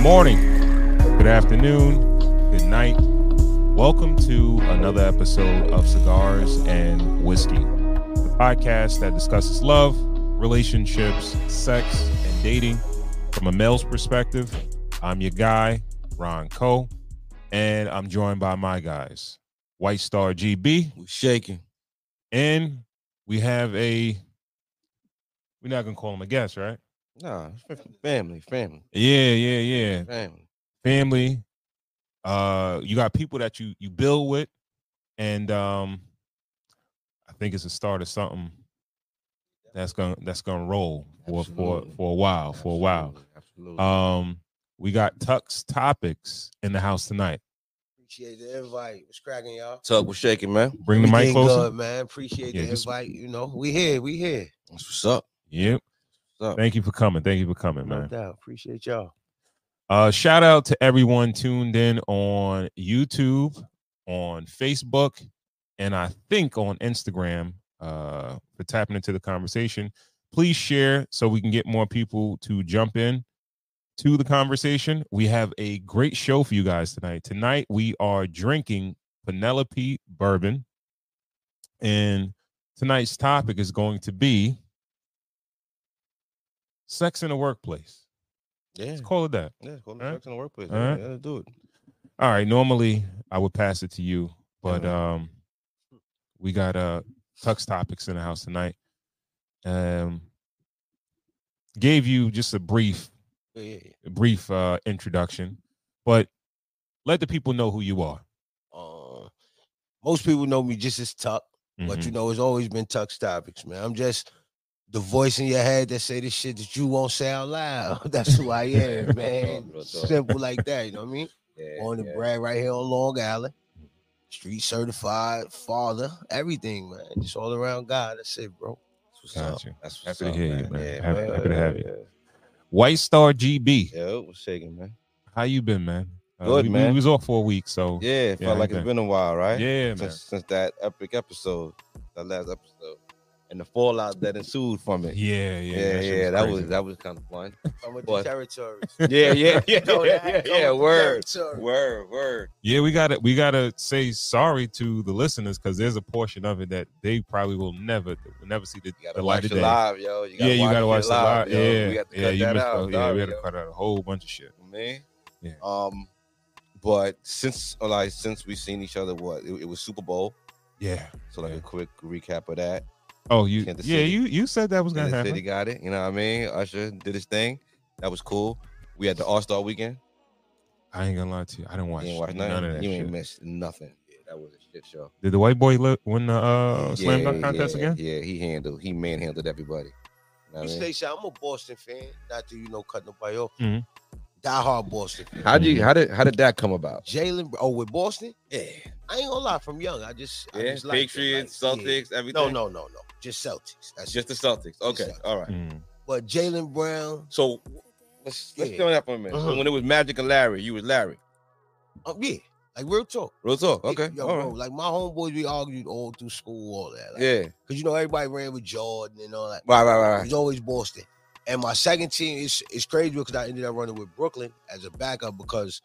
morning, good afternoon, good night. Welcome to another episode of Cigars and Whiskey, the podcast that discusses love, relationships, sex, and dating from a male's perspective. I'm your guy, Ron Cole, and I'm joined by my guys, White Star GB, We're shaking. and we have a. We're not gonna call him a guest, right? Nah, it's fam- family, family, Yeah, yeah, yeah. family. family uh you got people that you you build with and um i think it's a start of something that's gonna that's gonna roll for for Absolutely. for a while Oh, for a while Absolutely. absolutely. um we got tuck's topics in the house tonight Appreciate the invite. What's cracking, y'all? Tuck, we're shaking, man. bring the mic Everything closer good, man. Appreciate Yeah, the just- invite. You know, we here. We here. That's what's up. yep What's up? thank you for coming thank you for coming No man doubt. Appreciate y'all. Uh, shout out to everyone tuned in on YouTube, on Facebook, and I think on Instagram uh, for tapping into the conversation. Please share so we can get more people to jump in to the conversation. We have a great show for you guys tonight. Tonight we are drinking Penelope bourbon, and tonight's topic is going to be sex in the workplace. Yeah. Let's call it that. Yeah, go to Alright. sex in the workplace. Alright. man. Yeah, let's do it. All right. Normally I would pass it to you, but man. um we got uh Tux topics in the house tonight. Um gave you just a brief Yeah, yeah, yeah. a brief uh introduction, but let the people know who you are. Uh, most people know me just as Tuck, but Mm-hmm. Mm-hmm. you know, it's always been Tuck's topics, man. I'm just the voice in your head that say the shit that you won't say out loud. That's who I am, man. Real talk. Simple like that. You know what I mean? Yeah, on the yeah. bread right here on Long Island. Street certified, father, everything, man. Just all around God. That's it, bro. That's what's up. Gotcha. That's what's Happy to up, hear you, man. Yeah, Happy- happy to have you. yeah. White Star GB. Yeah, we're shaking, man. How you been, man? Uh, Good, we, we- man. We was off for a week, so Yeah, it Yeah, felt how like you it's been? been a while, right? yeah, man. Since, since that epic episode, that last episode, and the fallout that ensued from it. Yeah, yeah, yeah, shit yeah, that was crazy. that was kind of fun. I'm with What? the territory. yeah, yeah, yeah, Know yeah, yeah, that? Come yeah. with the Word, territory. word, word. Yeah, we gotta we gotta say sorry to the listeners because there's a portion of it that they probably will never will never see the, You gotta the light watch of it day. live, yo. You yeah, you gotta watch it the live. yo. Yeah, we got to yeah, cut you that missed. out. the- yeah, we had to dog, yo. cut out a whole bunch of shit. man. Yeah. Um, but since like since we've seen each other, what it, it was Super Bowl. Yeah. So like Yeah. a quick recap of that. Oh, you. Kansas Yeah, City. you you said that was gonna Kansas happen. City got it. You know what I mean? Usher did his thing. That was cool. We had the All Star Weekend. I ain't gonna lie to you. I didn't watch, you ain't watch none nothing. of that You shit. ain't missed nothing. Yeah, that was a shit show. Did the white boy li- win the uh, slam dunk Yeah, contest yeah, again? Yeah, he handled. He manhandled everybody. You know Let what me I mean? say something. I'm a Boston fan. Not that you know, cut nobody off. Mhm. Mm-hmm. Die hard Boston. fan. How did you? How did? How did that come about? Jalen, oh, with Boston, Yeah, I ain't gonna lie. From young, I just, I yeah. just liked it, Patriots, like, yeah. Celtics, everything. No, no, no, no. Just Celtics. That's just the Celtics. Okay, Celtics. all right. Mm. But Jalen Brown, So let's let's Yeah. go that for a minute. So Uh-huh. When it was Magic and Larry, you was Larry. oh, yeah, like real talk. Real talk. Yeah, Okay. yo, all bro, right. like my homeboys, we argued all through school, all that. Like, yeah. Cause you know everybody ran with Jordan and all that. Right. Right. Right. It right. was always Boston. And my second team is is crazy because I ended up running with Brooklyn as a backup because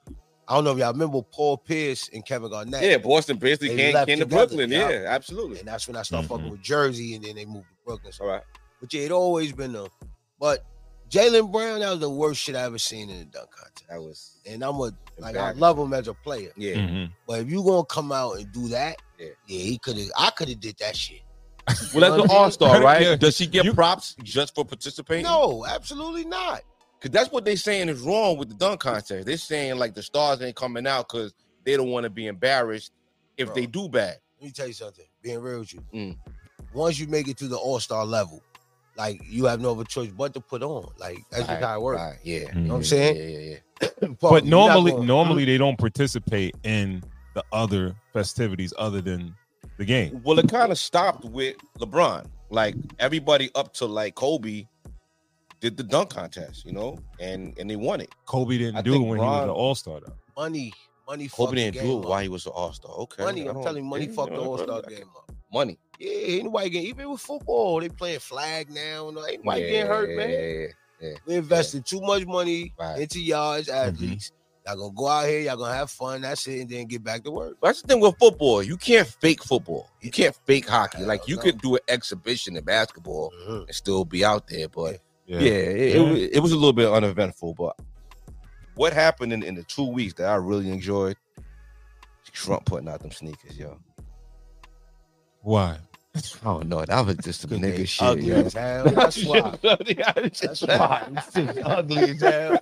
I don't know if y'all remember Paul Pierce and Kevin Garnett. Yeah. Boston basically They came, left came to together, Brooklyn. yeah. Yeah. Absolutely. And that's when I started Mhm. fucking with Jersey, and then they moved to Brooklyn. So, All right. but yeah, it always been them. But Jalen Brown, that was the worst shit I ever seen in a dunk contest. That was. And I'm a like I embarrassing. love him as a player, Yeah. Mhm. but if you gonna come out and do that, Yeah. he could have. I could have did that shit. Well, that's You know what I mean? the All Star, right? Yeah. Does she get You- props just for participating? No, absolutely not. Because that's what they're saying is wrong with the dunk contest. They're saying like the stars ain't coming out because they don't want to be embarrassed if Bro. they do bad. Let me tell you something. Being real with you, Mm. once you make it to the All Star level, like you have no other choice but to put on. Like that's just Right, how it works. Right, yeah. Mhm. You know what I'm Yeah. saying? Yeah. Yeah. Paul, But you're not normally, gonna- normally they don't participate in the other festivities other than the game. Well, it kind of stopped with LeBron. Like everybody up to like Kobe did the dunk contest, you know, and and they won it. Kobe didn't I do it think when he was Bron- an All Star though. money, money. fucked Kobe the didn't game do it up. while he was an All Star. Okay, Money, I I'm don't- telling you, money yeah, fucked the I All Star don't- game up. Money. Yeah, ain't nobody getting even with football. They playing flag now. and all, Ain't nobody getting hurt, man. Yeah, Yeah. We're investing too much money Right. Mm-hmm. into y'all as athletes. Y'all gonna go out here, y'all gonna have fun, that's it, and then get back to work. That's the thing with football. You can't fake football. You can't fake hockey. Hell Like you no. could do an exhibition in basketball and still be out there, but Yeah. yeah, it, Yeah. it it, wa- it was a little bit uneventful, but what happened in, in the two weeks that I really enjoyed? Trump putting out them sneakers, yo. Why? I don't know. Oh, That was just some nigga shit. Ugly yo. as hell. That's why. That's why. This shit's ugly as hell.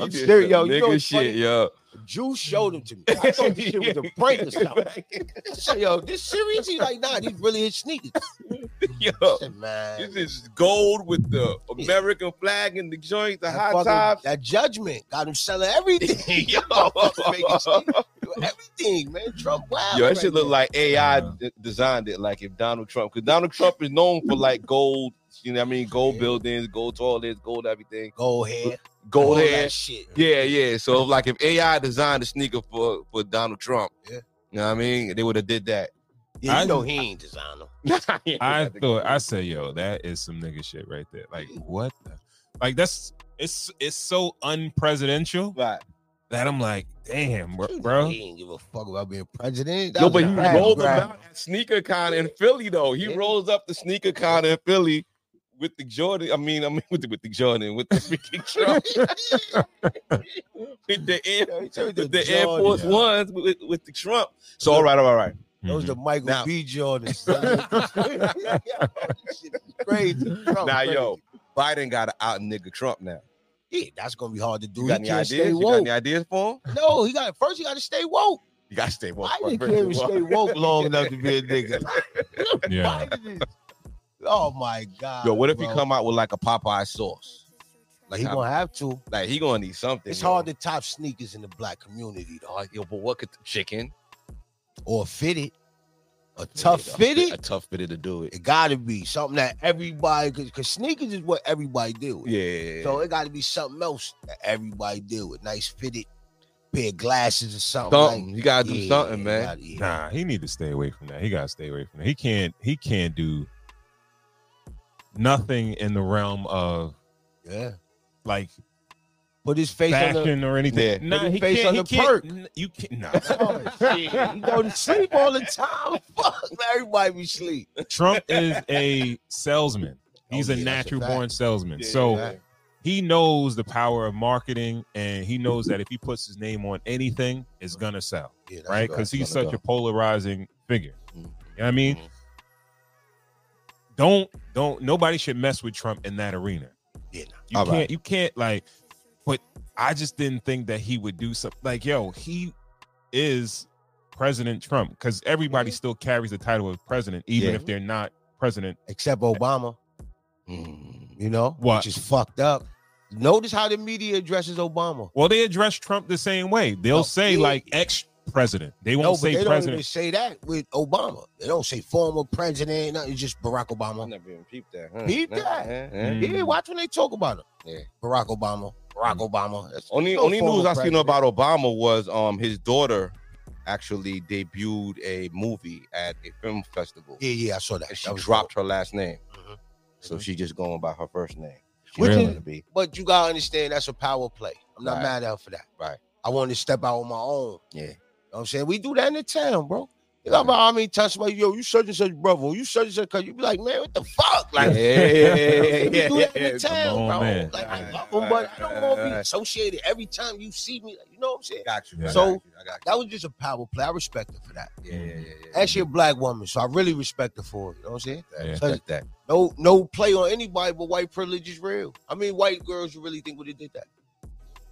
I'm serious, yo. You know nigga what's shit, funny? yo. Juice showed them to me. I thought this shit was a prank or something. I said, yo, this serious? He like, nah, these really his sneakers. I Yo, said, man. this is gold with the American flag and the joint, the that high fucking- top. That judgment got him selling everything. yo, Making sneakers, do everything, man. Trump, wow. Yo, that shit look look like AI Yeah. d- designed it. Like if Donald Trump, because Donald Trump is known for like gold. You know what I mean? Gold Yeah. buildings, gold toilets, gold everything, Go ahead. gold all that hair. shit. Yeah, yeah. So like, if AI designed a sneaker for for Donald Trump, Yeah. you know what I mean? They would have did that. Yeah, you I- know he ain't designing them. I thought I said, yo, that is some nigga shit right there. Like what? The, like that's it's it's so unpresidential right? that I'm like, damn, bro. You know bro. He ain't give a fuck about being president. Yo, but was he a rolled them crap. out at sneaker con in Philly though. He Yeah. rolls up the sneaker con in Philly with the Jordan. I mean, I mean with the, with the Jordan with the freaking Trump with the Air, Yeah, he told you with the the Air Jordan. Force Yeah. Ones with, with the Trump. So all right, all right, all right. Those Mm-hmm. the Michael Mm-hmm. Now- B. Jordans. This shit is crazy. Trump Now, crazy. yo, Biden got to out nigga Trump now. yeah, that's gonna be hard to do. You He got any can't ideas? stay You got woke. any ideas for him? No, he got first. You got to stay woke. You got to stay woke. I didn't first care of to all. stay woke long enough to be a nigga. Yeah. Biden is- Oh my god. Yo, what if bro. he come out with like a Popeye sauce? He how- gonna have to. Like he gonna need something. It's yo. hard to top sneakers in the black community, though. Oh, yo, but what could the chicken? Or fitted, or tough Yeah, a fit- fitted. A tough fitted to do it. It gotta be something that everybody, because sneakers is what everybody deal with. Yeah. So it got to be something else that everybody deal with. Nice fitted pair of glasses or something. something. like- you gotta do Yeah, something, man. gotta- yeah. Nah, he need to stay away from that. He gotta stay away from that. He can't he can't do nothing in the realm of Yeah. like Put his face on the. fashion or Yeah. anything. Put Nah, his he face can't, on he the can't, perk. n- You can't Oh, nah. shit. He go to sleep all the time. Fuck, everybody be sleep. Trump is a salesman. He's Oh, a yeah, that's natural fact. born salesman. Yeah, so yeah. he knows the power of marketing and he knows that if he puts his name on anything, it's gonna sell, Yeah, that's right? fact. Because he's that's such gonna a polarizing figure. Mhm. Mm-hmm. You know what I mean? Mhm. Don't don't nobody should mess with Trump in that arena. Yeah, nah. You All can't right. you can't like but I just didn't think that he would do something like yo, he is President Trump because everybody Mm-hmm. still carries the title of president, even Yeah. if they're not president. Except Obama, Mm. you know, What? which is fucked up. Notice how the media addresses Obama. Well, they address Trump the same way. They'll Oh, say yeah. like ex president. They won't no, but say they don't even president. say that with Obama. They don't say former president. Nothing. It's just Barack I Obama. Mm. never even peeped that. Huh? Peep that. eh, Mm. Yeah, watch when they talk about him. Yeah. Barack Obama. Barack Mm. Obama. That's Only No only former news I seen president. about Obama was um his daughter actually debuted a movie at a film festival, Yeah, yeah, I saw that. and she That was dropped her last name, Mhm. so she just going by her first name. She Which don't is- wanna be. cool. But you gotta understand that's a power play. I'm not Right. mad at her for that. Right. I want to step out on my own. Yeah. You know what I'm saying? We do that in the town, bro. You know about how many times somebody, yo, you such and such brother, or you such and such, cause you be like, man, what the fuck? yeah, Like, yeah, yeah, yeah, we yeah, do that in yeah. the town, on, bro. man. Like, I Right, love them, right, but I don't want to be right. associated every time you see me. Like, you know what I'm saying? Got you. Yeah. I So- got you, I got That was just a power play. I respect her for that. you. Yeah, yeah, yeah, yeah. And she a black woman, so I really respect her for it. You know what I'm saying? I Yeah. respect that. No, no play on anybody, but white privilege is real. I mean, white girls, you really think would have did that?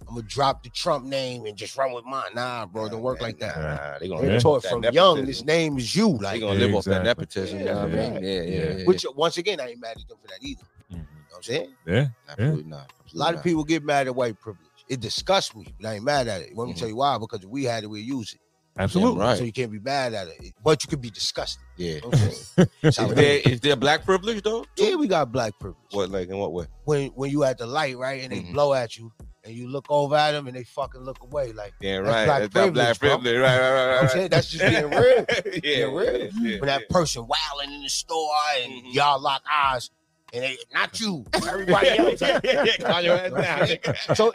I'm gonna drop the Trump name and just run with mine. Nah, bro, don't work like that. Nah, they They gonna Yeah. live taught off that from nepotism. young. This name is you, They like. gonna live off that Exactly. nepotism. you know what I mean? Yeah, yeah, yeah. Yeah. yeah. Which, once again, I ain't mad at them for that either. Mhm. You know what I'm saying? Yeah. Absolutely not. Hmm? A lot of people get mad at white privilege. It disgusts me, but I ain't mad at it. Let me Mhm. tell you why. Because if we had it, we use it. Absolutely. Right. So you can't be mad at it, but you could be disgusted. Yeah. You know what I'm saying? That's how Is it there is. is there black privilege though? yeah, we got black privilege. What like in what way? when when you at the light, right, and they Mhm. blow at you, and you look over at them, and they fucking look away. Like Yeah, That's right. black That's that black privilege, privilege. Right, right, right, I'm right, right. saying, that's just being real. yeah, Being real. yeah, Mm-hmm. When that person wilding in the store, and Mhm. y'all lock eyes, and they not you. Everybody else. Calm your ass down. So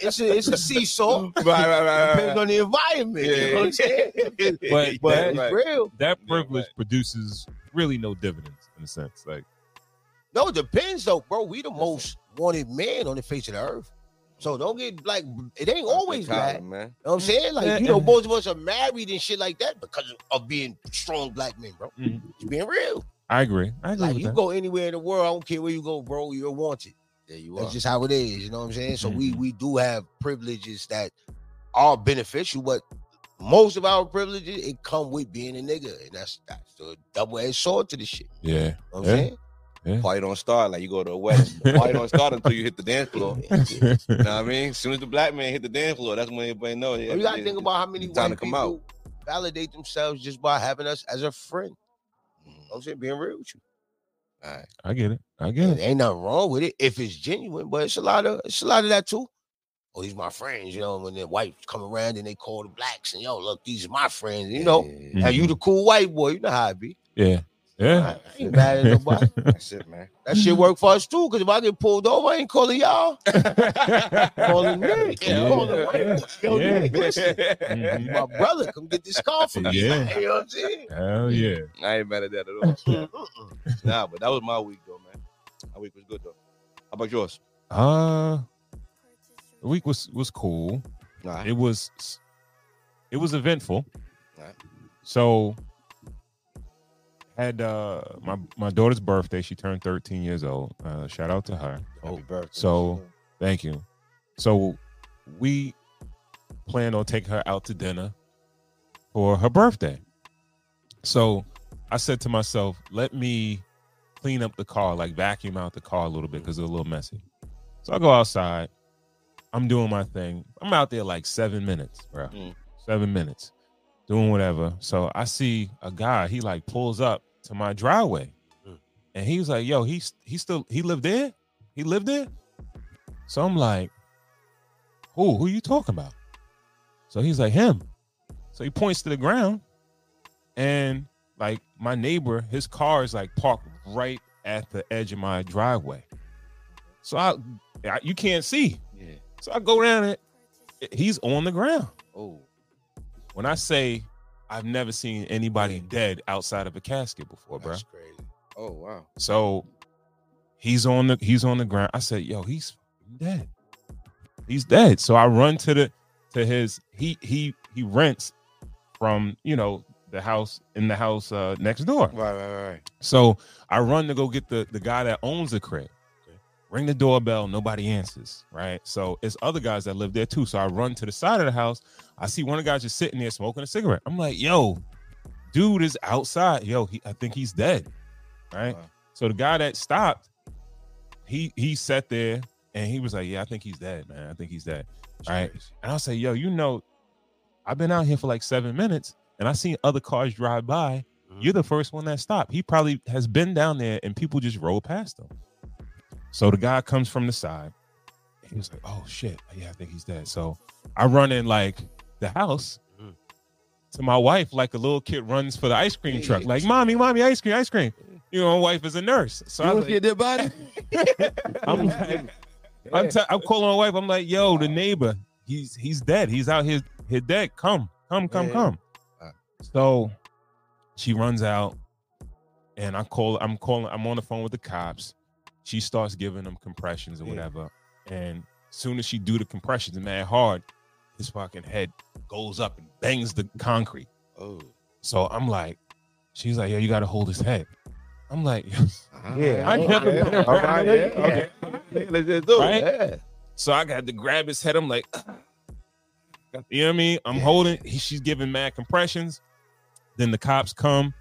it's a it's a seesaw. Right, right, right, right, Depends on the environment. Yeah, You know what I'm saying? right. But- But Yeah, it's right. real. That Yeah, privilege right. produces really no dividends in a sense. Like No, it depends though, bro. We the most wanted man on the face of the earth. So don't get like it ain't always Colin, bad. You man. know what I'm saying? Like, you know, most of us are married and shit like that because of being strong black men, bro. Mhm. You being real. I agree. I agree Like with you that. go anywhere in the world, I don't care where you go, bro, you're wanted. There you are. That's just how it is. You know what I'm saying? So Mm-hmm. we we do have privileges that are beneficial, but most of our privileges it come with being a nigga, and that's that's a double edged sword to the shit. yeah. You know what Yeah. I'm saying? Party don't start like you go to a wedding. The Party don't start until you hit the dance floor. You know what I mean? As soon as the black man hit the dance floor, that's when everybody knows. Yeah, But you gotta think about how many it's time white to come people validate themselves just by having us as a friend. You know what I'm saying being real with you. I get it. I get And it. there ain't nothing wrong with it if it's genuine, but it's a lot of it's a lot of that too. Oh, these my friends, you know. When the whites come around and they call the blacks and yo, look, these are my friends, you know. Yeah. Mm-hmm. Now you the cool white boy, you know how it be. Yeah. Yeah. I ain't mad at nobody. That's it, man. That shit work for us too, because if I get pulled over, I ain't calling y'all. Calling me. Yeah. Yeah. Calling white Yeah. boy. Yo, Yeah. nigga, listen, Mhm. my brother, come get this car for me. Yeah. You know what I'm saying? Hell yeah. I ain't mad at that at all. nah, but that was my week though, man. My week was good though. How about yours? Uh the week was was cool. Nah. It was it was eventful. Alright. So had uh my my daughter's birthday. She turned 13 years old. Uh shout out to her. Happy birthday. So thank you. So we planned on taking her out to dinner for her birthday. So I said to myself, let me clean up the car, like vacuum out the car a little bit because it's a little messy. So I go outside. I'm doing my thing. I'm out there like seven minutes, bro. Mm. Seven minutes doing whatever. So I see a guy, he like pulls up to my driveway. Mm. And he was like, yo, he's he still he lived there? He lived there? So I'm like, who? Who you talking about? So he's like, him. So he points to the ground and like my neighbor, his car is like parked right at the edge of my driveway. So I, I you can't see. Yeah. So I go down it. He's on the ground. Oh. When I say I've never seen anybody dead outside of a casket before, bro. That's crazy. Oh wow. So he's on the he's on the ground. I said, "Yo, he's dead. He's dead." So I run to the to his he he he rents from you know the house in the house uh, next door. Right, right, right. So I run to go get the the guy that owns the crib. Okay. Ring the doorbell, nobody answers. Right. So it's other guys that live there too. So I run to the side of the house. I see one of the guys just sitting there smoking a cigarette. I'm like, yo, dude is outside. Yo, he, I think he's dead. Right. Wow. So the guy that stopped, he he sat there and he was like, Yeah, I think he's dead, man. I think he's dead. All right. And I'll say, yo, you know, I've been out here for like seven minutes and I seen other cars drive by. Mhm. You're the first one that stopped. He probably has been down there and people just roll past him. So the guy comes from the side. and He was like, oh shit. Yeah, I think he's dead. So I run in like the house Mhm. to my wife, like a little kid runs for the ice cream truck. Like, mommy, mommy, ice cream, ice cream. You know, my wife is a nurse. So I was like, their body? I'm like, I'm, t- I'm calling my wife. I'm like, yo, the neighbor, he's he's dead. He's out here, his dead. Come, come, come, Yeah. Uh. come. Wow. So she runs out, and I call. I'm calling. I'm on the phone with the cops. She starts giving them compressions or Yeah. whatever, and soon as she do the compressions, man, hard, his fucking head goes up and bangs the concrete. Oh. So I'm like, she's like, yo, you gotta hold his head. I'm like, Yeah. I never been around. Okay. Let's just do Right? it. Yeah. So I got to grab his head. I'm like, you know what I mean? I'm holding. He, she's giving mad compressions. Then the cops come,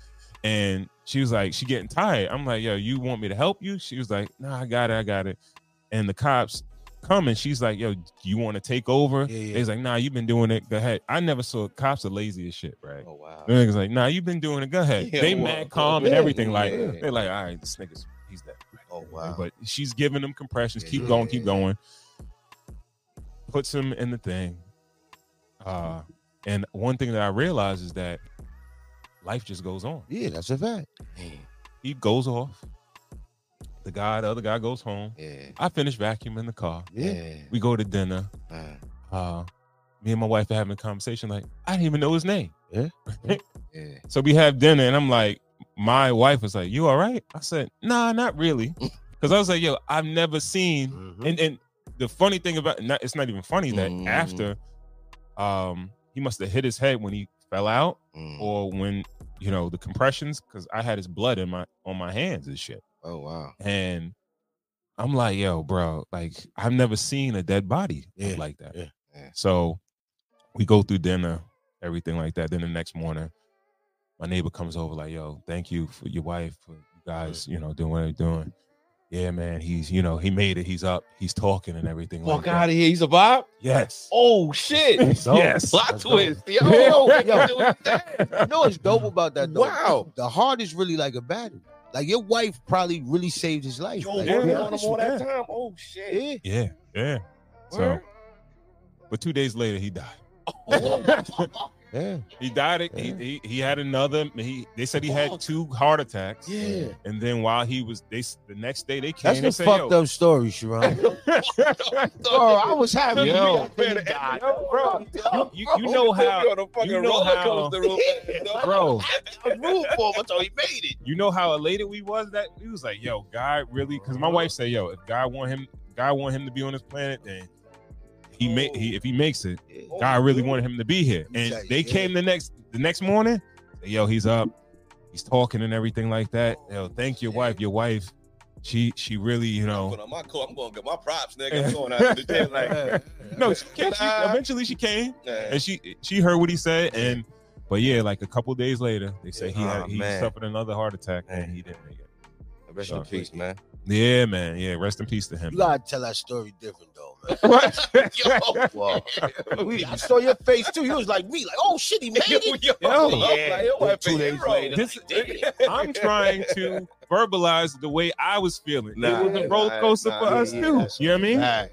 and she was like, she getting tired. I'm like, yo, you want me to help you? She was like, nah, I got it, I got it. And the cops come, and she's like, yo, you want to take over? Yeah, yeah. He's like, nah, you've been doing it. Go ahead. I never saw cops are lazy as shit, right? Oh wow. The niggas like, nah, you've been doing it. Go ahead. Yeah, they well, mad calm and yeah, everything. like yeah. they're like, all right, this nigga's he's dead. Oh wow. But she's giving him compressions. Yeah, keep yeah, going, yeah, keep yeah. going. Puts him in the thing. Uh, and one thing that I realized is that life just goes on. Yeah, that's a fact. He goes off. The guy, the other guy goes home. Yeah. I finish vacuuming the car. Yeah. We go to dinner. Uh, Uh, me and my wife are having a conversation. Like I didn't even know his name. yeah. So we have dinner, and I'm like, my wife was like, "You all right?" I said, "Nah, not really," because I was like, "Yo, I've never seen." Mhm. And and the funny thing about not, it's not even funny that Mm. after, um, he must have hit his head when he fell out, Mm. or when you know the compressions, because I had his blood in my on my hands and shit. Oh wow. And I'm like, yo, bro, like I've never seen a dead body look Yeah, like that. yeah, yeah. So we go through dinner, everything like that. Then the next morning, my neighbor comes over, like, yo, thank you for your wife, for you guys, you know, doing what they're doing. Yeah, man, he's, you know, he made it. He's up. He's talking and everything. Oh, Fuck like that. out of here. He's a vibe. Yes. Oh shit. Dope. Yes. Plot That's dope. twist. Oh, Yo, Oh, Yo, yo. yo. You know what's dope about that though? Wow. The heart is really like a battery. Like your wife probably really saved his life. Yo, Like, yeah. working be on him honest all with that Yeah. time. Oh shit. you. Yeah. Yeah. Yeah. So, Word. but two days later, he died. Yeah. He died. He, Yeah. he, he had another. He, they said he had Fuck. two heart attacks. Yeah. And then while he was, they s- the next day they came. That's and the said, fucked Yo, up story, Sharon. Bro, Yo, I was happy. Yo. Bro, yo, you, Oh, you know how, on a fucking you know roller how- coaster, man. Yo, bro. I was rooting for him until he made it. You know how elated we was that we was like, yo, God really, because my wife said, yo, if God want him, God want him to be on this planet, then he make he if he makes it, Oh, God really wanted him to be here. And Exactly, they yeah. came the next the next morning, yo, he's up, he's talking and everything like that. Yo, thank your wife. Your wife, she she really, you know. Put on my coat. I'm gonna get my props, nigga. I'm going out to the gym, like, No, she came, she, eventually she came. yeah. and she she heard what he said and but yeah like a couple days later they said he had Oh, he man. suffered another heart attack and Man. he didn't make it Rest in in peace, peace, man. yeah man yeah rest in peace to him You gotta tell that story different though, man. Yo, Wow. We- I saw your face too. You was like me, like, oh shit, he made it. yo, Yo. I'm like, yo, I Two days feel later. This- Damn. i'm trying to verbalize the way i was feeling Nah, it was a roller nah, coaster nah, for yeah, us yeah, too that's you know what i mean Right.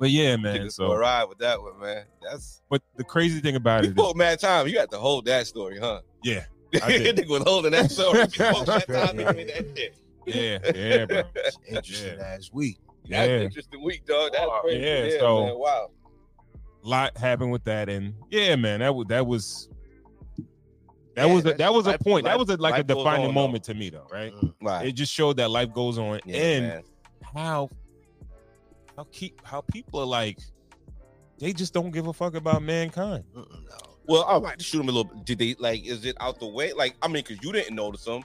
but yeah Take man us for a so ride with that one, man. That's but the crazy thing about it you is, pulled mad time. You had to hold that story, huh? yeah I did. Nigga was holding that story. You pulled mad time Yeah. doing that shit. yeah yeah bro Interesting Yeah. ass week. That's an yeah interesting week, dog. That's Wow. crazy. Yeah, Yeah, so- man. wow. lot happened with that and yeah man that was that was that Yeah, was a, that's- that was a life- point that life- was a, like a life goes on, defining though. moment to me though right Right. it just showed that life goes on Yeah, and man. how how keep how people are like they just don't give a fuck about mankind. Mm-mm, no. Well, all right, shoot him a little. Did they like? Is it out the way? Like, I mean, because you didn't notice him.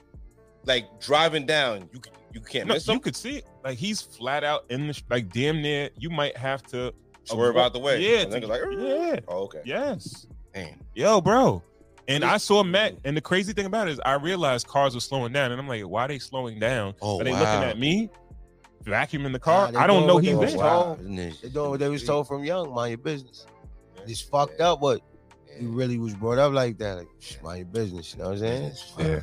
Like driving down, you you can't No, miss him. you could see it. Like he's flat out in the sh- like damn near. You might have to Swerve out the way. Yeah, And niggas like, yeah. Oh, okay. yes, Damn. yo, bro. And I saw Matt. And the crazy thing about it is, I realized cars were slowing down, and I'm like, why are they slowing down? Oh, Are they wow. looking at me? Vacuuming the car? Nah, they I don't doing know what he's they there. Oh, was told. They're They're doing what they was told from young. Mind your business. Yeah. It's fucked Yeah. up. What you really was brought up like that. Like, psh, mind your business. You know what I'm saying? Yeah,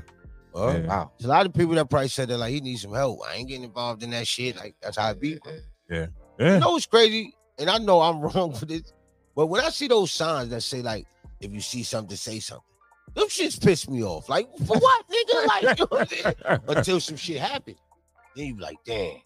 Well, yeah. Wow. There's a lot of people that probably said that like he needs some help. I ain't getting involved in that shit. Like that's how I be. bro. You yeah. know what's crazy? And I know I'm wrong for this, but when I see those signs that say like, if you see something, say something. Them shits piss me off. Like for what, nigga? Like you know what I'm saying? until some shit happened, then you be like, damn.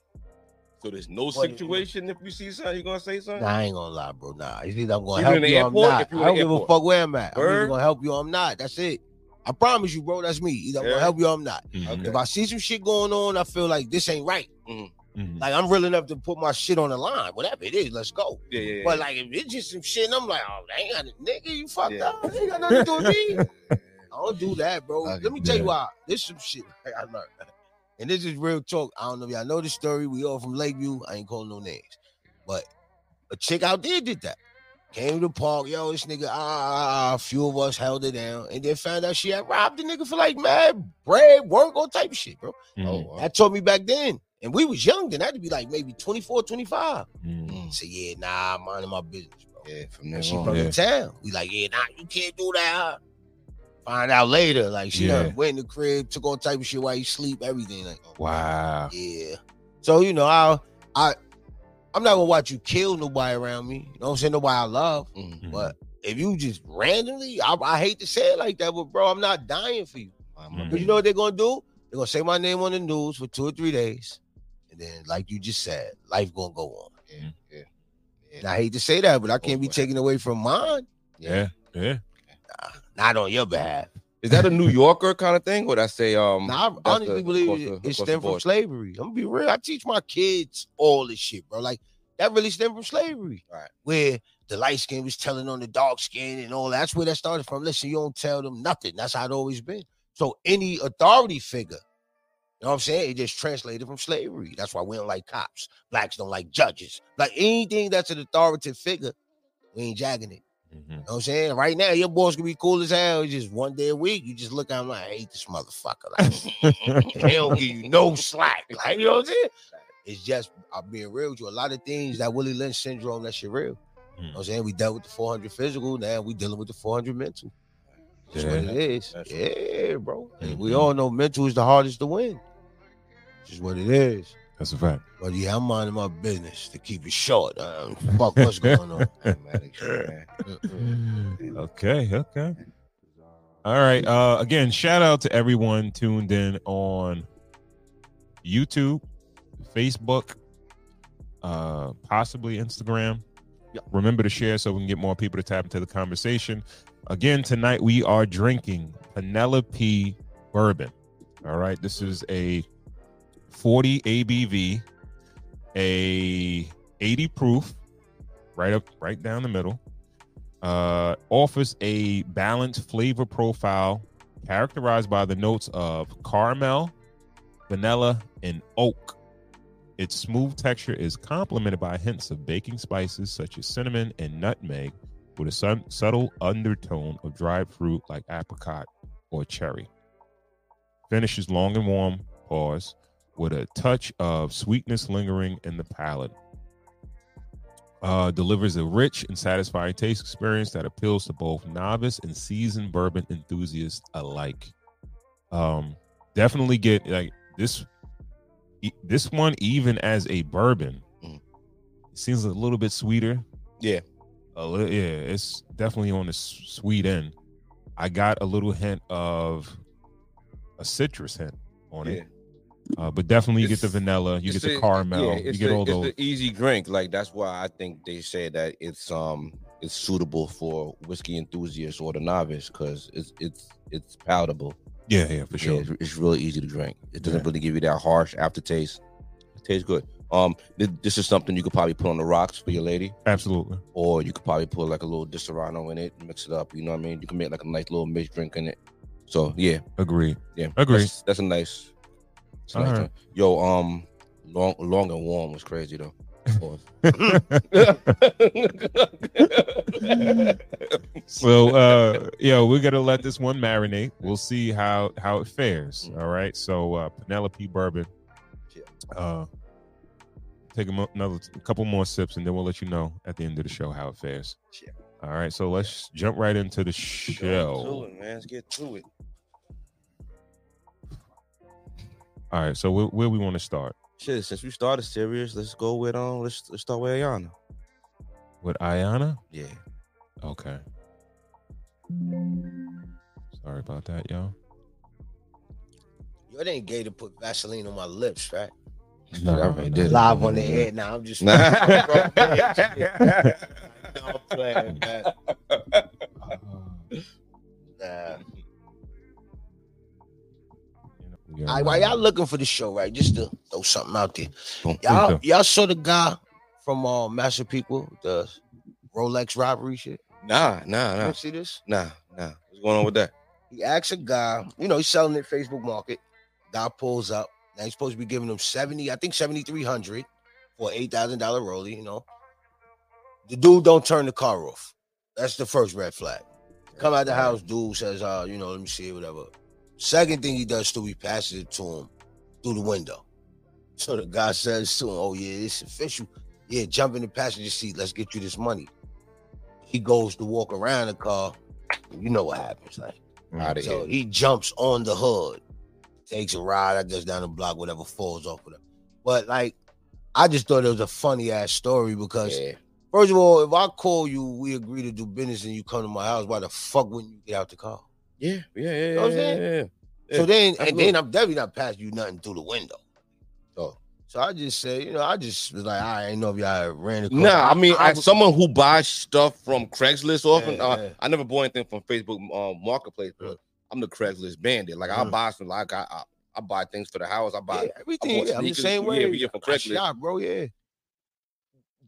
So there's no What- situation if you see something, you're gonna say something. Nah, I ain't gonna lie, bro. Nah, it's either I'm gonna You help in the you or I'm airport? not. If you I in don't the give a airport. fuck where I'm at. I'm either Word? gonna help you or I'm not. That's it. I promise you, bro. That's me. Either I'm Yeah. gonna help you or I'm not. Mhm, Okay. If I see some shit going on, I feel like this ain't right. mhm. Like I'm real enough to put my shit on the line. Whatever it is, let's go. Yeah, yeah, yeah. But like if it's just some shit, and I'm like, oh, ain't got nigga, you fucked Yeah. up. It ain't got nothing to do with me. I don't do that, bro. Okay. Let me tell Yeah. you why. There's some shit I learned. And this is real talk. I don't know if y'all know this story. We all from Lakeview. I ain't calling no names. But a chick out there did that. Came to the park, yo, this nigga, ah, ah, ah, a few of us held it down, and then found out she had robbed the nigga for like mad bread, work, all type of shit, bro. Oh, Mhm, That taught me back then. And we was young then. That'd be like maybe 24, 25. mhm. Say, yeah, nah, I'm minding my business, bro. yeah, from there She on. from Yeah. the town. We like, yeah, nah, you can't do that. Find out later. Like she Yeah. done went in the crib, took all type of shit while you sleep, everything. Like, oh, Wow. yeah. So you know, I I I'm not gonna watch you kill nobody around me. You know what I'm saying? Nobody I love. Mhm. Mhm. But if you just randomly, I, I hate to say it like that, but bro, I'm not dying for you. I'm a Mhm. Mm-hmm. But you know what they're gonna do? They're gonna say my name on the news for two or three days. then like you just said, life gonna go on. Yeah, yeah, And I hate to say that, but I can't be boy. taken away from mine. Yeah. Yeah. Not on your behalf. Is that a New Yorker kind of thing? Or that's a um Now, I that's honestly the- believe across it, the- it across the stemmed from board. slavery. I'm gonna be real. I teach my kids all this shit, bro. Like that really stemmed from slavery, Right. Where the light skin was telling on the dark skin and all. That's where that started from. Listen, you don't tell them nothing. That's how it always been. So any authority figure, you know what I'm saying? It just translated from slavery. That's why we don't like cops. Blacks don't like judges. Like anything that's an authoritative figure, we ain't jagging it. Mhm. You know what I'm saying? Right now, your boss gonna be cool as hell. It's just one day a week. You just look at him like, I hate this motherfucker. Like, they don't give you no slack. Like, you know what I'm saying? It's just I'm being real with you. A lot of things that Willie Lynch syndrome, that shit real. You know what I'm saying? We dealt with the 400 physical, now we dealing with the 400 mental. That's what Yeah. it is. Mm-hmm. That's yeah, bro. And we Mhm. all know mental is the hardest to win. This is what it is. That's a fact. But yeah, I'm minding my business to keep it short. Uh, fuck what's going on. Mm-mm. Okay. Okay. All right. Uh, again, shout out to everyone tuned in on YouTube, Facebook, uh, possibly Instagram. Remember to share so we can get more people to tap into the conversation. Again, tonight we are drinking Penelope Bourbon. All right. This is a 40 ABV, a 80 proof, right up, right down the middle uh, offers a balanced flavor profile characterized by the notes of caramel, vanilla, and oak. Its smooth texture is complemented by hints of baking spices such as cinnamon and nutmeg, with a sun- subtle undertone of dried fruit like apricot or cherry. Finish is long and warm, pause, with a touch of sweetness lingering in the palate uh, delivers a rich and satisfying taste experience that appeals to both novice and seasoned bourbon enthusiasts alike. Um, definitely get like this. e- This one, even as a bourbon, Mm. seems a little bit sweeter. Yeah. a little. Yeah, it's definitely on the s- sweet end. I got a little hint of a citrus hint on it, uh, but definitely you get the It's- vanilla, you get It's the a- caramel, yeah, you it's get a- all it's those. an easy drink. Like that's why I think they say that it's um it's suitable for whiskey enthusiasts or the novice because it's it's it's palatable. yeah, yeah, for Yeah, sure. it's, it's really easy to drink. It doesn't Yeah. really give you that harsh aftertaste. It tastes good. Um, th- this is something you could probably put on the rocks for your lady, Absolutely. or you could probably put like a little Disaronno in it, mix it up. You know what I mean? You can make like a nice little mixed drink in it. So yeah, Agree. yeah, Agree. That's, that's a nice. That's a nice Alright. drink. Yo, um, long, long and warm was crazy though. Pause. so uh yeah we're gonna let this one marinate we'll see how how it fares Mm. all right so uh penelope bourbon uh take a mo- another a couple more sips and then we'll let you know at the end of the show how it fares Yeah. all right so let's jump right into the show To it, man. Let's get to it. all right so where, where we want to start Shit, since we started serious, let's go with um, let's let's start with Ayana. with ayana Yeah, okay sorry about that y'all Yo, it ain't gay to put Vaseline on my lips, right? No, I already no. did. Live on the head. Now I'm just. No, I'm playing, man. Nah. Yeah. All right, while y'all looking for the show, right? Just to throw something out there. Boom. Y'all, Okay. y'all saw the guy from uh, Master People, the Rolex robbery shit. nah, nah, You nah, don't see this? nah, nah. What's going on with that? He asks a guy, you know, he's selling it Facebook Market. Guy pulls up. Now he's supposed to be giving him seventy, I think seventy three hundred for eight thousand dollar rollie. You know, the dude don't turn the car off. That's the first red flag. Come out the house, dude says, uh, you know, let me see, it, whatever. Second thing he does, Stu, he passes it to him through the window. So the guy says to him, oh, yeah, it's official. Yeah, jump in the passenger seat. Let's get you this money. He goes to walk around the car. You know what happens. Like, Out of so here. he jumps on the hood, takes a ride, I guess, down the block, whatever falls off with him. But like, I just thought it was a funny ass story because Yeah. first of all, if I call you, we agree to do business and you come to my house, why the fuck wouldn't you get out the car? Yeah, yeah, yeah, know what I'm yeah, yeah, yeah. so then and absolutely. then I'm definitely not passing you nothing through the window. So So I just say, you know, I just was like, I ain't know if y'all ran across. Nah, I mean, I as was- someone who buys stuff from Craigslist often, Yeah, uh, yeah. I never bought anything from Facebook um, Marketplace, but Yeah. I'm the Craigslist bandit. Like I Mhm. buy some, like I, I, I buy things for the house. I buy. yeah, everything. bought yeah, I'm the sneakers same from way. here, we get from I Craigslist. shop, bro. Yeah.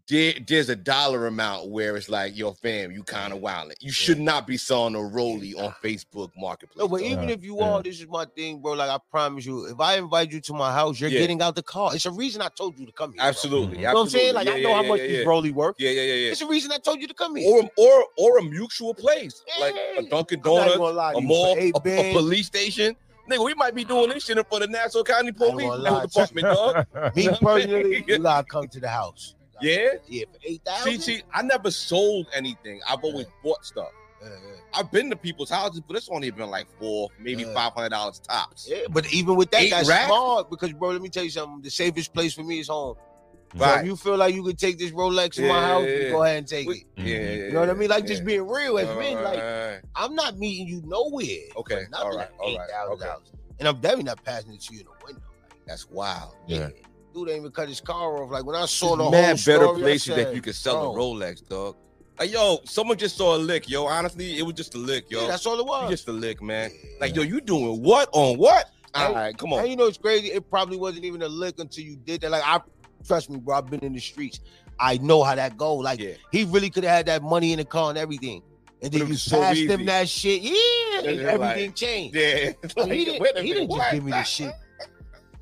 There, there's a dollar amount where it's like, yo, fam, you kind of wildin'. You should not be selling a rolly on Facebook Marketplace. No, but dog. even Yeah, if you yeah. are, this is my thing, bro. Like I promise you, if I invite you to my house, you're Yeah. getting out the car. It's a reason I told you to come here. bro. absolutely. Mhm. You know what I'm saying? Like absolutely. I Yeah, know yeah, how yeah, much yeah, these yeah. Broly work. Yeah, yeah, yeah, yeah. It's a reason I told you to come here. Or, or, or a mutual place like Yeah. a Dunkin' I'm not Donuts, gonna lie to a you, for mall, a, eight a bands, police station. Nigga, we might be doing this shit in front of Nassau County Police gonna lie, Department, dog. Me You know what I'm personally, saying? you gotta come to the house. Yeah. Yeah, for eight See, thousand. see, I never sold anything. I've always bought stuff. Yeah, I've been to people's houses, but it's only been like four, maybe Yeah. five hundred dollars tops. yeah. Yeah, but even with that, Eight that's racks? smart because, bro, let me tell you something. The safest place for me is home. So if Right? you feel like you could take this Rolex in my Yeah, house, yeah, you yeah. go ahead and take it. Yeah, yeah, You know what I mean? Like just yeah. being real as All men. right, Like all right. I'm not meeting you nowhere. Okay, for Nothing all right, at all eight right, thousand okay. dollars, and I'm definitely not passing it to you in the window. Like, that's wild. Yeah. dude ain't even cut his car off. Like when I saw the There's whole mad better story, I places that said, you can sell bro, a Rolex, dog. Like, yo, someone just saw a lick, yo. Honestly, it was just a lick, yo. Yeah, that's all You it was. just a lick, man. Yeah. Like, yo, you doing what on what? Hey, All right, come on. And you know it's crazy. It probably wasn't even a lick until you did that. Like I trust me, bro. I've been in the streets. I know how that go. Like Yeah. he really could have had that money in the car and everything. And But it then you was so passed easy. him that shit. Yeah, and And they're everything changed. Yeah. It's But like, he didn't, wait a he minute, didn't just what? give me the shit.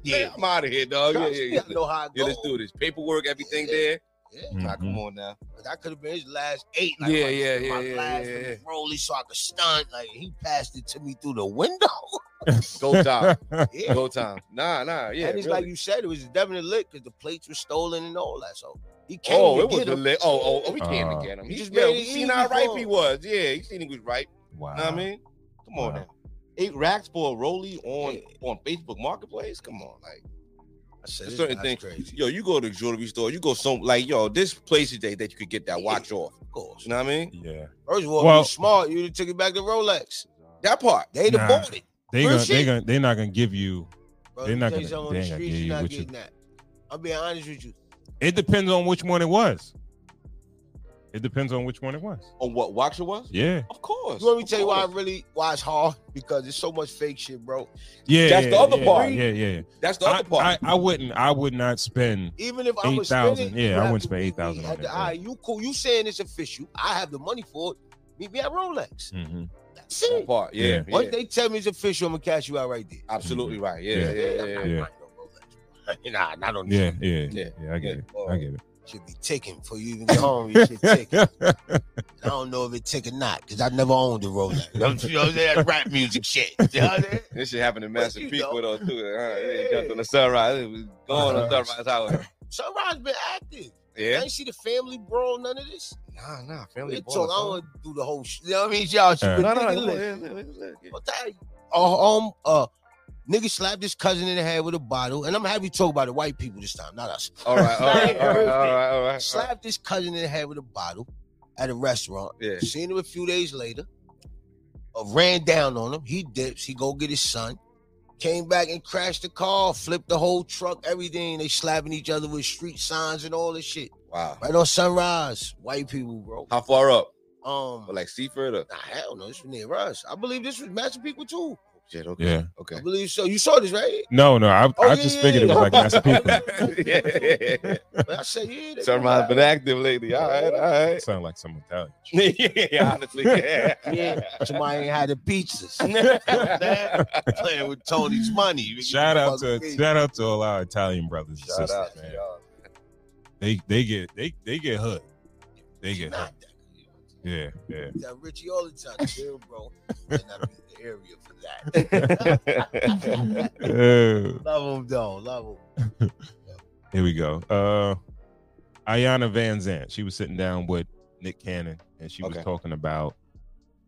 Yeah, Yeah. I'm out of here, dog. Yeah, Trust yeah, me, yeah. I know how it Yeah, go. let's do this. Paperwork, everything Yeah. there. Mm-hmm. Yeah. Nah, come on now. But that could have been his last eight. Like, Yeah, my- yeah, yeah, my yeah, last yeah, yeah. Rolly, so I could stunt. Like he passed it to me through the window. Go time. yeah. Go time. Nah, nah. Yeah. and it's like really. you said, it was definitely lit because the plates were stolen and all that. So he came. oh, to it was get a him. lit. Oh, oh, oh, we came Uh, to get him. You He, just yeah, made we it seen easy how for ripe him. he was. Yeah, he seen he was ripe. Wow. Uh-huh. Know what I mean? Come on Wow. now. Eight racks for a rollie on on Facebook Marketplace. Come on, like I said, There's this certain guy's things- crazy. yo, you go to the jewelry store, you go some like yo, this place today that you could get that watch off. Of course. You know what I mean? Yeah. First of all, Well- you smart. You took it back to Rolex. That part. They done Nah. bought it. They Real gonna, they shit. gonna, they're not gonna give you. Bro, They're let me not tell you gonna- something on they ain't the gonna streets, give you're you not what you- getting that. I'm being honest with you. It depends on which one it was. It depends on which one it was. On what watch it was? Yeah. Of course. You want me to tell you why I Of course. really why it's hard? Because there's so much fake shit, bro. Yeah. That's yeah, the other yeah, part. Yeah. Yeah. yeah. That's the I, other part. I, I wouldn't. I would not spend. Even if I was 8,000, spending, yeah, you I have wouldn't to spend meet me 8,000 on at the- that, yeah. all right, You cool? You saying it's official? I have the money for it. Meet me at Rolex. Mhm. That's that it. part. Yeah. Yeah. yeah. Once they tell me it's official, I'm gonna cash you out right there. Absolutely right. Yeah. Yeah, yeah, yeah. yeah, I'm not buying no Rolex. Nah, not on this. Yeah. Yeah. Yeah. Yeah. I get it. I get it. Should be ticking for you even get home. You should tick. I don't know if it tick or not because I never owned a Rolex. You know what I'm saying? That rap music shit. You know what I'm saying? This shit happened in But you Massapequa know. though too. Huh? Yeah. Yeah. Jumped on the sunrise. It was going on Uh-huh. sunrise hour. Sunrise been active. I Yeah. ain't see the family brawl, none of this. Nah, nah. We Family. talk. I don't want to do the whole shit. You know what I mean? Y'all should Uh, be No, no, thinking, no. listen, yeah, yeah, yeah, yeah. I'll tell you. Uh, um, uh, nigga slapped his cousin in the head with a bottle, and I'm happy to talk about the white people this time, not us. All right, all right, all right, all right, all right. all right. Slapped his cousin in the head with a bottle at a restaurant. Yeah. Seen him a few days later. Uh, ran down on him. He dips. He go get his son. Came back and crashed the car, flipped the whole truck, everything. They slapping each other with street signs and all this shit. Wow. Right on Sunrise, white people, bro. How far up? Um, Like Seaford or nah, hell no, this was near us. I believe this was Massapequa too. shit? Okay. Yeah. Okay. I believe so. You saw this, right? No. No. I, Oh, I yeah, just yeah, figured it was yeah. like Massapequa. yeah, yeah, yeah, yeah. But I said, yeah. they- Sunrise been active lately. All right, all right. Sound like some Italian. yeah, honestly. Yeah. Yeah, somebody ain't had the pizzas. yeah. Playing with Tony's money. Shout out to shout out to all our Italian brothers and Shout sisters, out to man. y'all. They they get they they get hood. They get hood. Not that. Yeah, yeah. That Richie all the time, chill, bro. Might not be the area for that. Oh, Love him though, love him. here we go. Uh Ayana Van Zant. She was sitting down with Nick Cannon and she was Okay. talking about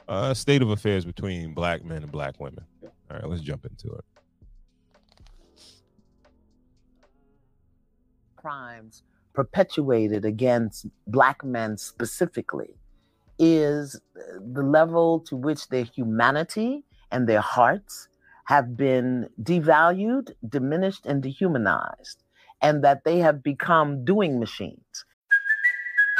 uh state of affairs between black men and black women. All right, let's jump into it. crimes perpetuated against black men specifically is uh, the level to which their humanity and their hearts have been devalued, diminished, and dehumanized. and that they have become doing machines.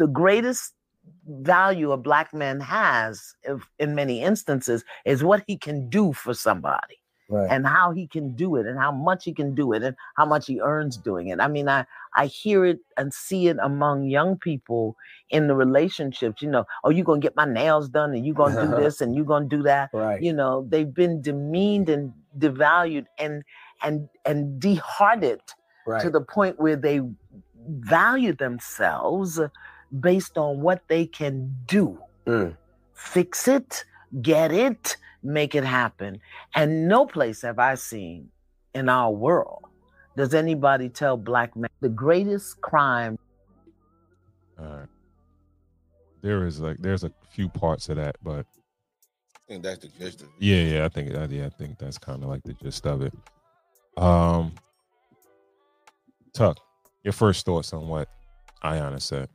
the greatest value a black man has if, in many instances is what he can do for somebody Right. and how he can do it and how much he can do it and how much he earns doing it i mean i i hear it and see it among young people in the relationships you know oh you're gonna get my nails done and you're gonna do this and you're gonna do that Right. you know they've been demeaned and devalued and and and dehearted right. to the point where they value themselves based on what they can do Mm. fix it get it make it happen and no place have i seen in our world does anybody tell black men the greatest crime All right. There is like there's a few parts of that, but think that's the gist of it. yeah, yeah, I think I- yeah, I think that's kind of like the gist of it. Um, Tuck, your first thoughts on what Ayana said?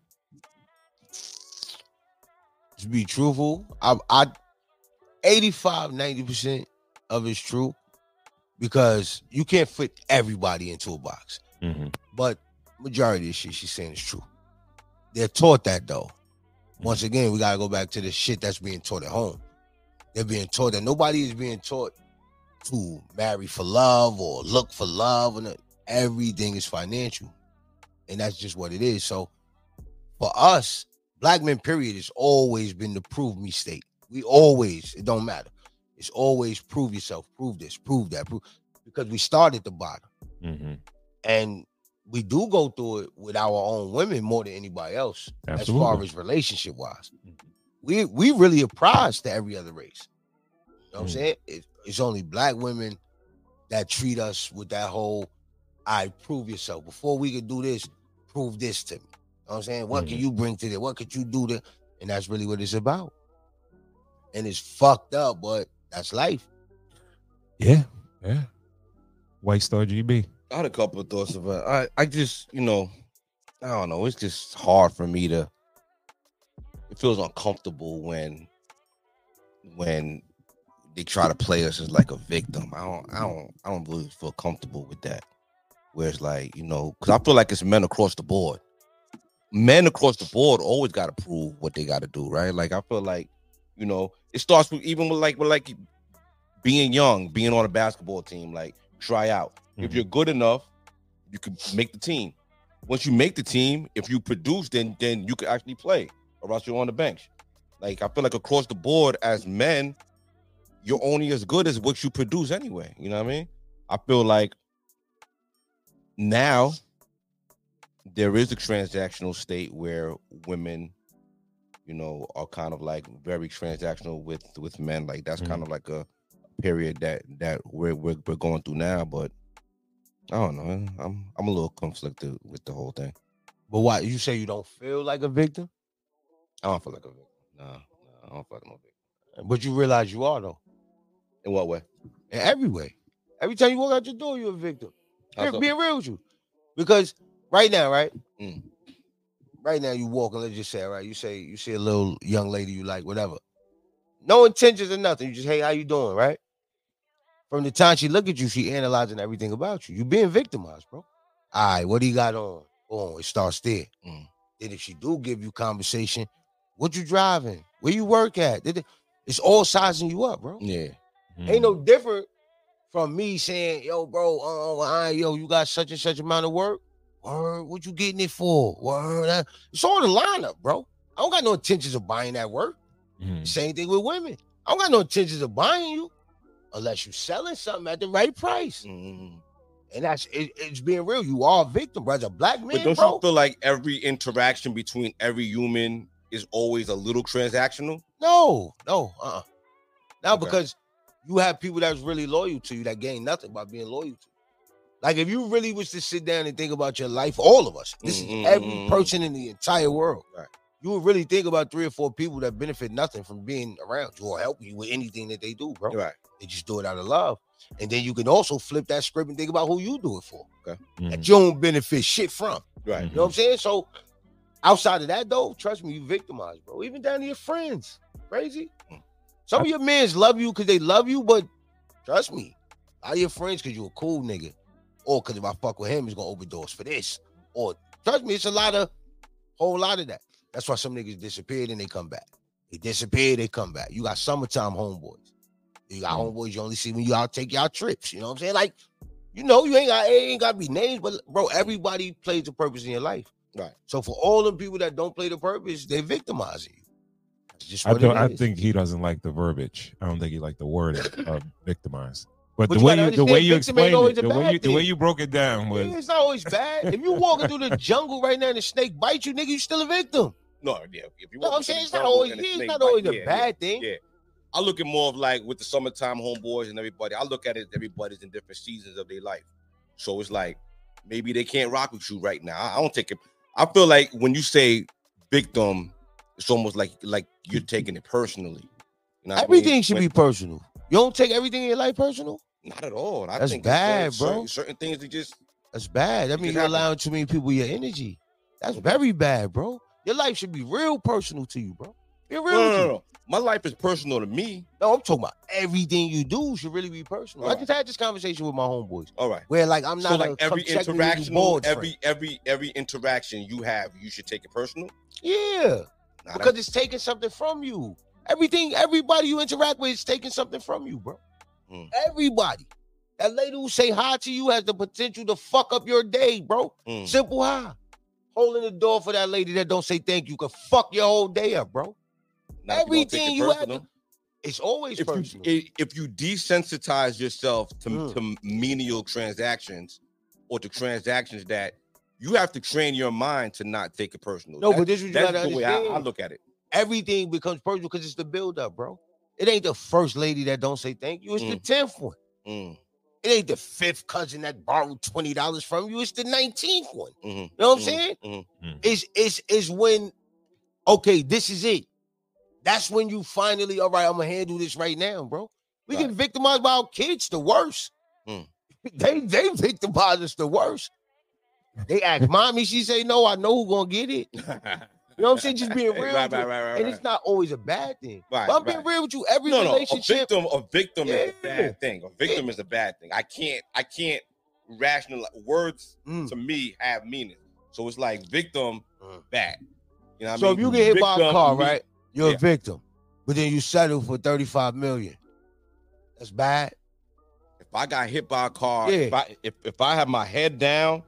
to be truthful, I, I 85, 90% of it's true because you can't fit everybody into a box. Mm-hmm. But majority of the shit she's saying is true. They're taught that though. Once again, we gotta go back to the shit that's being taught at home. They're being taught that nobody is being taught to marry for love or look for love, and everything is financial, and that's just what it is. So, for us, black men, period, has always been the prove me state. We always, it don't matter. It's always prove yourself, prove this, prove that, prove because we start at the bottom Mm-hmm. and we do go through it with our own women more than anybody else Absolutely. Mm-hmm. as far as relationship wise we we really a prize to every other race you know what i'm Mm. saying it, it's only black women that treat us with that whole i prove yourself before we could do this prove this to me you know what i'm saying what can Mm-hmm. you bring to this what could you do to and that's really what it's about and it's fucked up but that's life yeah, yeah. White Star GB. I had a couple of thoughts about. I I just you know, I don't know. It's just hard for me to. It feels uncomfortable when, when they try to play us as like a victim. I don't I don't I don't really feel comfortable with that. Where it's like you know, because I feel like it's men across the board. Men across the board always got to prove what they got to do, right? Like I feel like you know, it starts with even with like with like being young, being on a basketball team, like try out. If Mhm. you're good enough, you can make the team. Once you make the team, if you produce, then then you can actually play, or else you're on the bench. Like I feel like across the board as men, you're only as good as what you produce anyway. You know what I mean? I feel like now there is a transactional state where women, you know, are kind of like very transactional with with men. Like that's kind of like a period that that we're, we're we're going through now. But I don't know. I'm I'm a little conflicted with the whole thing. but why you say you don't feel like a victim I don't feel like a victim. No, no, I don't feel like no victim. but you realize you are though In what way? in every way. Every time you walk out your door, you're a victim. How Be- so? Being real with you, because right now, right, Mm. right now, you walk and let's just say, right, you say you see a little young lady you like, whatever, no intentions or nothing. You just hey, how you doing, right? From the time she look at you, she analyzing everything about you. You being victimized, bro. All right, what do you got on? Boom, it starts there. Mm. Then if she do give you conversation, what you driving? Where you work at? Did it- It's all sizing you up, bro. Yeah. Ain't Mm-hmm. no different from me saying, yo, bro, uh, well, I, yo, you got such and such amount of work. Word, what you getting it for? Word, uh, it's all the lineup, bro. I don't got no intentions of buying that work. Mm-hmm. Mhm. Same thing with women. I don't got no intentions of buying you unless you selling something at the right price. Mm. And that's it, it's being real. You are a victim, bro. As a black But man, don't bro. you feel like every interaction between every human is always a little transactional? No, no, uh, uh now Okay. because you have people that's really loyal to you that gain nothing by being loyal to you. Like if you really was to sit down and think about your life, all of us, this Mm, mm, is every mm. person in the entire world. Right. You would really think about three or four people that benefit nothing from being around you or help you with anything that they do, bro. Right. They just do it out of love. And then you can also flip that script and think about who you do it for. Mhm, Mm-hmm. That you don't benefit shit from. mm-hmm. Mm. Right. You know what I'm saying? So outside of that though, trust me, you victimized, bro. Even down to your friends. Crazy. Some of your mans love you because they love you, but trust me, a lot of your friends because you a cool nigga. Or because if I fuck with him, he's gonna open doors for this. Or trust me, it's a lot of whole lot of that. That's why some niggas disappeared and they come back. They disappear, they come back. You got summertime homeboys. You got Mm. homeboys you only see when you out take y'all trips. You know what I'm saying? Like, you know, you ain't got it ain't gotta be names, but bro, everybody plays a purpose in your life. Right. So for all the people that don't play the purpose, they victimizing you. That's just I, what I, don't, I think he doesn't like the verbiage. I don't think he liked the word of victimized. But, But the you way gotta you the way understand you victim ain't explained always it, a the way bad you the way thing. you broke it down was Yeah, it's not always bad. If you walking through the jungle right now and a snake bites you, nigga, you still a victim. No, yeah. If you You know what I'm want to saying? It's the not jungle always, and yeah, a it's snake not bite, always yeah, a bad thing. yeah. I look at more of like with the summertime homeboys and everybody. I look at it. Everybody's in different seasons of their life, so it's like maybe they can't rock with you right now. I I don't take it. I feel like when you say victim, it's almost like like you're taking it personally. You know what I mean? Everything should When- be personal. You don't take everything in your life personal. not at all. I That's think it's uh, bad, certain- bro. Certain things that just That's bad. That It means could you're happen. allowing too many people your energy. That's very bad, bro. Your life should be real personal to you, bro. Be real. no, no, with no, you. no. My life is personal to me. No, I'm talking about everything you do should really be personal. I Alright. just had this conversation with my homeboys All right. where, like, I'm not So like a, every come check me when you interaction, bored, friend. every every every interaction you have, you should take it personal. yeah, Nah, because it's taking something from you. Everything, everybody you interact with is taking something from you, bro. Mm. Everybody. That lady who say hi to you has the potential to fuck up your day, bro. Mm. Simple hi. Holding the door for that lady that don't say thank you could fuck your whole day up, bro. Now, if don't take Everything it you have personal, It's always if you personal. i- if you desensitize yourself to, Mm. to menial transactions or to transactions that you have to train your mind to not take it personal. no, That- but this is what you that's gotta the way understand. I, I look at it. everything becomes personal because it's the buildup, bro. It ain't the first lady that don't say thank you. It's the tenth one. Mm, It ain't the fifth cousin that borrowed twenty dollars from you. It's the nineteenth one. mhm, You know what I'm mhm, saying? mhm. It's it's it's when okay, this is it. That's when you finally all right. I'm gonna handle this right now, bro. We get victimized by our kids the worst. Mm. They they victimize us the worst. They ask mommy, she say no. I know who gonna get it. You know what I'm saying? Just being real, right, right, with right, it. right, and right. it's not always a bad thing. Right, But I'm being right. real with you. Every no, no. A relationship, victim, a victim is a Yeah. bad thing. A victim is a bad thing. I can't, I can't rationalize words Mm. to me have meaning. So it's like victim, Mm. bad. You know what so I if mean? you get hit by a Victim car, means- right? You're Yeah. a victim, but then you settle for 35 million. That's bad. If I got hit by a car, Yeah. if I if, if I had my head down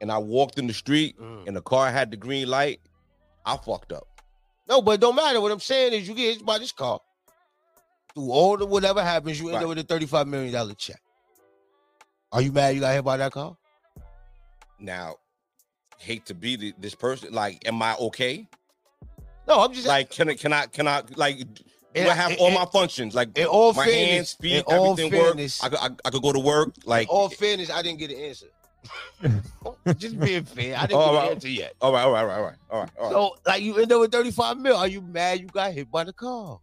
and I walked in the street Mm. and the car had the green light, I fucked up. No, but it don't matter. What I'm saying is, you get hit by this car. Through all the whatever happens, you end Right. up with a 35 million dollar check. Are you mad you got hit by that car? Now, hate to be the, this person. Like, am I okay? No, I'm just Like, can I can I can I like do And I have I- all and- my functions? Like in all my fairness, hands, in feet, all everything work. fairness, I could I, I could go to work. Like all fairness, I didn't get an answer. Oh, just being fair, I didn't All get right. an answer yet. all right, all right, all right, all right, all right, all right. So, like, you end up with 35 mil. Are you mad you got hit by the car?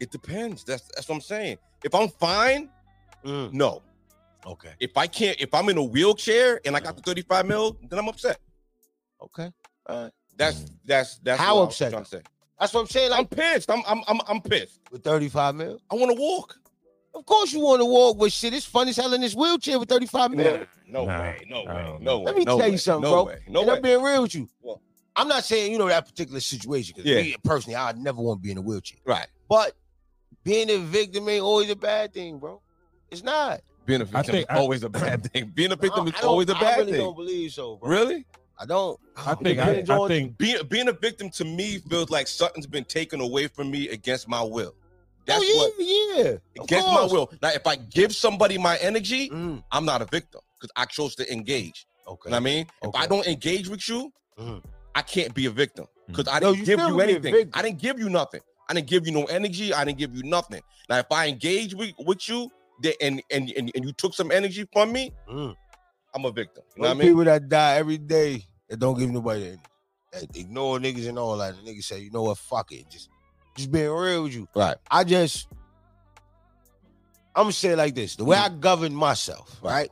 it depends. That's that's what I'm saying. If I'm fine, Mm. no. Okay. If I can't, if I'm in a wheelchair and I got the 35 mil, then I'm upset. Okay. That's that's that's How what upset? I'm, trying to say. That's what I'm saying. I'm Like pissed. I'm I'm I'm, I'm pissed. with 35 mil. I want to walk. Of course you want to walk with shit. It's funny as hell in this wheelchair with 35 mil. No Nah, way. No I way. don't No know. way. Let me no tell you way, something, no bro. Way, no and way. I'm being real with you. Well- I'm not saying you know that particular situation because Yeah. me personally, I never want to be in a wheelchair. Right. But being a victim ain't always a bad thing, bro. It's not. Being a I victim is think I- always a bad thing. Being a I victim is don't- I don't- always a I bad really thing. don't believe so, bro. Really? I don't. Oh, I think I, Depends I on- think Being being a victim to me feels like something's been taken away from me against my will. That's oh, yeah, yeah. what Of against my course. will. Now, if I give somebody my energy, Mm, I'm not a victim because I chose to engage. okay. You know what I mean? If I Okay. don't engage with you, Mm-hmm. Mhm. I can't be a victim because I No, didn't you give still you be a anything. victim. I didn't give you nothing. I didn't give you no energy. I didn't give you nothing. Now, if I engage with, with you, that and and and, and you took some energy from me, Mm. I'm a victim. You know what Those I mean? people that die every day that don't give nobody any, that ignore niggas and all that. The niggas say, you know what, fuck it, just just being real with you. Right. I just, I'm gonna say it like this: the Mm. way I govern myself, Right. right?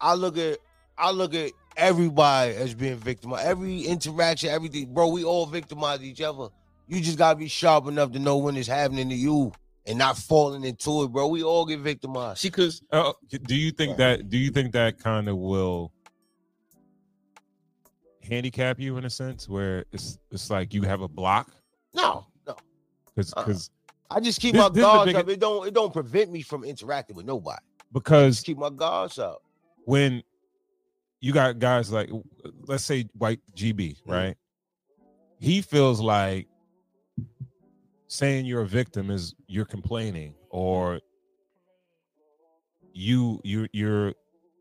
I look at, I look at everybody as being victimized. Every interaction, everything, bro. We all victimize each other. You just gotta be sharp enough to know when it's happening to you and not falling into it, bro. We all get victimized. See, cause Uh, do you think that? Do you think that kind of will handicap you in a sense where it's it's like you have a block No, no. because because I just keep This- my this is the guards biggest- up. It don't it don't prevent me from interacting with nobody. Just because keep my guards up. when you got guys like let's say white GB right, he feels like saying you're a victim is you're complaining or you you you're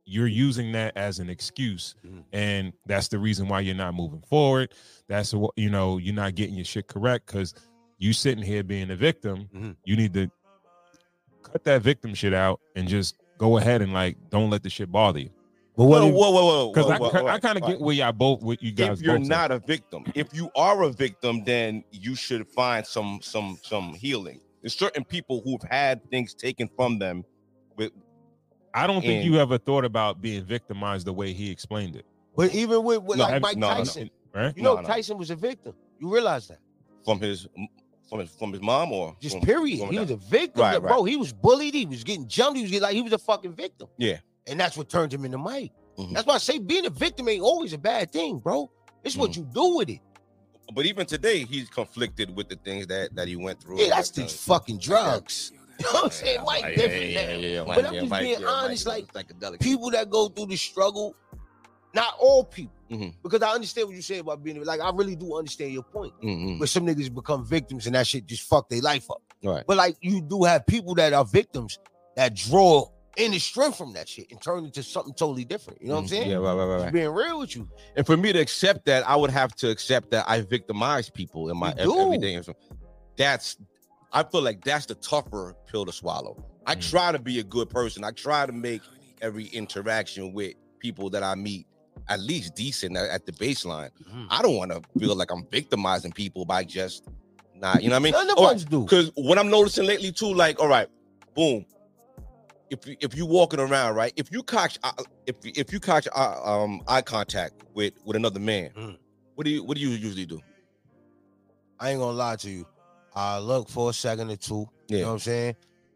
you're using that as an excuse Mhm. and that's the reason why you're not moving forward that's what you know you're not getting your shit correct because you sitting here being a victim Mhm. you need to cut that victim shit out and just go ahead and like don't let the shit bother you But Whoa, whoa, whoa, whoa, because whoa, i, whoa, ki- whoa, I kind of whoa. get where y'all both what you guys if you're both at. not a victim if you are a victim then you should find some some some healing there's certain people who've had things taken from them i don't think in- you ever thought about being victimized the way he explained it But even with, with No, like have- Mike no, no, no. Tyson, right you know No, no. Tyson was a victim. You realize that? from his from his from his mom or Just from- period. from He that. was a victim, Right, bro. He was bullied. He was getting jumped. He was getting like he was a fucking victim. Yeah. and that's what turned him into Mike. Mhm. That's why I say being a victim ain't always a bad thing, bro. It's Mm. what you do with it. but even today he's conflicted with the things that that he went through Yeah, that's these fucking drugs. You know what I'm Yeah, saying? Mike yeah, different yeah, now. yeah, yeah, But Mike, I'm yeah, just Mike, being yeah, honest, Mike, like yeah, psychedelic. people that go through the struggle, not all people, Mm-hmm. Mhm. because I understand what you say about being like I really do understand your Mm-hmm. point. Mhm. But some niggas become victims and that shit just fuck their life up. Right. But like you do have people that are victims that draw inner strength from that shit and turn into something totally different. You know what I'm saying? Mm-hmm. yeah, right, right, right, Just right. Being real with you, And for me to accept that, I would have to accept that I victimize people in my You ev- do. everyday. that's I feel like that's the tougher pill to swallow. I Mm. try to be a good person. I try to make every interaction with people that I meet at least decent at, at the baseline. Mhm. I don't want to feel like I'm victimizing people by just not, you know what I mean? Oh, none of All right, us do. because what I'm noticing lately too, like, all right, boom. If you if you walking around, right? If you catch uh, if if you catch uh, um eye contact with with another man, Mm. what do you what do you usually do? I ain't gonna lie to you. I look for a second or two. You Yeah. know what I'm saying?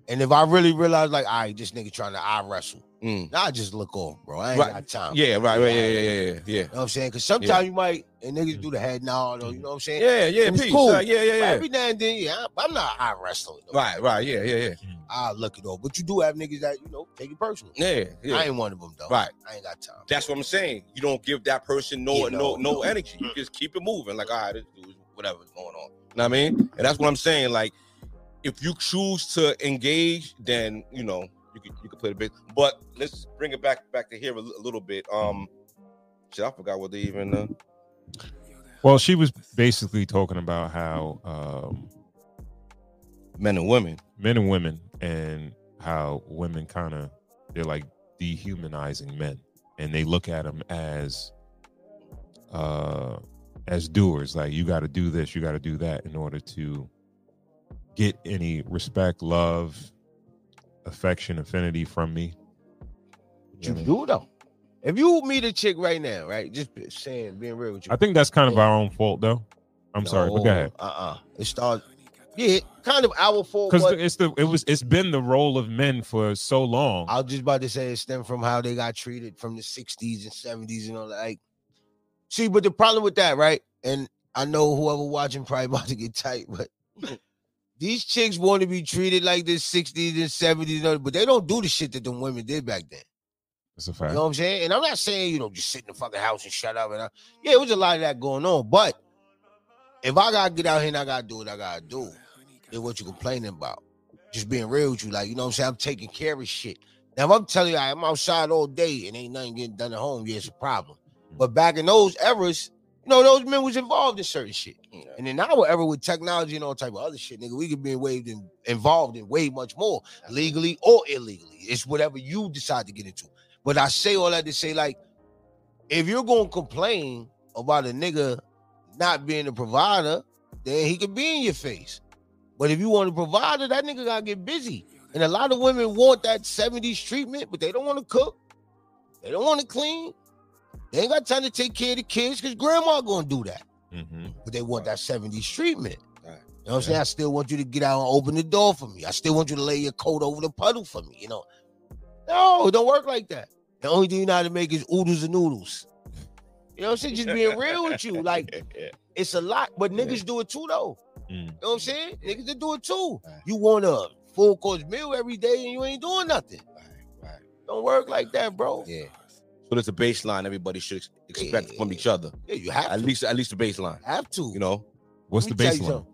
And if I really realize, like, all right, this nigga trying to eye wrestle, Mm. Mm-hmm. now I just look off, bro. I ain't Right. got time. Yeah, right, right, yeah, yeah, yeah, yeah, yeah. You know what I'm saying? Because sometimes you might, and Mm-hmm. niggas do the head nod, or you know what I'm saying? Yeah, yeah, And it's peace. cool. Uh, yeah, yeah, But yeah. Every now and then, yeah, I- I'm not eye wrestling. Though. Right, right, yeah, yeah, yeah. I look it off. But you do have niggas that, you know, take it personal. Yeah, yeah. I ain't one of them, though. Right. I ain't got time. That's what I'm saying. You don't give that person no Yeah, no no. Mm. no energy. You just keep it moving. Like, all right, this dude, whatever's going on. You know what I mean? And that's what I'm saying. Like, if you choose to engage, then you know you could you could play the bit. But let's bring it back back to here a, li- a little bit. Um, shit, I forgot what they even. Uh, well she was basically talking about how um men and women. men and women and how women kind of they're like dehumanizing men and they look at them as uh as doers like you got to do this you got to do that in order to get any respect love affection affinity from me What Mm-hmm. you do, though? If you meet a chick right now, right? Just be- saying, being real with you. i think that's kind of our own fault though i'm sorry but go ahead Uh uh It starts, yeah, kind of our fault. because but it's the it was it's been the role of men for so long I was just about to say it stemmed from how they got treated from the 60s and 70s and all that. Like, see, but the problem with that, right? And I know whoever watching probably about to get tight, but these chicks want to be treated like the 60s and 70s, and all that, but they don't do the shit that them women did back then. it's a You fact know what I'm saying? And I'm not saying, you know, just sit in the fucking house and shut up. And I, yeah, it was a lot of that going on. But if I gotta get out here and I gotta do what I gotta do, then what you complaining about? Just being real with you, like you know what I'm saying? I'm taking care of shit. Now if I'm telling you I'm outside all day and ain't nothing getting done at home, yeah, it's a problem. But back in those eras, You know, those men was involved in certain shit. And in our era with technology and all type of other shit, nigga, we could be waved in, involved in way much more, legally or illegally. It's whatever you decide to get into. But I say all that to say, like, if you're gonna complain about a nigga not being a provider, then he could be in your face. But if you want a provider, that nigga gotta get busy. And a lot of women want that 70s treatment, but they don't want to cook. They don't want to clean. They ain't got time to take care of the kids because grandma gonna do that Mhm. but they want that 70s treatment. Right. You know what I'm saying? I still want you to get out and open the door for me. I still want you to lay your coat over the puddle for me. You know, no, it don't work like that. The only thing you know how to make is oodles and noodles. You know what I'm saying? Just being real with you. Like, it's a lot, but niggas do it too, though. Mm. You know what I'm saying? Niggas that do it too. Right. You want a full course meal every day and you ain't doing nothing. right. Don't work like that, bro. Yeah. So there's a baseline everybody should ex- expect from each other. Yeah, you have At to. least, at least the baseline. Have to. You know, What's the Let me tell you baseline? something.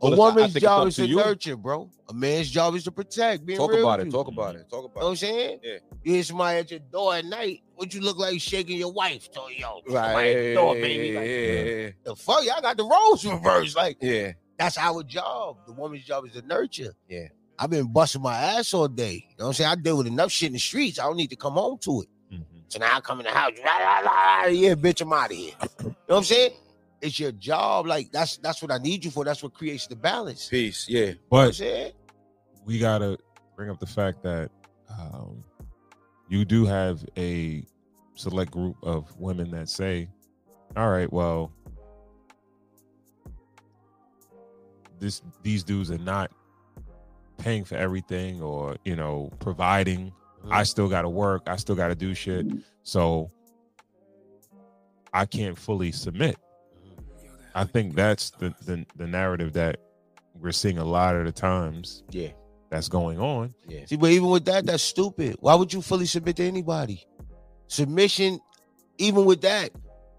Well, a listen, I- I woman's think it's up job is to to you. nurture, bro. A man's job is to protect. Being talk real about with it. you. Oh, Talk about it. Talk You know what about I'm saying? Yeah. You hear somebody at your door at night, what you look like shaking your wife? So, yo, it. somebody at your door, baby. Like, Right. the fuck? Y'all got the roles reversed. Like, Yeah. Yeah. that's our job. The woman's job is to nurture. Yeah. I've been busting my ass all day. You know what I'm saying? I deal with enough shit in the streets. I don't need to come home to it. Mhm. So now I come in the house. Rah, rah, rah, rah, yeah, bitch, I'm out of here. You know what I'm saying? It's your job. Like, that's that's what I need you for. That's what creates the balance. You Peace. Yeah. know what I'm But saying? we gotta bring up the fact that um, you do have a select group of women that say, "All right, well, this these dudes are not paying for everything, or you know, providing. I still got to work. I still got to do shit. So I can't fully submit." I think that's the, the the narrative that we're seeing a lot of the times Yeah. that's going on. See, but even with that, that's stupid. Why would you fully submit to anybody? Submission, even with that,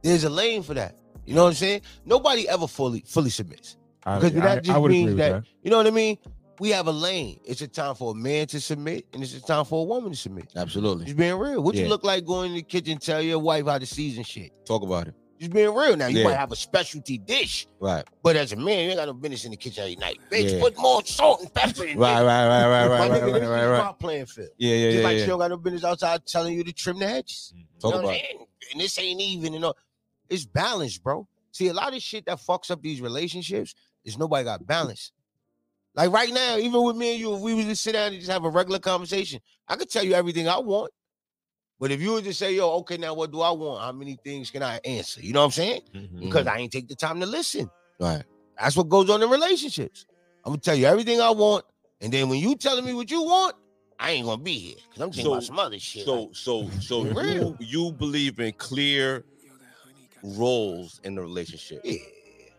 there's a lane for that. You know what I'm saying? Nobody ever fully fully submits. I, Because that I- just I would means agree with that- You know what I mean? We have a lane. It's a time for a man to submit, and it's a time for a woman to submit. Absolutely. Just being real. What Yeah. you look like going in the kitchen, tell your wife how to season shit. Talk about it. Just being real. Now you Yeah. might have a specialty dish, Right. but as a man, you ain't got no business in the kitchen every night. Bitch, Yeah. put more salt and pepper in Right. this. Right. Right. Right. My Right. Right. Right. nigga, this Right. is Right. my playing field. Yeah. Yeah. Just Yeah. like she yeah. don't got no business outside telling you to trim the hedges. that. Talk You know what about I'm it. saying? And this ain't even, you know, it's balance, bro. See, a lot of shit that fucks up these relationships is nobody got balance. Like right now, even with me and you, if we was to sit down and just have a regular conversation, I could tell you everything I want. But if you were to say, yo, okay, now what do I want? How many things can I answer? You know what I'm saying? Because I ain't take the time to listen. Right. That's what goes on in relationships. I'm gonna tell you everything I want, and then when you telling me what you want, I ain't gonna be here because I'm thinking about So- some other shit. So so so For real. you, you believe in clear roles in the relationship. yeah,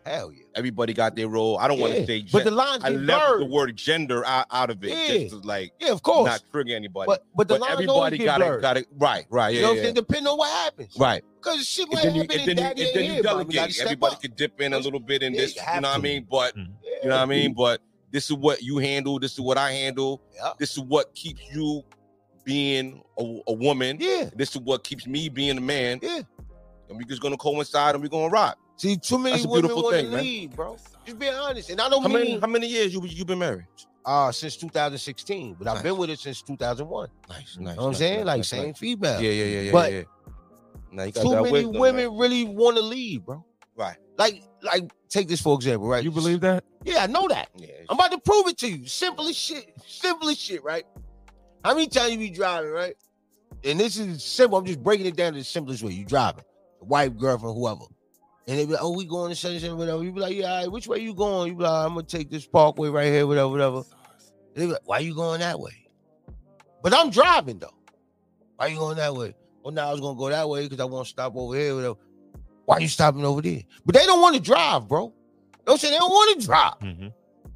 hell yeah. Everybody got their role. I don't want Yeah, to say But gen- the lines I get left blurred. the word gender out, out of it Yeah. just to like yeah, of course. not trigger anybody. but but the But lines everybody always get got it blurred. got it right, right, you yeah, know what yeah, I'm saying? Depending on what happens, Right. Because shit And might then you happen, and then and you, daddy and then ain't you here. Mommy gotta delegate. step Everybody up. could dip in a little bit in Yeah, this, you you have know what I to. mean? But Yeah. you know what I mean? But this is what you handle, this is what I handle, Yeah. this is what keeps you being a, a woman. Yeah, This is what keeps me being a man. yeah. And we're just gonna coincide and we're gonna rock. See, too many That's a women beautiful want thing, to man. leave, bro. Just being honest, and I don't How mean many how many years you you been married? uh since 2016, but I've been with it since 2001. Nice, nice. You know what I'm nice, saying? nice, Like nice, same nice. female. Yeah, yeah, yeah, yeah. But yeah. Now you got Too that many wisdom, man. women really want to leave, bro. Right. Like, like take this for example, right? You believe that? Yeah, I know that. Yeah. I'm about to prove it to you. Simple as shit. Simple as shit, right? How many times you be driving, right? And this is simple. I'm just breaking it down to the simplest way. You driving, wife, girlfriend, whoever. And they be like, oh, we going to such and such, whatever. You be like, yeah, all right, which way you going? You be like, I'm gonna take this parkway right here, whatever, whatever. And they be like, why you going that way? But I'm driving though. Why you going that way? Well, now I was gonna go that way because I want to stop over here, whatever. Why you stopping over there? But they don't want to drive, bro. Don't say they don't want to drive Mm-hmm.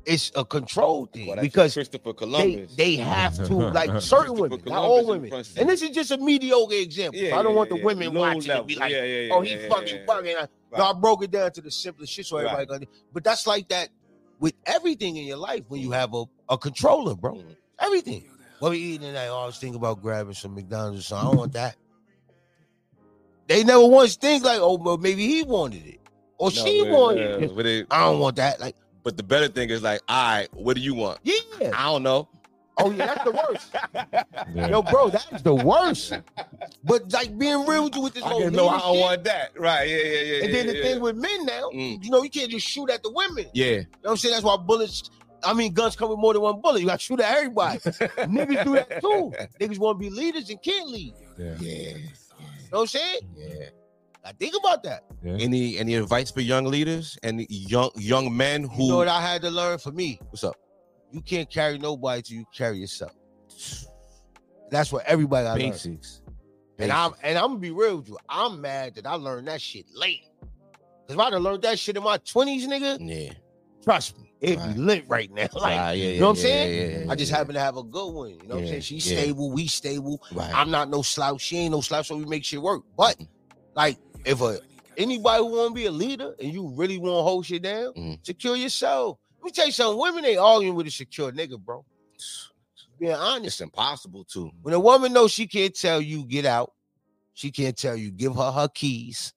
it's a control thing Well, that's because Christopher they, Columbus. they have to like Christopher certain women, Columbus not all in women. front seat. And this is just a mediocre example. so I don't want the women Low watching to level. be like, Yeah, yeah, yeah, "Oh, he yeah, fucking yeah, fucking." I, no, I broke it down to the simplest shit, so Right. everybody. Gonna, but that's like that with everything in your life when you have a, a controller, bro. Mhm. Everything. What we eating tonight? Oh, I was thinking about grabbing some McDonald's or something. I don't want that. They never once think like, "Oh, well, maybe he wanted it." No, or she but- want yeah, it. but it- I don't want that. Like, But the better thing is like, all right, what do you want? yeah. I don't know. Oh yeah, that's the worst. Mm-hmm. Yeah. Yo, bro, that is the worst. But like being real with you with Oh, this I whole guess no, I leader don't shit, want that. Right? Yeah, yeah, yeah. And yeah, then the yeah. thing with men now, Mm. you know, you can't just shoot at the women. yeah, You know what I'm saying? That's why bullets. I mean, guns come with more than one bullet. You got to shoot at everybody. Niggas do that too. Niggas want to be leaders and can't lead. You Yeah. Yeah, know what I'm saying? yeah. I think about that. Any any advice for young leaders and young young men You know who what I had to learn for me? What's up? You can't carry nobody till you carry yourself. That's what everybody got learn. basics? And I'm and I'm gonna be real with you. I'm mad that I learned that shit late. Cause if I'd have learned that shit in my twenties, nigga, Yeah. trust me, it'd Right. be lit right now. Like, Ah, yeah, you know what I'm yeah, saying? yeah, yeah, yeah, I just yeah. happen to have a good one. You know what I'm Yeah, saying? She's yeah. stable, we stable. Right. I'm not no slouch. She ain't no slouch, so we make shit work. But Mm-hmm. like, if a anybody who want to be a leader and you really want to hold shit down, Mhm. secure yourself. Let me tell you something. Women ain't arguing with a secure nigga, bro. Being honest, it's impossible to. when a woman knows she can't tell you get out, she can't tell you give her her keys.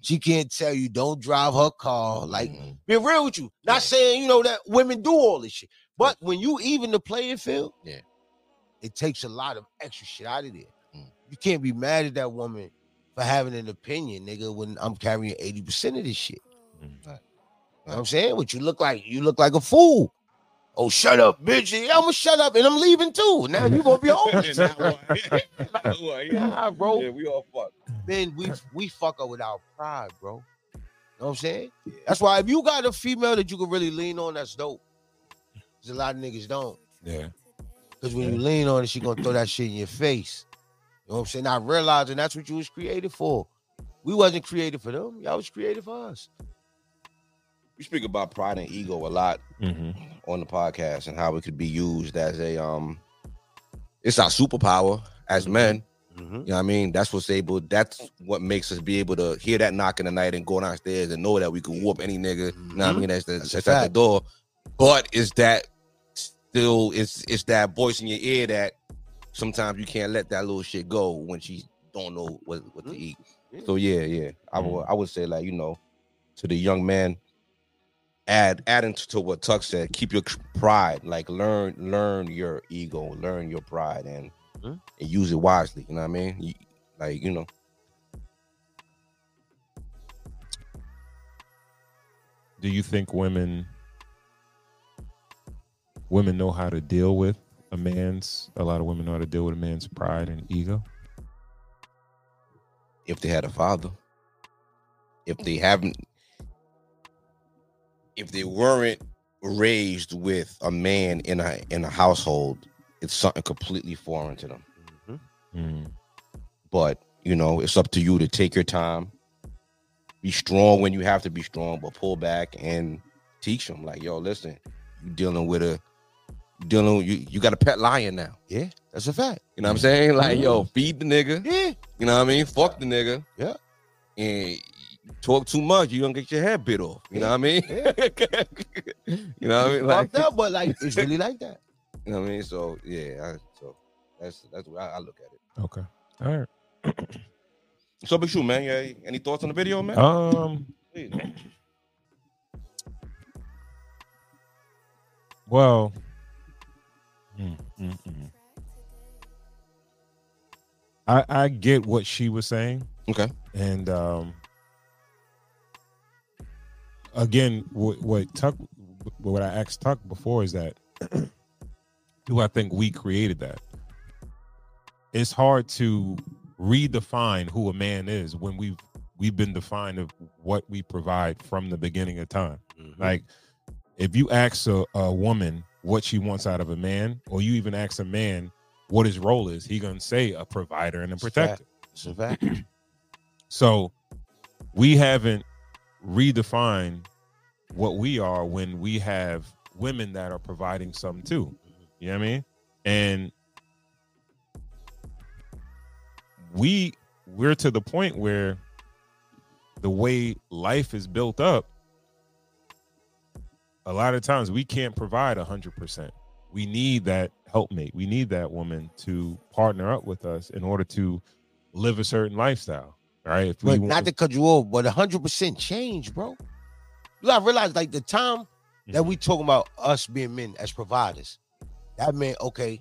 She can't tell you don't drive her car. Like, Mhm. be real with you. Not Yeah. saying you know that women do all this shit, but when you even the playing field, Yeah. it takes a lot of extra shit out of there. Mm. You can't be mad at that woman for having an opinion, nigga. When I'm carrying eighty percent of this shit, Mm. Right. You know what I'm saying, what you look like, you look like a fool. Oh, shut up, bitch! Yeah, I'ma shut up, and I'm leaving too. Now you gonna be homeless. That one. That one, yeah. nah, bro. Yeah, we all fucked. Then we we fuck up with our pride, bro. You know what I'm saying? That's why if you got a female that you can really lean on, that's dope. Cause a lot of niggas don't. Yeah. Cause when you lean on it, she gonna throw that shit in your face. You know what I'm saying? I realizing that's what you was created for. We wasn't created for them. Y'all was created for us. We speak about pride and ego a lot hmm on the podcast and how it could be used as a um It's our superpower as men. Mm-hmm. You know what I mean? That's what's able. That's what makes us be able to hear that knock in the night and go downstairs and know that we can whoop any nigga. You know what I mean? That's, the, That's that's, a at the fact. door. But is that still? It's it's that voice in your ear that sometimes you can't let that little shit go when she don't know what what to eat. Yeah. So yeah, yeah. I would I would say like you know, to the young man, add adding to what Tuck said. Keep your pride. Like learn learn your ego, learn your pride, and and use it wisely. You know what I mean? You- like you know, Do you think women women know how to deal with a man's? A lot of women know how to deal with a man's pride and ego. if they had a father, if they haven't, if they weren't raised with a man in a in a household, it's something completely foreign to them. Mm. But you know, it's up to you to take your time, be strong when you have to be strong, but pull back and teach them. Like, yo, listen, you dealing with a dealing you you got a pet lion now. Yeah, that's a fact. You know what I'm saying? Like, yo, feed the nigga. Yeah. You know what I mean? Fuck the nigga. Yeah. And you talk too much, you gonna get your head bit off. You know what I mean? you know what I mean? Like, Fucked up, but like it's really like that. you know what I mean? So yeah, I, so that's that's what I, I look at it. Okay. All right. So, but you, man, yeah, any thoughts on the video, Uh, man? Um. Well. mm, mm, mm. I I get what she was saying. Okay. And um. Again, what, what Tuck, what I asked Tuck before is that, do I think we created that? It's hard to redefine who a man is when we've we've been defined of what we provide from the beginning of time. Like, if you ask a, a woman what she wants out of a man, or you even ask a man what his role is, he gonna say a provider and a It's fact. protector. It's a fact. So we haven't redefined what we are when we have women that are providing some too. You know what I mean? And we we're to the point where the way life is built up, a lot of times we can't provide a hundred percent. We need that helpmate. We need that woman to partner up with us in order to live a certain lifestyle. All right. If we But want not to cut you off, but 100% change, bro. You gotta realize, like, the time that we talking about us being men as providers, that meant, okay,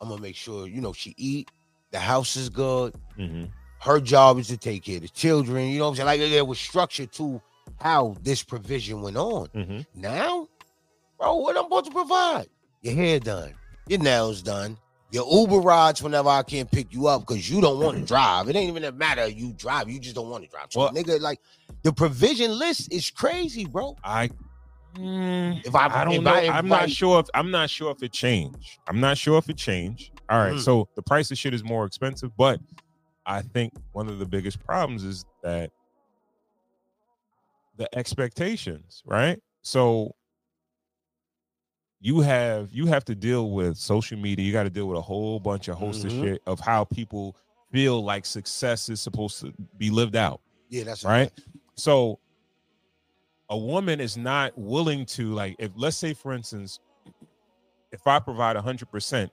I'm gonna make sure, you know, she eat, the house is good, Mhm. her job is to take care of the children, you know what I'm saying? Like, there was structure to how this provision went on. Mhm. Now, bro, what I'm supposed to provide? Your hair done, your nails done, your Uber rides whenever I can't pick you up because you don't want to drive. It ain't even a matter of you drive, you just don't want to drive. So, Well- nigga, like the provision list is crazy, bro. I Mm, If I, I if don't know. I I'm not invite- sure if I'm not sure if it changed. I'm not sure if it changed. All right, Mm. so the price of shit is more expensive, but I think one of the biggest problems is that the expectations, right? So you have you have to deal with social media. You got to deal with a whole bunch of host Mhm. of shit of how people feel like success is supposed to be lived out. Yeah, that's right? So a woman is not willing to like if let's say for instance, if I provide hundred percent,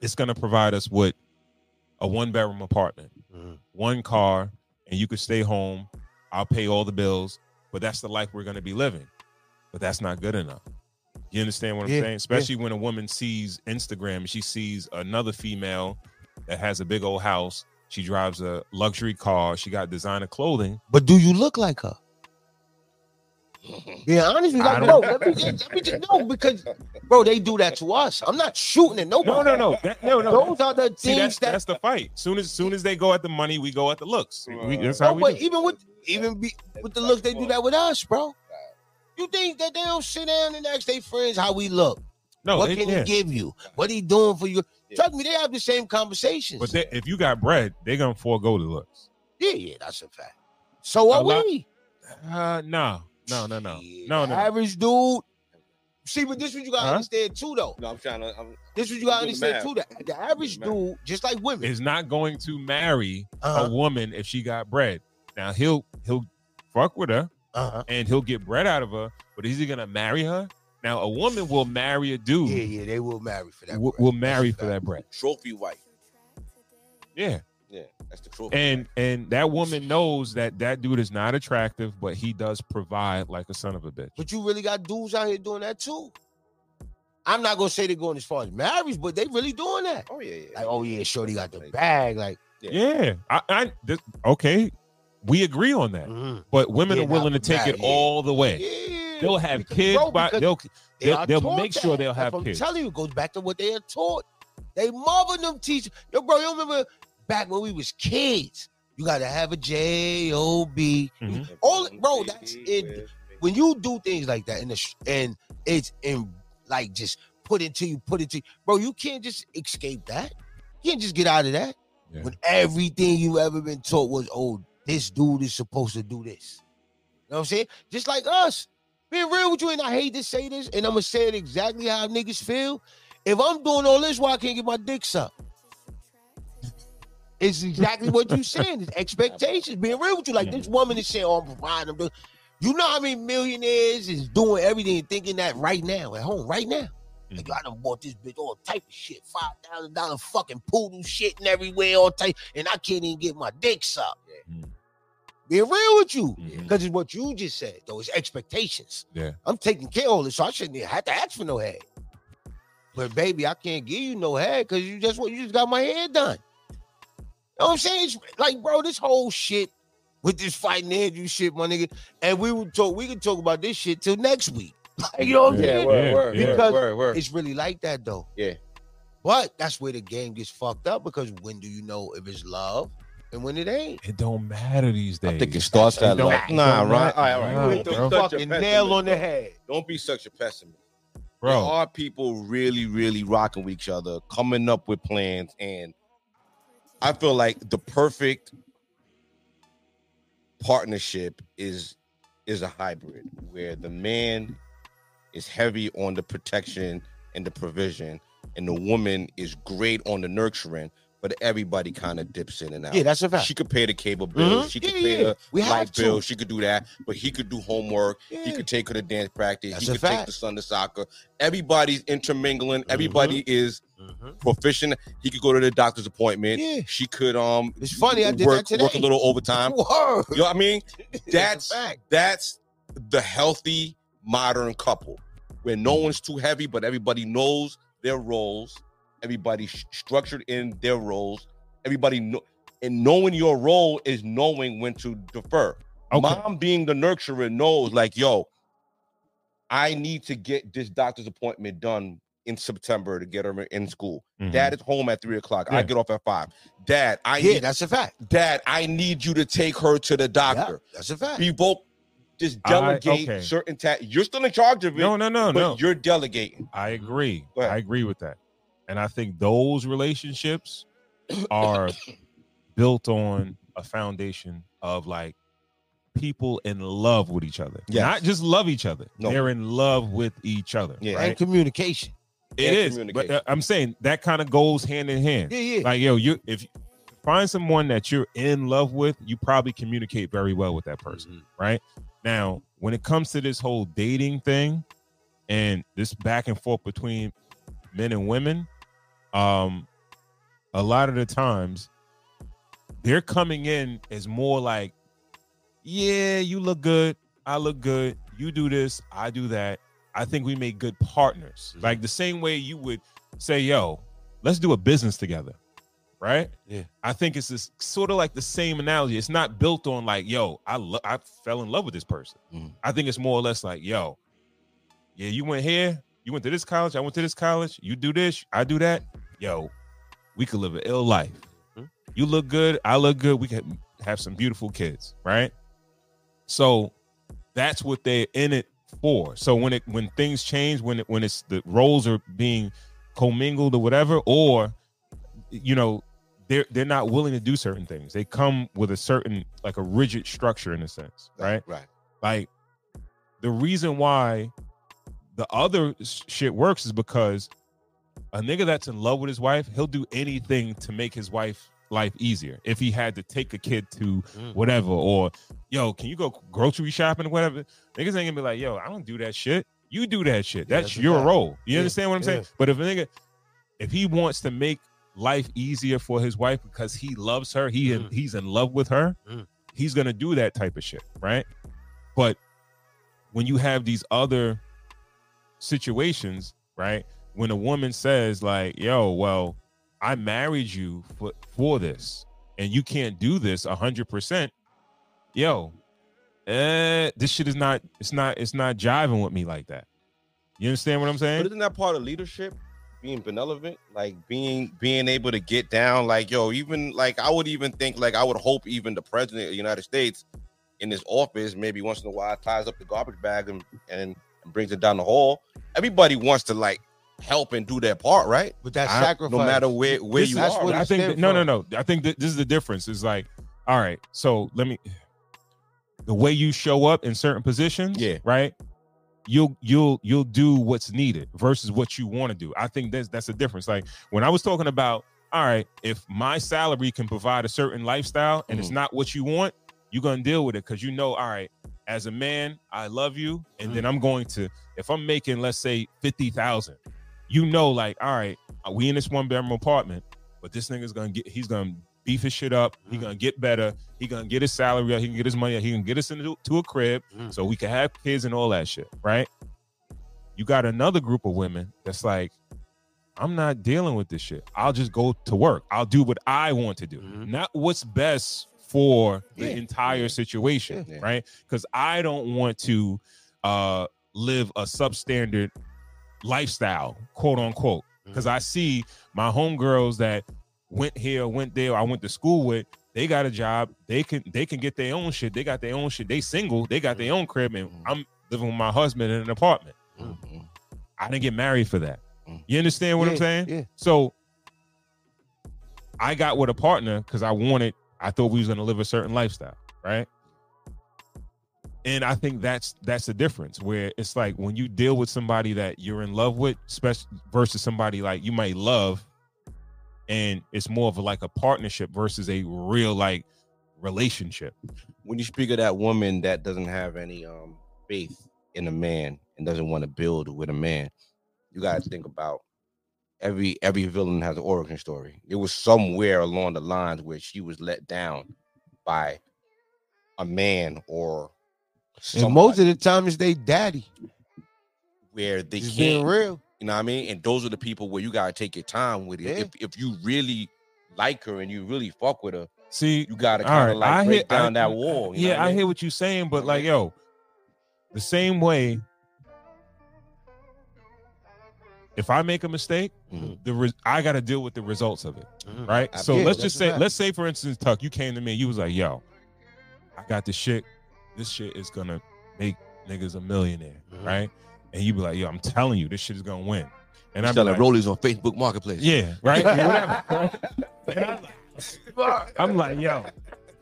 it's gonna provide us with a one bedroom apartment, Mhm. one car, and you could stay home. I'll pay all the bills, but that's the life we're gonna be living. But that's not good enough. You understand what Yeah, I'm saying? Especially when a woman sees Instagram and she sees another female that has a big old house. She drives a luxury car. She got designer clothing. But do you look like her? Be honest with you, I don't- like, no, let me, just, let me just no, because bro, they do that to us. I'm not shooting at nobody. No, no, no, that, no, no. Those are the See, that's, things that that's the fight. Soon as soon as they go at the money, we go at the looks. We- that's how No, we but do. it. even with even be, with the look, they do that with us, bro. You think that they don't sit down and ask their friends how we look? No, what they, can yeah. he give you? What he doing for you? Yeah. Trust me, they have the same conversations. but they, if you got bread, they're gonna forego the looks. yeah, yeah, that's a fact. So are A lot- we? Uh, no, no, no, no, Shit, no, no. Average dude. See, but this what you gotta Huh? understand too, though. No, I'm trying to. I'm, This what you gotta Do the understand too. math. The, the average Do the dude, just like women, Is not going to marry uh a woman if she got bread. Now he'll he'll fuck with her uh and he'll get bread out of her, but is he gonna marry her? Now a woman will marry a dude. yeah, yeah, they will marry for that. Will, bread. will That's marry a for fact. that bread. trophy wife. Yeah. Yeah, that's the trophy. and and that woman knows that that dude is not attractive, but he does provide like a son of a bitch. But you really got dudes out here doing that too. I'm not gonna say they're going as far as marriage, but they really doing that. oh yeah, yeah. Like, oh yeah, Shorty got the Like, bag. Like, Yeah, I, I this, okay, we agree on that. mhm. But women Yeah, are willing to not take it bad, yeah. all the way. yeah. They'll have Because- kids, bro, by, because they'll they they'll, are they'll taught make sure that. they'll have That's what I'm kids. telling you, it goes back to what they are taught. They mother them teach. Yo, bro, you remember back when we was kids? You gotta have a J O B. Mhm. All bro, that's it. When you do things like that in the sh- and it's in like just put into you, put into you, bro. You can't just escape that. You can't just get out of that. Yeah. When everything you ever been taught was, oh, this dude is supposed to do this. You know what I'm saying? Just like us. Being real with you, and I hate to say this, and I'm gonna say it exactly how niggas feel. If I'm doing all this, why I can't get my dick sucked? It's exactly what you saying. It's expectations. Being real with you, like this woman is saying, "Oh, I'm providing." I'm doing-" You know how many millionaires is doing everything, and thinking that right now at home, right now. Like, Mm-hmm. I done bought this bitch all type of shit, five thousand dollar fucking poodle shit and everywhere, all type, and I can't even get my dick sucked. Mhm. Being real with you, Mhm. because it's what you just said, though. It's expectations. Yeah. I'm taking care of all this, so I shouldn't even have to ask for no head. But baby, I can't give you no head because you just what you just got my hair done. You know what I'm saying? It's like, bro, this whole shit with this financial shit, my nigga. And we would talk, we could talk about this shit till next week. you know what I'm Yeah, saying? yeah, word, word, yeah. Because word, word. It's really like that though. Yeah. But that's where the game gets fucked up because when do you know if it's love and when it ain't? It don't matter these days. I think it starts It at don't- like it nah, don't right? matter. All right, all Nah, right. Wait, bro. don't- Such a Fucking nail on the head. Don't be such a pessimist. There bro. are people really, really rocking with each other, coming up with plans, and I feel like the perfect partnership is is a hybrid where the man is heavy on the protection and the provision, and the woman is great on the nurturing, but everybody kind of dips in and out. Yeah, that's a fact. She could pay the cable bills. Mhm. She could Yeah, pay yeah, yeah. the We have light to. bill. She could do that. But he could do homework. He Yeah. could take her to dance practice. That's he a could take fact. Mm-hmm. the son to soccer. Everybody's intermingling. Everybody is Mhm. proficient. He could go to the doctor's appointment. Yeah. She could um It's funny, I did work, that work a today. little overtime. Word. You know what I mean? It's a That's fact. that's the healthy modern couple where Mm-hmm. no one's too heavy, but everybody knows their roles. Everybody's sh- structured in their roles. Everybody know, and knowing your role is knowing when to defer. Okay. Mom being the nurturer knows, like, yo, I need to get this doctor's appointment done in September to get her in school. Mhm. Dad is home at three o'clock. Yeah. I get off at five. Dad, I yeah, need that's a fact. Dad, I need you to take her to the Yeah, doctor. that's a fact. You both just I- delegate okay. certain tasks. You're still in charge of it, No, no, no, but no. you're delegating. I agree. Go ahead. I agree with that. And I think those relationships are built on a foundation of like people in love with each other. Yes. Not just love each other. No. They're in love with each other. Yeah. Right? And communication. It and is. But communication. uh, I'm saying that kind of goes hand in hand. Yeah, yeah. Like, yo, you if you find someone that you're in love with, you probably communicate very well with that person, right? Now, when it comes to this whole dating thing and this back and forth between men and women, um, a lot of the times they're coming in as more like, yeah, you look good, I look good, you do this, I do that. I think we make good partners. Like the same way you would say, yo, let's do a business together. Right? Yeah. I think it's this sort of like the same analogy. It's not built on like, yo, I lo- I fell in love with this person. Mhm. I think it's more or less like, yo, yeah, you went here, you went to this college, I went to this college, you do this, I do that. Yo, we could live an ill life. You look good, I look good, we could have some beautiful kids, right? So that's what they're in it for. So when it when things change, when it when it's the roles are being commingled or whatever, or you know, they're they're not willing to do certain things. They come with a certain like a rigid structure in a sense, right? Right. Like the reason why the other s- shit works is because a nigga that's in love with his wife, he'll do anything to make his wife life easier. If he had to take a kid to Mm. whatever, or yo, can you go grocery shopping or whatever? Niggas ain't gonna be like, yo, I don't do that shit. You do that shit. Yeah, That's, that's a your fact. role. You Yeah, understand what I'm saying? yeah. But if a nigga, if he wants to make life easier for his wife because he loves her, he in, Mm. he's in love with her, Mm. he's gonna do that type of shit, right? But when you have these other situations, right? When a woman says like, "Yo, well, I married you for for this, and you can't do this hundred percent," yo, eh, this shit is not it's not it's not jiving with me like that. You understand what I'm But saying? isn't that part of leadership? Being benevolent, like being being able to get down, like yo, even like I would even think, like I would hope even the president of the United States in his office, maybe once in a while, ties up the garbage bag and and brings it down the hall. Everybody wants to like help and do their part, right? But that I- no sacrifice. No matter where where This you is- that's are, what I it think stemmed that- no, no, no. I think that this is the difference. Is like, all right, so let me the way you show up in certain positions, Yeah. right? You'll you'll you'll do what's needed versus what you want to do. I think that's that's the difference. Like when I was talking about, all right, if my salary can provide a certain lifestyle and it's not what you want, you're gonna deal with it because you know, all right, as a man, I love you, and then I'm going to if I'm making let's say fifty thousand, you know, like all right, we in this one bedroom apartment, but this nigga's gonna get he's gonna beef his shit up. He gonna get better. He gonna get his salary. up. He can get his money. up. He can get us into to a crib so we can have kids and all that shit, right? You got another group of women that's like, I'm not dealing with this shit. I'll just go to work. I'll do what I want to do, Mhm. not what's best for the Yeah. entire Yeah. situation, Yeah. right? Because I don't want to uh, live a substandard lifestyle, quote unquote. Because I see my homegirls that went here, went there, I went to school with, they got a job. They can they can get their own shit. They got their own shit. They single. They got their own crib, and I'm living with my husband in an apartment. Mhm. I didn't get married for that. Mhm. You understand what I'm Mm. Yeah, saying? yeah. So I got with a partner because I wanted. I thought we was gonna live a certain lifestyle, right? And I think that's that's the difference where it's like when you deal with somebody that you're in love with, especially versus somebody like you might love, and it's more of like a partnership versus a real like relationship. when you speak of that woman that doesn't have any um faith in a man and doesn't want to build with a man, you gotta think about every every villain has an origin story. It was somewhere along the lines where she was let down by a man or And somebody most of the time it's they daddy. where they Just being can't real. You know what I mean? And those are the people where you gotta take your time with it. Yeah. If if you really like her and you really fuck with her, See, you gotta All kind of right, like I break hear- I- down that wall. you know yeah, what I mean? hear what you're saying, but like, yo, the same way. If I make a mistake, Mhm. the re- I got to deal with the results of it, Mhm. Mm-hmm. right? So Yeah, let's that's just say, right. let's say for instance, Tuck, you came to me, you was like, "Yo, I got this shit. This shit is gonna make niggas a millionaire, Mm-hmm. Mhm. right?" And you be like, "Yo, I'm telling you, this shit is gonna win." And You I be selling like, rollies on Facebook Marketplace. "Yeah, right, whatever." And I'm like, I'm like, "Yo,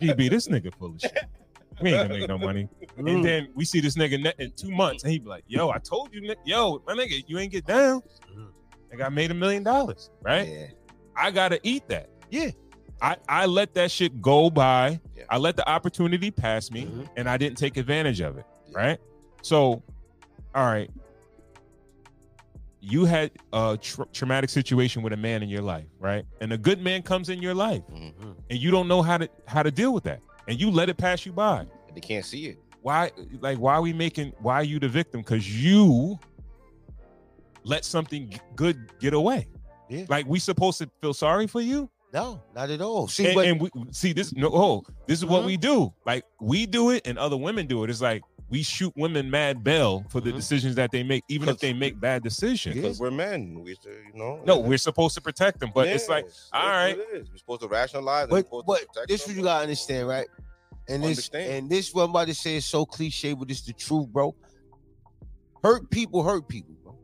GB, this nigga full of shit. We ain't gonna make no money." And then we see this nigga ne- in two months, and he be like, "Yo, I told you, ni- yo, my nigga, you ain't get down. Like I made a million dollars, right? Yeah. I gotta eat that. Yeah, I I let that shit go by. Yeah. I let the opportunity pass me, and I didn't take advantage of it. Yeah. Right? So, all right, you had a tra- traumatic situation with a man in your life, right? And a good man comes in your life, Mhm. and you don't know how to how to deal with that, and you let it pass you by They can't see it. why like why are we making why are you the victim because you let something g- good get away Yeah. like we supposed to feel sorry for you No, not at all. See, and, but and we see this no oh this is what we Mm-hmm. do like we do it and other women do it it's like we shoot women mad bell for the Mm-hmm. Mhm. decisions that they make even if Because- they make bad decisions because we're men. We, should, you know. no we're supposed to protect them but it's like Yes, all that's right. what it is. We're supposed to rationalize. and but supposed to but protect this them. what you gotta understand, right? And this Understand. and this what I'm about to say is so cliche, but it's the truth, bro. Hurt people hurt people, bro.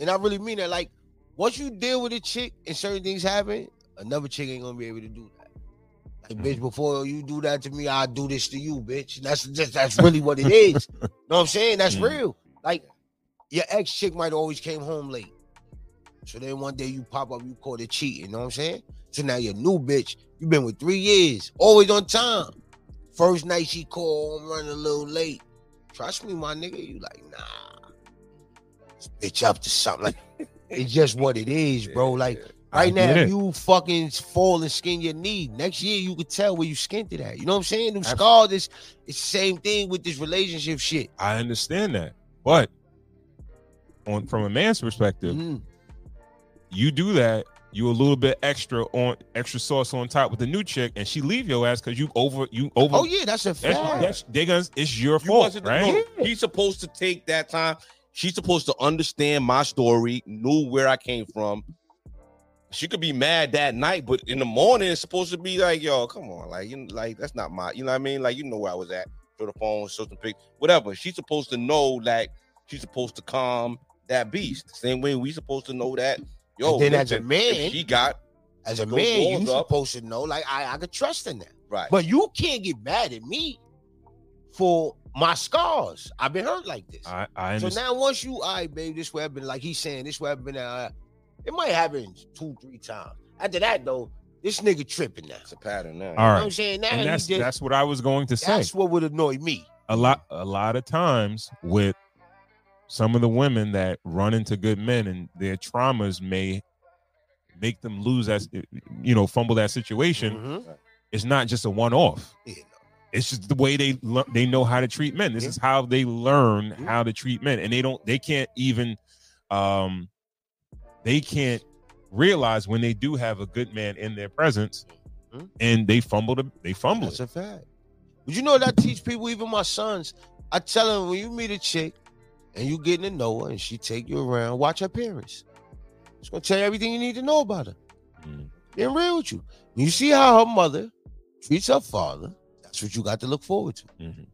And I really mean that. Like, once you deal with a chick and certain things happen, another chick ain't gonna be able to do that. Like, bitch, before you do that to me, I'll do this to you, bitch. And that's just that's really what it is. know what I'm saying? That's Mhm. real. Like, your ex chick might always came home late. So then one day you pop up, you caught it cheating. You know what I'm saying? So now your new bitch, you've been with three years, always on time. First night she called, I'm running a little late. Trust me, my nigga. You like, nah. This bitch up to something. Like, it's just what it is, bro. Like I right now, get if it. you fucking fall and skin your knee. Next year you could tell where you skinned it at. You know what I'm saying? Them scars, it's it's the same thing with this relationship shit. i understand that but on from a man's perspective Mhm. you do that, you a little bit extra on extra sauce on top with the new chick, and she leave your ass because you over you over. Oh yeah, that's a that's, fact. that's, they guns. It's your You fault, wasn't- right? no, he's supposed to take that time. She's supposed to understand my story, knew where I came from. She could be mad that night, but in the morning it's supposed to be like, yo, come on, like you, like that's not my, you know what I mean? Like you know where I was at, throw the phone, show some pic, whatever. She's supposed to know that she's supposed to calm that beast. Same way we supposed to know that. Yo, And then as a listen, man- if she got As a Those man, walls you up. supposed to know, like I, I could trust in that. right. But you can't get mad at me for my scars. I've been hurt like this. I, I so understand. now once you, all right, babe, this way I've been like he's saying, this way I've been uh, it might happen two, three times. After that though, this nigga tripping now. It's a pattern now. All You know what I'm right, saying? Now and he that's just- that's what I was going to say. that's what would annoy me. A lot a lot of times with some of the women that run into good men and their traumas may make them lose that you know fumble that situation. Mhm. It's not just a one off. Yeah, no. It's just the way they lear- they know how to treat men. This Yeah. is how they learn Yeah. how to treat men, and they don't they can't even um they can't realize when they do have a good man in their presence, Mhm. and they fumble the they fumble That's it. a fact. But you know what I teach people, even my sons. I tell them when you meet a chick and you getting to know her and she take you around, watch her parents. It's gonna tell you everything you need to know about her. Mm. Being real with you. When you see how her mother treats her father, that's what you got to look forward to. Mhm.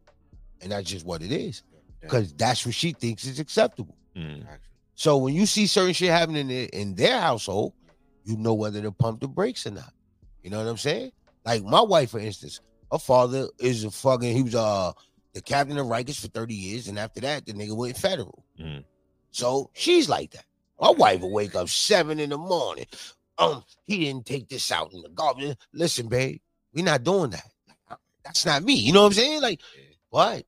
And that's just what it is. Yeah. Because that's what she thinks is acceptable. Mm. So when you see certain shit happening in, in their household, you know whether to pump the brakes or not. You know what I'm saying? Like my wife, for instance, her father is a fucking he was uh the captain of Rikers for 30 years, and after that, the nigga went federal. Mm. So she's like that. My wife will wake up seven in the morning. um, he didn't take this out in the garbage. Listen, babe, we're not doing that. That's not me. You know what I'm saying? Like, what?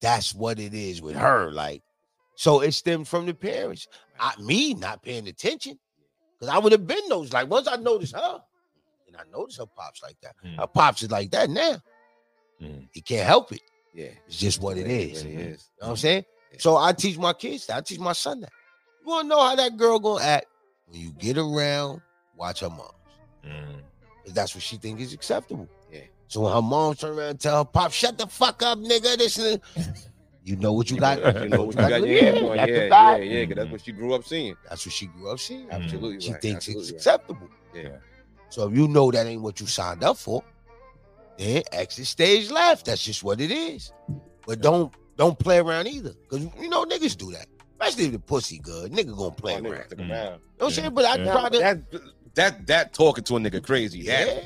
That's what it is with her. Like, so it stemmed from the parents. I, me not paying attention. Cause I would have been those. Like, once I noticed her, and I noticed her pops like that. Mm. Her pops is like that now. Mm. He can't help it. Yeah. It's just what it is. It You know is. what I'm saying? So I teach my kids that. I teach my son that. You wanna know how that girl gonna act when you get around, watch her mom. Mm. 'Cause that's what she think is acceptable. Yeah. So when her mom turn around and tell her pop, shut the fuck up, nigga. This and that," you know what you got. You know what you That's got? what- Yeah, yeah, yeah, that's the yeah, yeah, vibe. Cause that's what she grew up seeing. That's what she grew up seeing. Mhm. Absolutely. She right. thinks it's Absolutely right. acceptable. Yeah. So if you know that ain't what you signed up for, then exit stage left. That's just what it is. But don't don't play around either. Cause you know niggas do that. Especially if the pussy good. Nigga gonna play Oh, around. nigga, You know stick Mm. around. what I'm Yeah, saying? But I yeah. try to That, that that talking to a nigga crazy. Yeah.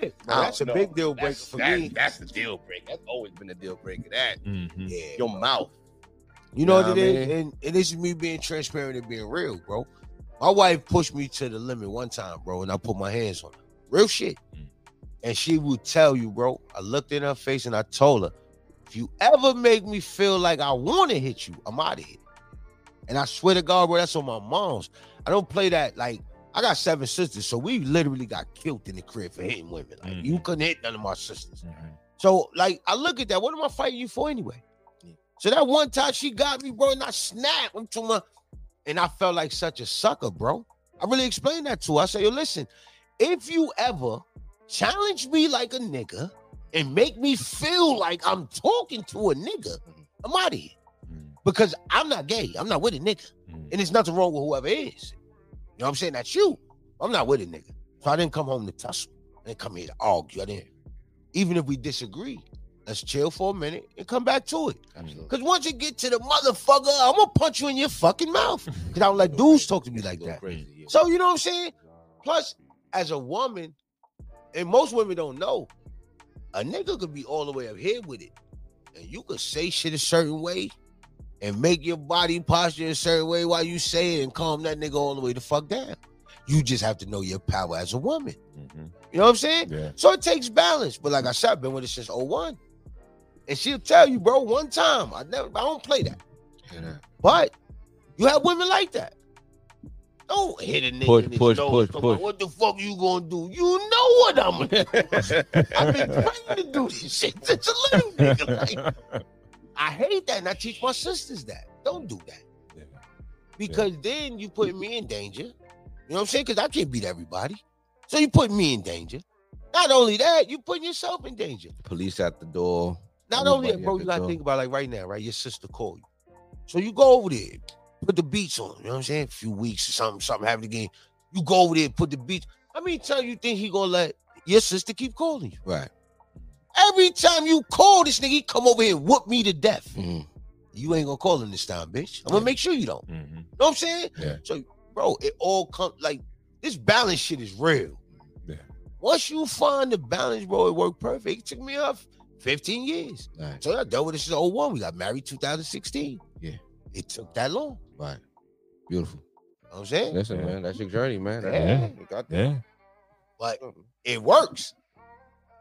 That, Now, that's a No, big deal breaker that's, for that- me. That's the deal breaker. That's always been the deal breaker. That Mhm. Yeah. your mouth. You know Nah, what it is, man. and, and this is me being transparent and being real, bro. My wife pushed me to the limit one time, bro, and I put my hands on her. Real shit. Mm. And she would tell you, bro. I looked in her face and I told her, if you ever make me feel like I want to hit you, I'm out of here. And I swear to God, bro, that's on my mom's. I don't play that like I got seven sisters, so we literally got killed in the crib for hitting women. Like Mhm. Mm. you couldn't hit none of my sisters. Mhm. So like I look at that. What am I fighting you for anyway? So that one time she got me, bro, and I snapped. I'm talking about, and I felt like such a sucker, bro. I really explained that to her. I said, yo, listen, if you ever challenge me like a nigga and make me feel like I'm talking to a nigga, I'm out of here. Mhm. Because I'm not gay. I'm not with a nigga. Mhm. And there's nothing wrong with whoever is. You know what I'm saying? That's you. I'm not with a nigga. So I didn't come home to tussle. I didn't come here to argue. I didn't. Even if we disagree, let's chill for a minute and come back to it. Absolutely. Because once you get to the motherfucker, I'm going to punch you in your fucking mouth. Because I don't let dudes talk to me like that. Crazy. yeah. So, you know what I'm saying? Plus, as a woman, and most women don't know, a nigga could be all the way up here with it. And you could say shit a certain way and make your body posture a certain way while you say it and calm that nigga all the way the fuck down. You just have to know your power as a woman. Mhm. You know what I'm saying? Yeah. So it takes balance. But like I said, I've been with it since 01. And she'll tell you, bro, one time. I never I don't play that. But you have women like that. Don't hit a nigga. Push, in his push, nose, push, talking about, push. What the fuck you gonna do? You know what I'm gonna do. I've been trying to do this shit since a little nigga. Like, I hate that, and I teach my sisters that. Don't do that. Yeah. Because then you put me in danger. You know what I'm saying? Because I can't beat everybody. So you put me in danger. Not only that, you putting yourself in danger. Police at the door. Not only that, Everybody bro, you at the gotta door. think about like right now, right? Your sister called you. So you go over there, put the beats on, you know what I'm saying? A few weeks or something, something happened again. You go over there, put the beats. How many times you think he gonna let your sister keep calling you? Right. Every time you call this nigga, he come over here and whoop me to death. Mhm. You ain't gonna call him this time, bitch. I'm gonna make sure you don't. Mhm. You know what I'm saying? Yeah. So, bro, it all comes like this balance shit is real. Yeah. Once you find the balance, bro, it worked perfect. It took me off 15 years. Right. So I dealt with this in 01. We got married 2016. Yeah. It took that long. Right. Beautiful. You know what I'm saying? Listen, Yeah. man. That's your journey, man. That's- Yeah. You got that. Yeah. But it works.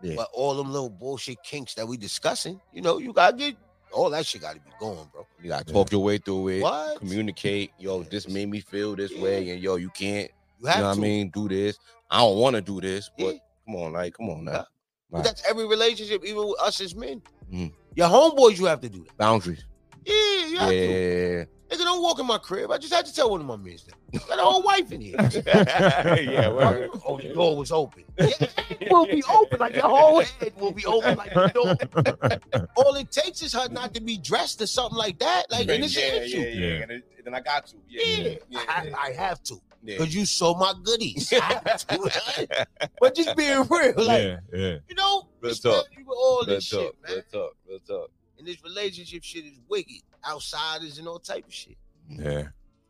Yeah. But all them little bullshit kinks that we discussing, you know, you gotta get all that shit gotta be gone, bro. You gotta talk your way through it. What? Communicate. Yo, this made me feel this way, and yo, you can't. You You have know what I to. mean? Do this. I don't want to do this, Yeah. but come on, like, come on Yeah. now. But that's every relationship, even with us as men. Mhm. Your homeboys, you have to do that. Boundaries. Yeah, you Yeah. have to. Nigga, don't walk in my crib. I just had to tell one of my men that. Got a whole wife in here. yeah, word. oh, the door was open. Your head will be open. Like your whole head will be open. Like the door. All it takes is her not to be dressed or something like that. Like, and it's yeah, an issue. yeah, yeah, Yeah. And it- then I got you. Yeah, Yeah, yeah, I, yeah, I have to. yeah. Because you saw my goodies. I have to. but just being real. Like, Yeah. Yeah. you know, Real it's telling talk. you Real all this shit, talk, man. real talk, real talk. And this relationship shit is wicked. Outsiders and all type of shit. Yeah.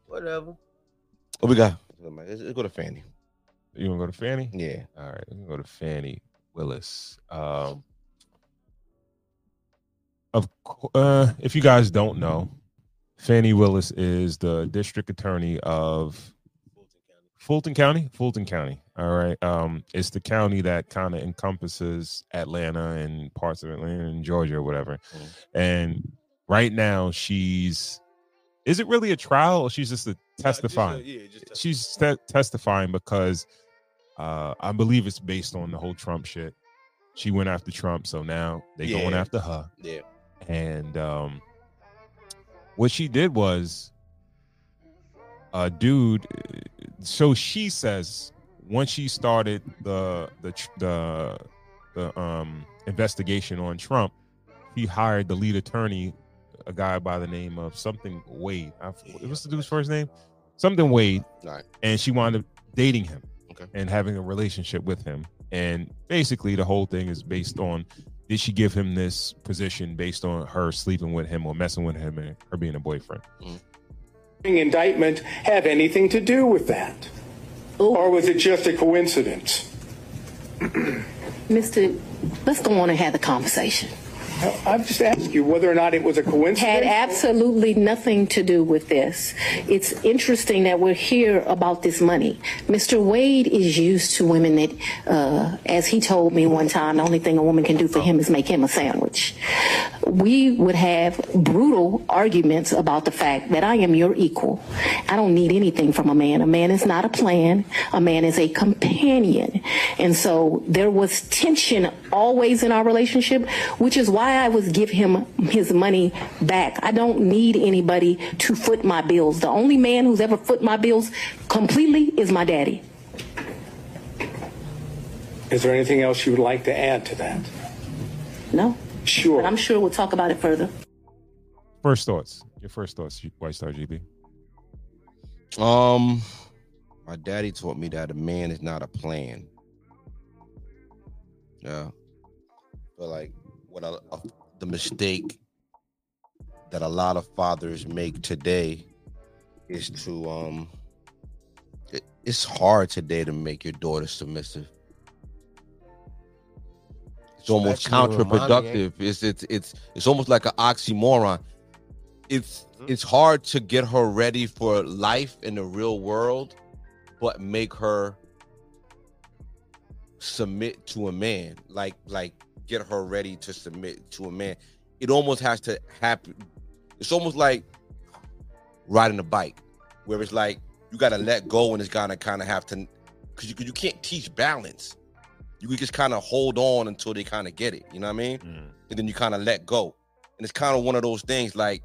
Whatever. What we got? Let's let's go to Fanny. You wanna go to Fanny? Yeah. Uh, All right, we go to Fanny Willis. Um, of cou- uh, if you guys don't know, Fanny Willis is the district attorney of Fulton County, Fulton County. All right. Um, it's the county that kind of encompasses Atlanta and parts of Atlanta and Georgia or whatever. Mm-hmm. And right now, she's is it really a trial or she's just a uh, testifying? Yeah, just testify. she's te- testifying because uh, I believe it's based on the whole Trump shit. She went after Trump, so now they going Yeah. after her. Yeah. And um, what she did was, uh, dude. So she says once she started the the tr- the the um investigation on Trump, he hired the lead attorney, a guy by the name of something Wade. I, what's the dude's first name? Something Wade Right. and she wound up dating him Okay. and having a relationship with him. And basically, the whole thing is based on did she give him this position based on her sleeping with him or messing with him and her being a boyfriend? indictment have anything to do with that? Or was it just a coincidence? Mr. Let's go on and have the conversation. I- I've just asked you whether or not it was a Had coincidence. absolutely nothing to do with this. It's interesting that we're here about this money. Mr. Wade is used to women that, uh, as he told me one time, the only thing a woman can do for him is make him a sandwich. We would have brutal arguments about the fact that I am your equal. I don't need anything from a man. A man is not a plan. A man is a companion. And so there was tension always in our relationship, which is why I was give him his money back. I don't need anybody to foot my bills. The only man who's ever foot my bills completely is my daddy. Is there anything else you would like to add to that? No? Sure. But I'm sure we'll talk about it further. First thoughts. Your first thoughts, White Star GB. Um, my daddy taught me that a man is not a plan. Yeah, but like what a, a- the mistake that a lot of fathers make today is to um, it, it's hard today to make your daughter submissive. It's almost Especially with money, counterproductive. It's it's it's it's almost like an oxymoron. It's Mm-hmm. it's hard to get her ready for life in the real world, but make her submit to a man. Like like get her ready to submit to a man. It almost has to happen. It's almost like riding a bike, where it's like you gotta let go and it's gonna kind of have to, because you 'cause you can't teach balance. You can just kind of hold on until they kind of get it. You know what I mean? and then you kind of let go. And it's kind of one of those things like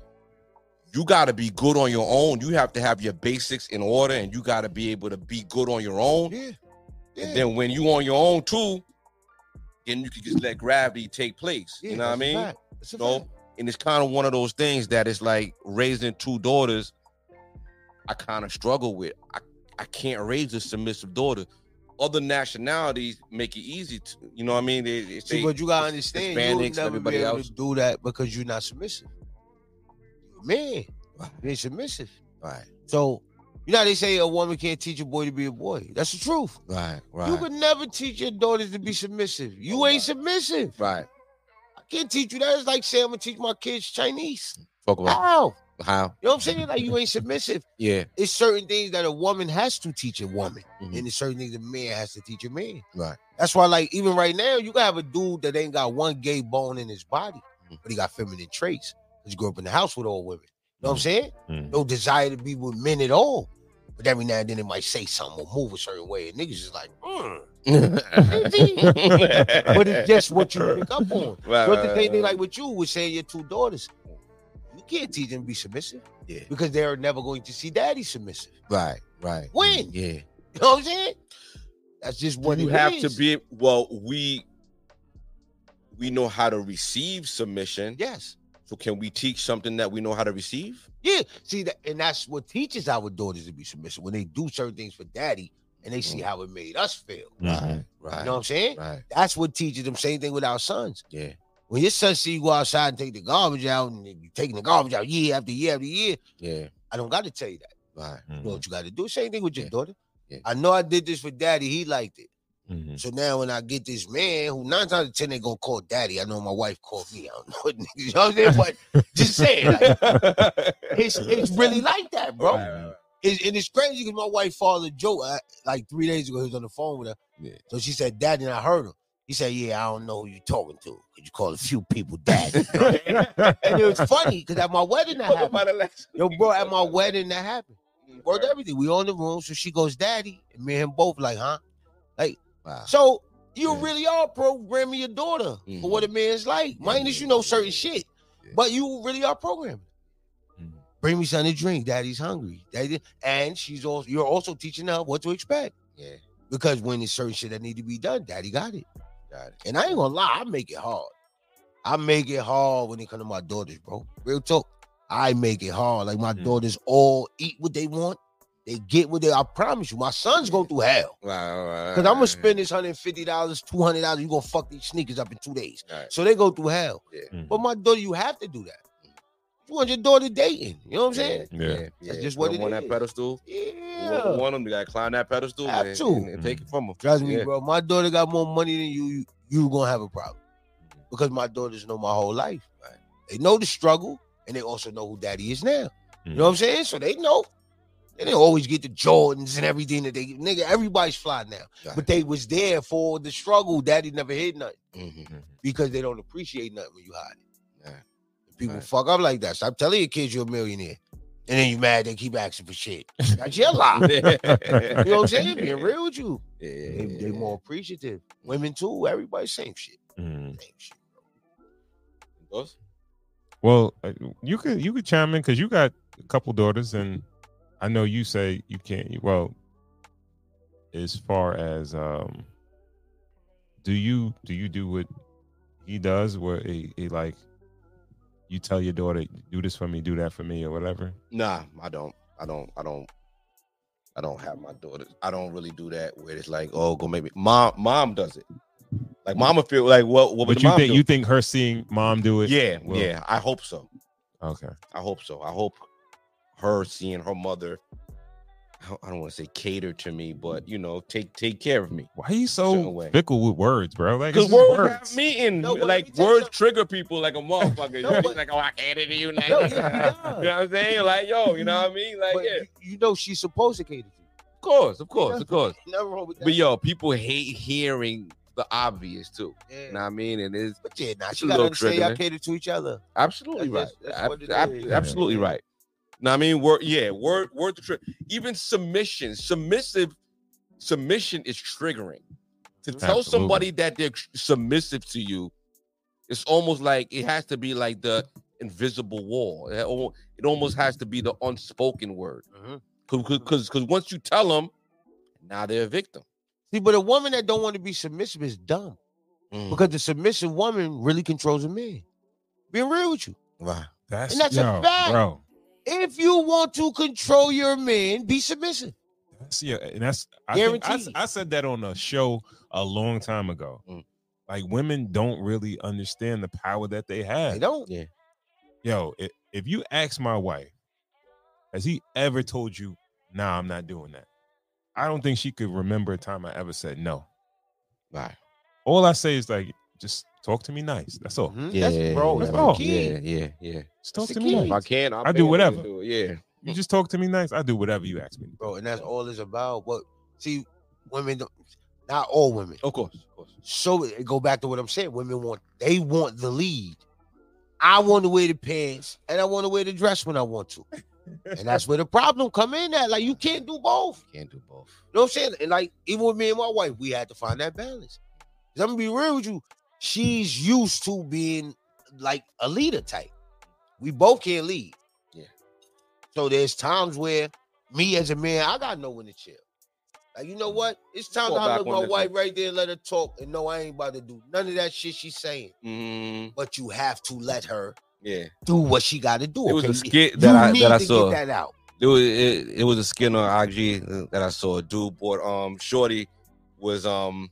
you got to be good on your own. You have to have your basics in order, and you got to be able to be good on your own. Yeah. And then when you on your own too, then you can just let gravity take place. you know what I mean? It's a No. fact. And it's kind of one of those things that it's like raising two daughters. I kind of struggle with. I I can't raise a submissive daughter. Other nationalities make it easy to, you know what I mean? They, they See, say- but you gotta Hispanics understand, you'll and never everybody be able else. to do that because you're not submissive. Man, you're submissive. right, So, you know how they say a woman can't teach a boy to be a boy. That's the truth. right, You right, could never teach your daughters to be submissive. You Oh, ain't right. submissive. right. I can't teach you that. It's like saying I'm gonna teach my kids Chinese. Talk about How? how, You know what I'm saying? Like you ain't submissive. yeah, It's certain things that a woman has to teach a woman, Mhm. and it's certain things a man has to teach a man. right. That's why, like, even right now, you gotta have a dude that ain't got one gay bone in his body, Mhm. but he got feminine traits. Cause he grew up in the house with all women. You Mm-hmm. know what I'm saying? Mhm. No desire to be with men at all. But every now and then they might say something or move a certain way, and niggas is like, mm. but it's just what you pick up on. Right, But right, the right, same thing, right. like what you was saying, your two daughters, you can't teach them to be submissive. Yeah. Because they are never going to see daddy submissive. right, right. When? yeah, You know what I'm saying? That's just what you it have to is. be. Well, we we know how to receive submission. Yes. So can we teach something that we know how to receive? Yeah, see that, and that's what teaches our daughters to be submissive when they do certain things for daddy, and they see how it made us feel. Mm. Right, You right, know what I'm saying? right. That's what teaches them. Same thing with our sons. Yeah, When your son see you go outside and take the garbage out, and you taking the garbage out year after year after year, yeah, I don't got to tell you that. right. Mm-hmm. You know what you got to do. Same thing with your Yeah. daughter. Yeah. Mm. I know I did this for daddy. He liked it. Mhm. So now when I get this man who nine times out of ten they gonna call daddy. I know my wife called me. I don't know what niggas. You know what I'm saying? But just saying, like, it's it's really like that, bro. It, and it's crazy because my wife father Joe, I, like three days ago, he was on the phone with her. Yeah. So she said, "Daddy," and I heard him. He said, "Yeah, I don't know who you talking to. 'cause You call a few people daddy." and it was funny because at my wedding that Talk happened. about it last Yo, week. bro, at my wedding that happened. Worked everything. We all in the room. So she goes, Daddy. And me and him both like, huh? Wow. So you Yeah. really are programming your daughter Mhm. for what a man's like. Minus you know certain shit. Yeah. Mm-hmm. But you really are programming. Mhm. Bring me something to drink. Daddy's hungry. Daddy, and she's also you're also teaching her what to expect. Yeah. Because when there's certain shit that need to be done, daddy got it. Got it. And I ain't gonna lie, I make it hard. I make it hard when it come to my daughters, bro. Real talk. I make it hard. Like my Mm. daughters all eat what they want. They get what they. I promise you, my son's going through hell. Wow. Cause I'm gonna spend this hundred and fifty dollars, two hundred dollars. You gonna fuck these sneakers up in two days. Right. So they go through hell. Yeah. Mm. But my daughter, you have to do that. You want your daughter dating? You know what I'm saying? Yeah. Yeah. That's just what Put 'em it on is. that pedestal. Yeah. Yeah. One of them, you gotta climb that pedestal Have and, to. and, and take it from them. Trust me, Yeah. bro. My daughter got more money than you. You, you gonna have a problem because my daughters know my whole life. They know the struggle, and they also know who daddy is now. You Mm. know what I'm saying? So they know. They didn't always get the Jordans and everything that they nigga. Everybody's fly now, Got but they was there for the struggle. Daddy never hid nothing Mhm. because they don't appreciate nothing when you hide it. Right. People Right. fuck up like that. Stop telling your kids you're a millionaire, and then you mad they keep asking for shit. That's your lie. You know what I'm saying? Being real with you. Yeah, yeah, They, they yeah. more appreciative. Women too. Everybody same shit. Mhm. Hmm. Same shit. Those? Well, uh, you could you could chime in because you got a couple daughters, and I know you say you can't. Well, as far as um, do you do you do what he does, where he, he like you tell your daughter, do this for me, do that for me, or whatever? Nah, I don't. I don't. I don't. I don't have my daughters. I don't really do that where it's like, oh, go make me. Mom, mom does it. Like, mama feel like, what? What would but your you mom think do? you think her seeing mom do it? yeah, Well- yeah. I hope so. Okay. I hope so. I hope her seeing her mother. I don't- I don't want to say cater to me, but you know, take take care of me. Why are you Certain so way. fickle with words, bro? Like Because this is words, have meaning. No, but let me like tell you words something. trigger people like a motherfucker. No, You know, but- like, oh, I cater to you now. No, you know yeah, he does. what I'm saying? Like, yo, you know what I mean? Like, But yeah, you, you know she's supposed to cater to you. of course, of course, of course. Nothing wrong with that. But yo, people hate hearing the obvious too. yeah. You know what I mean? And it's But yeah, now It's she a gotta little understand y'all triggering. cater to each other. absolutely right. That's- that's- that's Ab- what it ab- is. absolutely Yeah. right. No, I mean, word, yeah, word, word to trigger. Even submission, submissive, submission is triggering. To Mm-hmm. tell Absolutely. somebody that they're tr- submissive to you, it's almost like it has to be like the invisible wall. It al- it almost has to be the unspoken word. Mm-hmm. Because because once you tell them, now they're a victim. See, but a woman that don't want to be submissive is dumb Mm. because the submissive woman really controls a man. Being real with you. Wow. That's, And that's a yo, fact. bro. If you want to control your man, be submissive. That's yeah, and that's I, think I, s- Guaranteed. I said that on a show a long time ago. Mm. Like women don't really understand the power that they They have. don't. Yo, if, if you ask my wife, has he ever told you, "Nah, I'm not doing that"? I don't think she could remember a time I ever said no. Right. Mm-hmm. All I say is like, just talk to me nice. That's all. Mhm. Yeah, That's, bro, yeah, that's yeah. the key. Yeah, yeah, yeah. Just talk to That's the me key. If nice. I can, I I do whatever. Yeah. You just talk to me nice. I do whatever you ask me. to do. Bro, and that's all it's about. But see, women don't not all women. Of course, of course. So it go back to what I'm saying. Women want they want the lead. I want to wear the pants and I want to wear the dress when I want to. And that's where the problem come in at. Like you can't do both. Can't do both. You know what I'm saying? And like even with me and my wife, we had to find that balance. i I'm gonna be real with you. She's used to being like a leader type. We both can't lead. Yeah. So there's times where me as a man, I gotta know when to chill. Like, you know what? It's time Mm. Fall to back look on my this wife one. right there and let her talk and know I ain't about to do none of that shit she's saying. But you have to let her Yeah, do what she gotta do. it was okay? a skit You that I need that I to saw. get that out. It was it, it was a skit on IG that I saw. A dude bought um shorty was um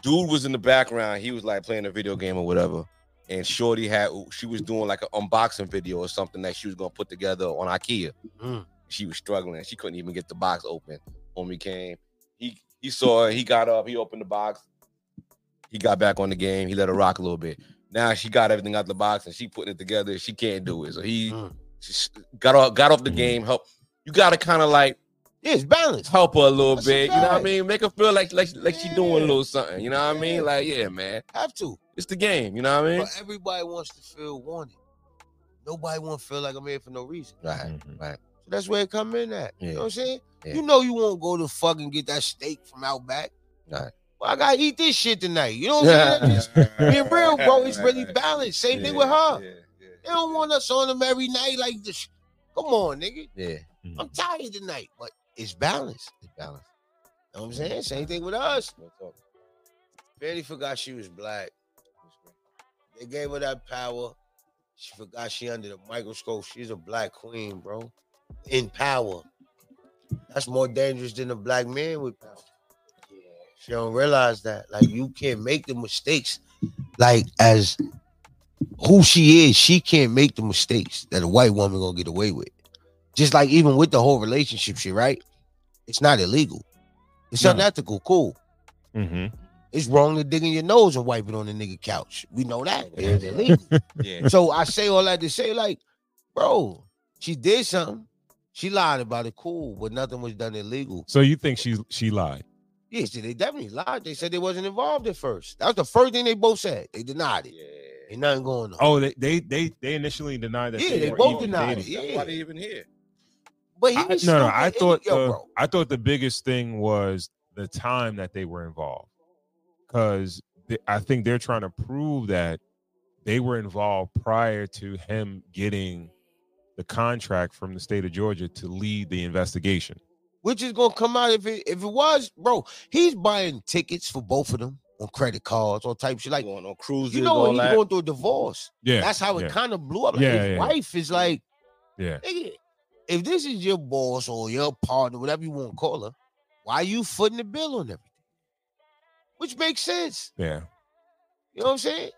dude was in the background. He was like playing a video game or whatever, and shorty had she was doing like an unboxing video or something that she was gonna put together on IKEA. Mm. She was struggling. She couldn't even get the box open. Homie came. He he saw her. He got up. He opened the box. He got back on the game. He let her rock a little bit. Now she got everything out the box and she putting it together. She can't do it. So he Mm. Mm-hmm. she s- got off got off the Mhm. game. Help you gotta kind of like Yeah, it's balanced. help her a little That's bit. You know what I right. mean? Make her feel like like like she doing a Yeah. little something. You know what I Yeah. mean? Like yeah, man, Have to. it's the game. You know what I mean? But everybody wants to feel wanted. Nobody want to feel like I'm here for no reason. Right. Mm-hmm. So that's where it come in at. You know what I'm saying? Yeah. You know you won't go to fucking get that steak from Outback. Right. Well, I gotta eat this shit tonight. You know what I'm saying? Just being real, bro, it's really balanced. Same thing with her. Yeah, yeah. They don't want us on them every night like this. Come on, nigga. Yeah. I'm tired tonight, but it's balanced. It's balanced. You know what I'm saying? Same thing with us. No talk. Betty forgot she was black. They gave her that power. She forgot she under the microscope. She's a black queen, bro. In power. That's more dangerous than a black man with power. She don't realize that. Like you can't make the mistakes. Like as who she is, she can't make the mistakes that a white woman gonna get away with. Just like even with the whole relationship shit, right? It's not illegal. It's No. unethical. Cool. Mm-hmm. It's wrong to dig in your nose and wipe it on the nigga couch. We know that. It is illegal. Yeah. so I say all that to say, like, bro, she did something. She lied about it, cool, but nothing was done illegal. So you think she she lied? Yeah, so they definitely lied. They said they wasn't involved at first. That was the first thing they both said. They denied it. Ain't nothing going on. Oh, they they they, they initially denied that. Yeah, they were both even denied dating. it. That's Yeah. why they even here. but I, no, was no. stupid I and- thought uh, yo, the, bro. I thought the biggest thing was the time that they were involved, because I think they're trying to prove that they were involved prior to him getting the contract from the state of Georgia to lead the investigation. which is gonna come out if it if it was, bro. He's buying tickets for both of them on credit cards, all type shit. Like going on cruises, you know, all he's that. going through a divorce. Yeah, That's how it yeah, kind of blew up. Like Yeah, his yeah. wife is like, Yeah. "Nigga, if this is your boss or your partner, whatever you want to call her, why you footing the bill on everything? Which makes sense. yeah. You know what I'm saying?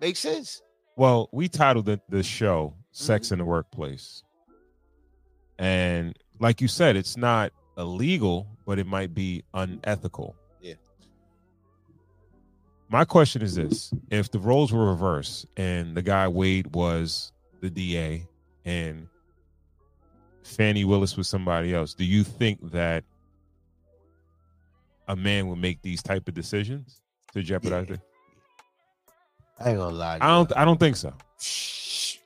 Makes sense. Well, we titled the, the show Sex in the Workplace. And like you said, it's not illegal, but it might be unethical. Yeah. My question is this if the roles were reversed and the guy Wade was the DA and Fannie Willis was somebody else, do you think that a man would make these type of decisions to jeopardize it? I ain't gonna lie. To I don't I don't think so. you. Shh.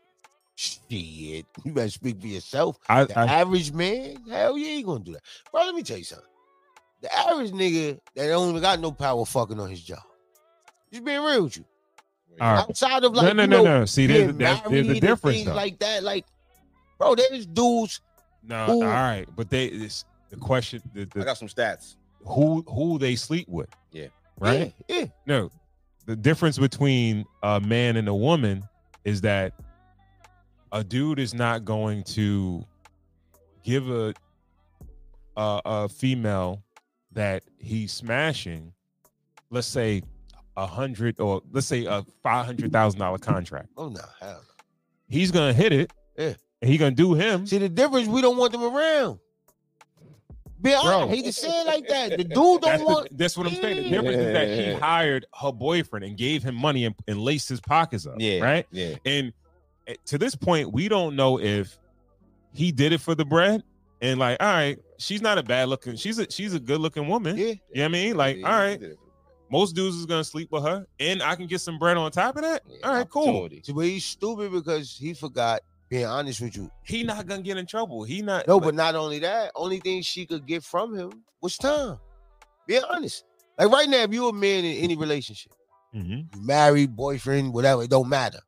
Shit, you better speak for yourself. I, The I average man, hell yeah, he gonna do that. Bro, let me tell you something. The average nigga that don't even got no power fucking on his job. Just being real with you. all right. Outside of like, no, no, you no, know, no. See, being there's, there's, there's married a and difference things though. like that. Like, bro, there's dudes. no, who- all right, but they it's the question the, I the got some stats. who who they sleep with. Yeah. Right? Yeah, yeah. No. The difference between a man and a woman is that a dude is not going to give a a, a female that he's smashing, let's say a hundred or let's say a five hundred thousand dollar contract. Oh no, hell He's gonna hit it. Yeah. And he gonna do him. no. See the difference? We don't want them around. Be honest, hate to say it like that. The Mm. dude don't That's, the- want. that's what I'm saying. The Yeah. difference is that she Yeah. hired her boyfriend and gave him money and, and laced his pockets up. Yeah. Right. Yeah. And eh, to this point, we don't know if he did it for the bread. And like, all right, she's not a bad looking. She's a she's a good looking woman. Yeah. You know what I mean? Like, all right, most dudes is gonna sleep with her, and I can get some bread on top of that. all right, cool. See, but he's stupid because he forgot. Being honest with you, He not gonna get in trouble. He not. no, but not only that. Only thing she could get from him was time. Be honest. Like right now, if you're a man in any relationship. Mhm. you married, boyfriend, whatever, it don't matter.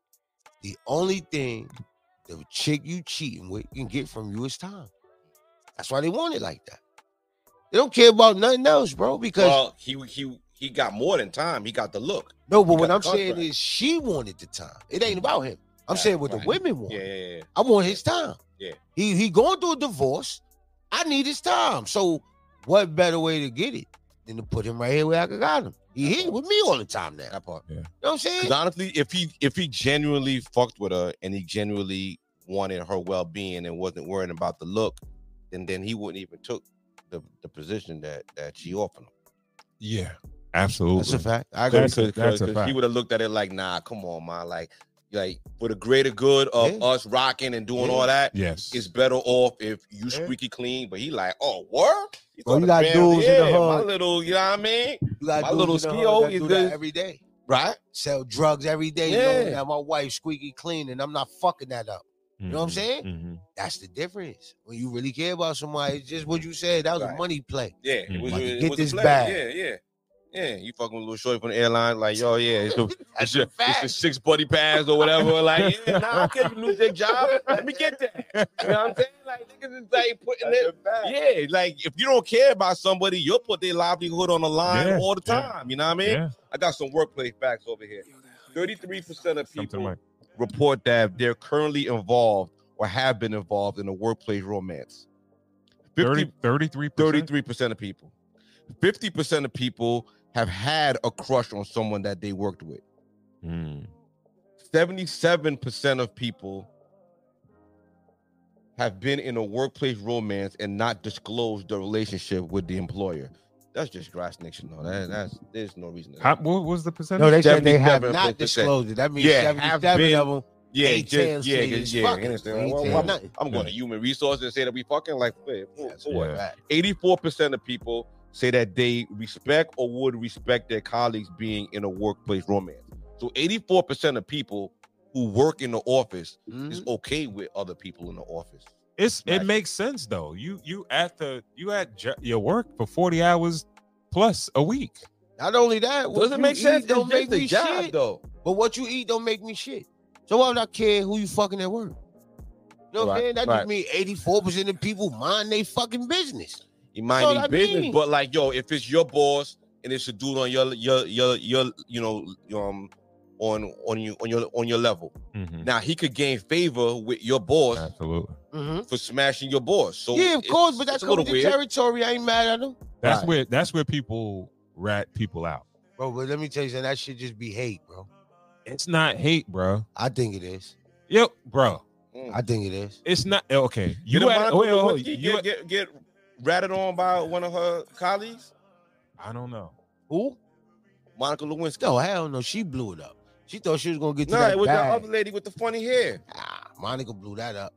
The only thing the chick you cheating with can get from you is time. That's why they want it like that. They don't care about nothing else, bro. Because Well, he he he got more than time. He got the look. no, but you what got I'm the saying contract. is she wanted the time. It ain't about him. I'm Right, saying what the right. women want. Yeah, yeah, yeah. I want his time. Yeah. He he going through a divorce. I need his time. So what better way to get it than to put him right here where I could got him? He here with me all the time now. That part. You know what I'm saying? Because honestly, if he if he genuinely fucked with her and he genuinely wanted her well being and wasn't worrying about the look, then then he wouldn't even took the, the position that that she offered him. yeah, absolutely. That's a fact. I agree. That's a- that's a fact. He would have looked at it like, nah, come on, man. Like, like for the greater good of Yeah. us rocking and doing Yeah. all that, Yes. it's better off if you Yeah. squeaky clean. But he like, oh, what? He Well, thought you the got fans- dudes in yeah, the My hood. little, you know what I mean? You got My dudes little in the hood ski-o that is do that the- every day. Right? Sell drugs every day. You know, Yeah. now my wife squeaky clean, and I'm not fucking that up. You know what I'm saying? Mm-hmm. That's the difference. When you really care about somebody, it's just what you said. That was a Right. money play. Yeah. It Mm. was, Like, it Hmm, get was a this play. bag. Yeah, yeah. Yeah, you fucking with little shorty from the airline, like, yo, yeah, it's the, it's That's your, a it's fact. your six buddy pads or whatever. Like, yeah, nah, I can't lose that job. Let me get that. You know what I'm saying? Like, niggas is like putting it. Yeah, like if you don't care about somebody, you'll put their livelihood on the line Yeah, all the yeah. time. You know what I mean? Yeah. I got some workplace facts over here. 33% of Come to the people mic. report that they're currently involved or have been involved in a workplace romance. 50, 30, 33 33% of people. 50% of people have had a crush on someone that they worked with. Mm-hmm. 77% of people have been in a workplace romance and not disclosed the relationship with the employer. That's just grass nixon. No, that, that's there's no reason. To How, what was the percentage? No, they said they have 77%. not disclosed it. That means Yeah, have 77 been- of them. Yeah, Ain't just, tell yeah, shit, just, it's yeah. fucking- you understand? ain't Well, tell well, I'm, nothing. I'm going to human resources and say that we fucking like wait, who- That's who a what? fact. 84% of people say that they respect or would respect their colleagues being in a workplace romance. So 84% of people who work in the office Hmm? is Mm-hmm. okay with other people in the office. It's it Right. makes sense though. You you at the you at jo- your work for forty hours plus a week. Not only that, what you eat Don't make me shit. though. But what you eat don't make me shit. So why would I care who you fucking at work? You know what Right, I'm saying? That right. just mean 84% of people mind they fucking business. You mind So your that business, means- but like, yo, if it's your boss and it's a dude on your your your your you know um on on you on your on your level, now he could gain favor with your boss Mm-hmm. Absolutely. for smashing your boss. So Mm-hmm. yeah, of it's- course, but it's that's comes with the territory. I ain't mad at them. That's Right. where that's where people rat people out. Bro, but let me tell you something. That shit just be hate, bro. It's not hate, bro. I think it is. Yep, bro. I think it is. It's not okay. You You at, Monica wait, hold- Lewinsky you get, at- get get ratted on by one of her colleagues, I don't know. Who? Monica Lewinsky. No, hell no. She blew it up. She thought she was gonna get to Nah, that it was bag. that other lady with the funny hair. Ah, Monica blew that up.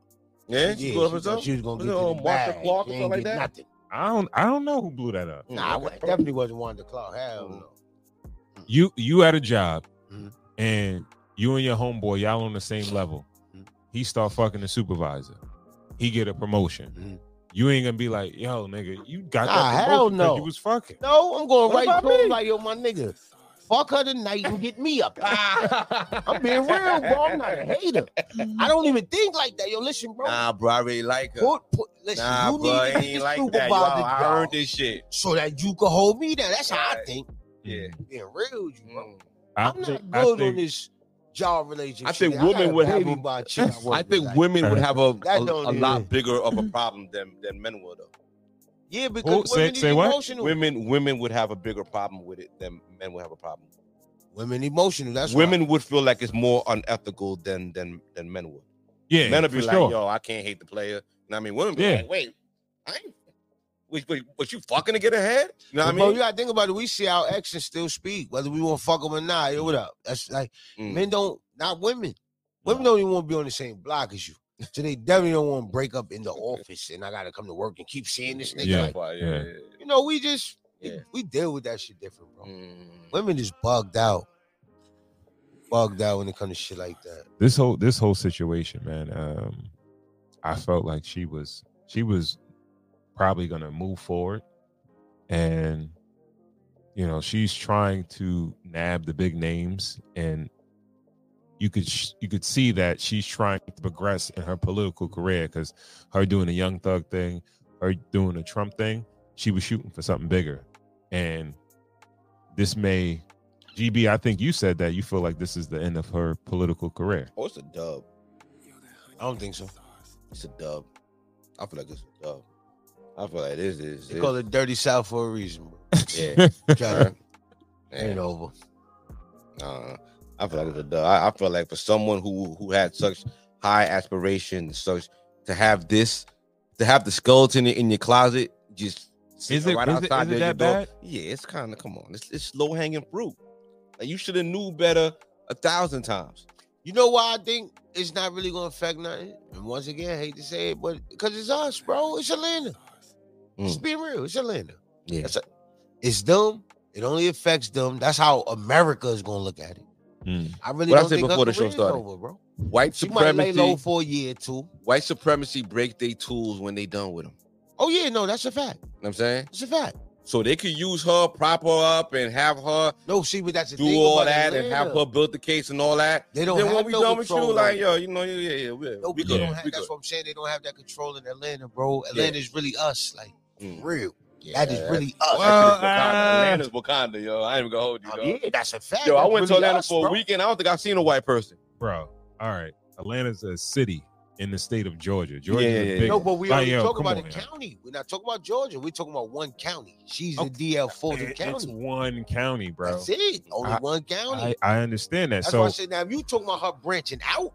Yeah, she she, blew up thought herself. she was gonna Was get it, to uh, the Marsha bag. Clark or She ain't something like get that? Nothing. I don't I don't know who blew that up. Nah, Mm, it okay. definitely wasn't Wanda Clark. Hell no. You you at a job Mhm. and you and your homeboy, y'all on the same level. Mhm. He start fucking the supervisor. He get a promotion. Mhm. You ain't gonna be like, yo, nigga, you got Nah, that hell promotion 'cause no. you was fucking. No, I'm going What about right to me? him like, yo, my nigga, fuck her tonight and get me up. I'm being real, bro. I'm not a hater. I don't even think like that. Yo, listen, bro. Nah, bro, I really like her. Put- put- listen, Nah, you bro, I need to be ain't the like that. supervisor Yo, I dog, heard this shit. so that you can hold me down. That's how I Right. Mm. think. Yeah. Being real with you, bro. I I'm think- not I good on think- this job relationship. I think gotta women would battle have a- my chick at work I think tonight. women would Right. have a, a, That don't a even- lot bigger of a problem than than men would. Though. Yeah, Oh, Who- because say- women is say what? emotional. Women women would have a bigger problem with it than men would have a problem. Women emotional. That's why. women would feel like it's more unethical than than than men would. Yeah, men would be for like, sure. "Yo, I can't hate the player." And I mean, women be Yeah. like, "Wait, I ain't." Wait, wait, what you fucking to get ahead? You know what I Bro, you mean? gotta think about it. We see our exes still speak, whether we want to fuck them or not. Yo, what up? That's like Mm. men don't, not women. Women don't even want to be on the same block as you. So they definitely don't want to break up in the office. And I gotta come to work and keep seeing this nigga. Yeah. Like, But, yeah. you know, we just we- Yeah. we, deal with that shit different, bro. Mm. Women is bugged out, bugged out when it comes to shit like that. this whole this whole situation, man. Um, I felt like she was she was probably gonna move forward, and you know she's trying to nab the big names, and you could sh- you could see that she's trying to progress in her political career because her doing the Young Thug thing, her doing the Trump thing, she was shooting for something bigger, and this may. GB, I think you said that you feel like this is the end of her political career. Oh, it's a dub. I don't think so. It's a dub. I feel like it's a dub. I feel like this is. They call it dirty south for a reason, bro. Yeah. Try to- Yeah. Ain't over. Uh, I feel like it's a dub. I, I feel like for someone who who had such high aspirations, such to have this, to have the skeleton in your closet, just Is sitting it- is it- is there it that at your door. bad? Yeah, it's kind of come on. It's, it's low hanging fruit. Like you should have knew better a thousand times. You know why I think it's not really gonna affect nothing? And once again, I hate to say it, but because it's us, bro. It's Atlanta. Let's Mm. be real. It's Atlanta. Yeah. That's a- it's them. It only affects them. That's how America is gonna look at it. Mm. I really What I don't said think her before the show career's started. over, bro. White She might lay low supremacy. for a year or two. White supremacy break their tools when they done with them. Oh yeah, no, that's a fact. You know what I'm saying? It's a fact. So they could use her, prop her up, and have her No, see, but that's the do thing all about that, and have Atlanta. her build the case and all that. They don't then have when we no done with control you, like over yo, you know, yeah, yeah, yeah, we- No, we we good, don't have, we that's good. what I'm saying. They don't have that control in Atlanta, bro. Atlanta's really us. Like, Mm. real. Yeah, that is that's- really us. Well, That's Wakanda. uh, Atlanta's Wakanda, yo. I ain't even gonna hold you, Oh, dog. yeah, that's a fact. Yo, I That's went to really Atlanta us, for a bro. weekend. I don't think I've seen a white person. bro. All right, Atlanta's a city in the state of Georgia. Georgia, Yeah, is yeah, big. No, but we Like, already yo, talking come about on, a yo. county. We're not talking about Georgia. We're talking about one county. She's the DL for the It- It's county. one county, bro. That's it. Only I- one county. I, I understand that. that's so why I said now if you talking about her branching out,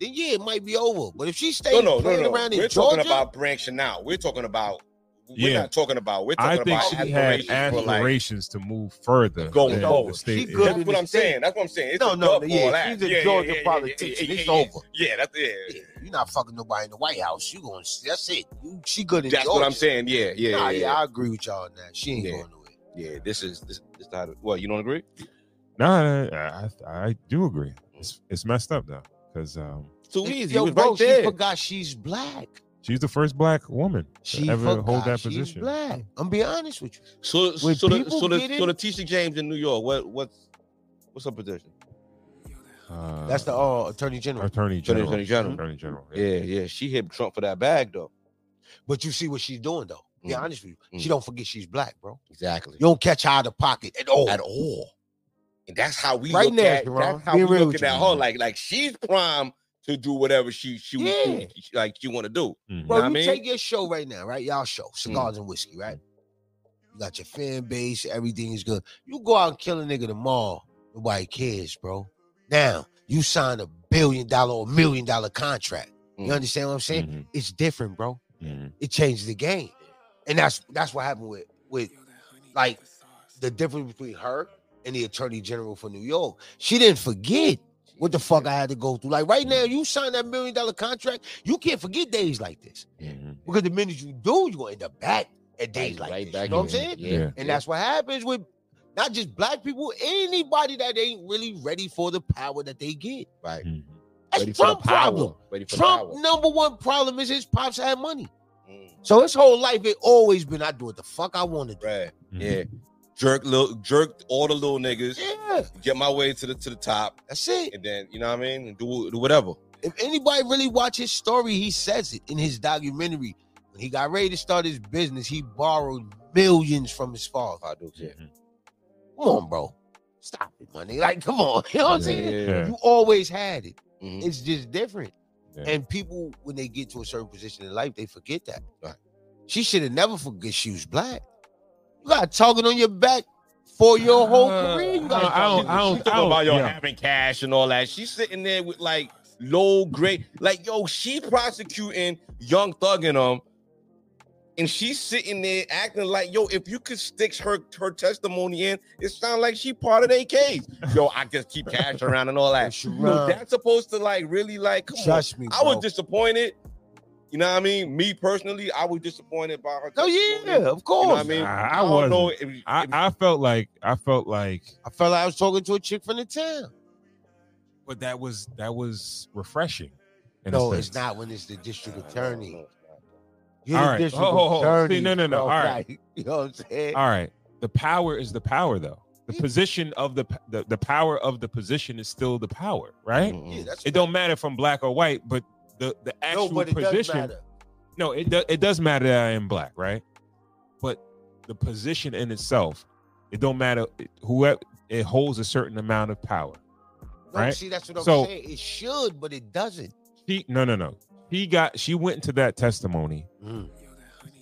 then yeah, it might be over. But if she stays No, no, no, playing no. around in We're Georgia, talking about branching out. We're talking about. We're Yeah. not talking about. We're I talking think about she had aspirations for, like, aspirations to move further. Going than the forward. state- She good. yeah. That's what I'm saying. That's what I'm saying. It's No, a no, dub yeah, for that. she's a Georgia politician. It's yeah, over. Yeah, that's yeah. yeah, you're not fucking nobody in the White House. You going to that's it. You, she good in That's Georgia. what I'm saying. Yeah, yeah, Nah, yeah, yeah, yeah. I agree with y'all on that. She ain't Yeah. going nowhere. Yeah, This is this. this how to- what you don't agree? Nah, I, I I do agree. It's, it's messed up though, because um, Too And- easy. yo, It was bro, right there. She forgot she's black. she's the first black woman She to ever forgot hold that she's position. black. I'm be honest with you. So, When so the people so the get so in- the Tisha James in New York. What what's what's her position? Uh, That's the uh, attorney general. attorney general. Attorney General. Attorney general. Yeah, yeah. She hit Trump for that bag though. But you see what she's doing though. Be Mm. honest with you. She Mm. don't forget she's black, bro. Exactly. You don't catch her out of pocket at all. At all. And that's how we Right look now, at. Jerome, That's how be we real look with at you. that whole like like she's prime to do whatever she she, Yeah. she- like she want to do. Mhm. Bro, Know what I you mean? take your show right now, right? Y'all show Mm. cigars and whiskey, right? You got your fan base, everything is good. You go out and kill a nigga tomorrow, nobody cares, bro. Now you sign a billion dollar or million dollar contract. You Mm. understand what I'm saying? Mhm. It's different, bro. Mhm. It changed the game, and that's that's what happened with with like the difference between her and the attorney general for New York. She didn't forget what the fuck I had to go through. Like right Mm. now, you sign that million dollar contract, you can't forget days like this Mhm. because the minute you do, you gonna end up back at days like right this. back you know what I'm in. saying? Yeah. Yeah. And that's what happens with not just black people, anybody that ain't really ready for the power that they get. Right. Mhm. That's Ready for the Trump power. problem. Ready for Trump the power. number one problem is his pops had money. Mm. So his whole life it always been I do what the fuck I want to do. Right. Mhm. Yeah. Jerk little jerked all the little niggas. Yeah, Get my way to the to the top. that's it. And then you know what I mean? And do do whatever. If anybody really watch his story, he says it in his documentary. When he got ready to start his business, he borrowed millions from his father. I do care. Come on, bro. Stop it, money. Like, come on. You know what I'm saying? Yeah. Mm-hmm. You always had it. Mhm. It's just different. Yeah. And people, when they get to a certain position in life, they forget that. Right. She should have never forget she was black. You got a target on your back for your whole Uh, career. You I don't- got a I target. don't- I don't- Talk about your yeah. having cash and all that. She's sitting there with like low grade, like yo, she prosecuting young thug and them, and she's sitting there acting like yo, if you could stick her her testimony in, it sounds like she part of their case. Yo, I just keep cash around and all that. Sharon, Yo, that's supposed to like really like come on. trust me. I was bro. disappointed. You know what I mean? Me personally, I was disappointed by her. No, testimony. yeah, of You know what I course. mean? Nah, Oh, I don't wasn't. know if- I, if- I felt like I felt like, I felt like I was talking to a chick from the town. but that was that was refreshing. in a No, it's sense. not when it's the district Nah, no, attorney. no, no. You're All the right. district Ho, ho, ho. See, attorney. no, no, no. bro. All right. Like, You know what I'm saying? All right. The power is the power, though. The Yeah. position of the, p- the the power of the position is still the power, right? mm-hmm. Mhm. Yeah, that's It don't matter if I'm black or white, but the the actual Mm-hmm. no, but it does position. matter. No, it do, it does matter that I am black, right? But the position in itself, it don't matter whoever it holds a certain amount of power. No, right? See, that's what I'm So- saying. It should, but it doesn't. She no no no. He got she went into that testimony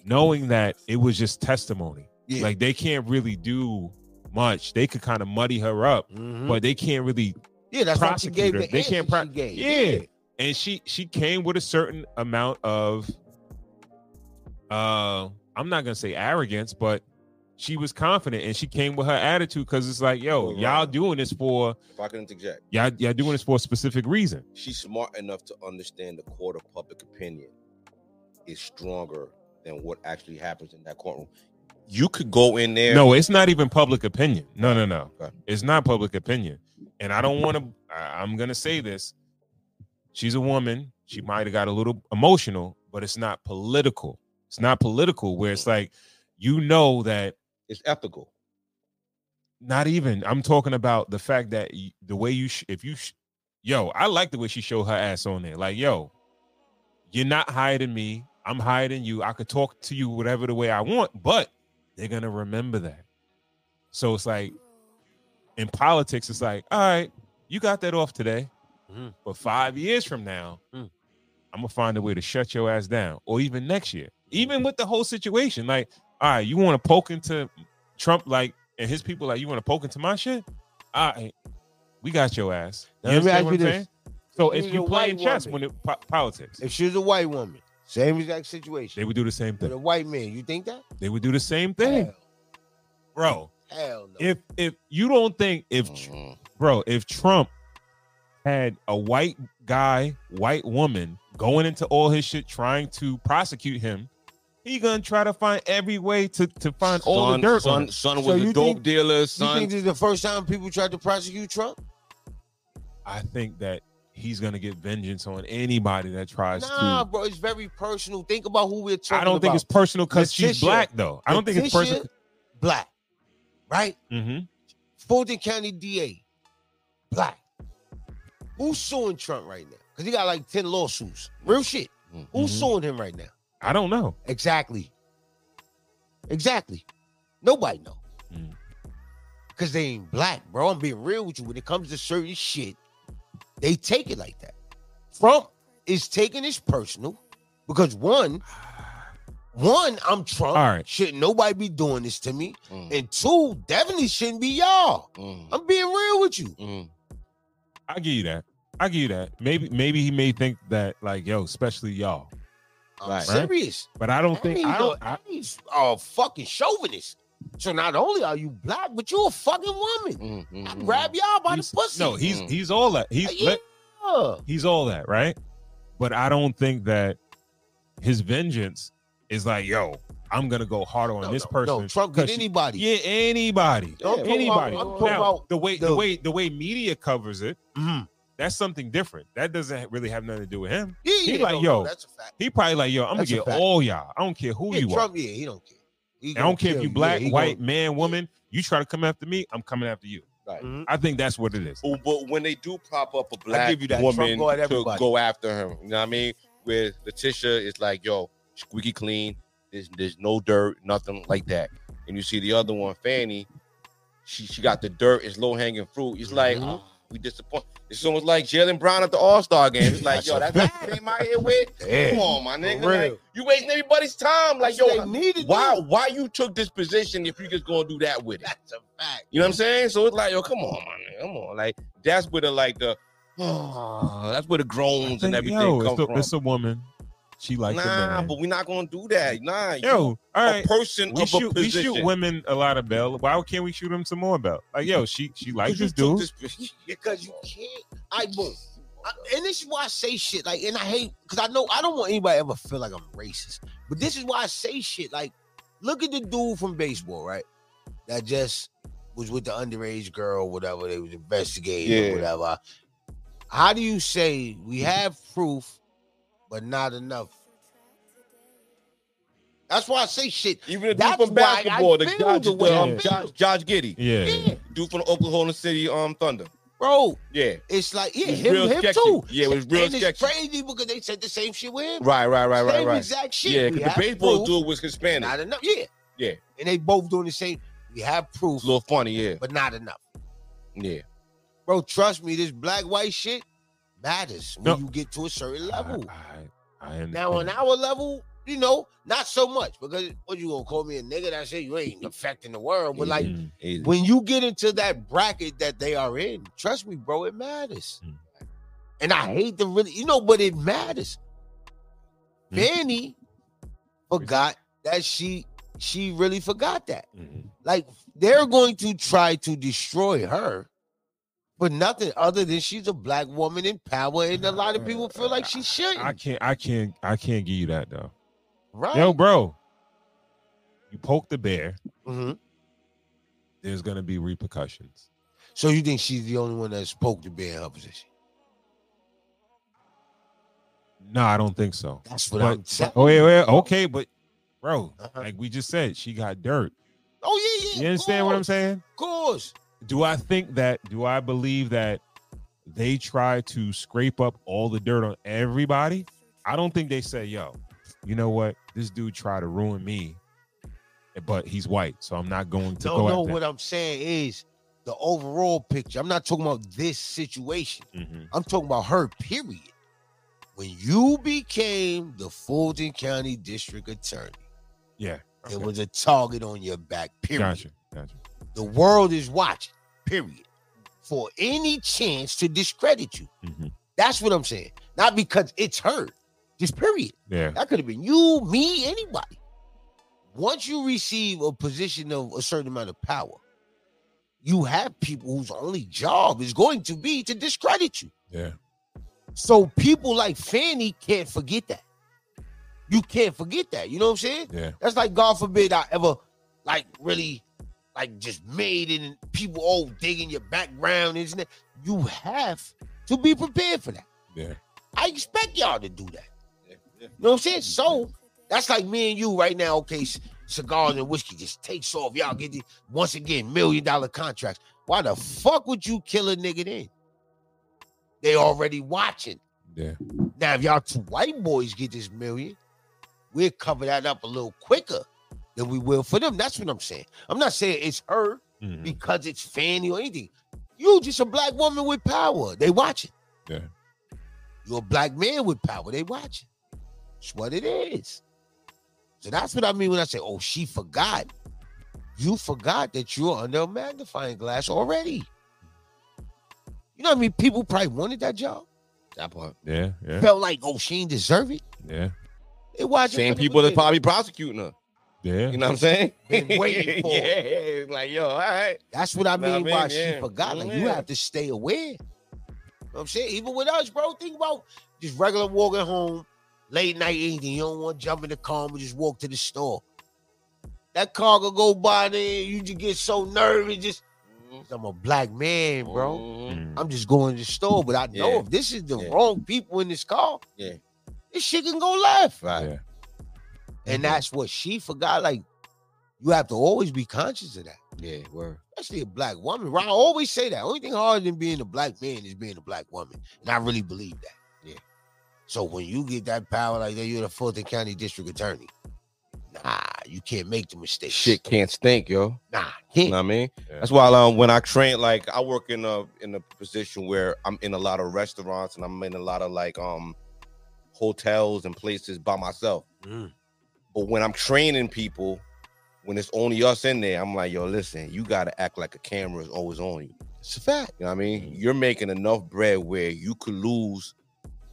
knowing that it was just testimony. Yeah. Like they can't really do much. They could kind of muddy her up, but they can't really Mm-hmm. yeah, that's why she gave prosecutor, the they can't answer pro- she gave. Yeah. And she she came with a certain amount of uh I'm not gonna say arrogance, but she was confident and she came with her attitude because it's like, yo, Right. y'all doing this for If I can interject, y'all y'all doing this for a specific reason. she's smart enough to understand the court of public opinion is stronger than what actually happens in that courtroom. You could go in there. No, it's not even public opinion. No, no, no. Okay. It's not public opinion. And I don't want to, I'm going to say this. She's a woman. She might have got a little emotional, but it's not political. It's not political where it's like, you know, that it's ethical. not even, I'm talking about the fact that y- the way you, sh- if you, sh- yo, I like the way she showed her ass on there. Like, yo, you're not higher than me. I'm higher than you. I could talk to you whatever the way I want, but they're going to remember that. So it's like, in politics, it's like, all right, you got that off today, Mhm. but five years from now, Mm. I'm gonna find a way to shut your ass down, or even next year, Mm. even with the whole situation. Like, all right, you want to poke into Trump, like, and his people, like, you want to poke into my shit? All right, we got your ass. You Now, let me understand ask what you I'm this. saying? So If if she's you a playing white chess woman- when it po- politics, If she was a white woman, same exact they situation would do the same with thing. a white man, you think that? They would do the same thing, bro. Hell, hell no. If if you don't think if Mm. Mhm. bro, if Trump had a white guy, white woman going into all his shit trying to prosecute him, he gonna try to find every way to to find all the Son- dirt on Son, it. son was So a you dope think- dealer. you Son, think this is the first time people tried to prosecute Trump? I think that he's gonna get vengeance on anybody that tries Nah, to. bro, it's very personal. Think about who we're talking about. I don't think it's personal because she's Letitia- black though. I don't think it's Letitia personal. Black, right? hmm Fulton County DA, black. Who's suing Trump right now? Because he got like 10 lawsuits. Real shit. Who's Mhm. suing him right now? I don't know. Exactly. Exactly. Nobody know. Mm. Cause they ain't black, bro. I'm being real with you. When it comes to certain shit, they take it like that. Trump is taking this personal because one, one, I'm Trump. All right. Shouldn't nobody be doing this to me. Mm. And two, definitely shouldn't be y'all. Mm. I'm being real with you. Mm. I give you that. I give you that. Maybe maybe he may think that like yo, especially y'all. I'm Right. serious. But I don't think I don't. I, he's a fucking chauvinist. So not only are you black, but you're a fucking woman. Mm. Mm. I Mm. grab y'all by the he's- pussy. no, he's Mm. he's all that. He's yeah. let- he's all that, right? But I don't think that his vengeance is like, yo, I'm gonna go harder on No, this no, person. No, Trump get 'cause she- anybody. yeah, anybody, I'm talking anybody. about- I'm talking Now, mm-hmm. about the way the, the- way the way media covers it, Mhm. that's something different. That doesn't really have nothing to do with him. Yeah, He yeah, like, no, yo, no, that's a fact. He probably like, yo, I'm That's a gonna get fact. all y'all. I don't care who yeah, you Trump, yeah, he don't care. He are. I don't gonna care if kill you Yeah, black, he gonna- white, man, woman. You try to come after me, I'm coming after you. Right. Mhm. I think that's what it is. But- But when they do prop up a black give you that. woman Trump go at to everybody. go after him, you know what I mean? With Letitia, it's like, yo, squeaky clean. There's, there's no dirt, nothing like that. And you see the other one, Fanny. She she got the dirt. It's low hanging fruit. It's like Mhm. oh, we disappoint. It's almost like Jalen Brown at the All Star game. It's like, yo, that's the team out here with. Yeah. Come on, my For nigga. real. Like, you wasting everybody's time. Like, yo, they needed why him. why you took this position if you just gonna do that with it? That's a fact. You know what I'm saying? So it's like, yo, come on, my nigga, come on. Like that's where the like the oh, that's where the groans and Think, everything yo, come it's, a, from. it's a woman. She likes the nah, man. but we're not gonna do that. Nah, you yo, all a right. person we of a shoot, we position. shoot women a lot of bell. Why can't we shoot them some more bell? Like, yo, she she likes You this took dude. this- Because you can't. I boom. I, and this is why I say shit like, and I hate because I know I don't want anybody ever feel like I'm racist. But this is why I say shit like, look at the dude from baseball, right? That just was with the underage girl, whatever they was investigating, Yeah. or whatever. How do you say we have proof, but not enough? That's why I say shit. Even the dude That's from why I basketball, the feel Dodge, the way the, I um, feel. Josh, Josh Giddy, Yeah. Yeah, dude from the Oklahoma City um Thunder. bro, Yeah, it's like yeah, It's him, real him sketchy. too. Yeah, it was real and it's sketchy. crazy because they said the same shit with him. right, right, right, right, same right. exact shit. Yeah, We because have the baseball proof, dude was Hispanic. Not enough. Yeah. Yeah. And they both doing the same. We have proof, It's a little funny, yeah, but not enough. yeah. Bro, trust me, this black white shit matters when No. you get to a certain level. I, I, I now, on understand. our level, you know, not so much because what you gonna call me a nigga? That shit, you ain't affecting the world. But like Mm. Easy. when you get into that bracket that they are in, trust me, bro, it matters. Mm. And I hate to really, you know, but it matters. Mm. Fanny forgot that she she really forgot that. Mhm. Like they're going to try to destroy her for nothing other than she's a black woman in power, and a lot of people feel like she shouldn't. I can't. I can't. I can't give you that though. right? Yo, bro, you poke the bear. Mhm. There's gonna be repercussions. So you think she's the only one that spoke to be in her position? No, I don't think so. That's what But- I'm saying. Oh yeah, yeah, okay, but bro, Uh-huh. like we just said, she got dirt. Oh yeah, yeah. You understand what I'm course, saying? Of course. Do I think that? Do I believe that they try to scrape up all the dirt on everybody? I don't think they say, "Yo, you know what? This dude tried to ruin me, but he's white, so I'm not going to No, go no. at What that." I'm saying is the overall picture. I'm not talking about this situation. Mhm. I'm talking about her. Period. When you became the Fulton County District Attorney, Yeah, okay. it was a target on your back. Period. gotcha, gotcha. The world is watching. Period. For any chance to discredit you. Mhm. That's what I'm saying. Not because it's her. Just period. Yeah, That could have been you, me, anybody. Once you receive a position of a certain amount of power, you have people whose only job is going to be to discredit you. yeah. So people like Fanny can't forget that. You can't forget that. You know what I'm saying? Yeah. That's like God forbid I ever like really like just made it and people all digging your background, isn't it? You have to be prepared for that. Yeah. I expect y'all to do that. You know what I'm saying? So that's like me and you right now. Okay, c- cigars and whiskey just takes off. Y'all get the once again million dollar contracts. Why the fuck would you kill a nigga then? They already watching. Yeah. Now, if y'all two white boys get this million, we'll cover that up a little quicker than we will for them. That's what I'm saying. I'm not saying it's her Mm. Mhm. because it's Fanny or anything. You just a black woman with power. They watching. Yeah. You're a black man with power. They watching. It's what it is. So that's what I mean when I say, oh, she forgot. You forgot that you're under a magnifying glass already. You know what I mean? People probably wanted that job. That part. Yeah, yeah, Felt like, oh, she ain't deserve it. yeah, They watching. Same people that's probably prosecuting her. yeah. You know what I'm saying? Been waiting for yeah, it. it's like yo, all right. That's what I Nah, mean man, why she yeah. forgot. Like you Yeah. have to stay aware. You know what I'm saying? Even with us, bro, think about just regular walking home, late night eating. You don't want to jump in the car and just walk to the store. That car could go by there, you just get so nervous. Just Mm-hmm. I'm a black man, bro. Mhm. Mhm. I'm just going to the store, but I know Yeah. if this is the Yeah. wrong people in this car, Yeah. this shit can go left. Yeah. Mm-hmm. And that's what she forgot. Like, you have to always be conscious of that. Yeah, word. especially a black woman. Right? I always say that. Only thing harder than being a black man is being a black woman, and I really believe that. Yeah. So when you get that power like that, you're the Fulton County District Attorney. Nah, you can't make the mistake. Shit can't stink, yo. Nah, You can't. know what I mean? Yeah. That's why um, when I train, like I work in a in a position where I'm in a lot of restaurants and I'm in a lot of like um hotels and places by myself. Mm. But when I'm training people, when it's only us in there, I'm like, yo, listen, you gotta act like a camera is always on you. It's a fact. You know what I mean? You're making enough bread where you could lose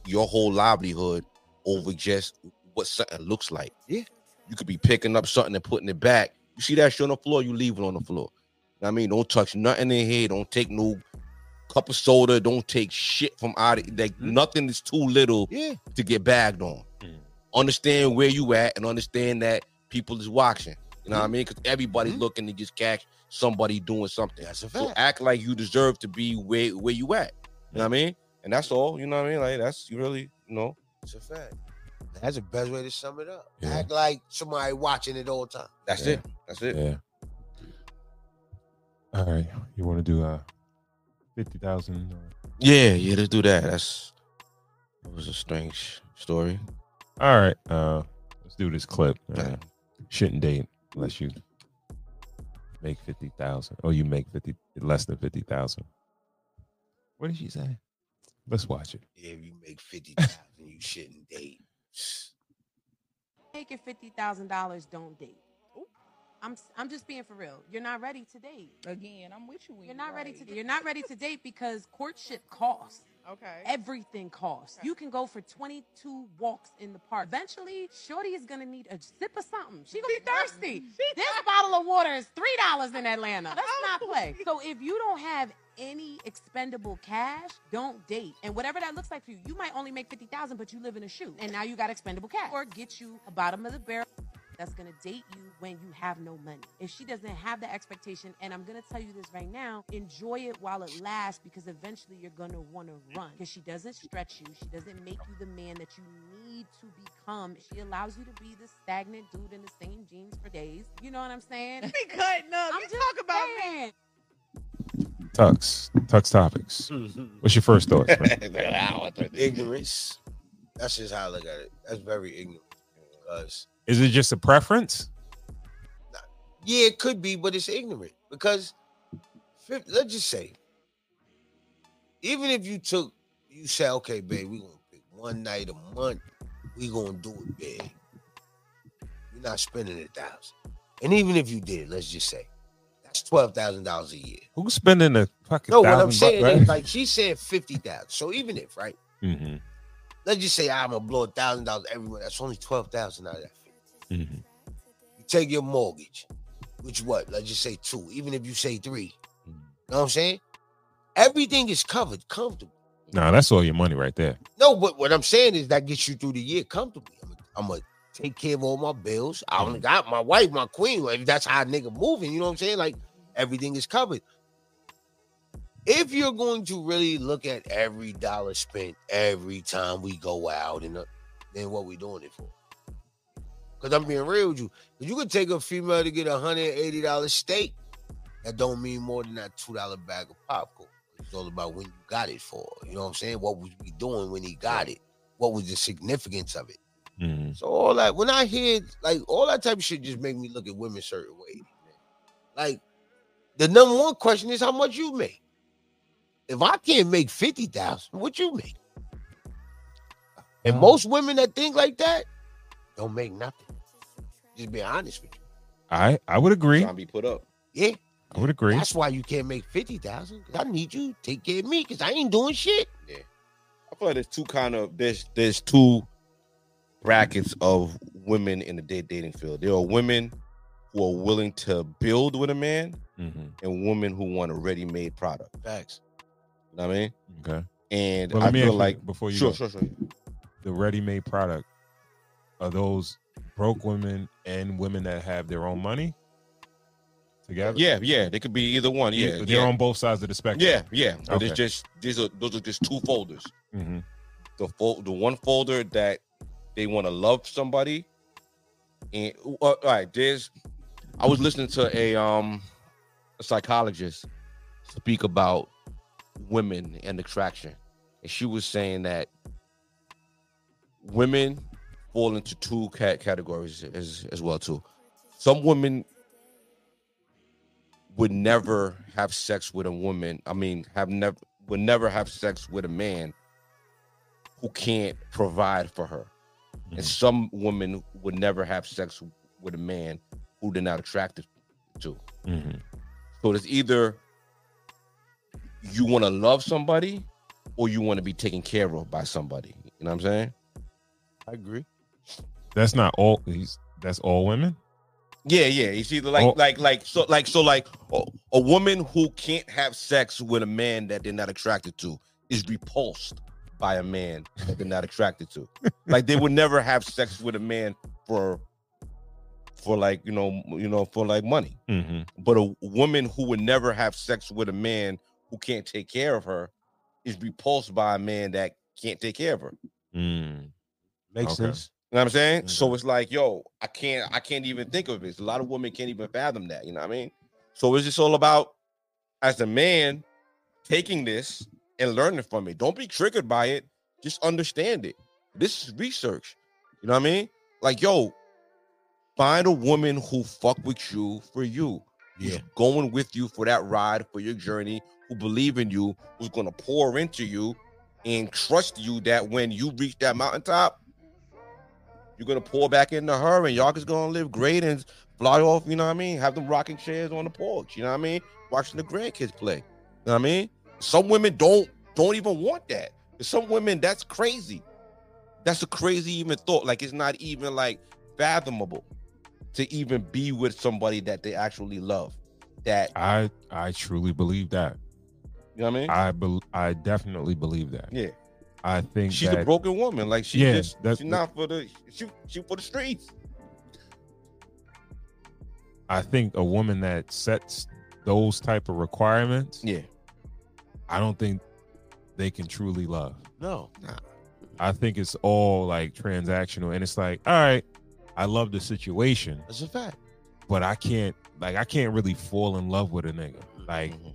your whole livelihood over just what something looks like. Yeah. You could be picking up something and putting it back. You see that shit on the floor, you leave it on the floor. You know what I mean? Don't touch nothing in here. Don't take no cup of soda. Don't take shit from out of like nothing is too little Mm-hmm. Yeah. to get bagged on. Mm. Understand where you at and understand that people is watching. You know Mm-hmm. what I mean? Because everybody's Mhm. looking to just catch somebody doing something. That's a So fact. act like you deserve to be where where you at. You know what I mean? And that's all. You know what I mean? Like that's you really, you know. It's a fact. That's the best way to sum it up. Yeah. Act like somebody watching it all the time. That's Yeah. it. That's it. Yeah. All right. You want to do uh fifty thousand? Yeah, yeah. Let's do that. That's that was a strange story. All right. Uh, let's do this clip. Uh, Yeah. shouldn't date unless you make fifty thousand, or you make fifty less than fifty thousand. What did she say? Let's watch it. If you make fifty thousand, you shouldn't date. Make it fifty thousand dollars. Don't date. I'm s- I'm just being for real. You're not ready to date. Again, I'm with you. when You're you not ready right. to. You're not ready to date because courtship costs. Okay. Everything costs. You can go for 22 walks in the park. Eventually, Shorty is gonna need a sip of something. She gonna be thirsty. this bottle of water is three dollars in Atlanta. Let's Oh, not play. So if you don't have any expendable cash, don't date. And whatever that looks like for you, you might only make fifty thousand, but you live in a shoe, and now you got expendable cash, or get you a bottom of the barrel that's going to date you when you have no money. If she doesn't have that expectation, and I'm going to tell you this right now, enjoy it while it lasts because eventually you're going to want to run because she doesn't stretch you. She doesn't make you the man that you need to become. She allows you to be the stagnant dude in the same jeans for days. You know what I'm saying? Be cutting up. I'm You just talk about me. saying. Tux, Tux topics. What's your first thoughts? man? ignorance. That's just how I look at it. That's very ignorant. Because Is it just a preference? yeah, it could be, but it's ignorant because fif- let's just say, even if you took, you say, okay, babe, we gonna pick one night a month, we gonna do it big. You're not spending a thousand, and even if you did, let's just say, that's twelve thousand dollars a year. Who's spending the fucking No, what thousand I'm saying bucks, is, right? like she said, fifty thousand. So even if, right, Mhm, let's just say I'm gonna blow a thousand dollars everywhere. That's only twelve thousand out of that. mhm, You take your mortgage, which what? Let's just say two, even if you say three. You know what I'm saying? Everything is covered comfortable. Nah, that's all your money right there. No, but what I'm saying is that gets you through the year comfortably. I'm gonna take care of all my bills. I only got my wife, my queen. Like, that's how a nigga moving. You know what I'm saying? Like everything is covered. If you're going to really look at every dollar spent every time we go out, and uh, then what we doing it for? Because I'm being real with you. 'Cause You could take a female to get a hundred eighty dollar steak. That don't mean more than that two dollar bag of popcorn. It's all about when you got it for. You know what I'm saying? What was we doing when he got it? What was the significance of it? Mhm. So all that when I hear like all that type of shit just make me look at women certain ways. man. Like the number one question is how much you make. If I can't make fifty thousand, what you make? And most women that think like that don't make nothing. Just be honest with I I would agree. Trying to be put up. you. Yeah. I would agree. That's why you can't make fifty thousand. I need you to take care of me because I ain't doing shit. I feel like there's two kind of there's there's two brackets of women in the da- dating field. There are women who are willing to build with a man, Mhm, and women who want a ready-made product. Facts. You know what I mean? Okay. And Well, I let me ask feel you like before you sure, go. sure, sure. the ready-made product are those broke women and women that have their own money together. Yeah, yeah. They could be either one. Yeah, they're yeah, on both sides of the spectrum. yeah, yeah. But Okay. it's just these are those are just two folders. Mhm. the fol- the one folder that they want to love somebody. And uh, all right, there's I was listening to a um a psychologist speak about women and attraction, and she was saying that women fall into two cat categories as as well too. Some women would never have sex with a woman. I mean, have never would never have sex with a man who can't provide for her. Mhm. Mm-hmm. And some women would never have sex with a man who they're not attracted to. Mhm. So it's either you want to love somebody or you want to be taken care of by somebody. You know what I'm saying? I agree. That's not all. He's, that's all women. Yeah, yeah. It's either like, Oh. like, like, so, like, so, like, a, a woman who can't have sex with a man that they're not attracted to is repulsed by a man that they're not attracted to. like, they would never have sex with a man for, for like, you know, m- you know, for like money. Mm-hmm. But a woman who would never have sex with a man who can't take care of her is repulsed by a man that can't take care of her. Mm. Makes Okay. sense. You know what I'm saying? Okay. So it's like, yo, I can't, I can't even think of it. A lot of women can't even fathom that. You know what I mean? So it's just all about, as a man, taking this and learning from it. Don't be triggered by it. Just understand it. This is research. You know what I mean? Like, yo, find a woman who fuck with you for you. Who's Yeah. going with you for that ride, for your journey, who believe in you, who's gonna pour into you and trust you that when you reach that mountaintop, you're gonna pour back into her and y'all is gonna live great and fly off, you know what I mean? Have them rocking chairs on the porch, you know what I mean? Watching the grandkids play. You know what I mean? Some women don't don't even want that. To some women, that's crazy. That's a crazy even thought. Like it's not even like fathomable to even be with somebody that they actually love. That I I truly believe that. you know what I mean? I bel I definitely believe that. yeah. I think She's that a broken woman. Like she Yeah, just that's- she's not for the she she for the streets. I think a woman that sets those type of requirements, Yeah. I don't think they can truly love. No. I think it's all like transactional, and it's like, all right, I love the situation, That's a fact. but I can't like I can't really fall in love with a nigga. Like, Mhm.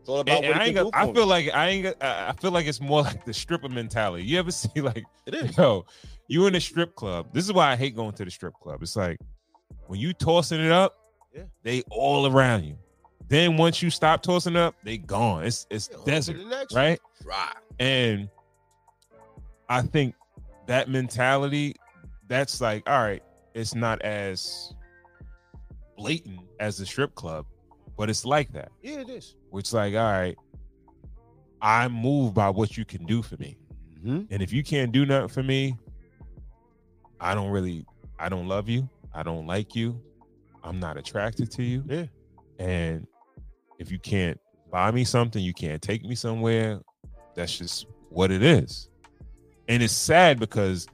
It's all Mm-hmm. about and- and what it I, ain't can got- do I for feel you. like I ain't. got- I I feel like it's more like the stripper mentality. You ever see like it is. yo, you in a strip club. This is why I hate going to the strip club. It's like when you tossing it up, Yeah. they all around you. Then once you stop tossing up, they gone. It's it's Yeah, on to desert, the next right? Right. And I think that mentality, that's like, all right, it's not as blatant as the strip club, but it's like that. Yeah, it is. Which like, all right, I'm moved by what you can do for me. Mm-hmm. mm-hmm. And if you can't do nothing for me, I don't really, I don't love you. I don't like you. I'm not attracted to you. Yeah. And if you can't buy me something, you can't take me somewhere. That's just what it is. And it's sad because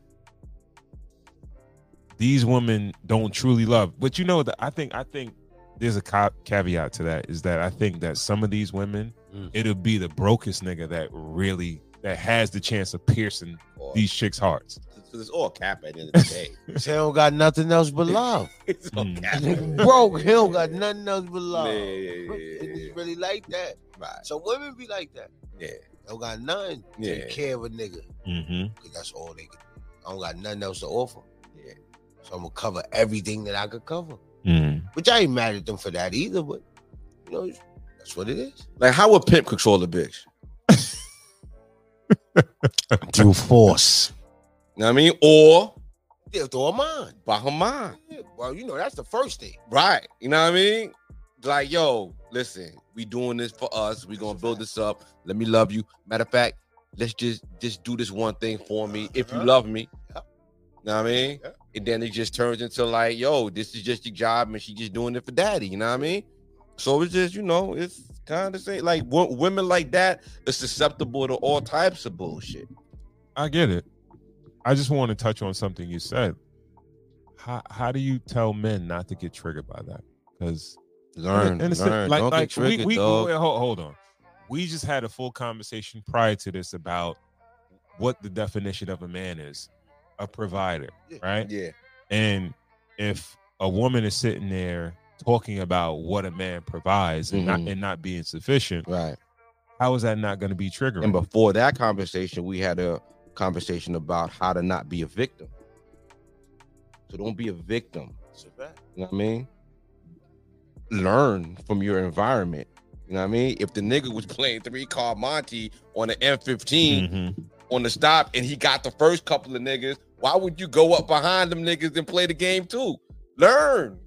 these women don't truly love. But you know, the, I think I think there's a ca- caveat to that is that I think that some of these women, Mm. it'll be the brokest nigga that really that has the chance of piercing Or- these chicks' hearts. Because it's all cap at the end of the day. He don't got nothing else but love. It's all Mm. cap. Broke, he don't got nothing else but love. Yeah, yeah, yeah, yeah, Niggas yeah. really like that. Right. So women be like that. Yeah. Don't got nothing. Yeah. Take care of a nigga. Mm-hmm. Cause that's all they get. I don't got nothing else to offer. Yeah. So I'm gonna cover everything that I could cover. Mm-hmm. Mm. Which I ain't mad at them for that either, but you know, that's what it is. Like, how would pimp control the bitch? Through force. You know what I mean? Or Yeah, throw a mind. by her mind. Yeah, well, you know, that's the first thing. Right. You know what I mean? Like, yo, listen, we doing this for us. We gonna build this up. Let me love you. Matter of fact, let's just just do this one thing for me. If you Uh-huh. love me, Yep. know what I mean? Yep. And then it just turns into like, yo, this is just your job, and she just doing it for daddy. You know what I mean? So it's just, you know, it's kind of say like wo- women like that is susceptible to all types of bullshit. I get it. I just want to touch on something you said. How how do you tell men not to get triggered by that? Because Learn, learn. like Don't like get triggered, we, we dog. wait, hold, hold on. We just had a full conversation prior to this about what the definition of a man is, a provider, Yeah. right? Yeah. And if a woman is sitting there talking about what a man provides and not Mhm. and not being sufficient, Right. how is that not going to be triggering? And before that conversation, we had a conversation about how to not be a victim. So don't be a victim. You know what I mean? Learn from your environment. You know what I mean? If the nigga was playing three car Monty on the M15 Mhm. on the stop and he got the first couple of niggas, why would you go up behind them niggas and play the game too? Learn.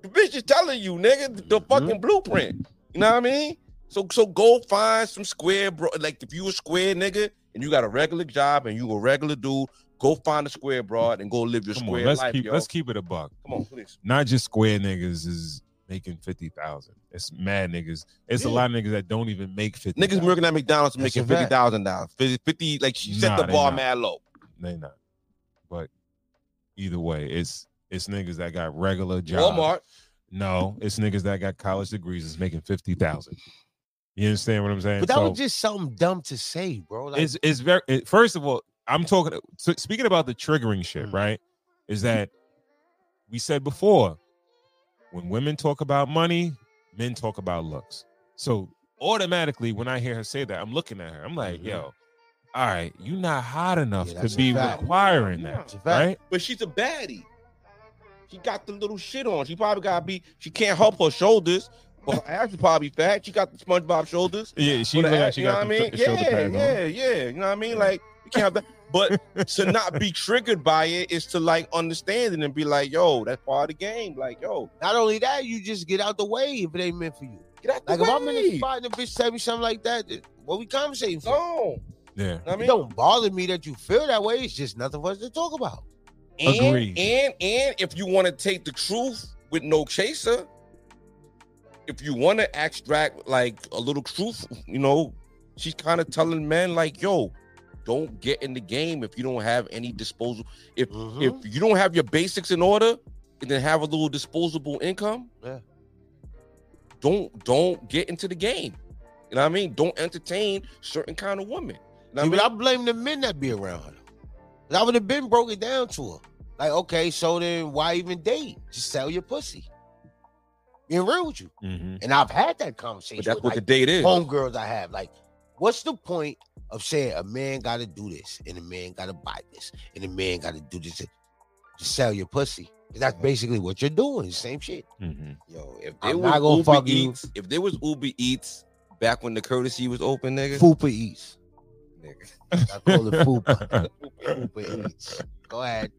The bitch is telling you, nigga, the Mm-hmm. fucking blueprint. You know what I mean? So so go find some square bro. Like if you a square nigga and you got a regular job and you a regular dude, go find a square broad and go live your Come square on, let's life, keep yo. let's keep it a buck. Come on, please. Not just square niggas is making fifty thousand. It's mad niggas. It's a Yeah. lot of niggas that don't even make fifty. Niggas working at McDonald's That's making a fact. fifty thousand dollars. Fifty, 50 like she set Nah, the they bar not. mad low. They not. But either way, it's it's niggas that got regular jobs. Walmart. No, it's niggas that got college degrees is making fifty thousand. You understand what I'm saying? But that So- was just something dumb to say, bro. Like, it's it's very it- first of all i'm talking so speaking about the triggering shit Mm. right is that we said before when women talk about money men talk about looks so automatically when i hear her say that i'm looking at her i'm like Mhm. yo all right you not hot enough Yeah, that's to a be fact. requiring Yeah, that it's a fact. right But she's a baddie. She got the little shit on. She probably gotta be. She can't help her shoulders. But her ass is probably fat. She got the SpongeBob shoulders. yeah she Or the look like ass, she you know got what I mean? the yeah, shoulder pads yeah, yeah. You know what I mean? Like you can't have that. But to not be triggered by it is to like understand it and be like, yo, that's part of the game. Like, yo, not only that, you just get out the way if it ain't meant for you. get out the Like way. if I'm in a spot and a bitch tell me something like that, then what we conversating for? No. Yeah. I mean, it don't bother me that you feel that way. It's just nothing for us to talk about. and, Agreed. and and if you want to take the truth with no chaser, if you want to extract like a little truth, you know, she's kind of telling men like, yo, don't get in the game if you don't have any disposal. If Mm-hmm. if you don't have your basics in order and then have a little disposable income, Yeah. don't don't get into the game. You know what I mean? Don't entertain certain kind of women. You know I what mean, I I mean? blame the men that be around her. 'Cause I would have been broken down to her. Like, okay, so then why even date? Just sell your pussy. Being real with you. Mm-hmm. And I've had that conversation. But that's with, what like, the date is. homegirls I have. Like, what's the point of saying a man got to do this and a man got to buy this and a man got to do this? Just sell your pussy. 'Cause That's basically what you're doing. It's the Same shit. Mm-hmm. Yo, if I'm there not gonna was fuck Uber you. Eats, if there was Uber Eats back when the courtesy was open, nigga, Fupa Eats. nigga. I call it Fupa. Fupa Eats. Go ahead.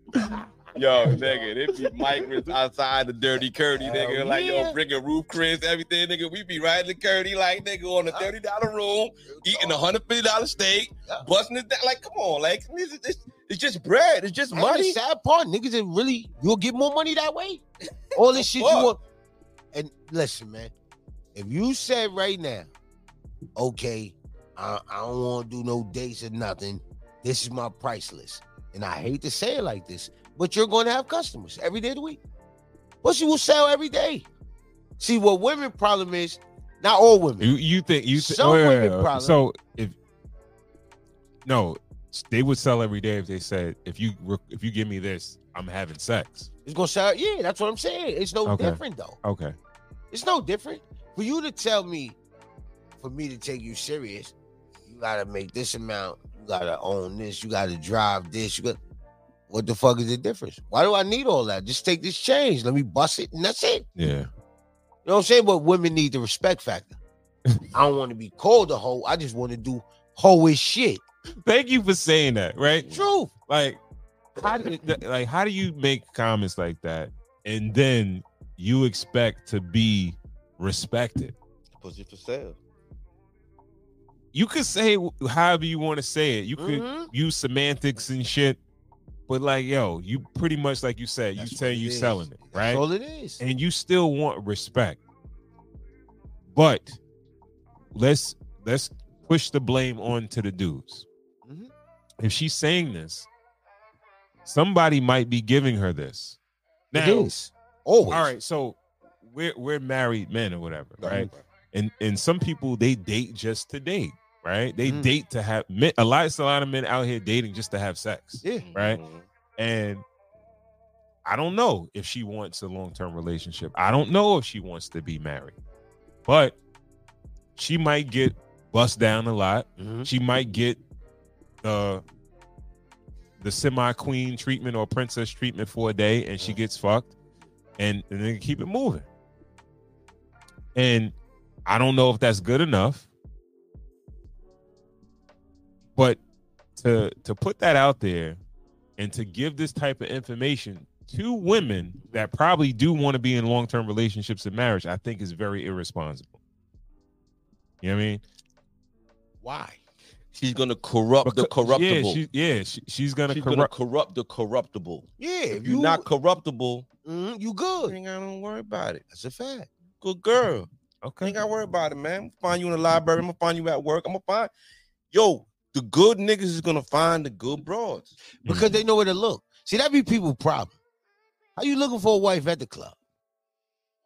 Yo, nigga, it be migrants outside the dirty curdy, nigga. Hell like, yeah. yo, bring a roof, Chris, everything, nigga. We be riding the curdy, like, nigga, on a thirty dollar room, eating a hundred fifty dollar steak, Yeah. busting it down. Like, come on, like, it's, it's- it's just bread, it's just money. money. sad part, niggas, it really you'll get more money that way. All this shit you Fuck. want. And listen, man, if you said right now, okay, I, I don't want to do no dates or nothing. This is my price list, and I hate to say it like this, but you're going to have customers every day of the week. Pussy will sell every day. See what women problem is? Not all women. You you think oh, you th- Some wait, wait, women wait. probably- so if no, they would sell every day if they said if you re- if you give me this, I'm having sex. It's gonna sell. Yeah, that's what I'm saying. It's no Okay. different though. Okay. It's no different. For you to tell me, for me to take you serious, you gotta make this amount, you gotta own this, you gotta drive this, you got what the fuck is the difference? Why do I need all that? Just take this change. Let me bust it and that's it. Yeah. You know what I'm saying? But women need the respect factor. I don't want to be called a hoe. I just want to do hoish shit. Thank you for saying that. Right. Truth. Like, how do, like how do you make comments like that and then you expect to be respected? Pussy for sale. You could say it however you want to say it. You could Mhm. use semantics and shit, but like, yo, you pretty much like you said, That's you tell what it you is. selling it, right? That's all it is. and you still want respect. But let's let's push the blame on to the dudes. Mhm. If she's saying this, somebody might be giving her this. Now, it is. Always. all right, so we're we're married men or whatever, No, right? And and some people they date just to date, right? They Mhm. date to have men, a lot it's a lot of men out here dating just to have sex. Yeah. Right? And I don't know if she wants a long term relationship. I don't know if she wants to be married, but she might get bust down a lot. Mhm. She might get uh, the semi queen treatment or princess treatment for a day and she gets fucked and, and then keep it moving. And I don't know if that's good enough, but to to put that out there and to give this type of information to women that probably do want to be in long-term relationships and marriage, I think is very irresponsible. You know what I mean? Why? She's gonna corrupt the Because- corruptible. Yeah, she, yeah she, she's gonna she's gonna corrupt. corrupt the corruptible. Yeah, If you're not corruptible, Mhm, you you good. ain't gotta worry about it. That's a fact. Good girl. okay. Ain't gotta worry about it, man. I'm gonna find you in the library. I'm gonna find you at work. I'm gonna find yo. The good niggas is gonna find the good broads. because Mm-hmm. they know where to look. See, that be people problem. How you looking for a wife at the club?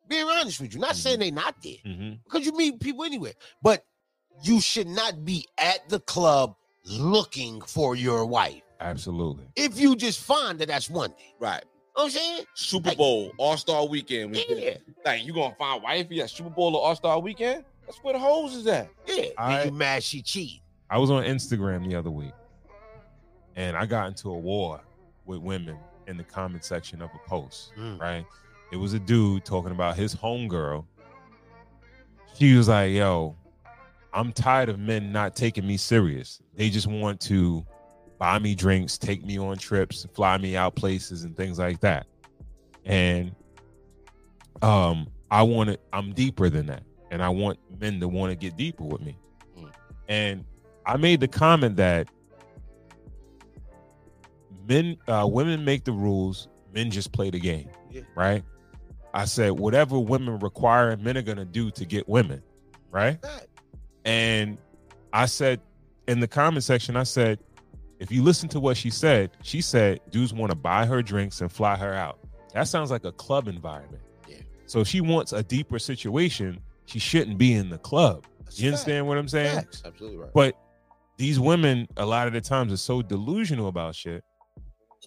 Being honest with you, not saying they not there Mhm. because you meet people anywhere, but you should not be at the club looking for your wife. Absolutely. If you just find that that's one thing, Right. you know what I'm saying, Super Bowl, All Star Weekend. we did. yeah, Like, you gonna find wifey at Super Bowl or All Star Weekend? That's where the hoes is at. yeah. I- and you mad she cheat? I was on Instagram the other week, and I got into a war with women in the comment section of a post. Mm. Right? It was a dude talking about his homegirl. She was like, "Yo, I'm tired of men not taking me serious. They just want to buy me drinks, take me on trips, fly me out places, and things like that. And um, I want to. I'm deeper than that, and I want men to want to get deeper with me. And I made the comment that men, uh, women make the rules, men just play the game, Yeah. right? I said whatever women require, men are gonna do to get women, right? Right. And I said in the comment section, I said, if you listen to what she said, she said dudes want to buy her drinks and fly her out. That sounds like a club environment. Yeah. So if she wants a deeper situation, she shouldn't be in the club. That's You a fact. understand what I'm saying? Facts. Absolutely right. But these women, a lot of the times, are so delusional about shit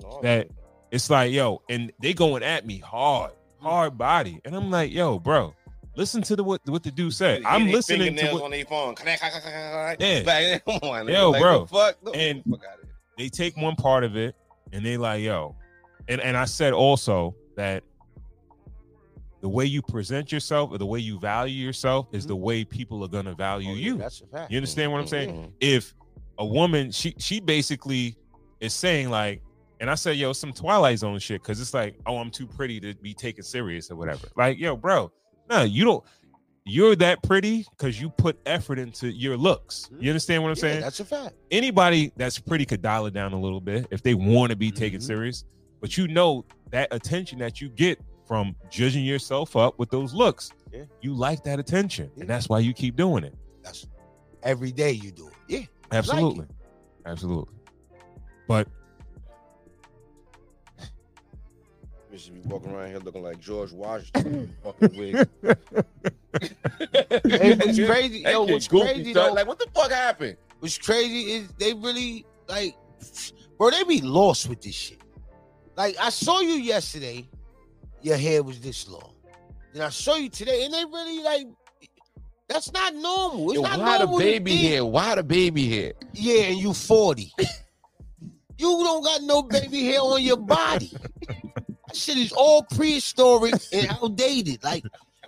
Oh, that it's like, yo, and they going at me hard, hard body, and I'm like, yo, bro, listen to the what what the dude said. They- I'm they listening to fingernails what on their phone. Yeah. Yeah. Back, come on, Yo, like, bro. the Fuck, Look, And- fuck outta here. they take one part of it, and they like, yo, and and I said also that the way you present yourself or the way you value yourself is the way people are gonna value Mm-hmm. Oh, Oh, yeah, you. That's a fact. You understand what I'm Mm-hmm. saying? Mhm. if a woman she she basically is saying like and I said, yo, some Twilight Zone shit, because it's like, oh, I'm too pretty to be taken serious or whatever. Like, yo, bro, no, you don't. You're that pretty because you put effort into your looks. You understand what I'm Mm-hmm. Yeah, saying? That's a fact. Anybody that's pretty could dial it down a little bit if they want to be taken Mhm. serious. But you know that attention that you get from judging yourself up with those looks, Yeah. you like that attention, Yeah. and that's why you keep doing it. That's every day you do it. Yeah. Absolutely. Absolutely. But We should be walking around here looking like George Washington. fucking wig. Hey, what's crazy? That Yo, kid what's goofy, crazy son. though? Like, what the fuck happened? What's crazy is they really like, bro. They be lost with this shit. Like I saw you yesterday, your hair was this long. Then I saw you today, and they really like. That's not normal. It's Yo, not why the normal to baby think- here? Why the baby here? Yeah, and you forty. you don't got no baby hair on your body. that shit is all prehistoric and outdated. Like,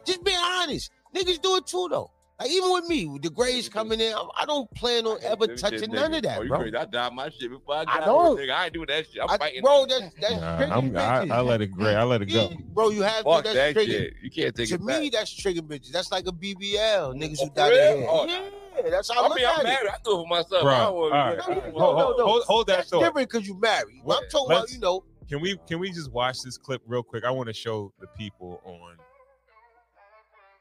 just be honest. Niggas do it too though. Like even with me, with the grades coming in, I, I don't plan on ever Them touching shit, none nigga. of that, oh, you bro. Crazy. I dyed my shit before I I got know. Nigga, I ain't doing that shit. I'm I- fighting. bro, that's that's nah, trigger I'm, I, bitches. I let it gray. I let it go. Yeah, bro, you have fuck to. that That's trigger. shit. You can't take To it back. me, that's trigger bitches. That's like a BBL. Niggas Oh, who for dye their real? hair. Oh, yeah, that's how I, I look mean, at I'm it. married. I do it for myself. Bro, I don't want all right. No, to no, be Hold- no, no. hold- hold- hold that That's thought. different because you married. But I'm talking about Let's- you know. Can we can we just watch this clip real quick? I want to show the people on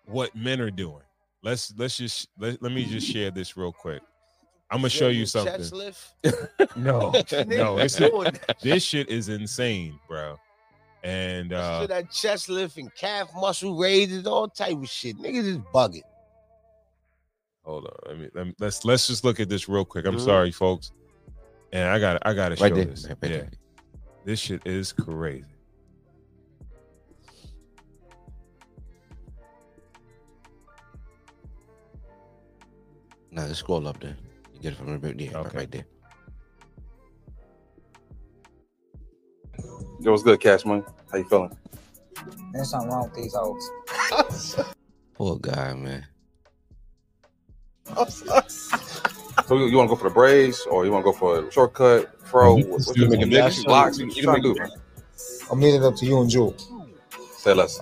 what men are doing. Let's let's just let, let me just share this real quick. I'm gonna show you something. Chest lift. No, no, Niggas it's doing that. this shit is insane, bro. And Listen uh to that chest lift and calf muscle raises, all type of shit. Niggas is bugging. hold on, let me, let me let's let's just look at this real quick. I'm sorry, folks. And I got to I gotta show Right there. this. Right yeah, there. this shit is crazy. Nah, just scroll up there. You get it from the bit- yeah, Okay. right there. It was good, Cash Money. How you feeling? There's something wrong with these hoes. Poor guy, man. So you, you want to go for the braids or you want to go for a shortcut, fro? Mhm. What, what, Let's you do thinking, it. Niggas, blocks? What you trying to do, man? I'm leaving it up to you and Jewel. Say less.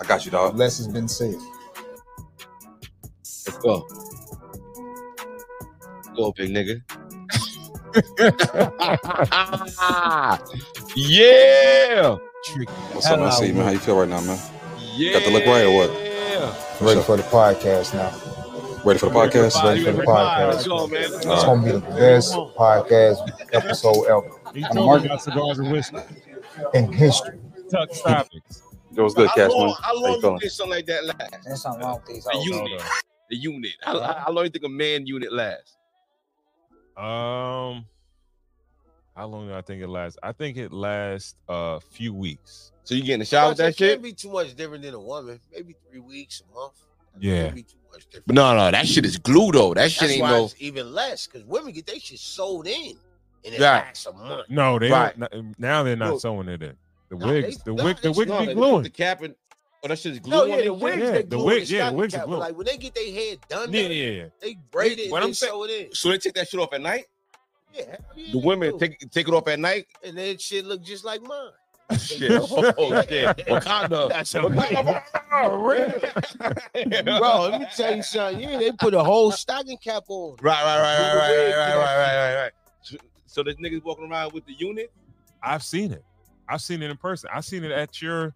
I got you, dog. Less has been said. Let's go. Go, big nigga. Yeah, What's up, man? Hello. See, man. How you feel right now, man? yeah. Got the look right or what? Ready for the podcast now. Ready for the podcast? Ready for the podcast. Let's go, man. Let's It's gonna be the best podcast episode ever He On the told me market. about cigars and whiskey. in history. Tuck topics. It was good, How Cash Money. long, how How you long you feeling? did something like that last? There's something wrong with these A hoes. Hold unit. A unit. How, how long you think a man unit lasts? on. Um, how long do I think it lasts? I think it lasts a few weeks. So you get in the shower with that It can't shit? be too much different than a woman. Maybe three weeks, a month. Yeah. Can't be too much different. But no, no, that shit is glue though. That shit That's ain't why no. it's even less because women get they shit sold in and it Right. lasts a month. No, they Right. don't, n- now they're not Look. sewing it in. The Nah, wigs, they- the nah, wig, the it's wig No, be they put gluing. The cap and oh, that shit is glue. No, on yeah, that the shit? wigs, yeah, they the glue wig- it, yeah, the stop wigs cap, are but, glue. Like when they get their hair done, Yeah, they- yeah, yeah. they braid it. What and I'm they saying- sew it in. So they take that shit off at night. Yeah, hell yeah, The they women do. take take it off at night. and that shit look just like mine. Shit. Oh, shit. Wakanda. That's Wakanda. Bro, let me tell you something. Yeah, they put a whole stocking cap on. Right, right, right, right, right, right, right, right, right, right. So, so this niggas walking around with the unit. I've seen it. I've seen it in person. I've seen it at your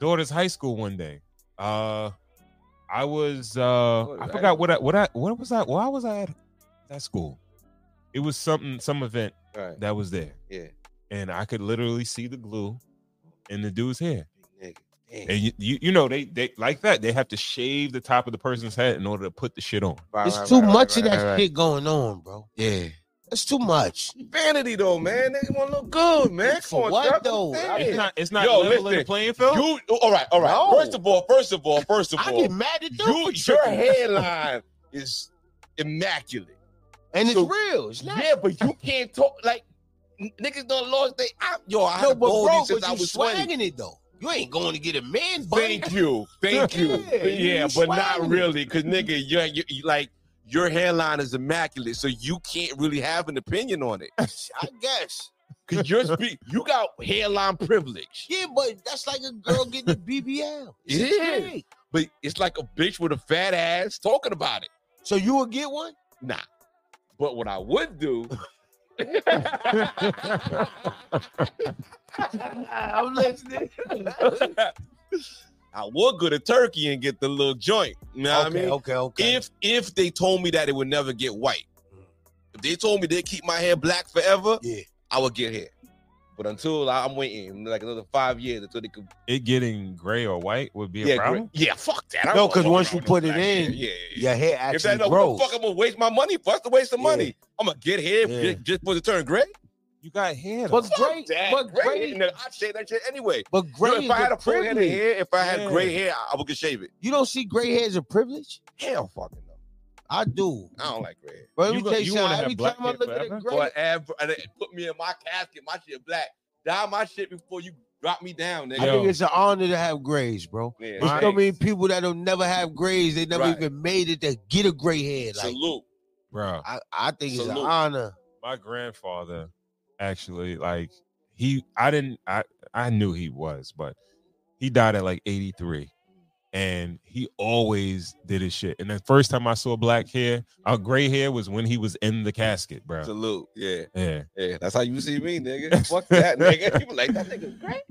daughter's high school one day. Uh I was Oh, uh I forgot what I what I what was I why was I at that school? It was something some event Right. that was there. Yeah. And I could literally see the glue in the dude's hair. Nigga, damn. And you, you you know they they like that they have to shave the top of the person's head in order to put the shit on. Right, There's right, too right, much right, of right, that right. shit going on, bro. Yeah. That's too much. Vanity though, man. They want to look good, man. Come For on, what, Chuck. though? Hey. I It's not it's not Yo, level in the listen. playing field. You all right? All right. No. First of all, first of all, first of I all, get mad at them. you, your hairline is immaculate. and it's so- real. It's not. Yeah, but you can't talk like n- niggas don't lost they. I, yo, I had no, a but balding bro, since but I you was twenty. swagging it though. You ain't going to get a man bun. Thank you, thank you. Yeah, Yeah, you but not swagging. really, cause nigga, you're, you you- like your hairline is immaculate, so you can't really have an opinion on it. I guess. Cause you're speak, you got hairline privilege. Yeah, but that's like a girl getting a BBL. It It's is. great. But it's like a bitch with a fat ass talking about it. So you will get one? Nah. But what I would do. I'm listening. I would go to Turkey and get the little joint. You know what I okay, mean? okay, okay. If if they told me that it would never get white, if they told me they keep my hair black forever, Yeah. I would get hair. But until I- I'm waiting like another five years until they could, It getting gray or white would be a yeah, problem. great. yeah, fuck that. I No, don't 'cause walk once around you with put no it black hair. in, yeah, yeah, yeah. your hair If actually that don't grows. fuck, I'm gonna waste my money. Fuck to waste the Yeah. money. I'm gonna get hair Yeah. just, just for the turn gray. You got hair. But Fuck great, that. but Gray great, hair. No, I'd shave that shit anyway. but You know, great. if I is had a a full head of privilege. hair, if I had Yeah. gray hair, I I would get shave it. You don't see gray hair as a privilege? Hell fucking no. I do. I don't like gray hair. But let You me go- tell you, you wanna something. have Every black time I hair look at forever? a gray, Forever. And they put me in my casket, my shit black. Dye my shit before you drop me down, I Yo. nigga. think it's an honor to have grays, bro. Yeah, There's so thanks. many people that don't never have grays. They never Right. even made it to get a gray hair. Like Salute. bro. I, I think it's an Salute. honor. my grandfather actually like he i didn't i i knew he was but he died at like 83 and he always did his shit and the first time i saw black hair our gray hair was when he was in the casket bro Salute. Yeah. yeah Yeah. That's how you see me, nigga. Fuck that, nigga. People like that nigga great.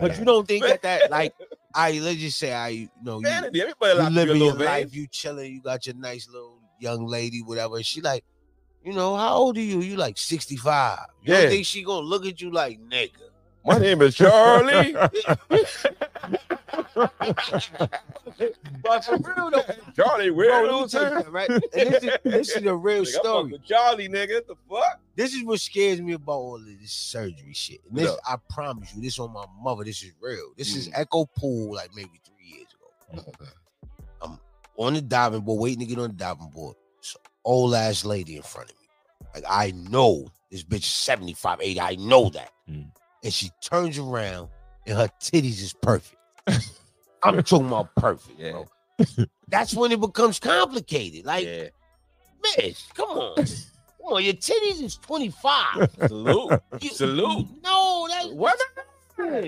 But you don't think that that like I let's just say I you know you, Vanity. Everybody you like you a living your little vain. life, you chilling, you got your nice little young lady, whatever. She like, you know, how old are you? You like sixty five. You Yeah. don't think she gonna look at you like nigga? My name is Charlie. But for real though, Charlie, bro, where let me tell you something, right? And this is this is a real story. Charlie, nigga. The fuck? This is what scares me about all of this surgery shit. And this, What I promise you, this on my mother. This is real. This is Echo Pool, like maybe three years ago. I'm on the diving board, waiting to get on the diving board. This old ass lady in front of me. Like I know this bitch is 75, 80. I know that. Mm. And she turns around and her titties is perfect. I'm talking about perfect, Yeah. bro. That's when it becomes complicated. Like, Yeah. bitch, come on. Come on, your titties is 25. Salute. You- Salute. No, that's What?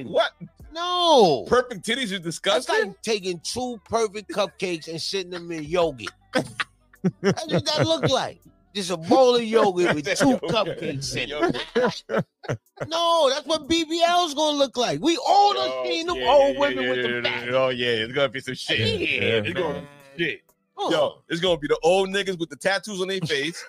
What? no. Perfect titties is That's disgusting. like taking two perfect cupcakes and sitting them in yogurt. That's what that look like. Just a bowl of yogurt with two Yogurt. cupcakes in Yogurt. it. no, that's what BBL's gonna look like. We Oh, all done seen them yeah, old yeah, women yeah, with yeah, the yeah, back. yeah. Oh yeah, it's gonna be some shit. Yeah, Yeah, it's man. gonna be some shit. Come on. Yo, it's gonna be the old niggas with the tattoos on their face.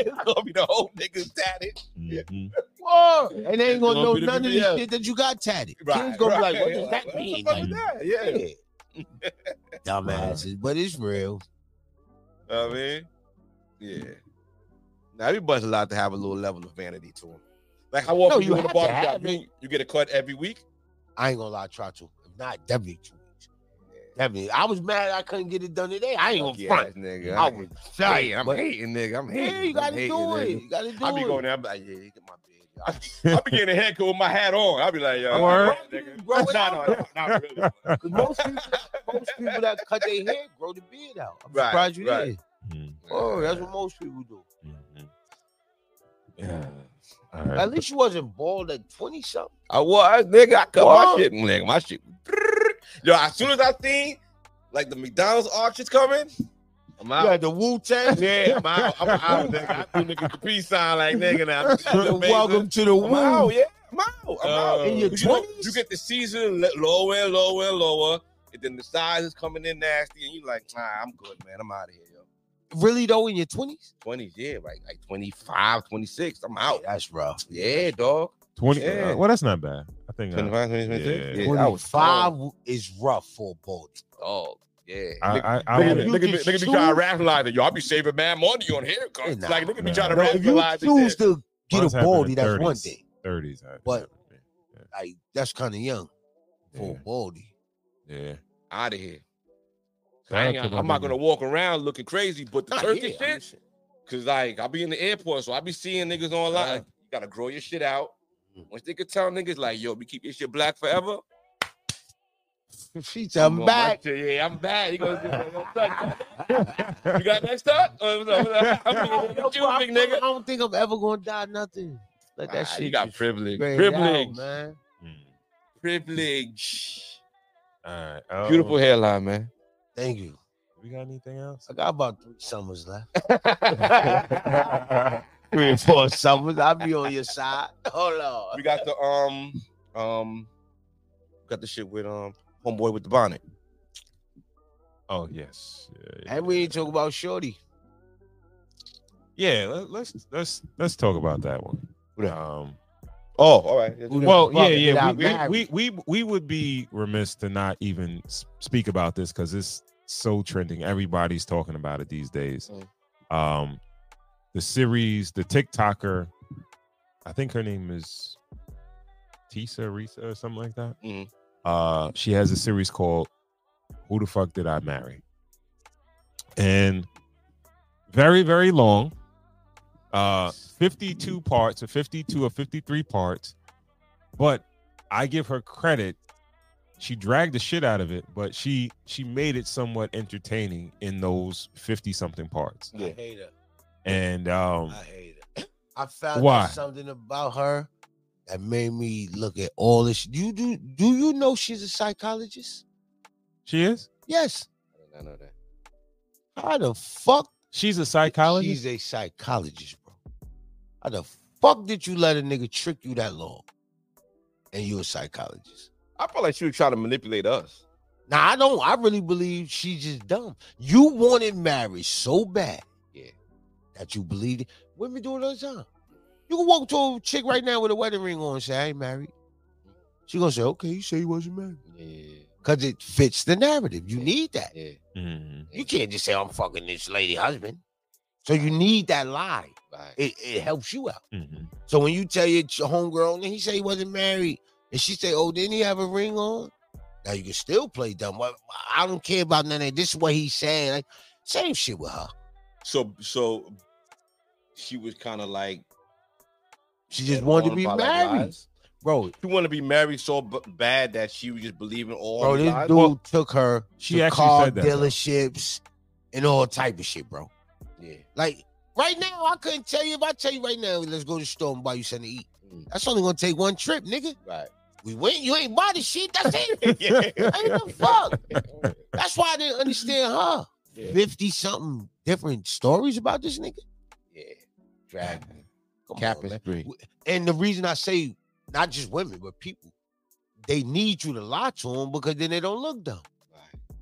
it's gonna be the old niggas tatted. Mhm. Whoa. oh, And they ain't It's gonna, gonna know be the none of BBL. this shit that you got tatted. Right, Kids gonna right. be like, what does that mean? What the fuck Like, is that? Yeah, yeah. Dumbasses, but it's real. You know what I mean, yeah. Now everybody's allowed to have a little level of vanity to them. Like how often No, you, go you to have to barbershop? have You, you get a cut every week. I ain't gonna lie, try to. If not, definitely two weeks. Definitely. I was mad I couldn't get it done today. I ain't gonna Fuck front. yes, nigga. I was hating. dying. I'm but- hating, nigga. I'm hating. Yeah, you I'm gotta hating, do it. nigga. You gotta do I be it. going there. I'm like, yeah, you get my beard. I be, I be getting a haircut with my hat on. I be like, yo, Word. nigga. Grow it Nah, no, no, not really. 'Cause most people, most people that cut their hair grow the beard out. I'm Right, surprised you right. did. Oh, Mhm. Oh, that's what most people do. Mhm. Mm-hmm. Yeah. All right. At least you wasn't bald at 20 something. I was nigga. I cut What? my shit, nigga. My shit. Yo, as soon as I seen like the McDonald's arches coming, I'm out. You had the Wu Tang. Yeah, I'm out. I'm out, nigga. I do niggas the peace sign like nigga now. Welcome to the I'm out, Wu. yeah. I'm out. I'm out. Uh, In your you, know, 20s? you get the season le- lower and lower and lower, and then the size is coming in nasty, and you like, nah, I'm good, man. I'm out of here, yo. Really though, in your 20s? 20s, yeah, like, like 25, 26. I'm out. That's rough. Yeah, dog. 20. Yeah. uh, well, that's not bad. I think. uh, I, 25, 26. Yeah. Yeah, I was Five is rough for a bald. dog. Yeah. I, I, I Nigga, would- you nigga, be- get nigga, be two- trying to rationalize it. Yo, I be saving mad money on haircuts. Nah, like, nigga be nah. trying to Bro, if you rationalize choose it. there. to get Mine's a happened in baldy, that's one 30s. thing. 30s. I- But- Like that's kind of young for yeah, a baldy. yeah. Out of here. Shout I out ain't- to my I'm not nigga. gonna walk around looking crazy, but the Nah, Turkish yeah, I shit, cause like I be in the airport, so I be seeing niggas online. Yeah. Like, you gotta grow your shit out. Once they could tell niggas like, yo, we keep your shit black forever. She's you I'm gonna back. want your- Yeah, I'm back. You gonna You got that stuff? Uh, no, Yo, I'm bro, gonna get you, I big don't- I nigga. don't think I'm ever gonna die. Nothing. Like that Ah, shit. You got just privilege. grayed out, Privilege. man. Mm. Privilege. All right. Oh, Beautiful hairline, man. Thank you. We got anything else? I got about three summers left. All Three or four summers. I'll be on your side. Hold on. we got the um um got the shit with um homeboy with the bonnet. Oh yes. Yeah, yeah. And we ain't talk about Shorty. Yeah, let, let's let's let's talk about that one. Who that? Um, Oh, all right. Who the well, fuck yeah, yeah. got We, married? we, we we we would be remiss to not even s- speak about this because it's so trending. Everybody's talking about it these days. Um, the series, the TikToker, I think her name is Tisa Risa or something like that. Mhm. Uh, she has a series called "Who the Fuck Did I Marry," and very very long. Uh, 52 parts or 52 or 53 parts but I give her credit. She dragged the shit out of it, but she she made it somewhat entertaining in those fifty something parts. I hate her. And um, I hate her. I found Why? out something about her that made me look at all this. You do do you know she's a psychologist? she is Yes. I know that. How the fuck? she's a psychologist. She's a psychologist, bro. How the fuck did you let a nigga trick you that long? And you a psychologist? I feel like she was trying to manipulate us. Now I don't. I really believe she's just dumb. You wanted marriage so bad, yeah, that you believed it. Women do it all the time. You can walk to a chick right now with a wedding ring on and say, "I ain't married." She gonna say, "Okay, you say you wasn't married," Yeah, because it fits the narrative. You need that. yeah. Mhm. You can't just say, "I'm fucking this lady husband." So you need that lie. Right. It, it helps you out. Mhm. So when you tell your ch- homegirl and he say he wasn't married, and she say, "Oh, didn't he have a ring on?" Now you can still play dumb. Well, I don't care about none of that. This is what he's saying. Like, same shit with her. So so she was kind of like She just wanted to be married, bro. She wanted to be married so b- bad that she was just believing all Bro, the this lies. dude Well, took her she to actually car said that, though. dealerships and all type of shit, bro. yeah, Like right now, I couldn't tell you. If I tell you right now, let's go to the store and buy you something to eat. Mm. That's only gonna take one trip, nigga. right. We went. You ain't buy the shit. That's it. yeah. I ain't the fuck. That's why I didn't understand her. Yeah. 50 something different stories about this nigga. yeah. Drag Come on, cap man. and spree. and the reason I say not just women, but people, they need you to lie to them because then they don't look dumb. You know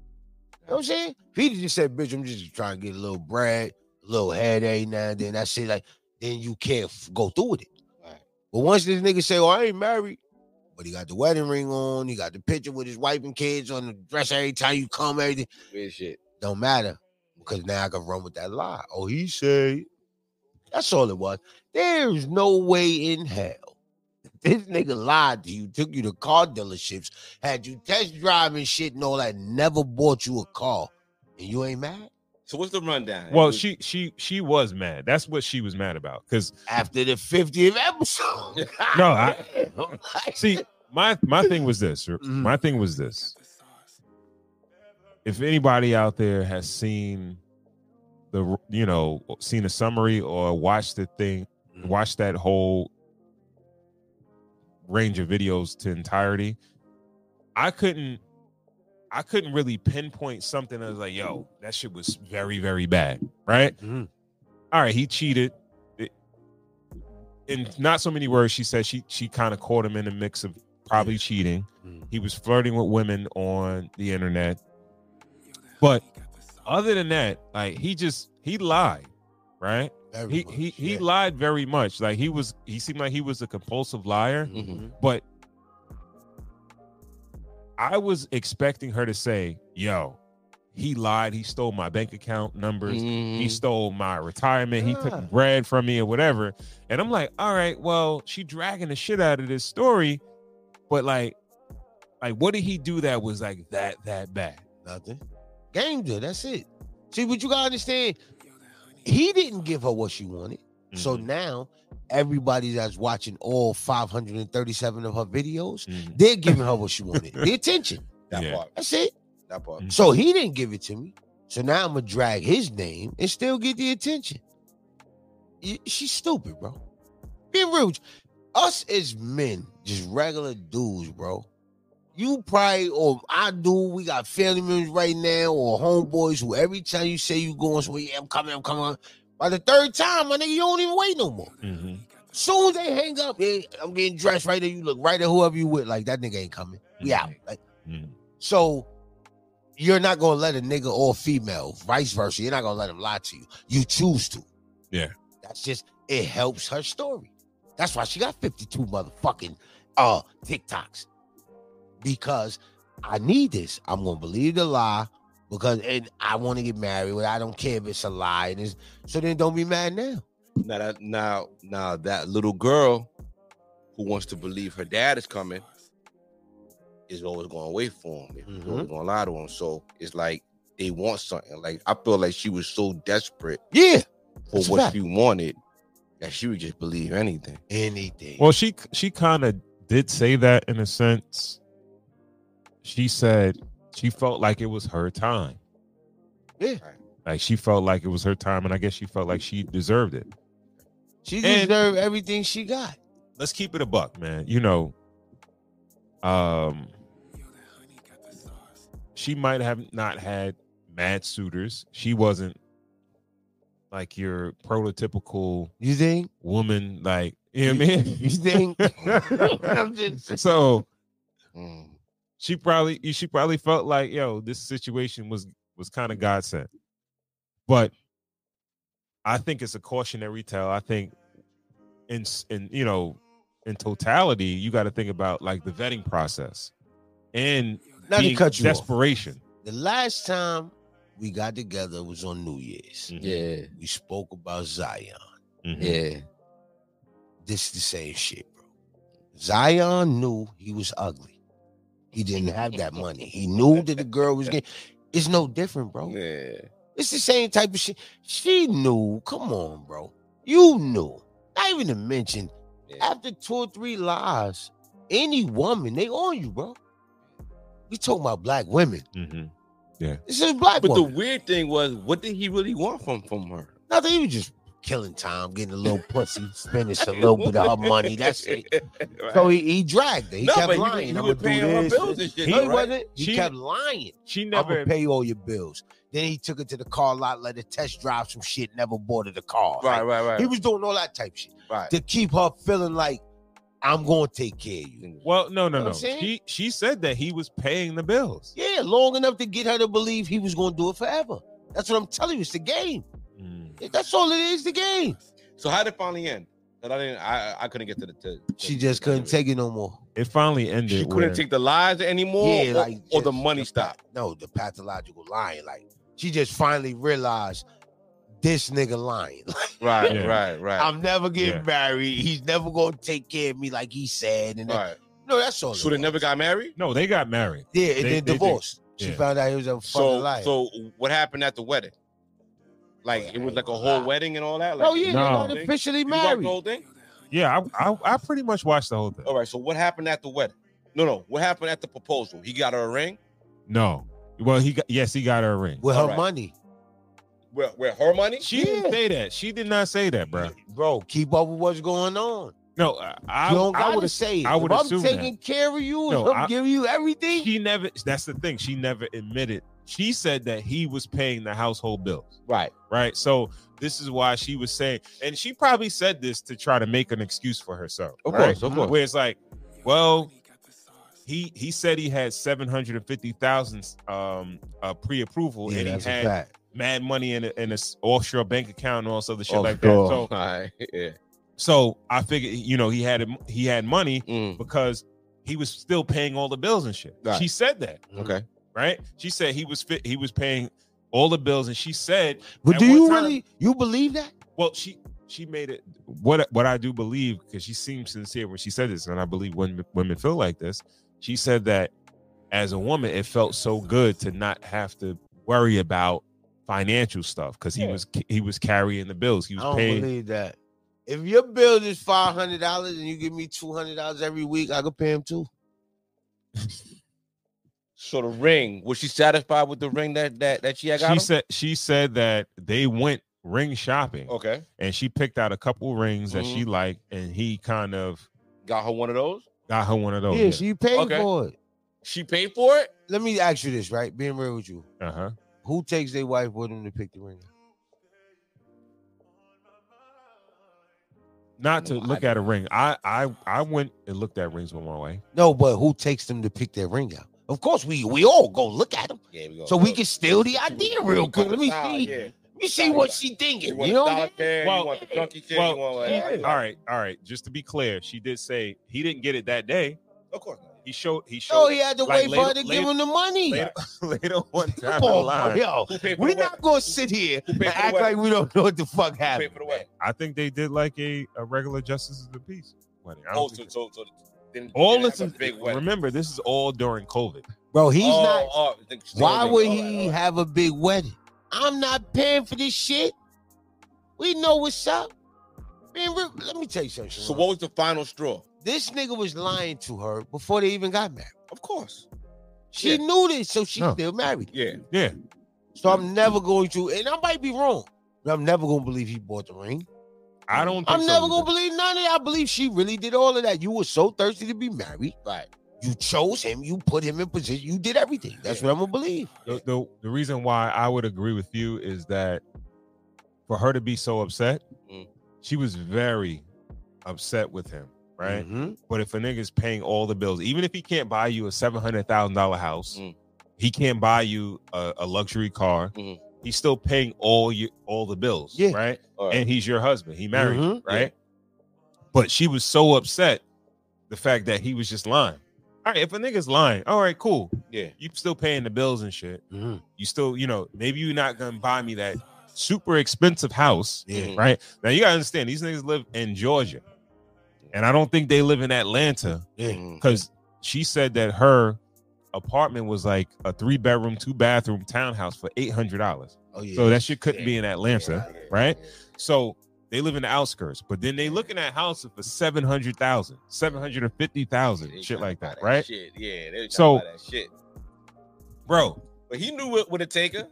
what I'm saying? If he just said, bitch, I'm just trying to get a little bread, a little headache now and then. That's it. Like, then you can't f- go through with it. Right. But once this nigga say, oh, I ain't married, but he got the wedding ring on, he got the picture with his wife and kids on the dress every time you come, everything. Weird shit. don't matter because now I can run with that lie. Oh, he said that's all it was. There's no way in hell this nigga lied to you, took you to car dealerships, had you test driving shit and all that, never bought you a car, and you ain't mad So what's the rundown? Well, she she she was mad. That's what she was mad about. Because after the 50th episode. No, I- Damn, like- see, my my thing was this. r- Mm. My thing was this. If anybody out there has seen the r- you know seen a summary or watched the thing, Mm. watched that whole range of videos to entirety, I couldn't I couldn't really pinpoint something that was like, yo, that shit was very, very bad, right? All right, he cheated. It- in not so many words, she said she she kind of caught him in the mix of probably cheating. He was flirting with women on the internet. But other than that, like he just he lied, right? he he he lied very much. Like he was he seemed like he was a compulsive liar, Mm. but I was expecting her to say, "Yo, he lied. He stole my bank account numbers. Mm. He stole my retirement. He took bread from me or whatever." And I'm like, "All right, well, she dragging the shit out of this story, but like, like what did he do that was like that that bad?" Nothing. Game did. That's it. See, what you gotta understand, he didn't give her what she wanted. So now everybody that's watching all 537 of her videos, they're giving her what she wanted. the attention. That part. That's it. That part. So he didn't give it to me. So now I'm gonna drag his name and still get the attention. Y- She's stupid, bro. Being rude. Us as men, just regular dudes, bro. You probably or I do. We got family members right now or homeboys who every time you say you going somewhere, yeah, I'm coming, I'm coming. By the third time, my nigga, you don't even wait no more. Soon as they hang up, "Hey, I'm getting dressed right there. You look right at whoever you with. Like that nigga ain't coming. We out. Like, so you're not gonna let a nigga or female, vice versa. You're not gonna let him lie to you. You choose to. Yeah. That's just it helps her story. That's why she got 52 motherfucking uh TikToks. Because I need this. I'm gonna believe the lie because and I want to get married. Well, I don't care if it's a lie. And it's, so then don't be mad now. Now that now now that little girl who wants to believe her dad is coming is always going to wait for him. He's Mm-hmm. always going to lie to him. So it's like they want something. Like I feel like she was so desperate, yeah, for That's a what fact. she wanted that she would just believe anything, anything. Well, she she kind of did say that in a sense. She said she felt like it was her time. Yeah. Like she felt like it was her time, and I guess she felt like she deserved it. She And- deserved everything she got. Let's keep it a buck, man. You know, um, she might have not had mad suitors. She wasn't like your prototypical you think woman, like you know what I mean. You think? I'm just so she probably she probably felt like yo this situation was was kind of godsend but i think it's a cautionary tale i think in s- in you know in totality you got to think about like the vetting process and Not to being cut you off. desperation The last time we got together was on New Year's. Yeah. We spoke about Zion. Mm-hmm. Yeah. This the same shit, bro. Zion knew he was ugly. He didn't have that money. He knew that the girl was getting. It's no different, bro. Yeah. It's the same type of shit. She knew. Come on, bro. You knew. Not even to mention, after two or three lies, any woman, they on you, bro. We talking about black women. Mm-hmm. Yeah. This is black But woman. the weird thing was, what did he really want from from her? Nothing. He was just killing time, getting a little pussy, spending a little bit of her money. That's it. So he, he dragged it. He No, kept but he was- lying. he I'm was gonna paying do her this. bills and shit, he though, right? wasn't. He She- kept lying. She I'm gonna pay all your bills. Then he took it to the car lot, let her test drive some shit, never boarded the car. Right, Like, right, right. He was doing all that type shit right. to keep her feeling like I'm gonna take care of you. well no no Know what no I'm saying? she she said that he was paying the bills Yeah, long enough to get her to believe he was gonna do it forever. That's what I'm telling you. It's the game. Mm. That's all it is. The game. So how did it finally end? That I didn't. I I couldn't get to the. To, She just couldn't take it no more. it finally ended she couldn't where- take the lies anymore. Yeah, or, like, or the money stopped. No, the pathological lying. Like she just finally realized this nigga lying. Right, Yeah. right, right. I'm never getting Yeah. married. He's never gonna take care of me like he said. And that- right. no, that's all. So it they was. never got married. no they got married yeah, and they- then they- they- divorced. she yeah. found out he was a fucking So liar. so what happened at the wedding? Like it was like a whole wedding and all that. Like, oh yeah, No. they got officially You watched the married. whole thing. yeah I, I i pretty much watched the whole thing All right. So what happened at the wedding? No, no. What happened at the proposal? He got her a ring no well he got yes he got her a ring With her Alright. money, with, with her money. she didn't say that she did not say that bro bro. Keep up with what's going on. No, I, I- you don't I gotta would say it. I would if I'm assume that. taking care of you, No, and I'm I- giving you everything. She never. That's the thing. She never admitted. She said that he was paying the household bills. Right. Right. So this is why she was saying, and she probably said this to try to make an excuse for herself. Of right? course, of course. Where it's like, well, he he said he had seven hundred and fifty thousand um uh, pre-approval, Yeah, and he that's a had fact. mad money in a, in a s- offshore bank account and all this other shit like Offshore. that. So Alright, yeah. so I figured, you know, he had he had money Mm-hmm. because he was still paying all the bills and shit. Right. She said that, Okay. right? She said he was fit. He was paying all the bills, and she said, But at do one you time- really you believe that? Well, she she made it. What what I do believe because she seemed sincere when she said this, and I believe women women feel like this. She said that as a woman, it felt so good to not have to worry about financial stuff because he was he was carrying the bills. He I was don't paying. believe that. If your bill is five hundred dollars and you give me two hundred dollars every week, I could pay him too. So the ring, was she satisfied with the ring that that that she had got? she him? said she said that they went ring shopping okay. and she picked out a couple rings that Mhm. she liked and he kind of Got her one of those. got her one of those. yeah, she paid Okay. for it. She paid for it. Let me ask you this, right? Being real with you, uh-huh. who takes their wife with them to pick the ring? Not to look at a ring. I I I went and looked at rings with my wife. No, but who takes them to pick their ring out? Of course, we we all go look at them, Yeah, we go. so we can steal the idea real quick. Let me see. Yeah. Let me see what she thinking. You You, want know a what dollar I'm pair? Well, you want the chunky shit? well, you want what? yeah. All right, all right. Just to be clear, she did say he didn't get it that day. Of course. He showed he showed Oh, he had to like, wait later- for her to give later- him the money. later, later one time. down Come the on, line, yo. Who paid for We're the wedding? not gonna sit here Who and paid for the act wedding? like we don't know what the fuck Who paid happened. for the wedding? I think they did like a, a regular justice of the peace wedding. I don't Oh, so, think- so, so then all then have this a is big wedding. remember this is all during COVID. Bro, he's Oh, not. oh, I think she why told me. would All he right, all right. have a big wedding? I'm not paying for this shit. We know what's up. Man, re- let me tell you something. So So what was the final straw? this nigga was lying to her before they even got married. Of course. She Yeah. knew this, so she's No. still married. Yeah. Yeah. So I'm never going to, and I might be wrong, but I'm never going to believe he bought the ring. I don't. Think I'm so never either. gonna believe none of that. I believe she really did all of that. You were so thirsty to be married. Right. You chose him. You put him in position. You did everything. That's what I'm gonna believe. the, the the reason why I would agree with you is that for her to be so upset, Mm. she was very upset with him, right? Mhm. Mm-hmm. But if a nigga's paying all the bills, even if he can't buy you a seven hundred thousand dollar house, Mm. he can't buy you a, a luxury car. Mhm. He's still paying all your all the bills, Yeah. right? All right. Mm-hmm. And he's your husband. He married you, Mhm. right? But she was so upset the fact that he was just lying. All right, if a nigga's lying, all right, cool. yeah. You still paying the bills and shit Mhm. you still, you know, maybe you're not gonna buy me that super expensive house, Yeah. Mm-hmm. right? Now you gotta understand these niggas live in Georgia, and I don't think they live in Atlanta Mm. because she said that her apartment was like a three bedroom, two bathroom townhouse for eight hundred dollars. Oh yeah. So that shit couldn't be in Atlanta, right? So they live in the outskirts, but then they looking at houses for 700,000, 750,000, They shit gotta like buy that, right? Shit. Yeah. They So- so that shit. Bro, But he knew it would have taken.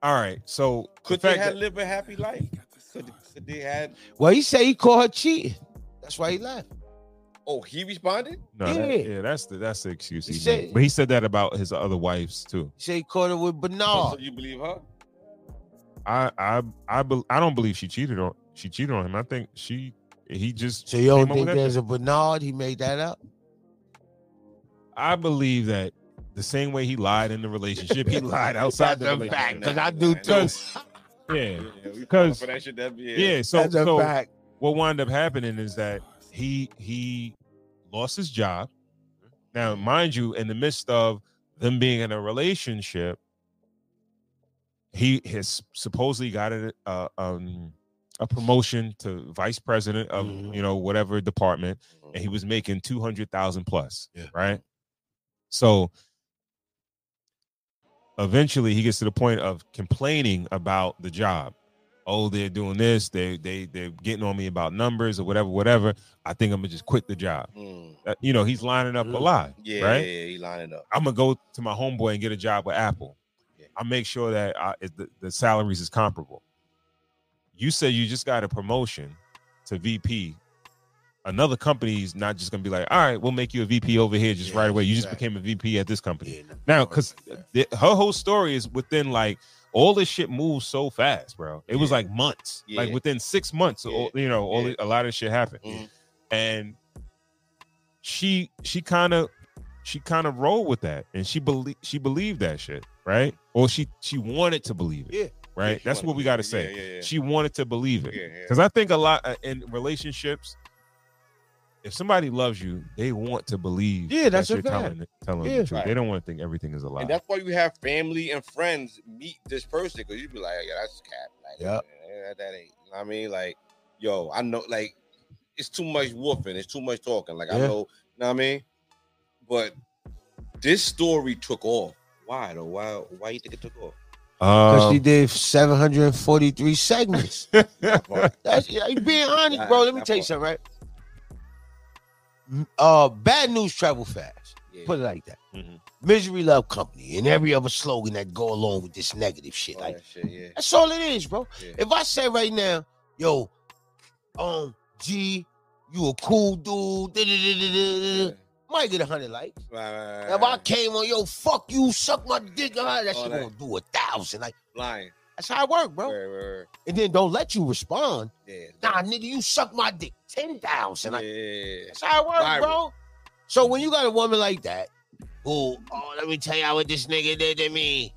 all right. So the Could they fact have that- lived a happy life? Could, could they had? well, he said he caught her cheating. That's why he left. Oh, he responded. No, that- Yeah. yeah. that's the that's the excuse he, He made. said- But he said that about his other wives too. He said he caught her with Oh, so Bernard. you believe her? I I I, be, I don't believe she cheated on she cheated on him. I think she he just So you came don't up think with that there's a Bernard? He made that up. I believe that the same way he lied in the relationship, he lied outside the That's a fact. relationship. Cause I do too. Because yeah, Yeah, we- 'Cause- for that shit, that'd be it. yeah. So That's a so fact. what wound up happening is that he he lost his job. Now, mind you, in the midst of them being in a relationship, he has supposedly got a uh, um a promotion to vice president of Mhm. you know whatever department, Mm. and he was making two hundred thousand plus, Yeah. right? So eventually, he gets to the point of complaining about the job oh they're doing this they they they're getting on me about numbers or whatever whatever i think i'm gonna just quit the job Mm. Uh, you know he's lining up a lot Yeah, right yeah, he lining up. i'm gonna go to my homeboy and get a job with apple Yeah. i'll make sure that I, it- the, the salaries is comparable you said you just got a promotion to vp another company's not just gonna be like, all right, we'll make you a VP over here just right away. You just became a VP at this company now because her whole story is within like all this shit moves so fast, bro. It was like months, like Yeah. Mm-hmm. within six months, all, you know, all the- a lot of shit happened, and she she kind of she kind of rolled with that, and she believe she believed that shit, right? Or she she wanted to believe it, Yeah. right? Yeah, she That's wanted what to we got to believe say. it. Yeah, yeah, yeah. She wanted to believe it Yeah, yeah. because I think a lot uh, in relationships, if somebody loves you, they want to believe. Yeah, that's that you're a fact. telling telling them Yeah. the truth. They don't want to think everything is a lie. And that's why you have family and friends meet this person because you be like, yeah, that's cap. Like, Yep. yeah, that ain't. You know what I mean, like, yo, I know, like, it's too much woofing. It's too much talking. Like, I Yeah. know, you know what I mean? But this story took off. Why though? Why? Why you think it took off? Because Um, she did 743 segments. That's, yeah, you being honest, bro. Let me tell you something, right? Uh, bad news travel fast. Put it like that. Mm-hmm. Misery love company and every other slogan that go along with this negative shit. like yeah. that's all it is, bro. Yeah. If I say right now, yo, um, G, you a cool dude, da, da, da, da, da, da, might get a hundred likes. Right, If I came on, yo, fuck you, suck my dick, ah, that shit gonna do a thousand. Like lying. That's how it work, bro. And then don't let you respond. Yeah. Nah, nigga, you suck my dick ten thousand. Like yeah. that's how it work, Viral. bro. So when you got a woman like that, who, oh, let me tell y'all what this nigga did to me.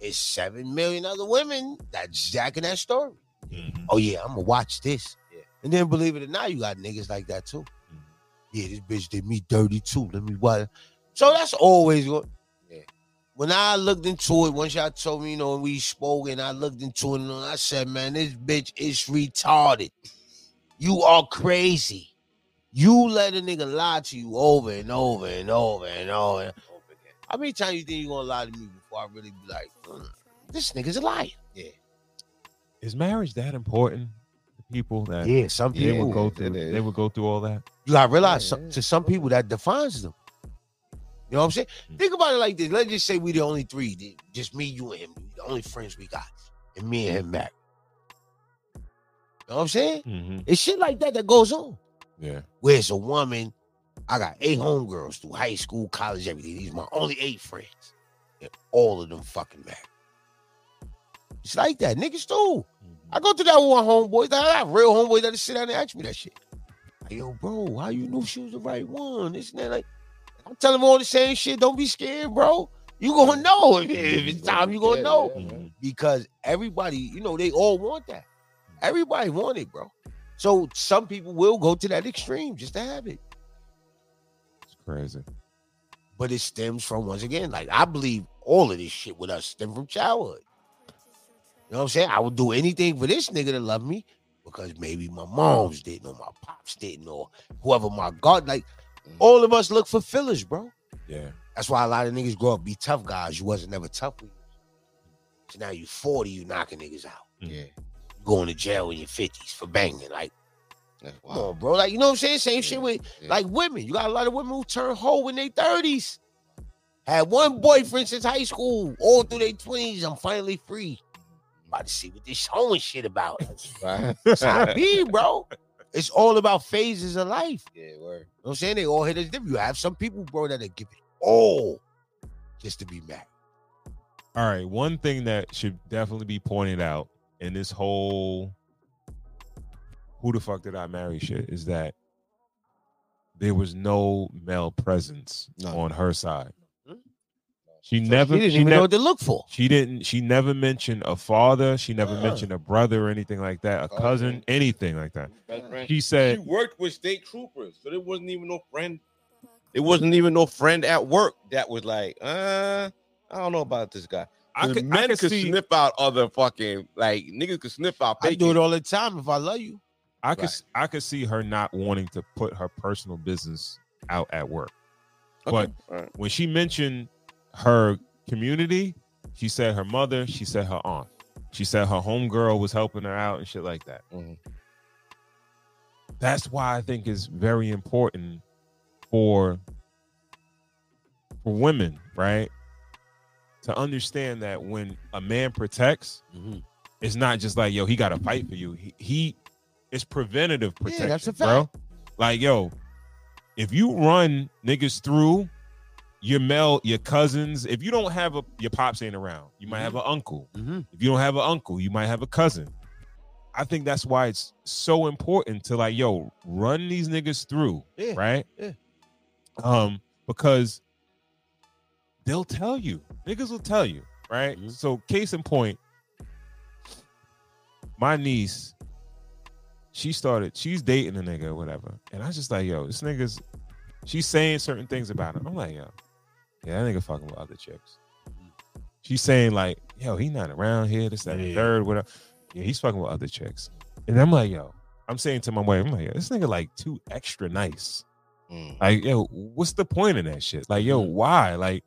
It's seven million other women that's jacking that story. Oh yeah, I'm gonna watch this. And then believe it or not, you got niggas like that too. Yeah, this bitch did me dirty too. Let me what? So that's always what. When I looked into it, once y'all told me, you know, we spoke and I looked into it, and I said, man, this bitch is retarded. You are crazy. You let a nigga lie to you over and over and over and over. And How many times you think you gonna lie to me before I really be like, "Mm, this nigga's a liar? Yeah. Is marriage that important to people that Yeah, some they would people. go through they would go through all that? You gotta realize some- to some people that defines them. You know what I'm saying? Think about it like this. Let's just say we the only three, the- just me, you, and him, the only friends we got, and me and him married. You know what I'm saying? It's shit like that that goes on. Yeah. Where it's a woman, I got eight homegirls through high school, college, everything. These my only eight friends, and all of them fucking married. It's like that, niggas too. I go through that with one homeboy. That I have real homeboys that sit down and ask me that shit. Like, yo, bro, how you knew she was the right one? This and that. Like, I'm telling them all the same shit. Don't be scared, bro. You gonna know if, if it's time. You gonna know because everybody, you know, they all want that. Everybody want it, bro. So some people will go to that extreme just to have it. It's crazy. But it stems from once again, like I believe all of this shit with us stem from childhood. You know what I'm saying? I would do anything for this nigga to love me because maybe my moms didn't or my pops didn't or whoever my God, like all of us look for fillers, bro. Yeah. That's why a lot of niggas grow up be tough guys. You wasn't never tough with. So now you 40, you knocking niggas out. Yeah. You going to jail in your 50s for banging. Like, come on, bro. Like, you know what I'm saying? Same shit with like women. You got a lot of women who turn hoe in their 30s. Had one boyfriend since high school, all through their 20s. I'm finally free. About to see what this hoeing shit about. It's not me, bro. It's all about phases of life. Yeah, word. You know what I'm saying? They all hit us different. You have some people, bro, that are giving all just to be mad. All right. One thing that should definitely be pointed out in this whole who the fuck did I marry shit is that there was no male presence on her side. She never she didn't even nev- know what to look for. She didn't she never mentioned a father, she never Uh-uh. mentioned a brother or anything like that, a cousin, anything like that. Best friend. She said she worked with state troopers, so there wasn't even no friend. There wasn't even no friend at work that was like, uh, I don't know about this guy. I The could- I men could could see- sniff out other fucking like niggas could sniff out. I do it all the time if I love you. I could s- I could see her not wanting to put her personal business out at work. But when she mentioned her community, she said her mother, she said her aunt. She said her homegirl was helping her out and shit like that. That's why I think it's very important for for women, right? To understand that when a man protects, it's not just like, yo, he got to fight for you. He, he it's preventative protection, that's a bro. Like, yo, if you run niggas through your male, your cousins, if you don't have a your pops ain't around, you Mm-hmm. might have an uncle. If you don't have an uncle, you might have a cousin. I think that's why it's so important to like, yo, run these niggas through, Yeah, right? yeah. Um, because they'll tell you, niggas will tell you, right? Mm-hmm. So, case in point, my niece, she started, she's dating a nigga or whatever, and I was just like, yo, this nigga's, she's saying certain things about him. I'm like, yo, yeah, that nigga fucking with other chicks. Mm-hmm. She's saying like, yo, he not around here, this, that, and the third, whatever. Yeah, he's fucking with other chicks. And I'm like, yo, I'm saying to my wife, I'm like, yo, this nigga like too extra nice. Like, yo, what's the point of that shit? Like, yo, why? Like,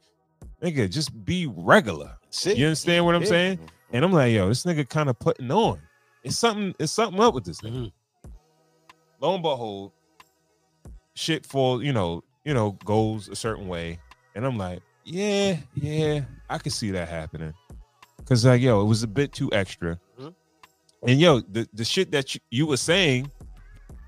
nigga, just be regular. You understand what I'm Yeah. saying? And I'm like, yo, this nigga kind of putting on. It's something, it's something up with this nigga. Lo and behold, shit for you know, you know, goes a certain way. And I'm like, yeah, yeah, I could see that happening. Cause like, yo, it was a bit too extra. Mhm. And yo, the, the shit that you, you were saying,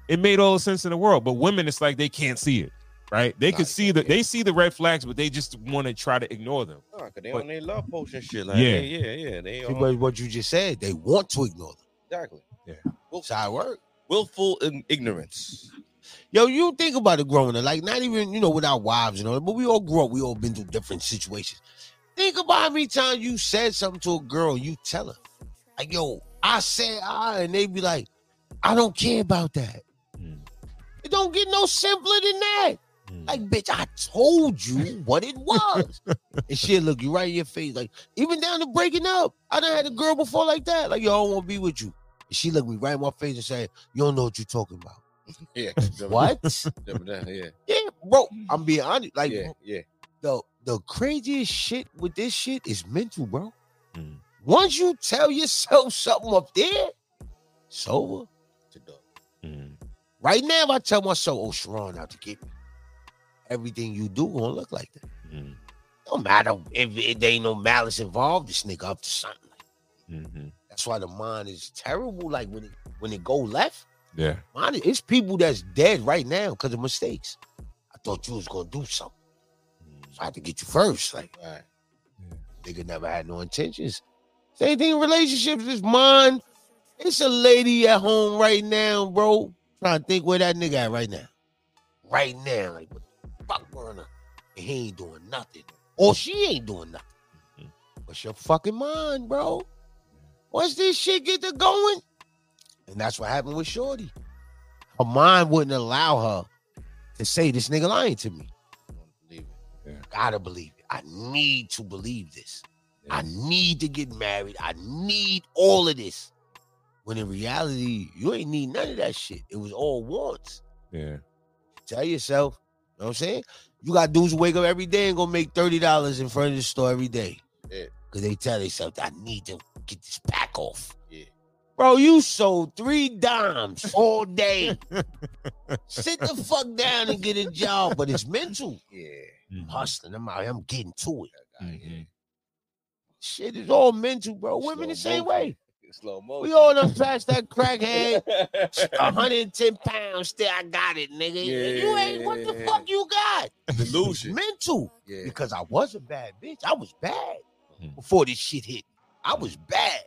it made all the sense in the world. But women, it's like they can't see it, right? They could see the they see the red flags, but they just want to try to ignore them. Nah, 'cause they But- on their love potion shit. Like, Yeah. yeah, yeah, yeah. They See, on, but what you just said, they want to ignore them. exactly. Yeah. That's how it works. Willful in ignorance. Yo, you think about it growing up, like not even you know with our wives and all that, but we all grew up. We all been through different situations. Think about how many times you said something to a girl, and you tell her, like, "Yo, I said I," and they be like, "I don't care about that." Mm. It don't get no simpler than that. Like, bitch, I told you what it was, and she'll look you right in your face, like even down to breaking up. I done had a girl before like that, like, "Yo, I don't want to be with you," and she looked me right in my face and say, "You don't know what you're talking about." Yeah. What? Yeah, yeah, Yeah, bro. I'm being honest. Like yeah, yeah. the the craziest shit with this shit is mental, bro. Mm. Once you tell yourself something up there, it's over. It's a dog. Mm. Right now, if I tell myself, "Oh, Sharon out to get me," everything you do gonna look like that. Mm. No matter if, if there ain't no malice involved, this nigga up to something. Mhm. That's why the mind is terrible. Like when it when it go left, Yeah. Mind you, it's people that's dead right now because of mistakes. I thought you was gonna do something. So I had to get you first. Like, Right. nigga never had no intentions. Same thing in relationships. It's mine. It's a lady at home right now, bro. Trying to think where that nigga at right now. Right now. Like, what the fuck going on? And he ain't doing nothing. Or she ain't doing nothing. Mhm. What's your fucking mind, bro? Once this shit get to going, and that's what happened with Shorty. Her mind wouldn't allow her to say this nigga lying to me. Believe it. Gotta believe it. I need to believe this. Yeah. I need to get married. I need all of this. When in reality, you ain't need none of that shit. It was all wants. Yeah. Tell yourself, you know what I'm saying? You got dudes who wake up every day and go make $30 in front of the store every day. Yeah. Because they tell themselves, I need to get this pack off. Yeah. Bro, you sold three dimes all day. Sit the fuck down and get a job, but it's mental. Yeah. Mhm. Hustling, I'm out here, I'm getting to it. Mhm. Shit is all mental, bro. Women Slow the same motion. way. Slow motion. We all done passed that crackhead. yeah. 110 pounds, still I got it, nigga. You ain't what the Yeah. fuck you got. Delusion. Mental. Yeah. Mm-hmm. Because I was a bad bitch. I was bad Mhm. before this shit hit. I was bad.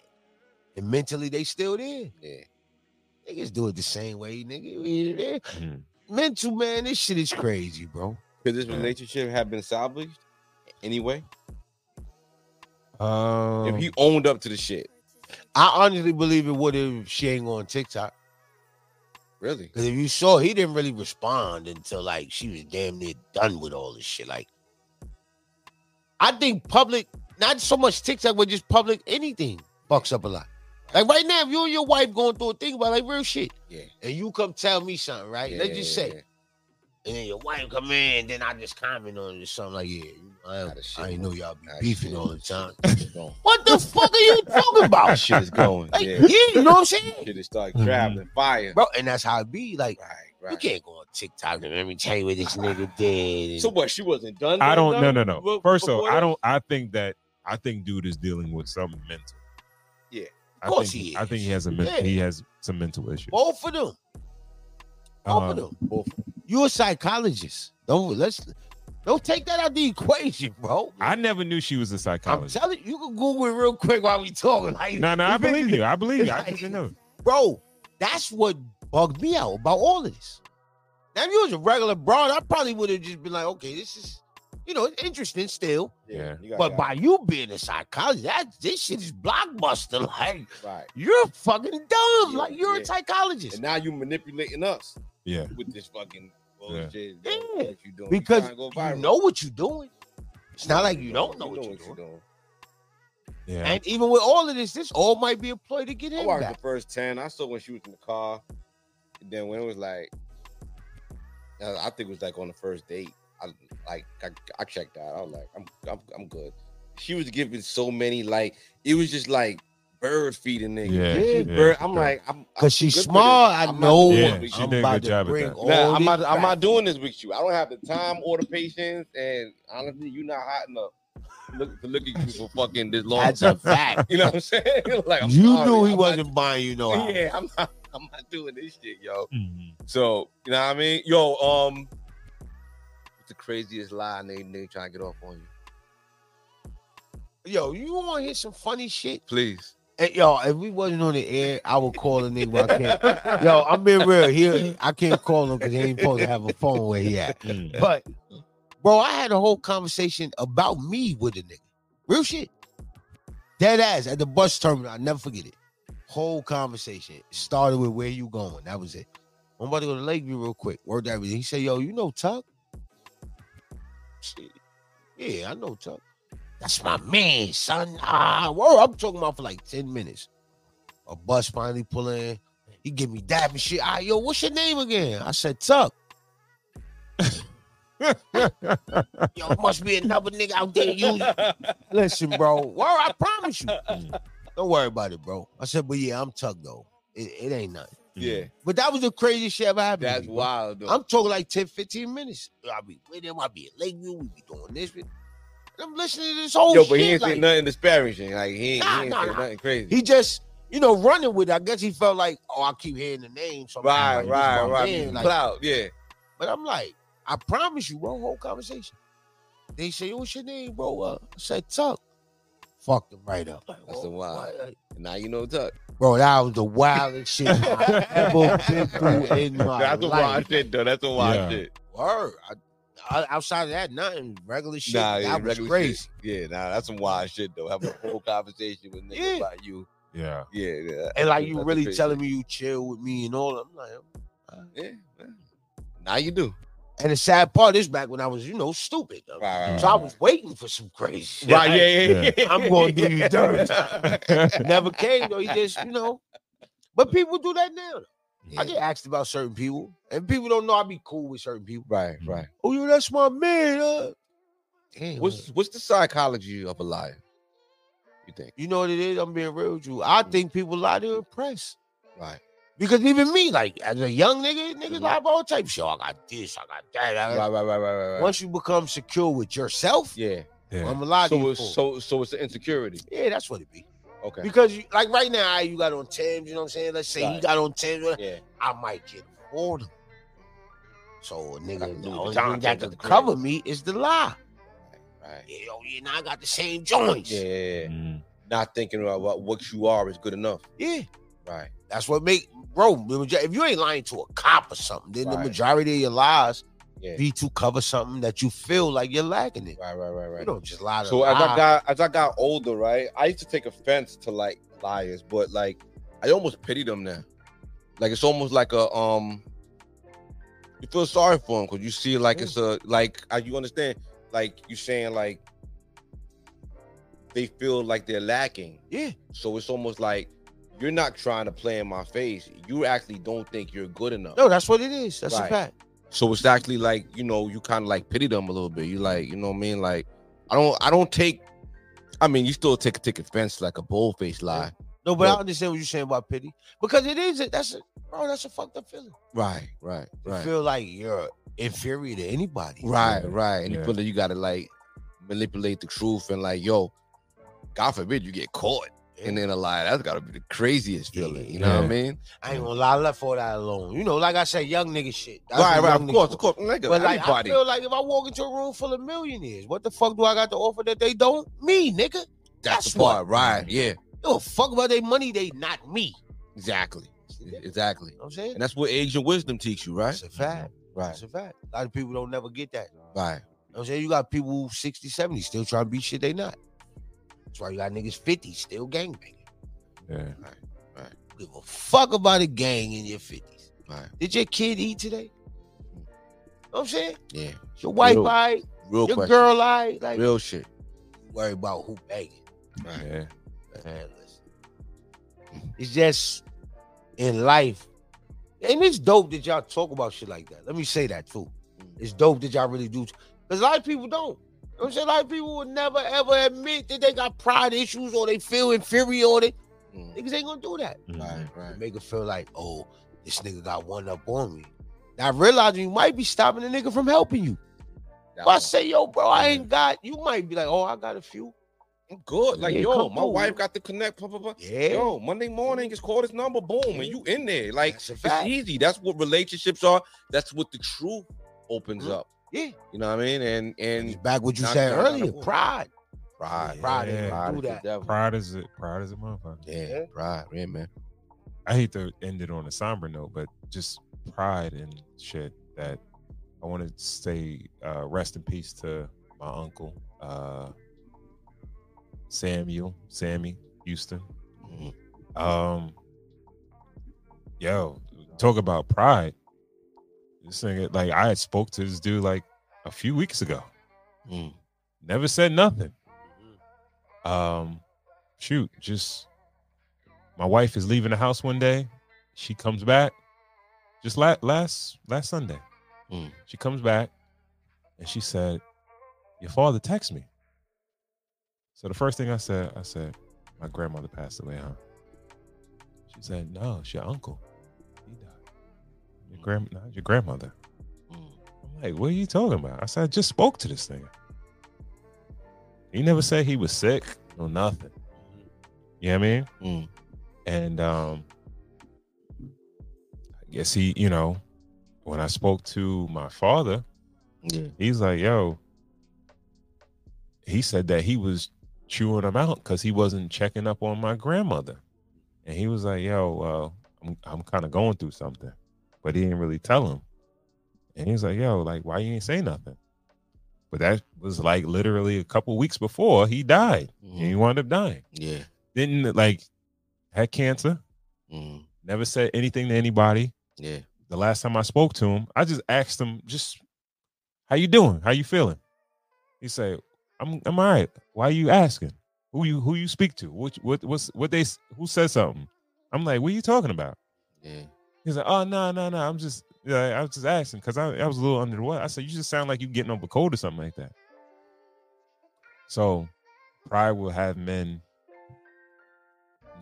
And mentally they still there. Yeah. Niggas do it the same way, nigga. We- eh. Mhm. Mm-hmm. Mental, man, this shit is crazy, bro. Could this Yeah. relationship have been salvaged anyway? Um, if he owned up to the shit, I honestly believe it would have she ain't on TikTok. really? Because if you saw, he didn't really respond until like she was damn near done with all this shit. Like, I think public, not so much TikTok, but just public anything fucks up a lot. Like right now, if you and your wife going through a thing about like real shit, Yeah. and you come tell me something, right? Yeah, Let's just yeah, say, and then your wife come in, then I just comment on it or something like, yeah, you- I, Outta shit. I ain't know y'all be Outta beefing shit. all the time. yeah. Shit is going. What the fuck are you talking about? Shit is going. Like, yeah, Yeah. you know what I'm saying, Shit is Mm-hmm. starting traveling fire. bro? And that's how it be. Like, Right, You right. can't go on TikTok and let me tell you what this nigga did. So what? She wasn't done. I with don't. No, nothing no, no. be- First off, before I that? don't. I think that. I think dude is dealing with something mental. Yeah. I course think, he I think is. he has a men- Yeah. he has some mental issues. both of them. Helping Um, them. You're a psychologist. Don't let's don't take that out of the equation, bro. I never knew she was a I'm psychologist. telling you, you can Google it real quick while we talking. Like, No, no, I believe you. I believe you. I Like, just didn't know. bro, that's what bugged me out about all of this. Now, if you was a regular broad, I probably would have just been like, okay, this is, you know, it's interesting still. Yeah. You got But that. by you being a psychologist, that this shit is blockbuster. Like, right. you're fucking dumb. Yeah, like, you're yeah. a psychologist. And now you manipulating us Yeah. with this fucking Yeah. bullshit. you Yeah, know, What you doing? You because trying to go you viral. know what you're doing. It's not like you don't know You what you're doing. Yeah. And even with all of this, this all might be a ploy to get I him watched back. the first ten. I saw when she was in the car. And then when it was like, I I think it was like on the first date. I like I, I checked out. I was like, I'm, I'm I'm good. She was giving so many like it was just like bird feeding niggas. Yeah, She yeah, bird- for I'm sure. like, I'm I'm Cause she's good for smart. this. I I'm not know. doing Yeah, this with she you. did a good job at that. Nah, I'm not. I'm not doing this with you. I don't have the time or the patience, and honestly, you're not hot enough to look to look at you for fucking this long. That's a fact. You know what I'm saying? like I'm you sorry, knew he I'm not- wasn't buying you no house. yeah, I'm not. I'm not doing this shit, yo. Mhm. So you know what I mean, yo. Um, what's the craziest lie they they trying to get off on you? Yo, you want to hear some funny shit? Please. Hey, yo, if we wasn't on the air, I would call a nigga. I can't. Yo, I'm being real here. I can't call him because he ain't supposed to have a phone where he at. Mm. But bro, I had a whole conversation about me with a nigga. Real shit. Dead ass at the bus terminal. I never forget it. Whole conversation It started with where you going. That was it. I'm about to go to Lakeview real quick. Word that He said, "Yo, you know Tuck? Shit. Yeah, I know Tuck. That's my man, son. Ah, whoa, I'm talking about for like ten minutes. A bus finally pull in. He give me dab and shit. Ah, yo, what's your name again? I said Tuck. Yo, must be another nigga out there. You listen, bro. Well, I promise you. Don't worry about it, bro. I said, but yeah, I'm Tuck though. It, it ain't nothing. Yeah, But that was the craziest shit ever happened. to that's me, bro. wild. Though. I'm talking like 10, 15 minutes. I'll be with him. I'll be at Lakeview. We be doing this. And I'm listening to this whole yo, shit. but he ain't like, say nothing disparaging. Like he ain't, Nah, he ain't nah, say nah. nothing crazy. He just, you know, running with it. I guess he felt like, oh, I keep hearing the name. So I'm right, like, this right, my right. man, like- Cloud, yeah. but I'm like, I promise you, bro, whole conversation. They say, what's your name, bro? Uh, I said, Tuck. Fucked him right up. Like, That's "Oh, the wild. what?" Now you know Tuck. Bro, that was the wildest shit I've ever been through in my That's a life. wild shit, though. That's a wild Yeah. shit. Word. I, I, outside of that, nothing. Regular shit. Nah, that yeah, was regular crazy. shit. Yeah, nah, that's some wild shit though. Having a whole conversation with niggas Yeah. about you. Yeah. Yeah, yeah. And like that's- you that's really crazy. telling me you chill with me and all. I'm like, Uh. Yeah. yeah. Now you do. and the sad part is back when I was, you know, stupid. though. Right, right, So I right. was waiting for some crazy shit. Right, yeah, yeah, Yeah. yeah. I'm gonna do you dirty. Mhm. Never came though. He just, you know. But people do that now. I get asked about certain people, and people don't know I be cool with certain people. Right, right. Oh, yo, that's my man. Uh. Damn, What's what's the psychology of a liar? You think? you know what it is? I'm being real with you. I think people lie to impress. Mm. Right. Mm-hmm. Because even me, like as a young nigga, niggas lie about all type of shit. Oh, I got this, I got that. I Right, got right, right, right, right, right. Once you become secure with yourself, yeah. Yeah. I'm a lot So of it's so so it's the insecurity. yeah, that's what it be. Okay. Because you, like right now, you got on Thames, you know what I'm saying? Let's say you Right. got on Thames, whatever, Yeah. I might get bored. So a nigga, Louis the only Vuitton thing that to the can crib. cover me is the lie. Right. Yeah, yo, yeah, now I got the same joints. Yeah, Yeah, yeah, yeah. Mhm. Not thinking about what you are is good enough. Right. that's what make bro. the majo- If you ain't lying to a cop or something, then Right. the majority of your lies Yeah. be to cover something that you feel like you're lacking in. Right, right, right, right. You don't just lie to So lie. as I got as I got older, right, I used to take offense to like liars, but like I almost pity them now. Like it's almost like a um, you feel sorry for them because you see like it's a like uh, you understand like you saying like they feel like they're lacking. Yeah. So it's almost like you're not trying to play in my face. You actually don't think you're good enough. no, that's what it is. That's Right. a fact. So it's actually like you know you kind of like pity them a little bit. You like you know what I mean. Like I don't I don't take. I mean you still take take offense like a bold faced lie. No, but Well- I understand what you're saying about pity because it is a, that's a bro, that's a fucked up feeling. Right, right, You right, feel like you're inferior to anybody. right, Yeah, right. And you yeah. feel that you gotta like manipulate the truth and like yo, God forbid you get caught. and then a lie. That's gotta be the craziest feeling. You know what I Yeah. mean? I ain't gonna lie, I left for that alone. You know, like I said, young nigga shit. That's Right, what right, young of niggas course, do. of course. Nigga, But like, anybody. I feel like if I walk into a room full of millionaires, what the fuck do I got to offer that they don't? Me, nigga. That's, the what. part, right? Yeah, Give a fuck about their money, they not me. exactly, exactly. You know what I'm saying? And that's what age and wisdom teach you, right? It's a fact. Right, It's a fact. A lot of people don't never get that. You know right. what I'm saying? You got people who 60, 70 still trying to be shit they not. That's why you got niggas 50 still gangbanging. Yeah. Give a fuck about a gang in your 50s. Right. Did your kid eat today? You know what I'm saying? Yeah, Your wife, Real- I real your question, girl, I like. real shit. worry about who banging. Yeah. Man, listen. It's just in life. And it's dope that y'all talk about shit like that. Let me say that too. Mm. It's dope that y'all really do. Because a lot of people don't. You know what I'm saying? A lot of people will never ever admit that they got pride issues or they feel inferior or they Mm. niggas ain't gonna do that. Right, Mm-hmm. right. It Make it feel like, oh, this nigga got one up on me. Now realizing you might be stopping the nigga from helping you. If I say, yo, bro, I ain't got, you might be like, oh, I got a few. I'm good. Like, Yeah, yo, come my on. wife got to connect. Blah, blah, blah. Yeah. Yo, Monday morning, just call this number, boom, and you in there. Like, That's a it's fact. easy. That's what relationships are. That's what the truth opens Mhm. up. Yeah. You know what I mean? And and It's back what you knock said down another earlier. wall. Pride. Pride, Pride yeah. ain't pride gonna is do the that. devil. Proud as it. Proud as a motherfucker. Yeah, pride, yeah, man. I hate to end it on a somber note, but just pride and shit that I want to say uh, rest in peace to my uncle, uh, Samuel, Sammy Houston. Um, yo, talk about pride. This nigga, like I had spoke to this dude like a few weeks ago. Mm. Never said nothing. Um, shoot, just my wife is leaving the house one day. She comes back just la- last last Sunday. Mm. She comes back and she said, "Your father texted me." So the first thing I said, I said, "My grandmother passed away, huh?" She said, "No, it's your uncle. He died. Your grand, not your grandmother." Mm. I'm like, "What are you talking about?" I said, "I just spoke to this thing. He never said he was sick or nothing. You know what I mean?" Mm. and um i guess he you know when i spoke to my father Yeah, he's like yo he said that he was chewing him out because he wasn't checking up on my grandmother and he was like yo well i'm, I'm kind of going through something but he didn't really tell him and he was like yo like why you ain't say nothing but that was like literally a couple weeks before he died Mm-hmm. and mm. he wound up dying yeah, didn't like had cancer mm. never said anything to anybody. yeah. The last time I spoke to him, I just asked him, just how you doing? How you feeling? He said, I'm I'm all right. Why you asking? Who you who you speak to? What what what's what they s- who said something? I'm like, what are you talking about? Yeah. He's like, oh no, no, no. I'm just yeah, I was just asking because I, I was a little under the weather. I said, you just sound like you getting over cold or something like that. So pride will have men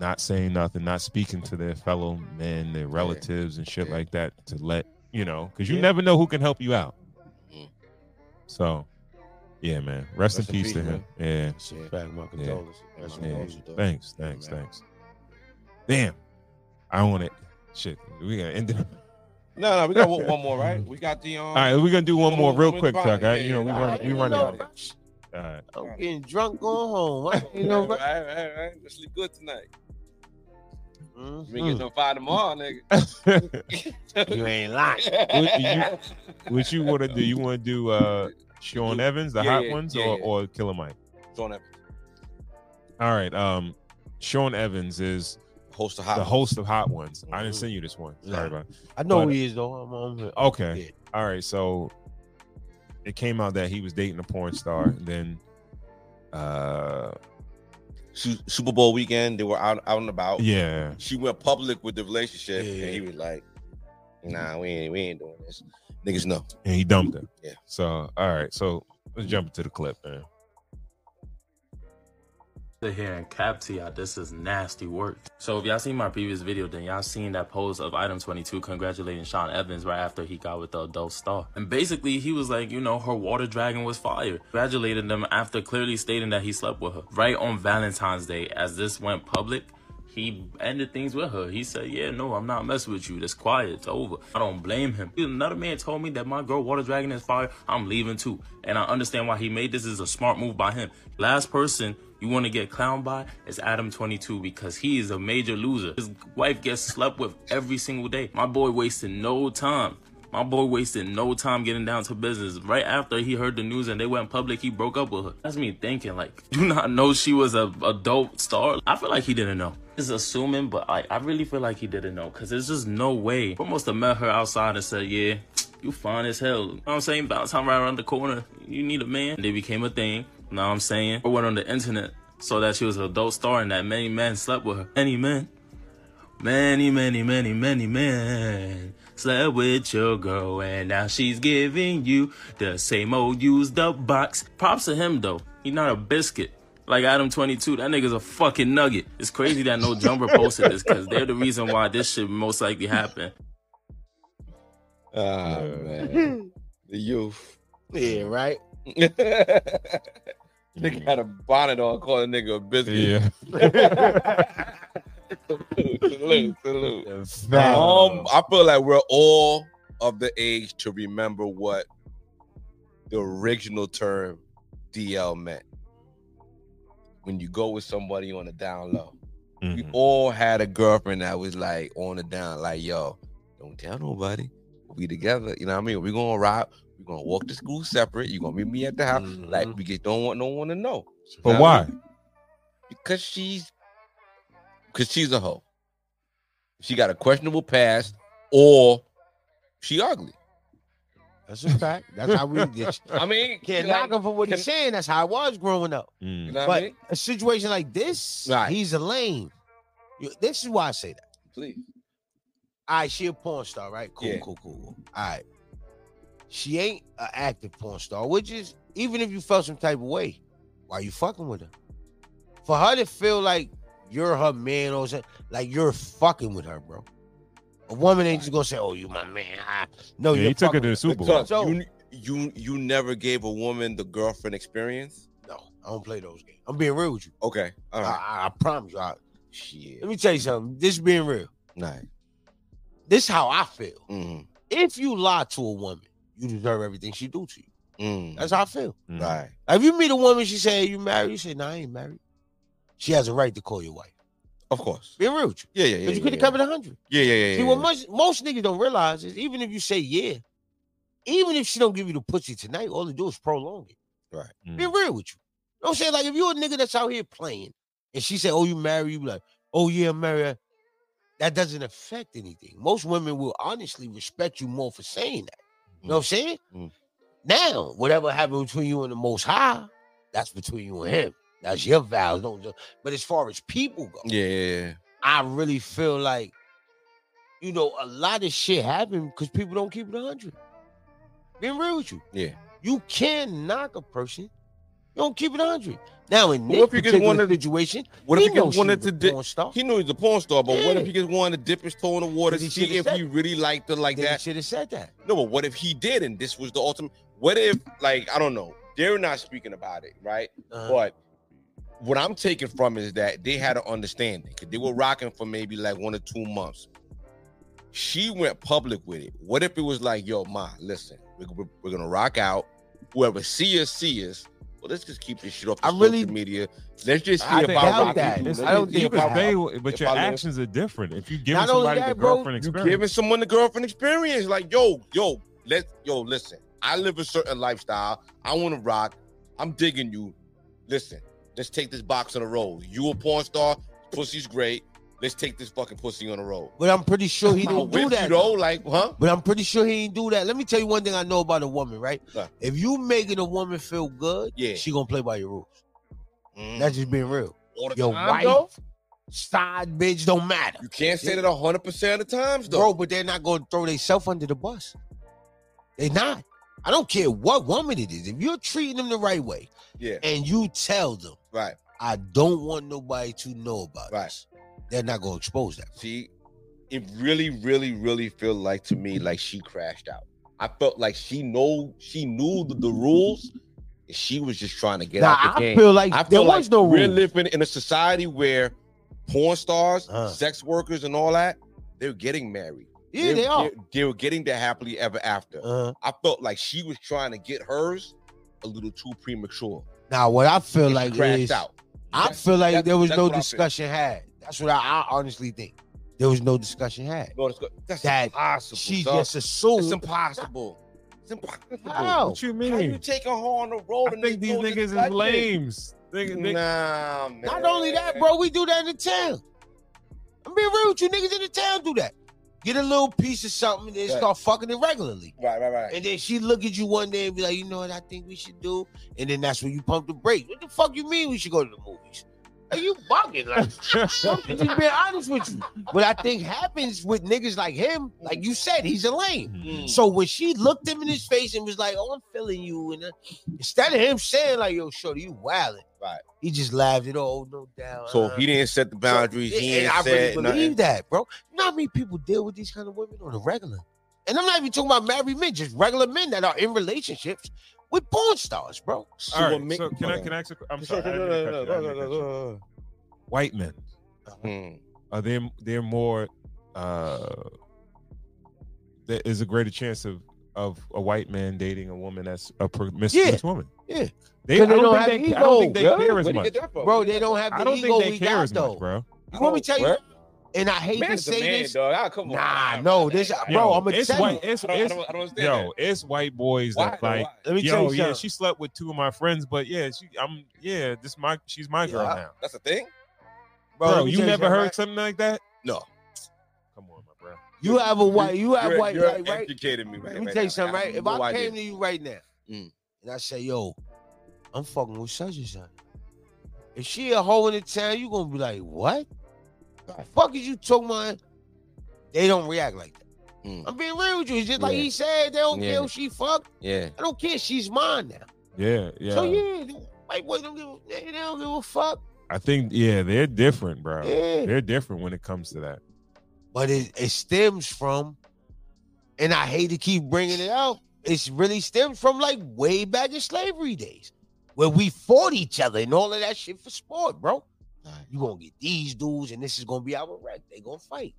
not saying nothing, not speaking to their fellow men, their relatives and shit Yeah. like that to let you know, because you never know who can help you out. Mhm. So yeah, man. Rest, in peace, to him. Yeah. Yeah. Fact, my condolences. That's Yeah. what I'm doing. Thanks, Yeah, thanks, man. thanks. Damn. I want it. Shit. We gotta end it. Um, no, no, we got one one more, right? We got the um. All right, we're gonna do one One more more, real one quick, more Tuck. spot. all right? You know, we Yeah, run, yeah, we yeah. running out. of Alright. here. All right. I'm getting drunk going home. I ain't You no know, rush. right, right, right. Let's sleep good tonight. Mm-hmm. Mhm. We get some five tomorrow, nigga. You ain't lying. What you want to do? You want to do uh Sean Evans, the Yeah, hot yeah, ones, yeah, or yeah. or Killer Mike? Don't ever All right. Um, Sean Evans is host a hot. the host of Hot Ones. I Mhm. didn't send you this one. Sorry Nah. about. I know But- he is though. I'm on here. It. Okay. Yeah. All right. So it came out that he was dating a porn star, and then uh, Su- Super Bowl weekend, they were out out and about. yeah, She went public with the relationship, Yeah, and he yeah. was like, "Nah, we ain't we ain't doing this." Niggas know. and he dumped her. Yeah. So all right. So let's jump into the clip, man. Sit here and cap to y'all. This is nasty work. So if y'all seen my previous video, then y'all seen that post of Item 22 congratulating Sean Evans right after he got with the adult star. And basically, he was like, you know, her water dragon was fire. Congratulated them after clearly stating that he slept with her. Right on Valentine's Day, as this went public, he ended things with her. He said, Yeah, no, I'm not messing with you. That's quiet. It's over. I don't blame him. Another man told me that my girl Water Dragon is fire. I'm leaving too. And I understand why he made this is a smart move by him. Last person you want to get clowned by is Adam 22 because he is a major loser. His wife gets slept with every single day. My boy wasted no time. My boy wasted no time getting down to business. Right after he heard the news and they went public, he broke up with her. That's me thinking, like, do not know she was a adult star. I feel like he didn't know. Is assuming, but I, I really feel like he didn't know because there's just no way. I must have met her outside and said, yeah, you fine as hell. You know what I'm saying? Bounce time right around the corner. You need a man. And they became a thing. You know what I'm saying? I went on the internet so that she was an adult star and that many men slept with her. Many men. Many, many, many, many men slept with your girl, and now she's giving you the same old used up box. Props to him though. He not a biscuit. Like Adam 22, that nigga's a fucking nugget. It's crazy that no jumper posted this because they're the reason why this should most likely happen. Ah man, the youth. Yeah, right. Mm-hmm. Nigga had a bonnet on, calling nigga a biscuit. Yeah. salute, salute. Oh, Um, I feel like we're all of the age to remember what the original term DL meant. When you go with somebody on the down low, Mm-hmm. we all had a girlfriend that was like on the down, like, yo, don't tell nobody. We'll be together. You know what I mean? We're gonna ride, we're gonna walk to school separate. You're gonna meet me at the house. Like, we just don't want no one to know. Mm-hmm. But Now, why? Because she's because she's a hoe. She got a questionable past, or she ugly. That's a fact. That's how we did. I mean, can't like, knock him for what he's saying. That's how I was growing up. You know what I but mean? a situation like this, he's a lame. You- This is why I say that. Please. All right, she a porn star, right? Cool, Yeah. cool, cool. All right. She ain't an active porn star, which is even if you felt some type of way, why you fucking with her? For her to feel like you're her man or something, like you're fucking with her, bro. A woman ain't just gonna say, "Oh, you my man." Ah, No, Yeah, you're he took her fucking to the with Super So, Bowl. you, you you never gave a woman the girlfriend experience? No, I don't play those games. I'm being real with you. Okay, all right. I, I, I promise you. I, Let me tell you something. This being real. Nice. This how I feel. Mhm. If you lie to a woman, you deserve everything she do to you. Mm-hmm. That's how I feel. Mm-hmm. Right. Like, if you meet a woman, she say, "You married?" You say, "No, I ain't married." She has a right to call your wife. Of course. Being real with you. Yeah, yeah, yeah. Because you yeah, could yeah. have kept it hundred. Yeah, yeah, yeah. See, yeah, what yeah. most, most niggas don't realize is even if you say yeah, even if she don't give you the pussy tonight, all they do is prolong it. Right. Be real with you. You know what I'm saying? Like if you're a nigga that's out here playing and she say, Oh, you married, you be like, oh yeah, I'm married. That doesn't affect anything. Most women will honestly respect you more for saying that. You know what I'm saying? Now, whatever happened between you and the most high, that's between you and him. That's your vows. Don't ju- but as far as people go, Yeah, yeah, yeah. I really feel like, you know, a lot of shit happened because people don't keep it 100. Being real with you. Yeah. You can knock a person. You don't keep it 100. Now, But in this what if you just particular wanted- situation, What he if he knows just she wanted was to a dip? porn star. He knew he's a porn star, but what if Yeah. he just wanted to dip his toe in the water Then to he see should've if said he really liked it like Then he that? should have said that. No, but what if he did and this was the ultimate? What if, like, I don't know, they're not speaking about it, right? Uh-huh. But what I'm taking from is that they had an understanding because they were rocking for maybe like one or two months. She went public with it. What if it was like, yo, ma, listen, we're, we're, we're gonna rock out. Whoever see us, see us. Well, let's just keep this shit off the social really- media. Let's just see I if think- I I doubt rock that. with you. I don't Let's just see You think could if I- say, but if your I live- actions are different. If you give Not only somebody the that, bro, girlfriend you experience, giving someone the girlfriend experience. Like, yo, yo, let yo, listen. I live a certain lifestyle. I want to rock. I'm digging you. Listen, let's take this box on the road. You a porn star, pussy's great. Let's take this fucking pussy on the road. But I'm pretty sure he I didn't do whipped that. You though, like, huh? But I'm pretty sure he didn't do that. Let me tell you one thing I know about a woman, right? What? If you making a woman feel good, Yeah. she gonna play by your rules. That's just being real. Mm. All the Your time, wife, though? side bitch, don't matter. You can't say that hundred percent of the times, though. Bro, but they're not going to throw themselves under the bus. They not. I don't care what woman it is. If you're treating them the right way Yeah, and you tell them, right. I don't want nobody to know about this. They're not gonna expose that. See, it really, really, really feel like to me like she crashed out. I felt like she know she knew the, the rules. and She was just trying to get Nah, out the I game. feel like there was no we're rules. living in a society where porn stars, sex workers, and all that they're getting married. Yeah, they are. Uh-huh. They're, they're getting their happily ever after. Uh. I felt like she was trying to get hers a little too premature. Now, what I feel And she like crashed is, out. I That's- feel like that's- there was that's no what I feel. discussion had. That's what I, I honestly think. There was no discussion had. No, it's good. That's That impossible. she son. just assumed- it's impossible. It's impossible. How? What you How mean? you taking her on the road? I think these niggas is lames. They- they- Nah, man. Not only that, bro, we do that in the town. I'm being real with you, niggas in the town do that. Get a little piece of something, then Right. start fucking it regularly. Right, right, right. And then she look at you one day and be like, you know what I think we should do? And then that's when you pump the brakes. What the fuck you mean we should go to the movies? Are you bugging? Like, I'm just being honest with you. What I think happens with niggas like him, like you said, he's a lame. Mm-hmm. So when she looked him in his face and was like, oh, I'm feeling you, and uh, instead of him saying like, yo, shorty, you wildin'. Right. He just laughed it all, "Oh, no doubt. So he didn't set the boundaries. he And ain't I really said believe nothing. that, bro. Not many people deal with these kind of women on a regular. And I'm not even talking about married men, just regular men that are in relationships with porn stars, bro. All right, so can I can I ask? A, I'm sorry. I didn't mean to cut you. I didn't mean to cut you. White men Hmm. are they they're more uh there is a greater chance of of a white man dating a woman that's a promiscuous Yeah, woman. yeah. They, I Because don't, think they, I don't think they yo. care as much. bro. They don't have the I don't ego think they we care got, as though. much, bro. You want me to tell you? Bro. And I hate Man's to a say man, this, dog. I, come on, nah, no, this, bro. I'm gonna it's tell white, you. It's, it's, yo, it's white boys that like. Let me yo, tell you yeah, something. she slept with two of my friends, but yeah, she, I'm, yeah, this my, she's my girl Uh, Yeah. now. That's a thing. Bro, let me you tell never something, heard right? something like that? No. You have a white. You have You're- white. You're like, right? educating me, right? Let me right tell you now. something, I right? have If no I idea. came to you right now Mm. and I say, yo, I'm fucking with such and such. If she a hoe in the town, you gonna be like, what? The fuck is you talking about? They don't react like that. I'm being real with you. It's just like Mm. Yeah. he said, they don't Yeah. care if she fucked. Yeah. I don't care. She's mine now. Yeah, yeah. So yeah, they- white boys don't give a they don't give a fuck. I think, yeah, they're different, bro. Yeah. They're different when it comes to that. But it, it stems from, and I hate to keep bringing it out. It's really stems from like way back in slavery days, where we fought each other and all of that shit for sport, bro. You gonna get these dudes, and this is gonna be our wreck. They gonna fight.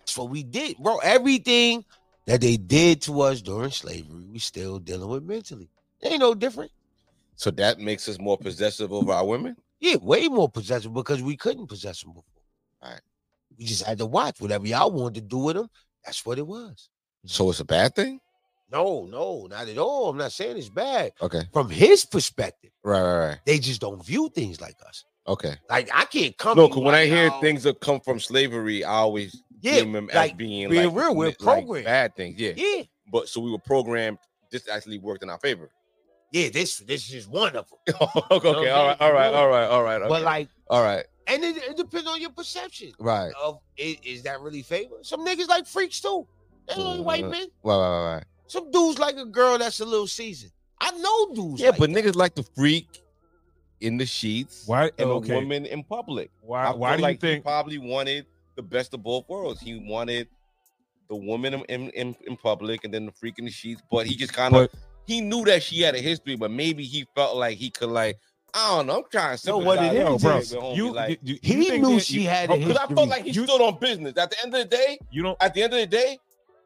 That's what we did, bro. Everything that they did to us during slavery, we still dealing with mentally. It ain't no different. So that makes us more possessive over our women. Yeah, way more possessive because we couldn't possess them before. Right. We just had to watch whatever y'all wanted to do with them. That's what it was. So it's a bad thing. No, no, not at all. I'm not saying it's bad. Okay. From his perspective, Right, right, right. they just don't view things like us. Okay. Like I can't come. No, to 'cause you when I like, hear "Oh, things that come from slavery, I always Yeah, deem them as like, being, being like, real, we're like programmed. bad things. Yeah. Yeah. But so we were programmed. This actually worked in our favor. yeah, this this is one of them. okay, Okay, all right, all right, good. all right, all right. But, okay. like- all right, And it, it depends on your perception. Right. Of i- is that really favor? Some niggas like freaks too. They like white men. right, right, right, right. Some dudes like a girl that's a little seasoned. I know dudes. Yeah, like but niggas like to freak in the sheets. Why and okay. a woman in public? Why? I why feel do you like he think? probably wanted the best of both worlds? He wanted the woman in, in, in, in public and then the freak in the sheets. But he just kind of he knew that she had a history, but maybe he felt like he could like. I don't know. I'm trying to No, what it Yo, is bro, is- you, you, like, you- you He think knew that she you- had a because Oh, I history. felt like he stood on business. At the end of the day, You don't. at the end of the day,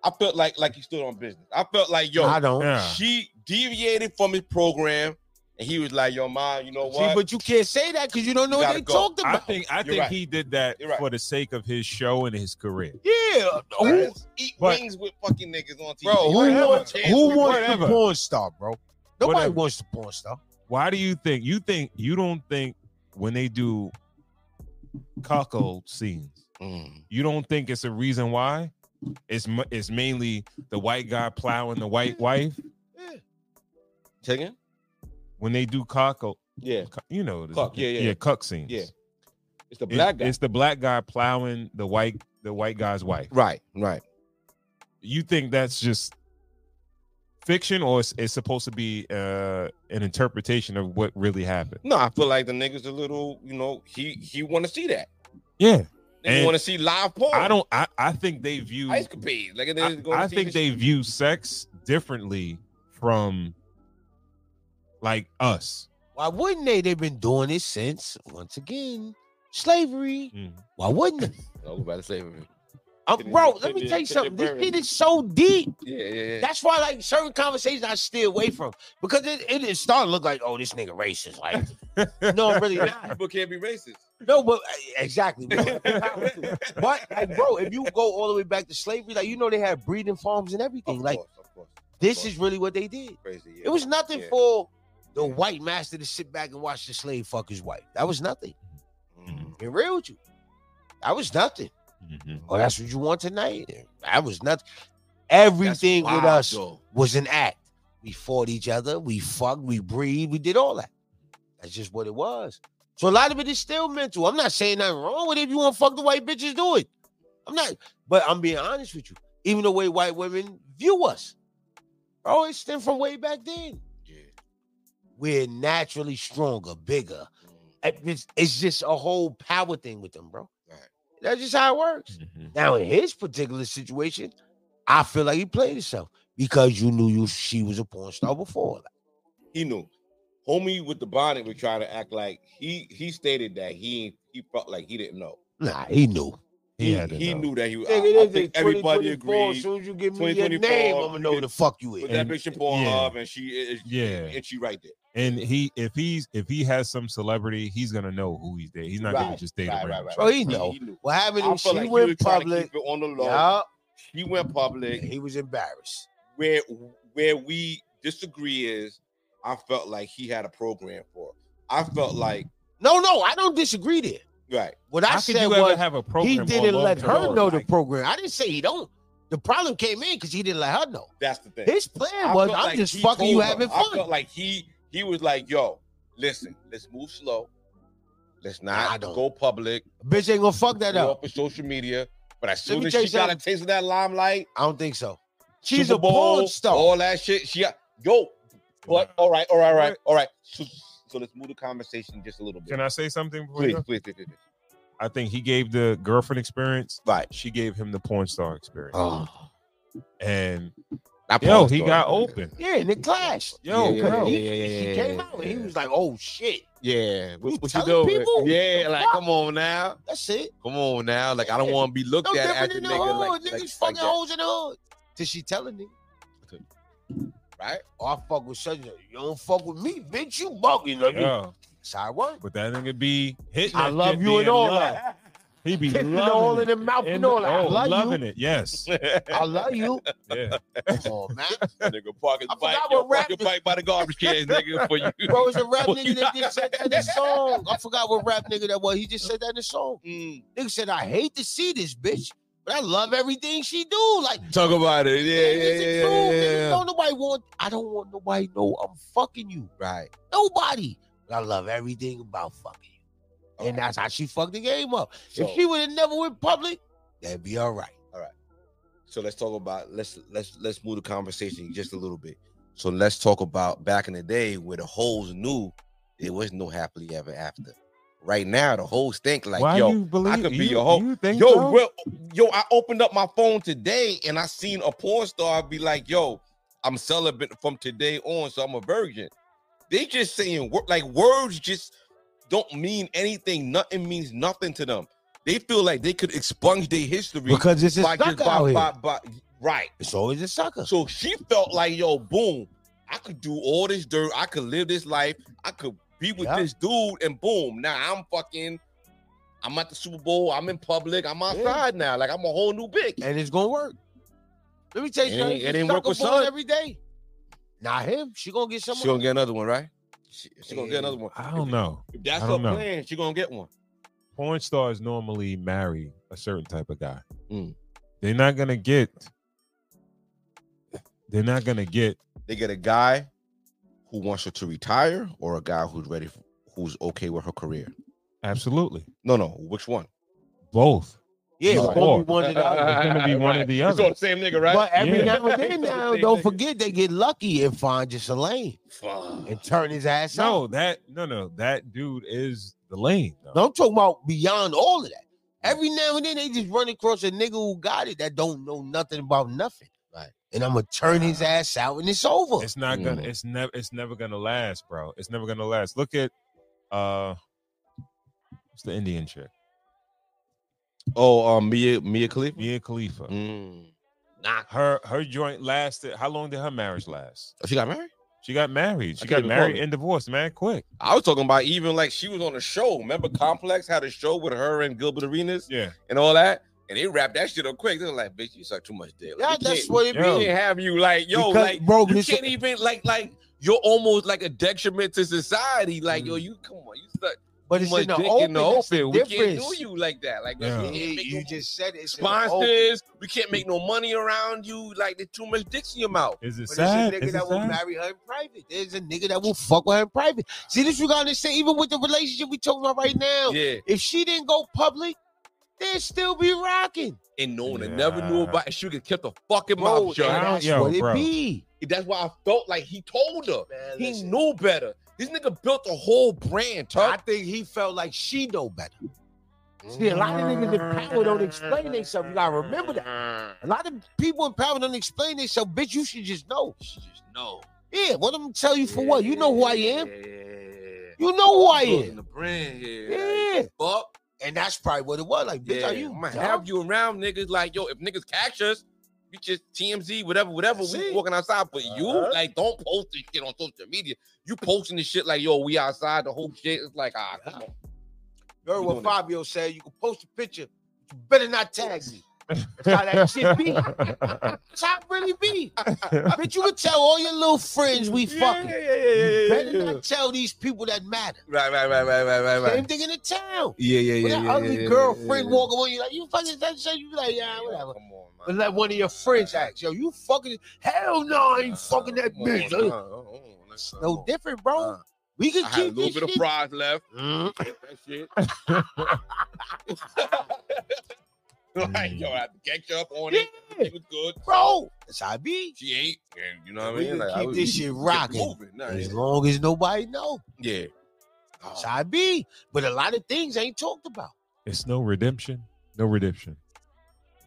I felt like like he stood on business. I felt like yo, I don't. Yeah. she deviated from his program, and he was like, "Yo, mom, you know See, what? but you can't say that because you don't know You what gotta they go. talked I about. think I You're think right. he did that You're right. for the sake of his show and his career. yeah, Who who, eat But- wings with fucking niggas on TV? bro? Who Whatever. wants who wants Whatever. the porn star, bro? Nobody Whatever. wants the porn star. Why do you think you think you don't think when they do cuckold scenes, you don't think it's a reason why? It's mu- it's mainly the white guy plowing the white wife Chicken? when they do cuckold. Yeah, cu- You know, this- Cuck, yeah, yeah. cuck scenes. Yeah. it's the It- black guy. It's the black guy plowing the white the white guy's wife. Right, right. You think that's just fiction or it's, it's supposed to be uh, an interpretation of what really happened? No, I feel like the niggas a little, you know, he he want to see that. Yeah. They And- want to see live porn. I don't. I, I think they view. Ice capades. Like, I, I think they view sex differently from like us. Why wouldn't they? They've been doing it since once again slavery. Why wouldn't they? I was Oh, about to say. Um, bro, let me tell you something. This shit is so deep. Yeah, yeah, yeah. That's why, like, certain conversations I stay away from because it, it, it started to look like, oh, this nigga racist. Like, no, I'm really not. People can't be racist. No, but eh, exactly. bro. Mm. but like, bro, if you go all the way back to slavery, like you know they had breeding farms and everything. like, this is really what they did. Crazy. It was nothing for the white master to sit back and watch the slave fuck his wife. That was nothing. Be real with you, that was nothing. Oh, that's what you want tonight? That was nothing. Everything with wild, us though. was an act. We fought each other. We fucked. We breathed. We did all that. That's just what it was. So a lot of it is still mental. I'm not saying nothing wrong with it. If you want to fuck the white bitches, do it. I'm not, but I'm being honest with you. Even the way white women view us, bro, it stemmed from way back then. We're naturally stronger, bigger. It's, it's just a whole power thing with them, bro. That's just how it works. Now, in his particular situation, I feel like he played himself because you knew you she was a porn star before. He knew. Homie with the bonnet would try to act like he he stated that he he felt like he didn't know. Nah, he knew. He, had to he know. knew that he was. Nigga, I, I this think is everybody 2024. agrees. As soon as you give me your name, I'ma know who the fuck you is. Put that And- picture porn yeah. up, and she is. Yeah. and she right there. And he, if he's, if he has some celebrity, he's gonna know who he's dating. He's not gonna Right, just date right, a right, random. right. chick. Oh, Bro, he know. What happened I is feel she like he was went trying to keep public. it on the low. Yup. She went public. He was embarrassed. Where where we disagree is, I felt like he had a program for. her. I felt like No, no, I don't disagree there. right. What I How could said you ever was have a he program didn't on love let her and know all? the Like- program. I didn't say he don't. The problem came in because he didn't let her know. That's the thing. His plan I was, felt "I'm like just he fucking you, told her. having I fun." felt like he he was like, "Yo, listen, let's move slow. Let's I not don't. go public. Bitch ain't gonna fuck that go up. up in social media." But as Let soon me as tell she you got a something. taste of that limelight, I don't think so. She's Super a porn Bowl, star. All that shit. She got yo. But all right, all right, all right, all right. So, so let's move the conversation just a little bit. Can I say something? before you Please, go? please, please, please. please. I think he gave the girlfriend experience. Right. She gave him the porn star experience. Oh. Oh. And Not yo, porn he star, got nigga. open. Yeah, and it clashed. Yo, Yeah, bro. he- Yeah, yeah, yeah, she yeah, came yeah, out and he was like, "Oh shit." Yeah, what, what you telling doing? people? Yeah, The like fuck? come on now, That's it. come on now. Like I don't want to be looked No at as different a than the nigga. hood. Like, Niggas like, like fucking that. hoes in the hood. Till she telling me. Right? Oh, I fuck with such and such. You don't fuck with me, bitch. You bugging. Like, Yeah. That's how it works. But that nigga be hitting. I that love shit, you being and all loved. that. He be Kissing loving all it. in the mouth and the- all that. I oh, love you. loving it. Yes. I love you. Yeah. Come on, man. nigga, park his bike. forgot Yo, what rap park your bike by the garbage can, nigga. For you, Bro, it's a rap For you. nigga that just said that in his song. I forgot what rap nigga that was. He just said that in his song. Mm. Nigga said, I hate to see this bitch, but I love everything she do. Like, Talk about it. Niggas Yeah, a yeah, yeah, fool, yeah, niggas. yeah. Don't nobody want. I don't want nobody know I'm fucking you. Right. Nobody. But I love everything about fucking you, and that's how she fucked the game up. So- if she would have never went public, that'd be all right. All right. So let's talk about let's let's let's move the conversation just a little bit. So let's talk about back in the day where the hoes knew there was no happily ever after. Right now, the hoes think like, Why yo, you believe- I could be you- your hoe. you think yo, so? real- yo, I opened up my phone today and I seen a porn star be like, yo, I'm celibate from today on, so I'm a virgin. They just saying wor- like words just don't mean anything. Nothing means nothing to them. They feel like they could expunge their history Because it's a by just- sucker by- out here. by- by- right. It's always a sucker. So she felt like, yo, boom, I could do all this dirt. I could live this life. I could be with Yeah. this dude, and boom, now I'm fucking. I'm at the Super Bowl. I'm in public. I'm outside now. Like I'm a whole new bitch. and it's gonna work. Let me tell you, It something. ain't- it It's ain't work with sucker born Sun. every day. Not him. She gonna get She someone. gonna get another one, right? She, she gonna get another one. I don't know. If that's I her don't know. plan, she gonna get one. Porn stars normally marry a certain type of guy. Mm. They're not gonna get. They're not gonna get. They get a guy who wants her to retire, or a guy who's ready, for, who's okay with her career. Absolutely. No, no. Which one? Both. Yeah, He's it's gonna poor. be one or the other. It's gonna be one or the other. It's all the same nigga, right? But every Yeah. now and then, now don't forget they get lucky and find just a lane and turn his ass out. No, that no no that dude is the lane. though. No, I'm talking about beyond all of that. Every now and then they just run across a nigga who got it that don't know nothing about nothing. Right. And I'm gonna turn his ass out and it's over. It's not gonna. It's never. It's never gonna last, bro. It's never gonna last. Look at, uh, what's the Indian chick? Oh, um, Mia Mia Khalifa. Mia Khalifa. Mm. Nah. Her her joint lasted. How long did her marriage last? She got married. She got married. She can't got even married call it. and divorced, man, quick. I was talking about even like she was on a show. Remember Complex had a show with her and Gilbert Arenas Yeah. and all that? And they wrapped that shit up quick. They were like, bitch, you suck too much dick. Yeah, Like, we that's can't- what it we be. can't have you like, yo, Because, like bro, you this- can't even like like you're almost like a detriment to society. Like, yo, you come on, you suck Mm. But too it's much in the dick open. in the that's the open. We can't difference. do you like that. Like, Yeah. we Yeah, can't make You no just said it's in the open. sponsors. We can't make no money around you. Like, there's too much dicks in your mouth. Is it But sad? there's a nigga Is that it will sad? marry her in private. There's a nigga that will fuck with her in private. See, this you gotta understand, even with the relationship we talking about right now, Yeah, if she didn't go public, they'd still be rocking. and no one that never knew Yeah. about. it. She could kept the fucking Bro, mouth I shut. and don't- that's yo, what it bro. be. That's why I felt like he told her. Man, He listen, knew better. This nigga built a whole brand, I Tuck. think he felt like she know better. See, a lot of niggas in power don't explain themselves. You gotta remember that. A lot of people in power don't explain themselves. Bitch, you should just know. She just know. Yeah, what I'm gonna tell you for what? You know who I am. Yeah, You know who I Building am. the brand here. like, Yeah. fuck. And that's probably what it was. Like, bitch, Yeah, are you? I'm gonna dumb? have you around niggas like yo. If niggas catch us, we just TMZ, whatever, whatever. That's We it. walking outside, but Uh-huh. you like don't post this shit on social media. You posting this shit like yo, we outside. The whole shit It's like ah, come on. Remember doing what it. Fabio said? You can post a picture. You better not tag me. That's how that shit be. That's how it really be. bitch, you can tell all your little friends we fucking. You better not tell these people that matter. Right, right, right, right, right, right, Same right. thing in the town. Yeah, yeah, When yeah. that yeah, ugly yeah, yeah, girlfriend yeah, yeah. walking on you, like you fucking that shit, you be like, yeah, whatever. Come on, man. But like one of your friends acts, yo, you fucking hell no, I ain't fucking that Come on, bitch. come Uh, on, come on, let's- come No on. different, bro. Uh, We can I had a keep little this bit of shit. fries left. Mm. That shit. like, yo, I had to catch up on it. Yeah. It was good. Bro, that's how I be. She ate, and you know what I We mean. can Like, I keep was- this shit kept rocking moving. Nah, as yeah. long as nobody know. yeah. Oh. That's how I be. But a lot of things ain't talked about. It's no redemption. No redemption.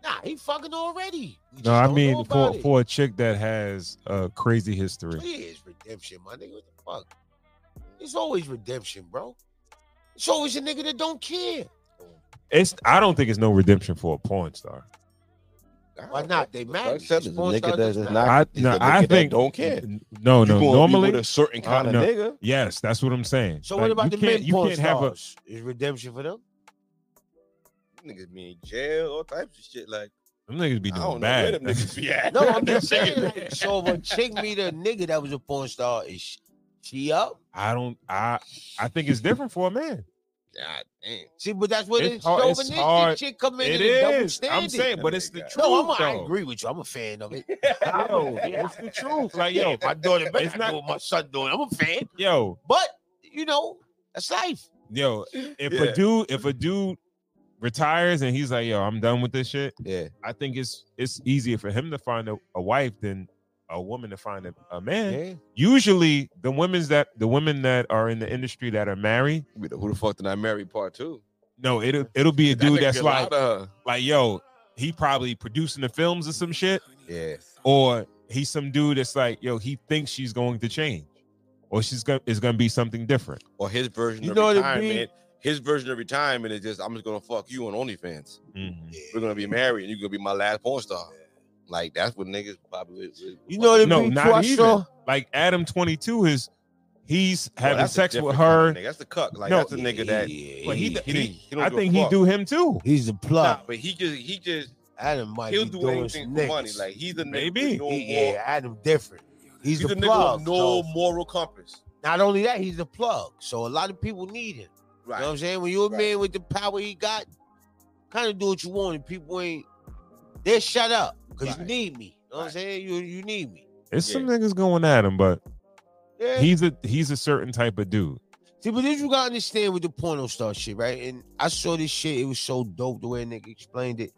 Nah, he fucking already. We just No, I don't know mean for about it. for a chick that has a crazy history. Yeah, it's redemption, my nigga. What the fuck? It's always redemption, bro. It's always a nigga that don't care. It's I don't think it's no redemption for a porn star. Why Oh, not? They I married. said it's a Porn nigga stars that is don't- not. I it's a no, nigga I that think don't care. No, You Oh, no, gonna be normally with a certain Uh, kind of no. nigga. Yes, that's what I'm saying. So Like, what about you the men can't- You porn can't have a stars? Is redemption for them? Niggas be in jail, all types of shit. Like, them niggas be I don't know doing where bad. them niggas be at. No, I'm just saying. Like, so if a chick meet a nigga that was a porn star, is she, she up? I don't. I I think it's different for a man. God damn. See, but that's what It's it's, hard- it's chauvinistic hard. chick come in It and a double is. standard. I'm saying, but it's the truth. no, I'm, I though. agree with you. I'm a fan of it. Yo, it's the truth. Like yo, Yeah, my daughter better it's not not- do what my son doing. I'm a fan. yo, But you know, that's life. yo. If Yeah. a dude, if a dude retires and he's like, yo, I'm done with this shit. Yeah. I think it's it's easier for him to find a, a wife than a woman to find a, a man. Usually, the women's that the women that are in the industry that are married, Who the- Who the fuck did I marry? Part two. no, it'll it'll be a That dude nigga that's get a like, lot of uh, her. like yo, he probably producing the films or some shit, yeah. or he's some dude that's like, yo, he thinks she's going to change, or she's gonna it's gonna be something different. Or his version You of know what it be? retirement. His version of retirement is just I'm just gonna fuck you on OnlyFans. We're gonna be married, and you're gonna be my last porn star. Like that's what niggas probably. You know what it No, means? not too, I even. saw- Like Adam twenty two is he's Well, having that's a sex with different her. kind of nigga. That's the cuck. Like No, that's a nigga that. Yeah, But he, he, he- didn't- he don't I give a think he fuck. do him too. he's the Nah, plug. but he just he just Adam might he'll be do doing anything some for niggas. money. Like he's the nigga. Maybe. with no He- moral- yeah, Adam different. He's, He's, the a nigga plug. with no so moral compass. not only that, he's the plug. So a lot of people need him. You know what I'm Right. saying? When you're a Right. man with the power he got, kind of do what you want, and people ain't they shut up because you Right. need me. You know what I'm Right. saying? You you need me. It's Yeah. some niggas going at him, but Yeah. he's a he's a certain type of dude. See, but then you gotta understand with the porno star shit, right? And I saw this shit, it was so dope the way a nigga explained it.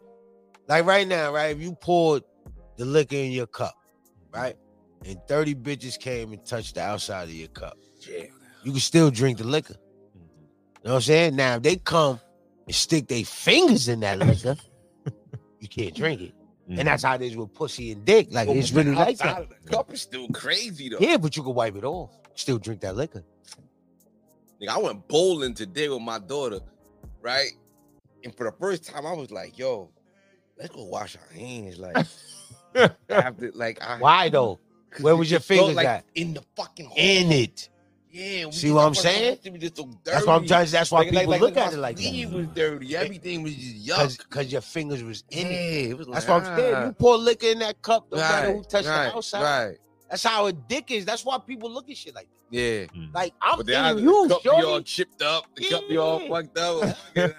Like right now, right? If you poured the liquor in your cup, right? And 30 bitches came and touched the outside of your cup. Yeah. You can still drink the liquor. Mm-hmm. You know what I'm saying? Now if they come and stick their fingers in that liquor, you can't drink it. Mhm. And that's how it is with pussy and dick. Like Oh, But it's when really the like outside that. of the cup is still crazy though. Yeah, but you can wipe it off. Still drink that liquor. Nigga, I went bowling today with my daughter, right? And for the first time, I was like, "Yo, let's go wash our hands." Like, I have to, like, I, Why though? Where was your finger fingers at? In the fucking hole. In it. Yeah. we See just- what I'm our saying? hands was just so That's why I'm dirty. trying- that's why Like- like- people like- look like at my it like that. sleeve was dirty. Everything was just yuck. Because your fingers was in it. was That's like, what I'm saying. ah. You pour liquor in that cup, no matter Right, who touched right, the outside. right. That's how a dick is. That's why people look at shit like that. Yeah. Like I'm But in the eyes- you, the cup be all shorty. chipped up. The cup be all Yeah. fucked up.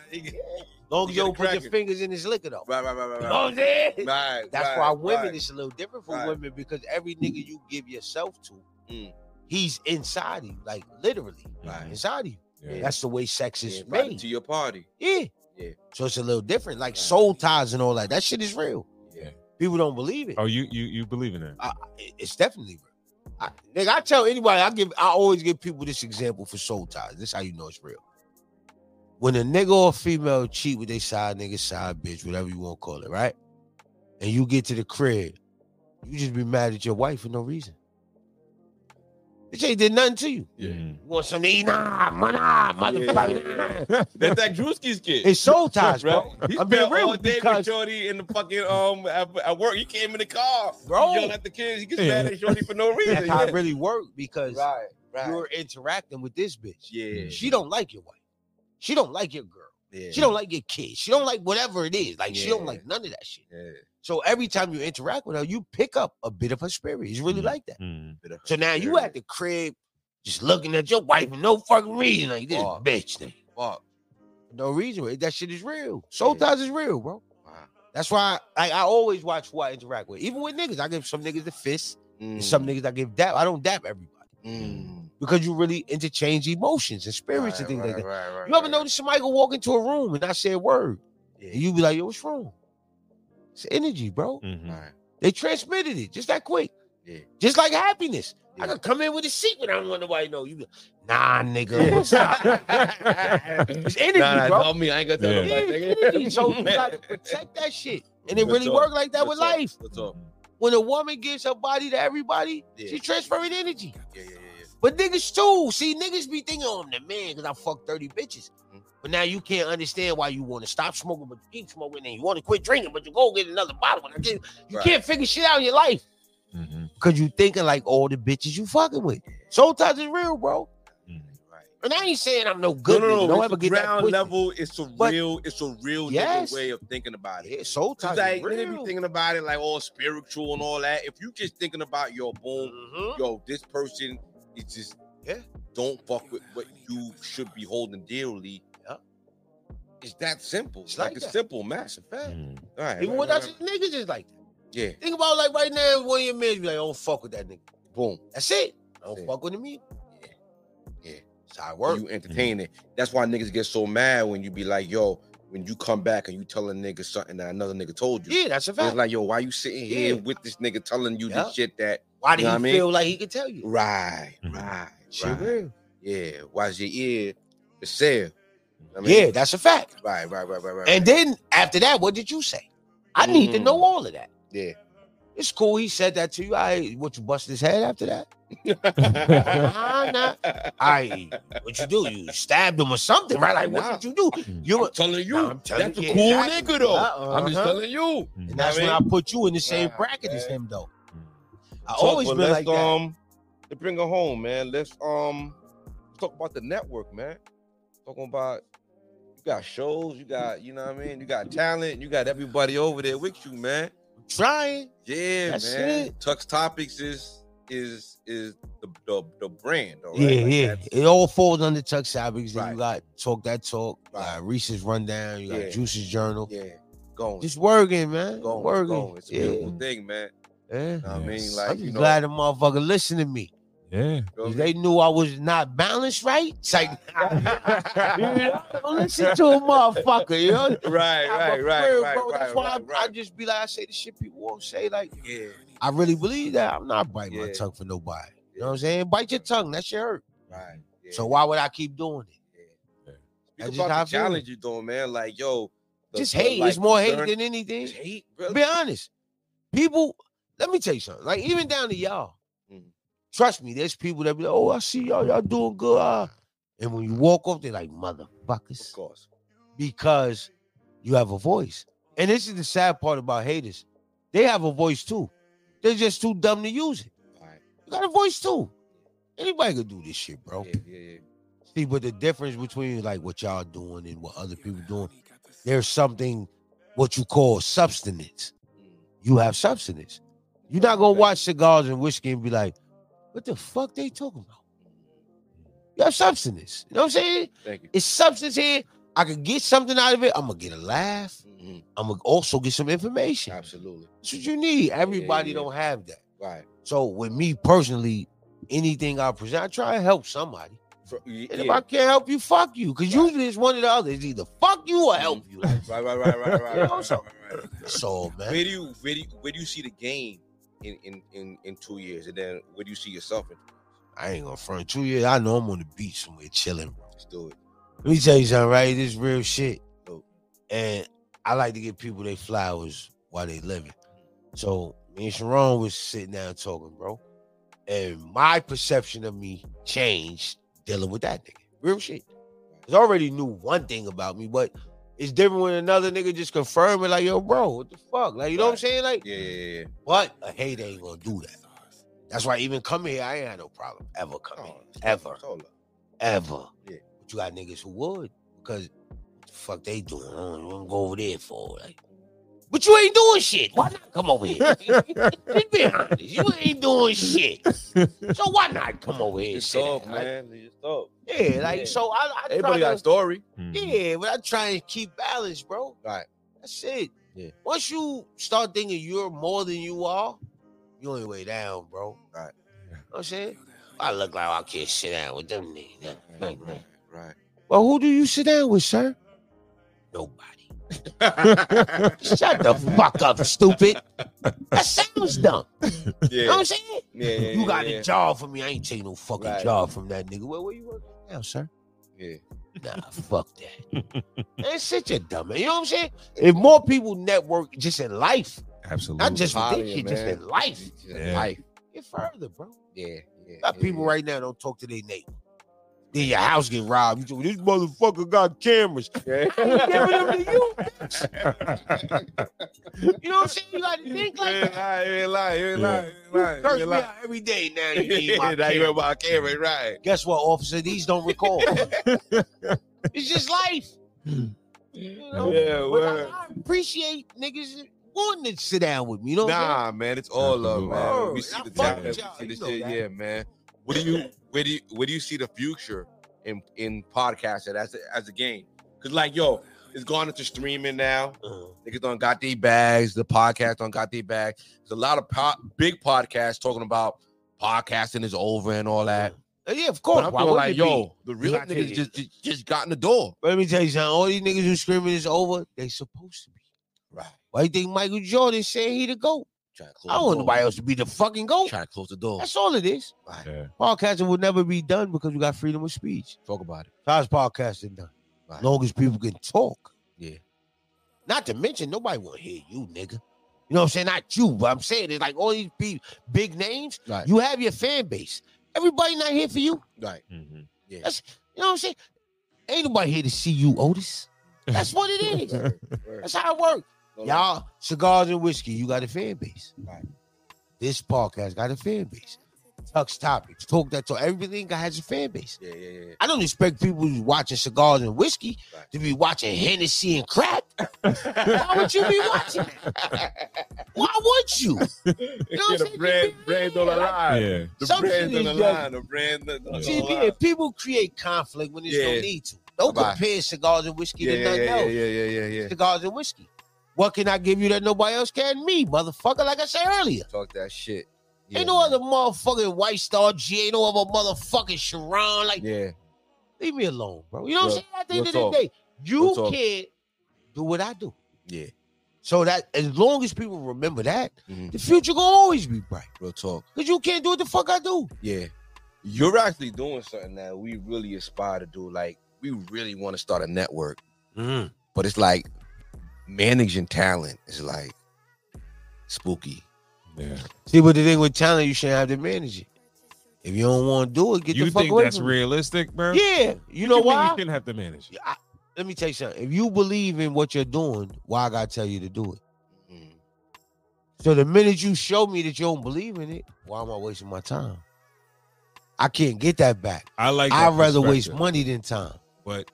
Long you as you get a don't put your cracker. fingers in this liquor though. Right, right, right, right. You know what I'm saying? Right, That's right, why women right. it's a little different for Right. Mm. women because every nigga you give yourself to, he's inside of you, like literally Mm-hmm. inside of you. That's the way sex is Right made. to your party. Yeah. Yeah. So it's a little different. Like soul ties and all that. That shit is real. Yeah. People don't believe it. Oh, you you you believe in that? I, it's definitely real. I, nigga, I tell anybody, I give, I always give people this example for soul ties. This how you know it's real. When a nigga or female cheat with their side nigga, side bitch, whatever you want to call it, right? And you get to the crib, you just be mad at your wife for no reason. Bitch ain't did nothing to you. Yeah. You want something to eat? Nah, man, nah, motherfucker. That's that Drewski's kid. It's soul ties, Right? bro. He I'm spent being all real day because with Shorty in the fucking um at, at work. He came in the car, Bro. He yelled at the kids. He gets Yeah. mad at Shorty for no reason. that's how Yeah. it really worked because Right, right. you're interacting with this bitch. Yeah. She don't like your wife. She don't like your girl. Yeah. She don't like your kids. She don't like whatever it is. Like she don't Yeah. like none of that shit. Yeah. So every time you interact with her, you pick up a bit of her spirit. It's really like that. Mm-hmm. Bit of her So now you at the crib, just looking at your wife for no fucking reason. Like this Fuck. bitch thing. Fuck. No reason. That shit is real. Soul ties is real, bro. That's why I, I always watch who I interact with. Even with niggas, I give some niggas the fist. Mm, And some niggas I give dap. I don't dap everybody. Because you really interchange emotions and spirits and things like that. you ever notice somebody go walk into a room and not say a word? And you be like, yo, what's wrong? It's energy, bro. Mm-hmm. They transmitted it just that quick. Mm. Yeah. Just like happiness. I could come in with a secret. I don't want nobody to know. You be, nah, nigga. What's up? it's energy, Nah, nah, bro. tell me, I ain't gonna tell Yeah, nobody, it's nigga. energy, so you gotta protect that shit. And it Good really talk. worked like that Good with talk. life. Good talk. When a woman gives her body to everybody, Yeah. she transferring energy. Yeah, yeah, yeah, But niggas too. See, niggas be thinking, oh, I'm the man because I fucked 30 bitches. Mm-hmm. But now you can't understand why you want to stop smoking, but you keep smoking, and you want to quit drinking, but you go get another bottle. And I get, you Right. can't figure shit out in your life because you thinking like all the bitches you fucking with. Soul ties is real, bro. And I ain't saying I'm no good. no, no, nigga. no. Don't it's ever a get that ground pussy. level. It's a But- real. It's a real Yes. nigga way of thinking about it. It's soul Cause ties. like Like, nigga real. be thinking about it like all spiritual and all that. If you just thinking about your boom, Mm-hmm. yo, this person is just yeah. Don't fuck with what you should be holding dearly. It's that simple. It's like, like a that. simple massive fact. Mm-hmm. All right. Even right, without right, your niggas, is like that. Yeah. Think about like right now, one of your men be like, I don't fuck with that nigga. Boom. That's it. I don't fuck with him either. That's how it works. You entertain Mm-hmm. it. That's why niggas get so mad when you be like, yo, when you come back and you tell a nigga something that another nigga told you. Yeah, that's a It's fact. like, yo, why you sitting here Yeah. with this nigga telling you Yeah. this shit that Why did you know he what I mean? feel like he could tell you? Right, Mm-hmm. right, Shit right. real. Yeah, why's your ear for sale? I Yeah, that's a fact. Right, right, right, right, right. And then after that, what did you say? I need to Mm. know all of that. Yeah. It's cool. He said that to you. I what you bust his head after that? Mm-hmm. Nah, nah. I what you do? You stabbed him or something, right? Like what did you do? You were telling you. Nah, I'm telling That's a you, cool exactly. nigga, though. Uh, I'm just uh-huh. telling you. And that's when I put you in the same bracket as him, though. I always Well, been let's, like that. Um, to bring it home, man. Let's um talk about the network, man. Talking about you got shows, you got you know what I mean, you got talent, you got everybody over there with you, man. trying. Yeah, That's man. it. Tux Topics is is is the the, the brand, all right? Yeah, Like, yeah. that's- It all falls under Tuck Savage. Then you got Talk That Talk, you got Reese's Rundown, you got Yeah. Juice's Journal. Yeah, going. Just working, man. Going, working. going. It's a yeah. beautiful thing, man. Yeah. Know what I mean, like I'm you just know, glad the motherfucker listen to me. Yeah. If they knew I was not balanced right, it's like, don't listen to a motherfucker, you know? Right, I'm right, right, a friend, right, bro. right, That's why right, I, I just be like, I say the shit people won't say. Like, yeah, I really believe that. I'm not biting my tongue for nobody. You know what I'm saying? Bite your tongue. That shit hurt. right. So why would I keep doing it? Speak just how I about the feel. challenge you doing, man. Like, yo, the- just the, hate. like, it's more hate learn- than anything. Just hate, Be honest. People, let me tell you something. Like even down to y'all. Trust me, there's people that be like, oh, I see y'all, y'all doing good. ah." And when you walk off, they're like, motherfuckers. Of course. Because you have a voice. And this is the sad part about haters. They have a voice too. They're just too dumb to use it. You got a voice too. Anybody could do this shit, bro. See, but the difference between like what y'all doing and what other people doing, there's something what you call substance. Mm. You have substance. You're not gonna watch cigars and whiskey and be like, what the fuck they talking about? Mm. You have substance. You know what I'm saying? Thank you. It's substance here. I could get something out of it. I'm gonna get a laugh. I'm gonna also get some information. Mm-hmm. Absolutely. That's what you need. Everybody yeah. don't have that. Right. So with me personally, anything I present, I try to help somebody. For- y- And if yeah. I can't help you, fuck you. Because usually it's one or the other. It's either fuck you or Mm-hmm. help you. Like, Right, right, right, right, right, You know, right, so- right, right. So man. Where do you where do you, where do you see the game in, in in in two years, and then where do you see yourself in? I ain't gonna front two years. I know I'm on the beach somewhere chilling, bro. Let's do it. Let me tell you something, right? This real shit. And I like to give people their flowers while they living. So me and Sharon was sitting down talking, bro. And my perception of me changed dealing with that nigga. Real shit. 'Cause I already knew one thing about me, but it's different when another nigga just confirm it, like, yo, bro, what the fuck? Like, you know what I'm saying? Like, yeah, yeah, yeah. But a hater ain't gonna do that. That's why even coming here, I ain't had no problem ever coming. ever. Ever. Oh, Yeah. But you got niggas who would because what the fuck they doing? I don't, I don't go over there for like. But you ain't doing shit. Why not come over here? Just be honest. You ain't doing shit. So why not come over here? and It's sit tough, down, like- man. It's tough. Yeah, like so. I, I everybody try got to- a story. Yeah, but I try and keep balance, bro. Right. That's it. Yeah. Once you start thinking you're more than you are, you on your way down, bro. Right. You know what I'm saying? I look like I can't sit down with them niggas. Like, man. Right. Well, who do you sit down with, sir? Nobody. Shut the fuck up, stupid. That sounds dumb. You know what I'm saying? Yeah, yeah, you yeah, got yeah. a job for me. I ain't taking no fucking Right. job from that nigga. Where, where you working now, sir? Yeah. Nah, fuck that. That's such a dumb. You know what I'm saying? If more people network just in life, Absolutely. not just with this shit, just in life, in Yeah. life. get further, bro. Yeah, yeah. Got people right now don't talk to their neighbor. Then your house get robbed. You talk, this motherfucker got cameras. I ain't giving them to you. bitch. you know what I'm saying? You gotta think like that. You curse me out every day now. You need my Now you camera. want my camera, right? Guess what, officer? These don't record. it's just life. You know? Yeah, But I- word. I, appreciate niggas wanting to sit down with me. You know what I'm saying? Nah, man, it's all love, man. Word. We see the I Oh, fuck talent, with we y'all, see the you know shit, that. yeah, man. What do you, where do you, where do you see the future in in podcasting as a, as a game? Cause like, yo, it's gone into streaming now. Uh-huh. Niggas done got their bags. The podcast done got their bags. There's a lot of po- big podcasts talking about podcasting is over and all that. Yeah, of course. But I'm Why feeling wouldn't like, it yo, be? the real Because I niggas take just, just just got in the door. But let me tell you something. All these niggas who screaming is over, they supposed to be. Right. Why you think Michael Jordan said he the GOAT? Trying to I don't want nobody else to be the fucking GOAT. Trying to close the door. That's all it is. Yeah. Podcasting will never be done because we got freedom of speech. Talk about it. How's podcasting done? Right. As long as people can talk. Yeah. Not to mention, nobody will hear you, nigga. You know what I'm saying? Not you, but I'm saying it's like all these big, big names. Right. You have your fan base. Everybody not here for you. Right. Yeah. That's you know what I'm saying. Ain't nobody here to see you, Otis. That's what it is. That's how it works. Y'all, cigars and whiskey, you got a fan base. Right. This podcast got a fan base. Tux topics, talk that talk. Everything has a fan base. Yeah, yeah, yeah. I don't expect people who's watching cigars and whiskey Right. to be watching Hennessy and crack. Why would you be watching? that? Why would you? You know yeah, what I'm the saying? brand, brand on the line. Yeah. The Some brand on shit is the just- line. The brand on the See, on the yeah, line. people create conflict when there's Yeah. no need to. Don't Bye-bye. compare cigars and whiskey Yeah, to yeah, nothing yeah, else. yeah, yeah, yeah, yeah. Cigars and whiskey. What can I give you that nobody else can? Me, motherfucker. Like I said earlier, Talk that shit. Ain't no other motherfucking White Star G. Ain't no other motherfucking Sharon. Like, yeah. leave me alone, bro. You know Real- what I'm saying? At real the end of talk. the day, you Real talk. can't do what I do. Yeah. So that as long as people remember that, the future gonna always be bright. Real talk. Cause you can't do what the fuck I do. Yeah. You're actually doing something that we really aspire to do. Like, we really want to start a network. But it's like managing talent is like spooky. Yeah. See, but the thing with talent, you shouldn't have to manage it. If you don't want to do it, get you the fuck think away that's from it. realistic, bro? Yeah, you know mean why? You shouldn't have to manage. I- let me tell you something. If you believe in what you're doing, why I gotta tell you to do it? So the minute you show me that you don't believe in it, why am I wasting my time? I can't get that back. I like. that I'd rather waste perspective. money than time. but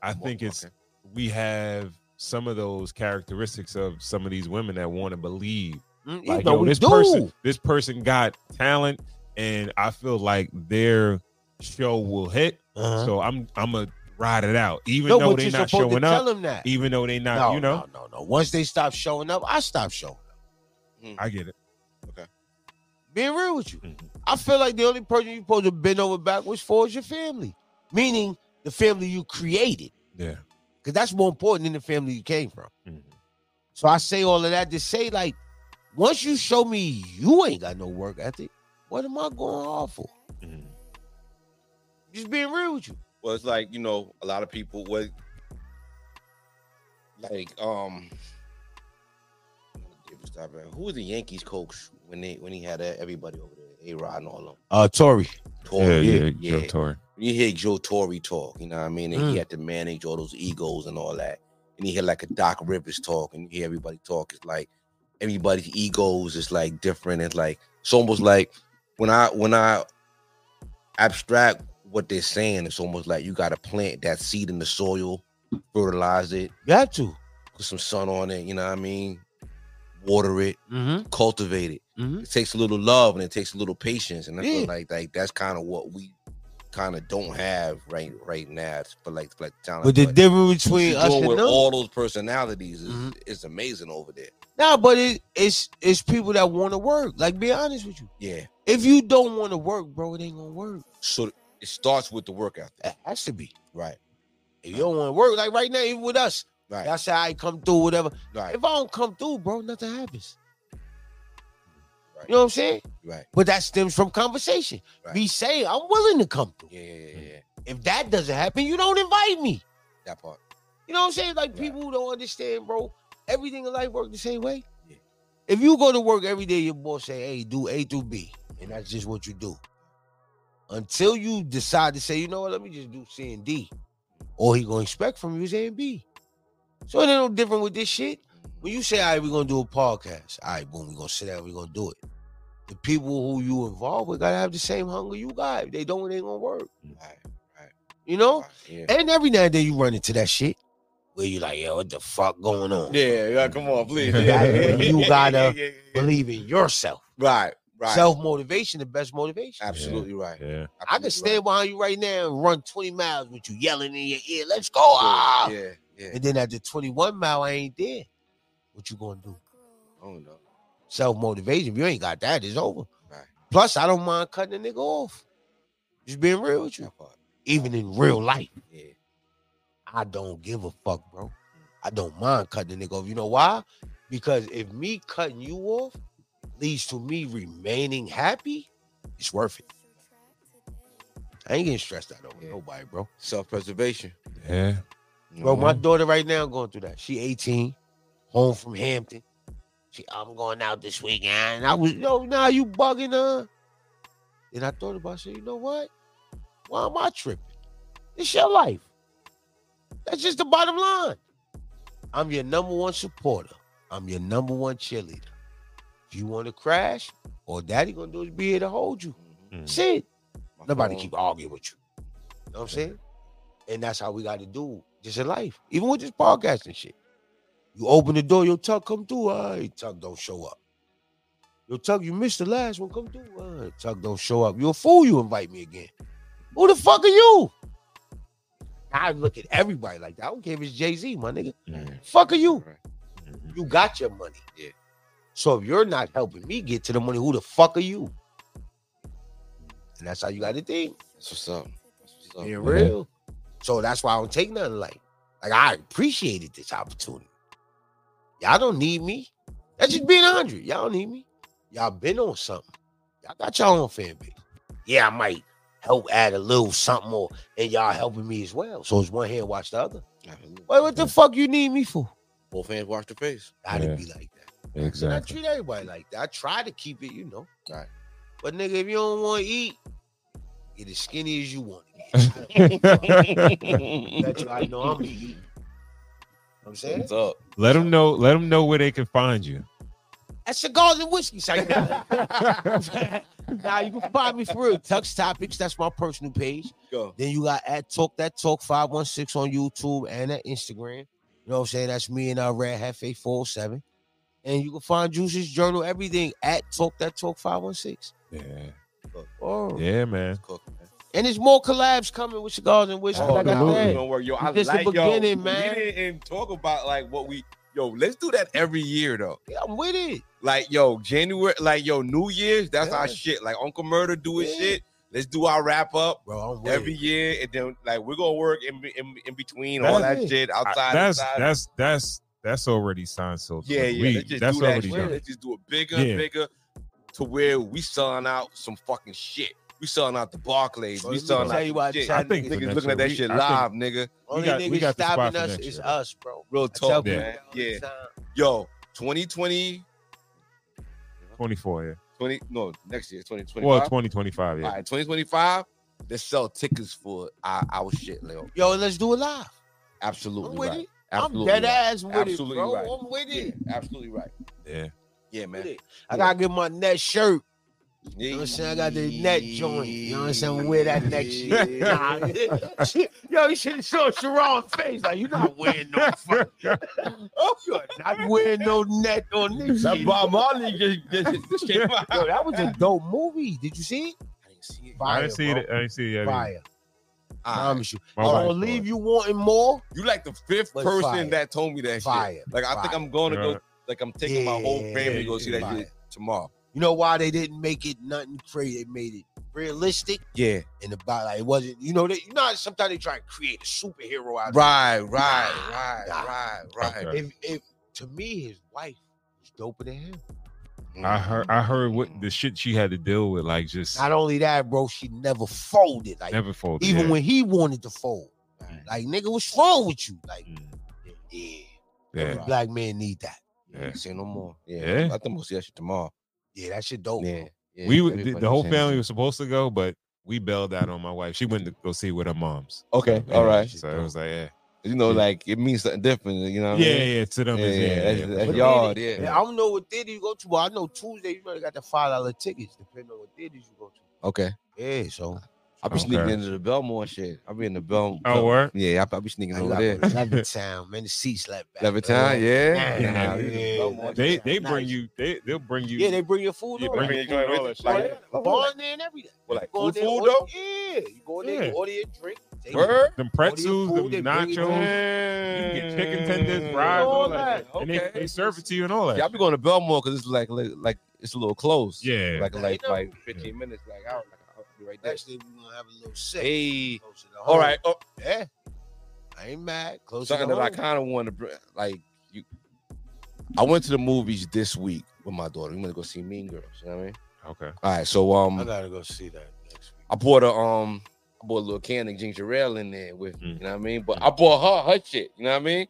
I think it's we have some of those characteristics of some of these women that want to believe. Mm, yeah, Like, no, yo, we this do. person, this person got talent, and I feel like their show will hit. Uh-huh. So I'm I'm gonna ride it out, even No, though but they're you're not supposed to showing tell up. them that. Even though they're not, No, you know, no, no, no. Once they stop showing up, I stop showing up. I get it. Being real with you, Mm-hmm. I feel like the only person you're supposed to bend over backwards for is your family, meaning the family you created. Yeah. because that's more important than the family you came from. Mm-hmm. So I say all of that to say, like, once you show me you ain't got no work ethic, what am I going off for? Mm-hmm. Just being real with you. Well, it's like you know, a lot of people what Like, um, stop it. who was the Yankees coach when they when he had uh, everybody over there, A Rod and all of them? Uh, Tori. Tory, yeah, yeah, Joe Torre. You hear Joe Torre talk, you know what I mean? And Mm. he had to manage all those egos and all that. And you hear like a Doc Rivers talk, and you hear everybody talk. It's like everybody's egos is like different. It's like it's almost like when I when I abstract what they're saying, it's almost like you gotta plant that seed in the soil, fertilize it. You have to put some sun on it, you know what I mean? Water it, cultivate it. It takes a little love and it takes a little patience. And I feel Mm-hmm. Yeah. like like that's kind of what we kind of don't have right right now for like for like talent. But the difference what between you're us doing and with them- Mm-hmm. all those personalities is, is amazing over there. Nah, but it, it's it's people that want to work. Like, be honest with you. Yeah. If you don't want to work, bro, it ain't gonna work. So it starts with the work ethic. It has to be. Right. If you don't want to work, like right now, even with us, right. that's how I come through, whatever. Right. If I don't come through, bro, nothing happens. You know what I'm saying? Right. But that stems from conversation. Me saying I'm willing to come through. Yeah, yeah, yeah. If that doesn't happen, you don't invite me. That part. You know what I'm saying? Like people who don't understand, bro. Everything in life works the same way. If you go to work every day, your boss say, "Hey, do A through B," and that's just what you do. Until you decide to say, "You know what? Let me just do C and D," all he gonna expect from you is A and B. So it ain't no different with this shit. When you say, "All right, we're gonna do a podcast," all right, boom, we gonna sit down, we gonna do it. The people who you involve with gotta have the same hunger you got. If they don't, it ain't gonna work. You know? Yeah. And every now and then you run into that shit where you like, yo, what the fuck going on? Yeah, yeah, come on, please. You Yeah, gotta, yeah, yeah, you yeah, gotta yeah, yeah, yeah, yeah. believe in yourself. Right, right. Self motivation, the best motivation. Absolutely right. Yeah. I can stand behind you right now and run 20 miles with you yelling in your ear, let's go. ah!" Yeah, yeah. And then at the 21 mile, I ain't there. What you gonna do? Oh no. Self motivation. If you ain't got that, it's over. Plus, I don't mind cutting a nigga off. Just being real with you. Even in real life. I don't give a fuck, bro. I don't mind cutting a nigga off. You know why? Because if me cutting you off leads to me remaining happy, it's worth it. I ain't getting stressed out over nobody, bro. Self preservation. Yeah. Bro, my daughter right now going through that. She 18, home from Hampton. She, I'm going out this weekend. I was, yo, nah, you bugging her. And I thought about, it, I said, you know what? Why am I tripping? It's your life. That's just the bottom line. I'm your number one supporter. I'm your number one cheerleader. If you want to crash, all daddy gonna do is be here to hold you. Shit. Nobody keep arguing with you. You know what I'm saying? And that's how we got to do just in life, even with this podcast and shit. You open the door, your tuck come through. All right, tuck don't show up. Your tuck, you missed the last one. Come through. All right, tuck don't show up. You a fool. You invite me again. Who the fuck are you? I look at everybody like Mm. that. I don't care if it's Jay Z, my nigga. Fuck are you? You got your money. Yeah. So if you're not helping me get to the money, who the fuck are you? And that's how you got to think. That's what's up. Being real. So that's why I don't take nothing like. Like I appreciated this opportunity. Y'all don't need me. That's just being hundred. Y'all don't need me. Y'all been on something. Y'all got y'all own fan base. Yeah, I might help add a little something or and y'all helping me as well. So it's one hand watch the other. Wait, what the fuck you need me for? Both hands wash their face. I didn't be like that. And I Exactly. treat everybody like that. I try to keep it, you know. Right. But nigga, if you don't want to eat, get as skinny as you want. to get. Bet you I know I'm eating. You know what I'm saying? What's up? Let them know. Let them know where they can find you. That's cigars and whiskey segment. now you can find me for real. Tux Topics, that's my personal page. Go. Then you got at Talk That Talk 516 on YouTube and at Instagram. You know what I'm saying? That's me and our Red Half 847. oh And you can find Juice's Journal, everything at Talk That Talk 516. Yeah. Oh. Yeah, man. And there's more collabs coming with cigars and whiskey. Oh, like I no, said. don't worry, yo. I This like the yo, beginning, We man. didn't talk about like what we yo. Let's do that every year though. Yeah, I'm with it. Like yo, January, like yo, New Year's. That's our shit. Like Uncle Murder do his shit. Let's do our wrap up Bro, I'm with every it. year, and then like we're gonna work in be- in, in between all that That's- shit I- outside. that's inside. that's that's that's already signed. So yeah, yeah. we- let's just that's do that already shit. done. Let's just do it bigger, Yeah. and bigger, to where we selling out some fucking shit. We selling out the Barclays. Bro, we let me selling tell out. you some why shit. I think for niggas next looking at year, that we- shit I live, nigga. Only got- niggas we got the spot stopping for us next is year. us, bro. Real I tell talk, people man. that all the Yeah. time. Yo, 2020, Twenty four. 20, no, next year, 2025. Yeah. Well, twenty twenty five. All Yeah. right, 2025, let's sell tickets for our, our shit, Leo. Yo, let's do it live. I'm Absolutely with right. it. Absolutely I'm dead right. ass with Absolutely it, bro. right. I'm with it. Yeah, absolutely right. Yeah. Yeah, man. I gotta get my net shirt. Yeah. You know what I'm saying? I got the net joint. You know what I'm saying? I'm Wear that next year. Nah, she- yo, you should have show Sharon's face. Like, you're not wearing no fuck. you are not wearing no net on this That shit. Bob Marley just, just, just came out. Yo, that was a dope movie. Did you see it? I didn't see it. I Fire, didn't see bro. it. I didn't see it. I didn't- Fire. I All right. promise you. My I'm Oh, wife gonna saw leave it. you wanting more. You like the fifth But person fire. that told me that Fire. shit. Like, I think Fire. I'm going to go, Yeah. like, I'm taking my whole Yeah, family to go yeah, see that fire. shit tomorrow. You know why they didn't make it nothing crazy? They made it realistic Yeah. and about like it wasn't. You know, they, you know. how Sometimes they try to create a superhero out of Right, right, right, Nah. right, right. Okay. If, if to me, his wife was doper than him. Mm, I heard. I heard what the shit she had to deal with. Like just Not only that, bro, she never folded. Like never folded. even yeah. when he wanted to fold, Right. like nigga, what's wrong with you? Like, Mm. yeah, every Yeah. black man need that. Yeah. Say no more. Yeah. I think we'll see that shit tomorrow. Yeah, that shit dope. Yeah. Yeah, Yeah, we w- the, everybody the whole saying- family was supposed to go, but we bailed out on my wife. She went to go see with her mom's. Okay, Yeah, all right. So it was like, yeah, You know, Yeah. like it means something different. You yeah, know. What I mean? yeah, To them, Yeah, is, yeah, yeah, yeah, that's- for that's sure. y'all. yard, yeah. I don't know what theater you go to, but I know Tuesday you know they got the five dollar tickets, depending on what theater you go to. Okay. Yeah, so I'll be Okay. sneaking into the Belmore shit. I'll be in the Belmore. Oh, word. Yeah, I'll be sneaking I over got there. Levittown, man. The seats left back. Levittown, man. yeah. Yeah, Nah, yeah. we- Belmore. They they Nice. bring you. They they'll bring you. Yeah, they bring your food. Yeah, on. bring your food and all that shit. Like, Like, barn there and everything. Well, like Go cool in there, food order- though. Yeah, you go in there, you Yeah. order your drink. They Word? them pretzels, food, they them bring it nachos. You can get chicken tenders, fries, all All that. that, And they, okay. they serve it to you and all that. Yeah, I'll be going to Belmore because it's like, like like it's a little close. Yeah. Like Yeah, like you know. like 15 minutes. Like I'll, like, I'll be right there. Next day we gonna have a little sex. Hey. Closer to All home. right. Oh, Yeah. I ain't mad. Close to something that I kind of want to bring. Like you, I went to the movies this week with my daughter. We went to go see Mean Girls. You know what I mean? Okay. All right. So um, I gotta go see that next week. I bought a um I bought a little can of ginger ale in there with me, Mm. you know what I mean? But I bought her her shit, you know what I mean?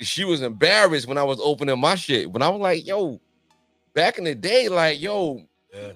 She was embarrassed when I was opening my shit. When I was like, yo, back in the day, like, yo, Yeah.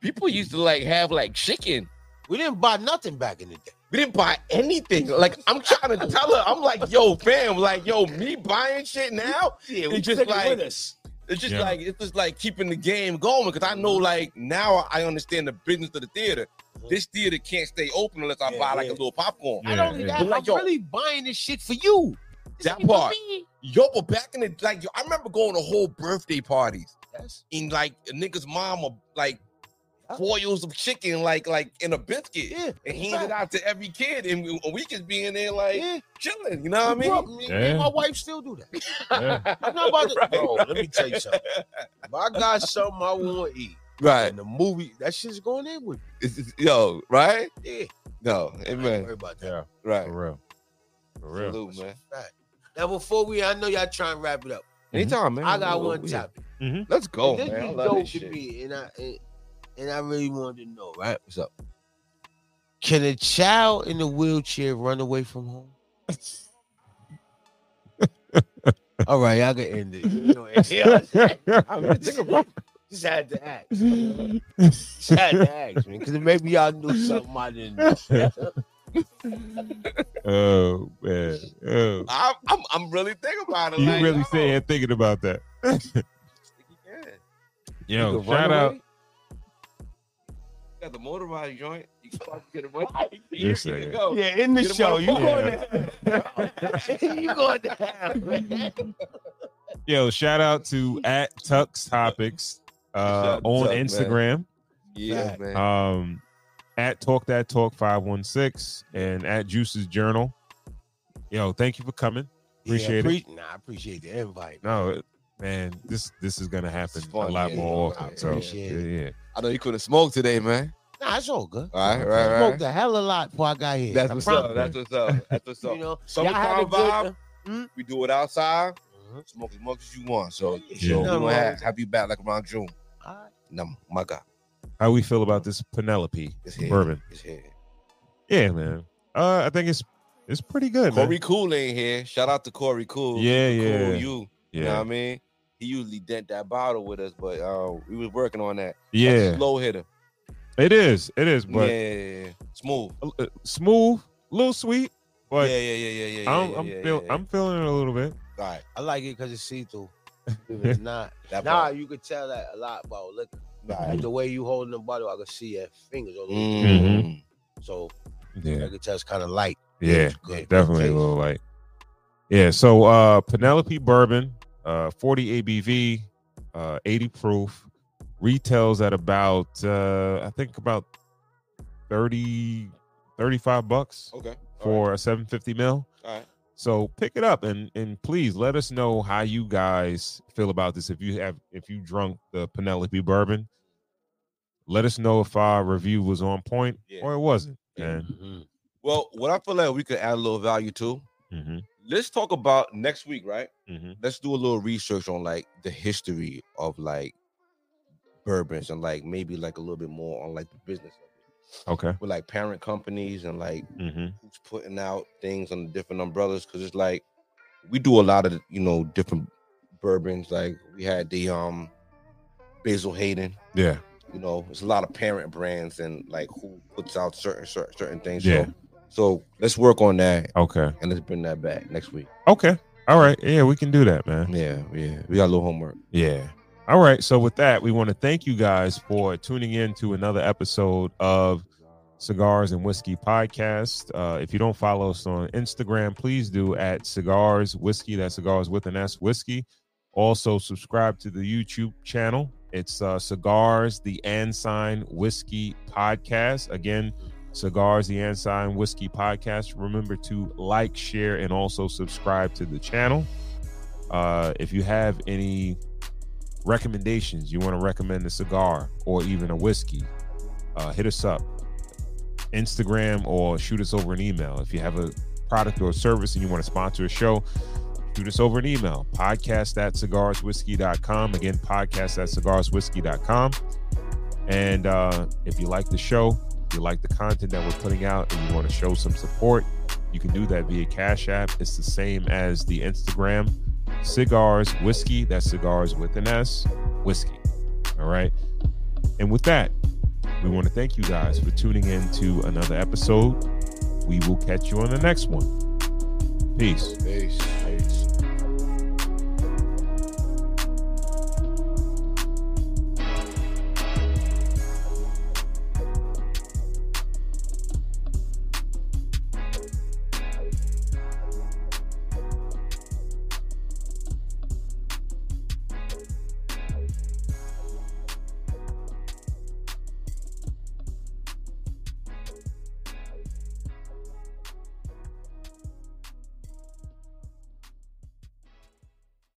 people used to like have like chicken. We didn't buy nothing back in the day. We didn't buy anything. Like, I'm trying to tell her, I'm like, yo, fam, like, yo, me buying shit now, Yeah, we took it with us. it's just Yeah. like it's just like keeping the game going. Cause I know, like, now I understand the business of the theater. This theater can't stay open unless I Yeah, buy like yeah. a little popcorn. Yeah, Not only yeah. that, But like, I'm yo- really buying this shit for you. This That ain't for part. me. Yo, but back in the like, yo, I remember going to whole birthday parties Yes. and like a nigga's mom would like foils of chicken like like in a biscuit and handed it out to every kid, and we, and we just be in there like chilling. You know what I mean? Bro, me- me and my wife still do that. Yeah. I'm not about to. Right. Bro, let me tell you something. If I got something I want to eat, Right. and the movie that shit's going in with me. It's- it's- yo, right? Yeah. No, amen. Worry about that. Yeah. Right. For real. For real. Salute, man. Fact. Now before we, I know y'all trying to wrap it up. Anytime, man. I got We- one we- topic. Mhm. Mm-hmm. Oh, Let's go, this man. I was love dope this to shit. me, and I and, and I really wanted to know, right? What's up? Can a child in a wheelchair run away from home? All right, y'all can end it. You know, yeah. I mean, think about it. Just had to ask. Just had to ask, man, because maybe y'all knew something I didn't know. Oh man. Oh. I'm, I'm I'm really thinking about it. You like, really yo, sit here thinking about that. yeah. Yo, You can run shout out. away. You got the motorized joint. You can probably get away. You're You're saying- go. yeah, in the Get him show, on you the going to you going to have man. Yo, shout out to at Tux Topics uh, Shout out to on Tuck, man. Instagram. Yeah, man. Um, at Talk That Talk five one six and at Juices Journal. Yo, thank you for coming. Appreciate it. it. Nah, I appreciate the invite. No, it- man, this this is gonna happen It's fun, a lot yeah, more yeah, often. I So yeah, appreciate it. yeah. I know you couldn't smoke today, man. Nah, it's all good. All right, I right, smoked right. a hell of a lot before I got here. That's I what's promise. up. That's what's up. That's what's You up. know, y'all had a Summertime good- uh, hmm? Uh-huh. vibe. We do it outside. Smoke as much as you want. So, so Nothing we'll wrong have, with have you back like around June. All right. No, my God, How we feel about this Penelope it's here. bourbon? It's here. Yeah, man. Uh, I think it's it's pretty good, man. Corey Cool ain't here. Shout out to Corey Cool. Yeah, Cool yeah, you. You know what yeah, I mean? He usually dent that bottle with us, but uh, we was working on that. That's a yeah. slow hitter. It is, it is, Yeah, but yeah, yeah. smooth. a- uh, smooth, little sweet, but yeah, yeah, yeah, yeah, yeah. I'm yeah, I'm, yeah, feel, yeah. I'm feeling it a little bit. All right. I like it because it's see through. It's not. That Nah, part. you could tell that a lot about liquor. All Like right. the way you holding the bottle, I could see your fingers. All over. Mm. Mm-hmm. So I Yeah, could tell it's kind of light. yeah, It's good. definitely a Taste. little light. Yeah, so uh, Penelope Bourbon, uh, 40 ABV, uh, 80 proof, retails at about uh, I think about 30, 35 bucks Oh, Okay. All for a 750 mil. right. All right. So pick it up and and please let us know how you guys feel about this. If you have if you drunk the Penelope bourbon, let us know if our review was on point Yeah. or it wasn't. Yeah. And Well, what I feel like we could add a little value to. hmm Let's talk about next week, right? hmm Let's do a little research on like the history of like bourbons and like maybe like a little bit more on like the business of it. okay, with like parent companies and like Mm-hmm. hmm who's putting out things on different umbrellas because it's like we do a lot of you know different bourbons. Like we had the um Basil Hayden, yeah, you know, it's a lot of parent brands and like who puts out certain certain, certain things. Yeah. So, so let's work on that okay, and let's bring that back next week. okay, all right, yeah, we can do that, man. Yeah, yeah, we got a little homework. Yeah. All right. So with that, we want to thank you guys for tuning in to another episode of Cigars and Whiskey Podcast. Uh, if you don't follow us on Instagram, please do at Cigars Whiskey. That's Cigars with an S Whiskey. Also subscribe to the YouTube channel. It's uh, Cigars the Ensign Whiskey Podcast. Again, Cigars the Ensign Whiskey Podcast. Remember to like, share, and also subscribe to the channel. Uh, if you have any recommendations you want to recommend a cigar or even a whiskey uh, hit us up instagram or shoot us over an email if you have a product or service and you want to sponsor a show shoot us over an email podcast at cigarswhiskey.com again podcast at cigarswhiskey.com and uh, if you like the show if you like the content that we're putting out and you want to show some support you can do that via cash app it's the same as the instagram cigars whiskey that's cigars with an s whiskey all right and with that we want to thank you guys for tuning in to another episode we will catch you on the next one peace Peace.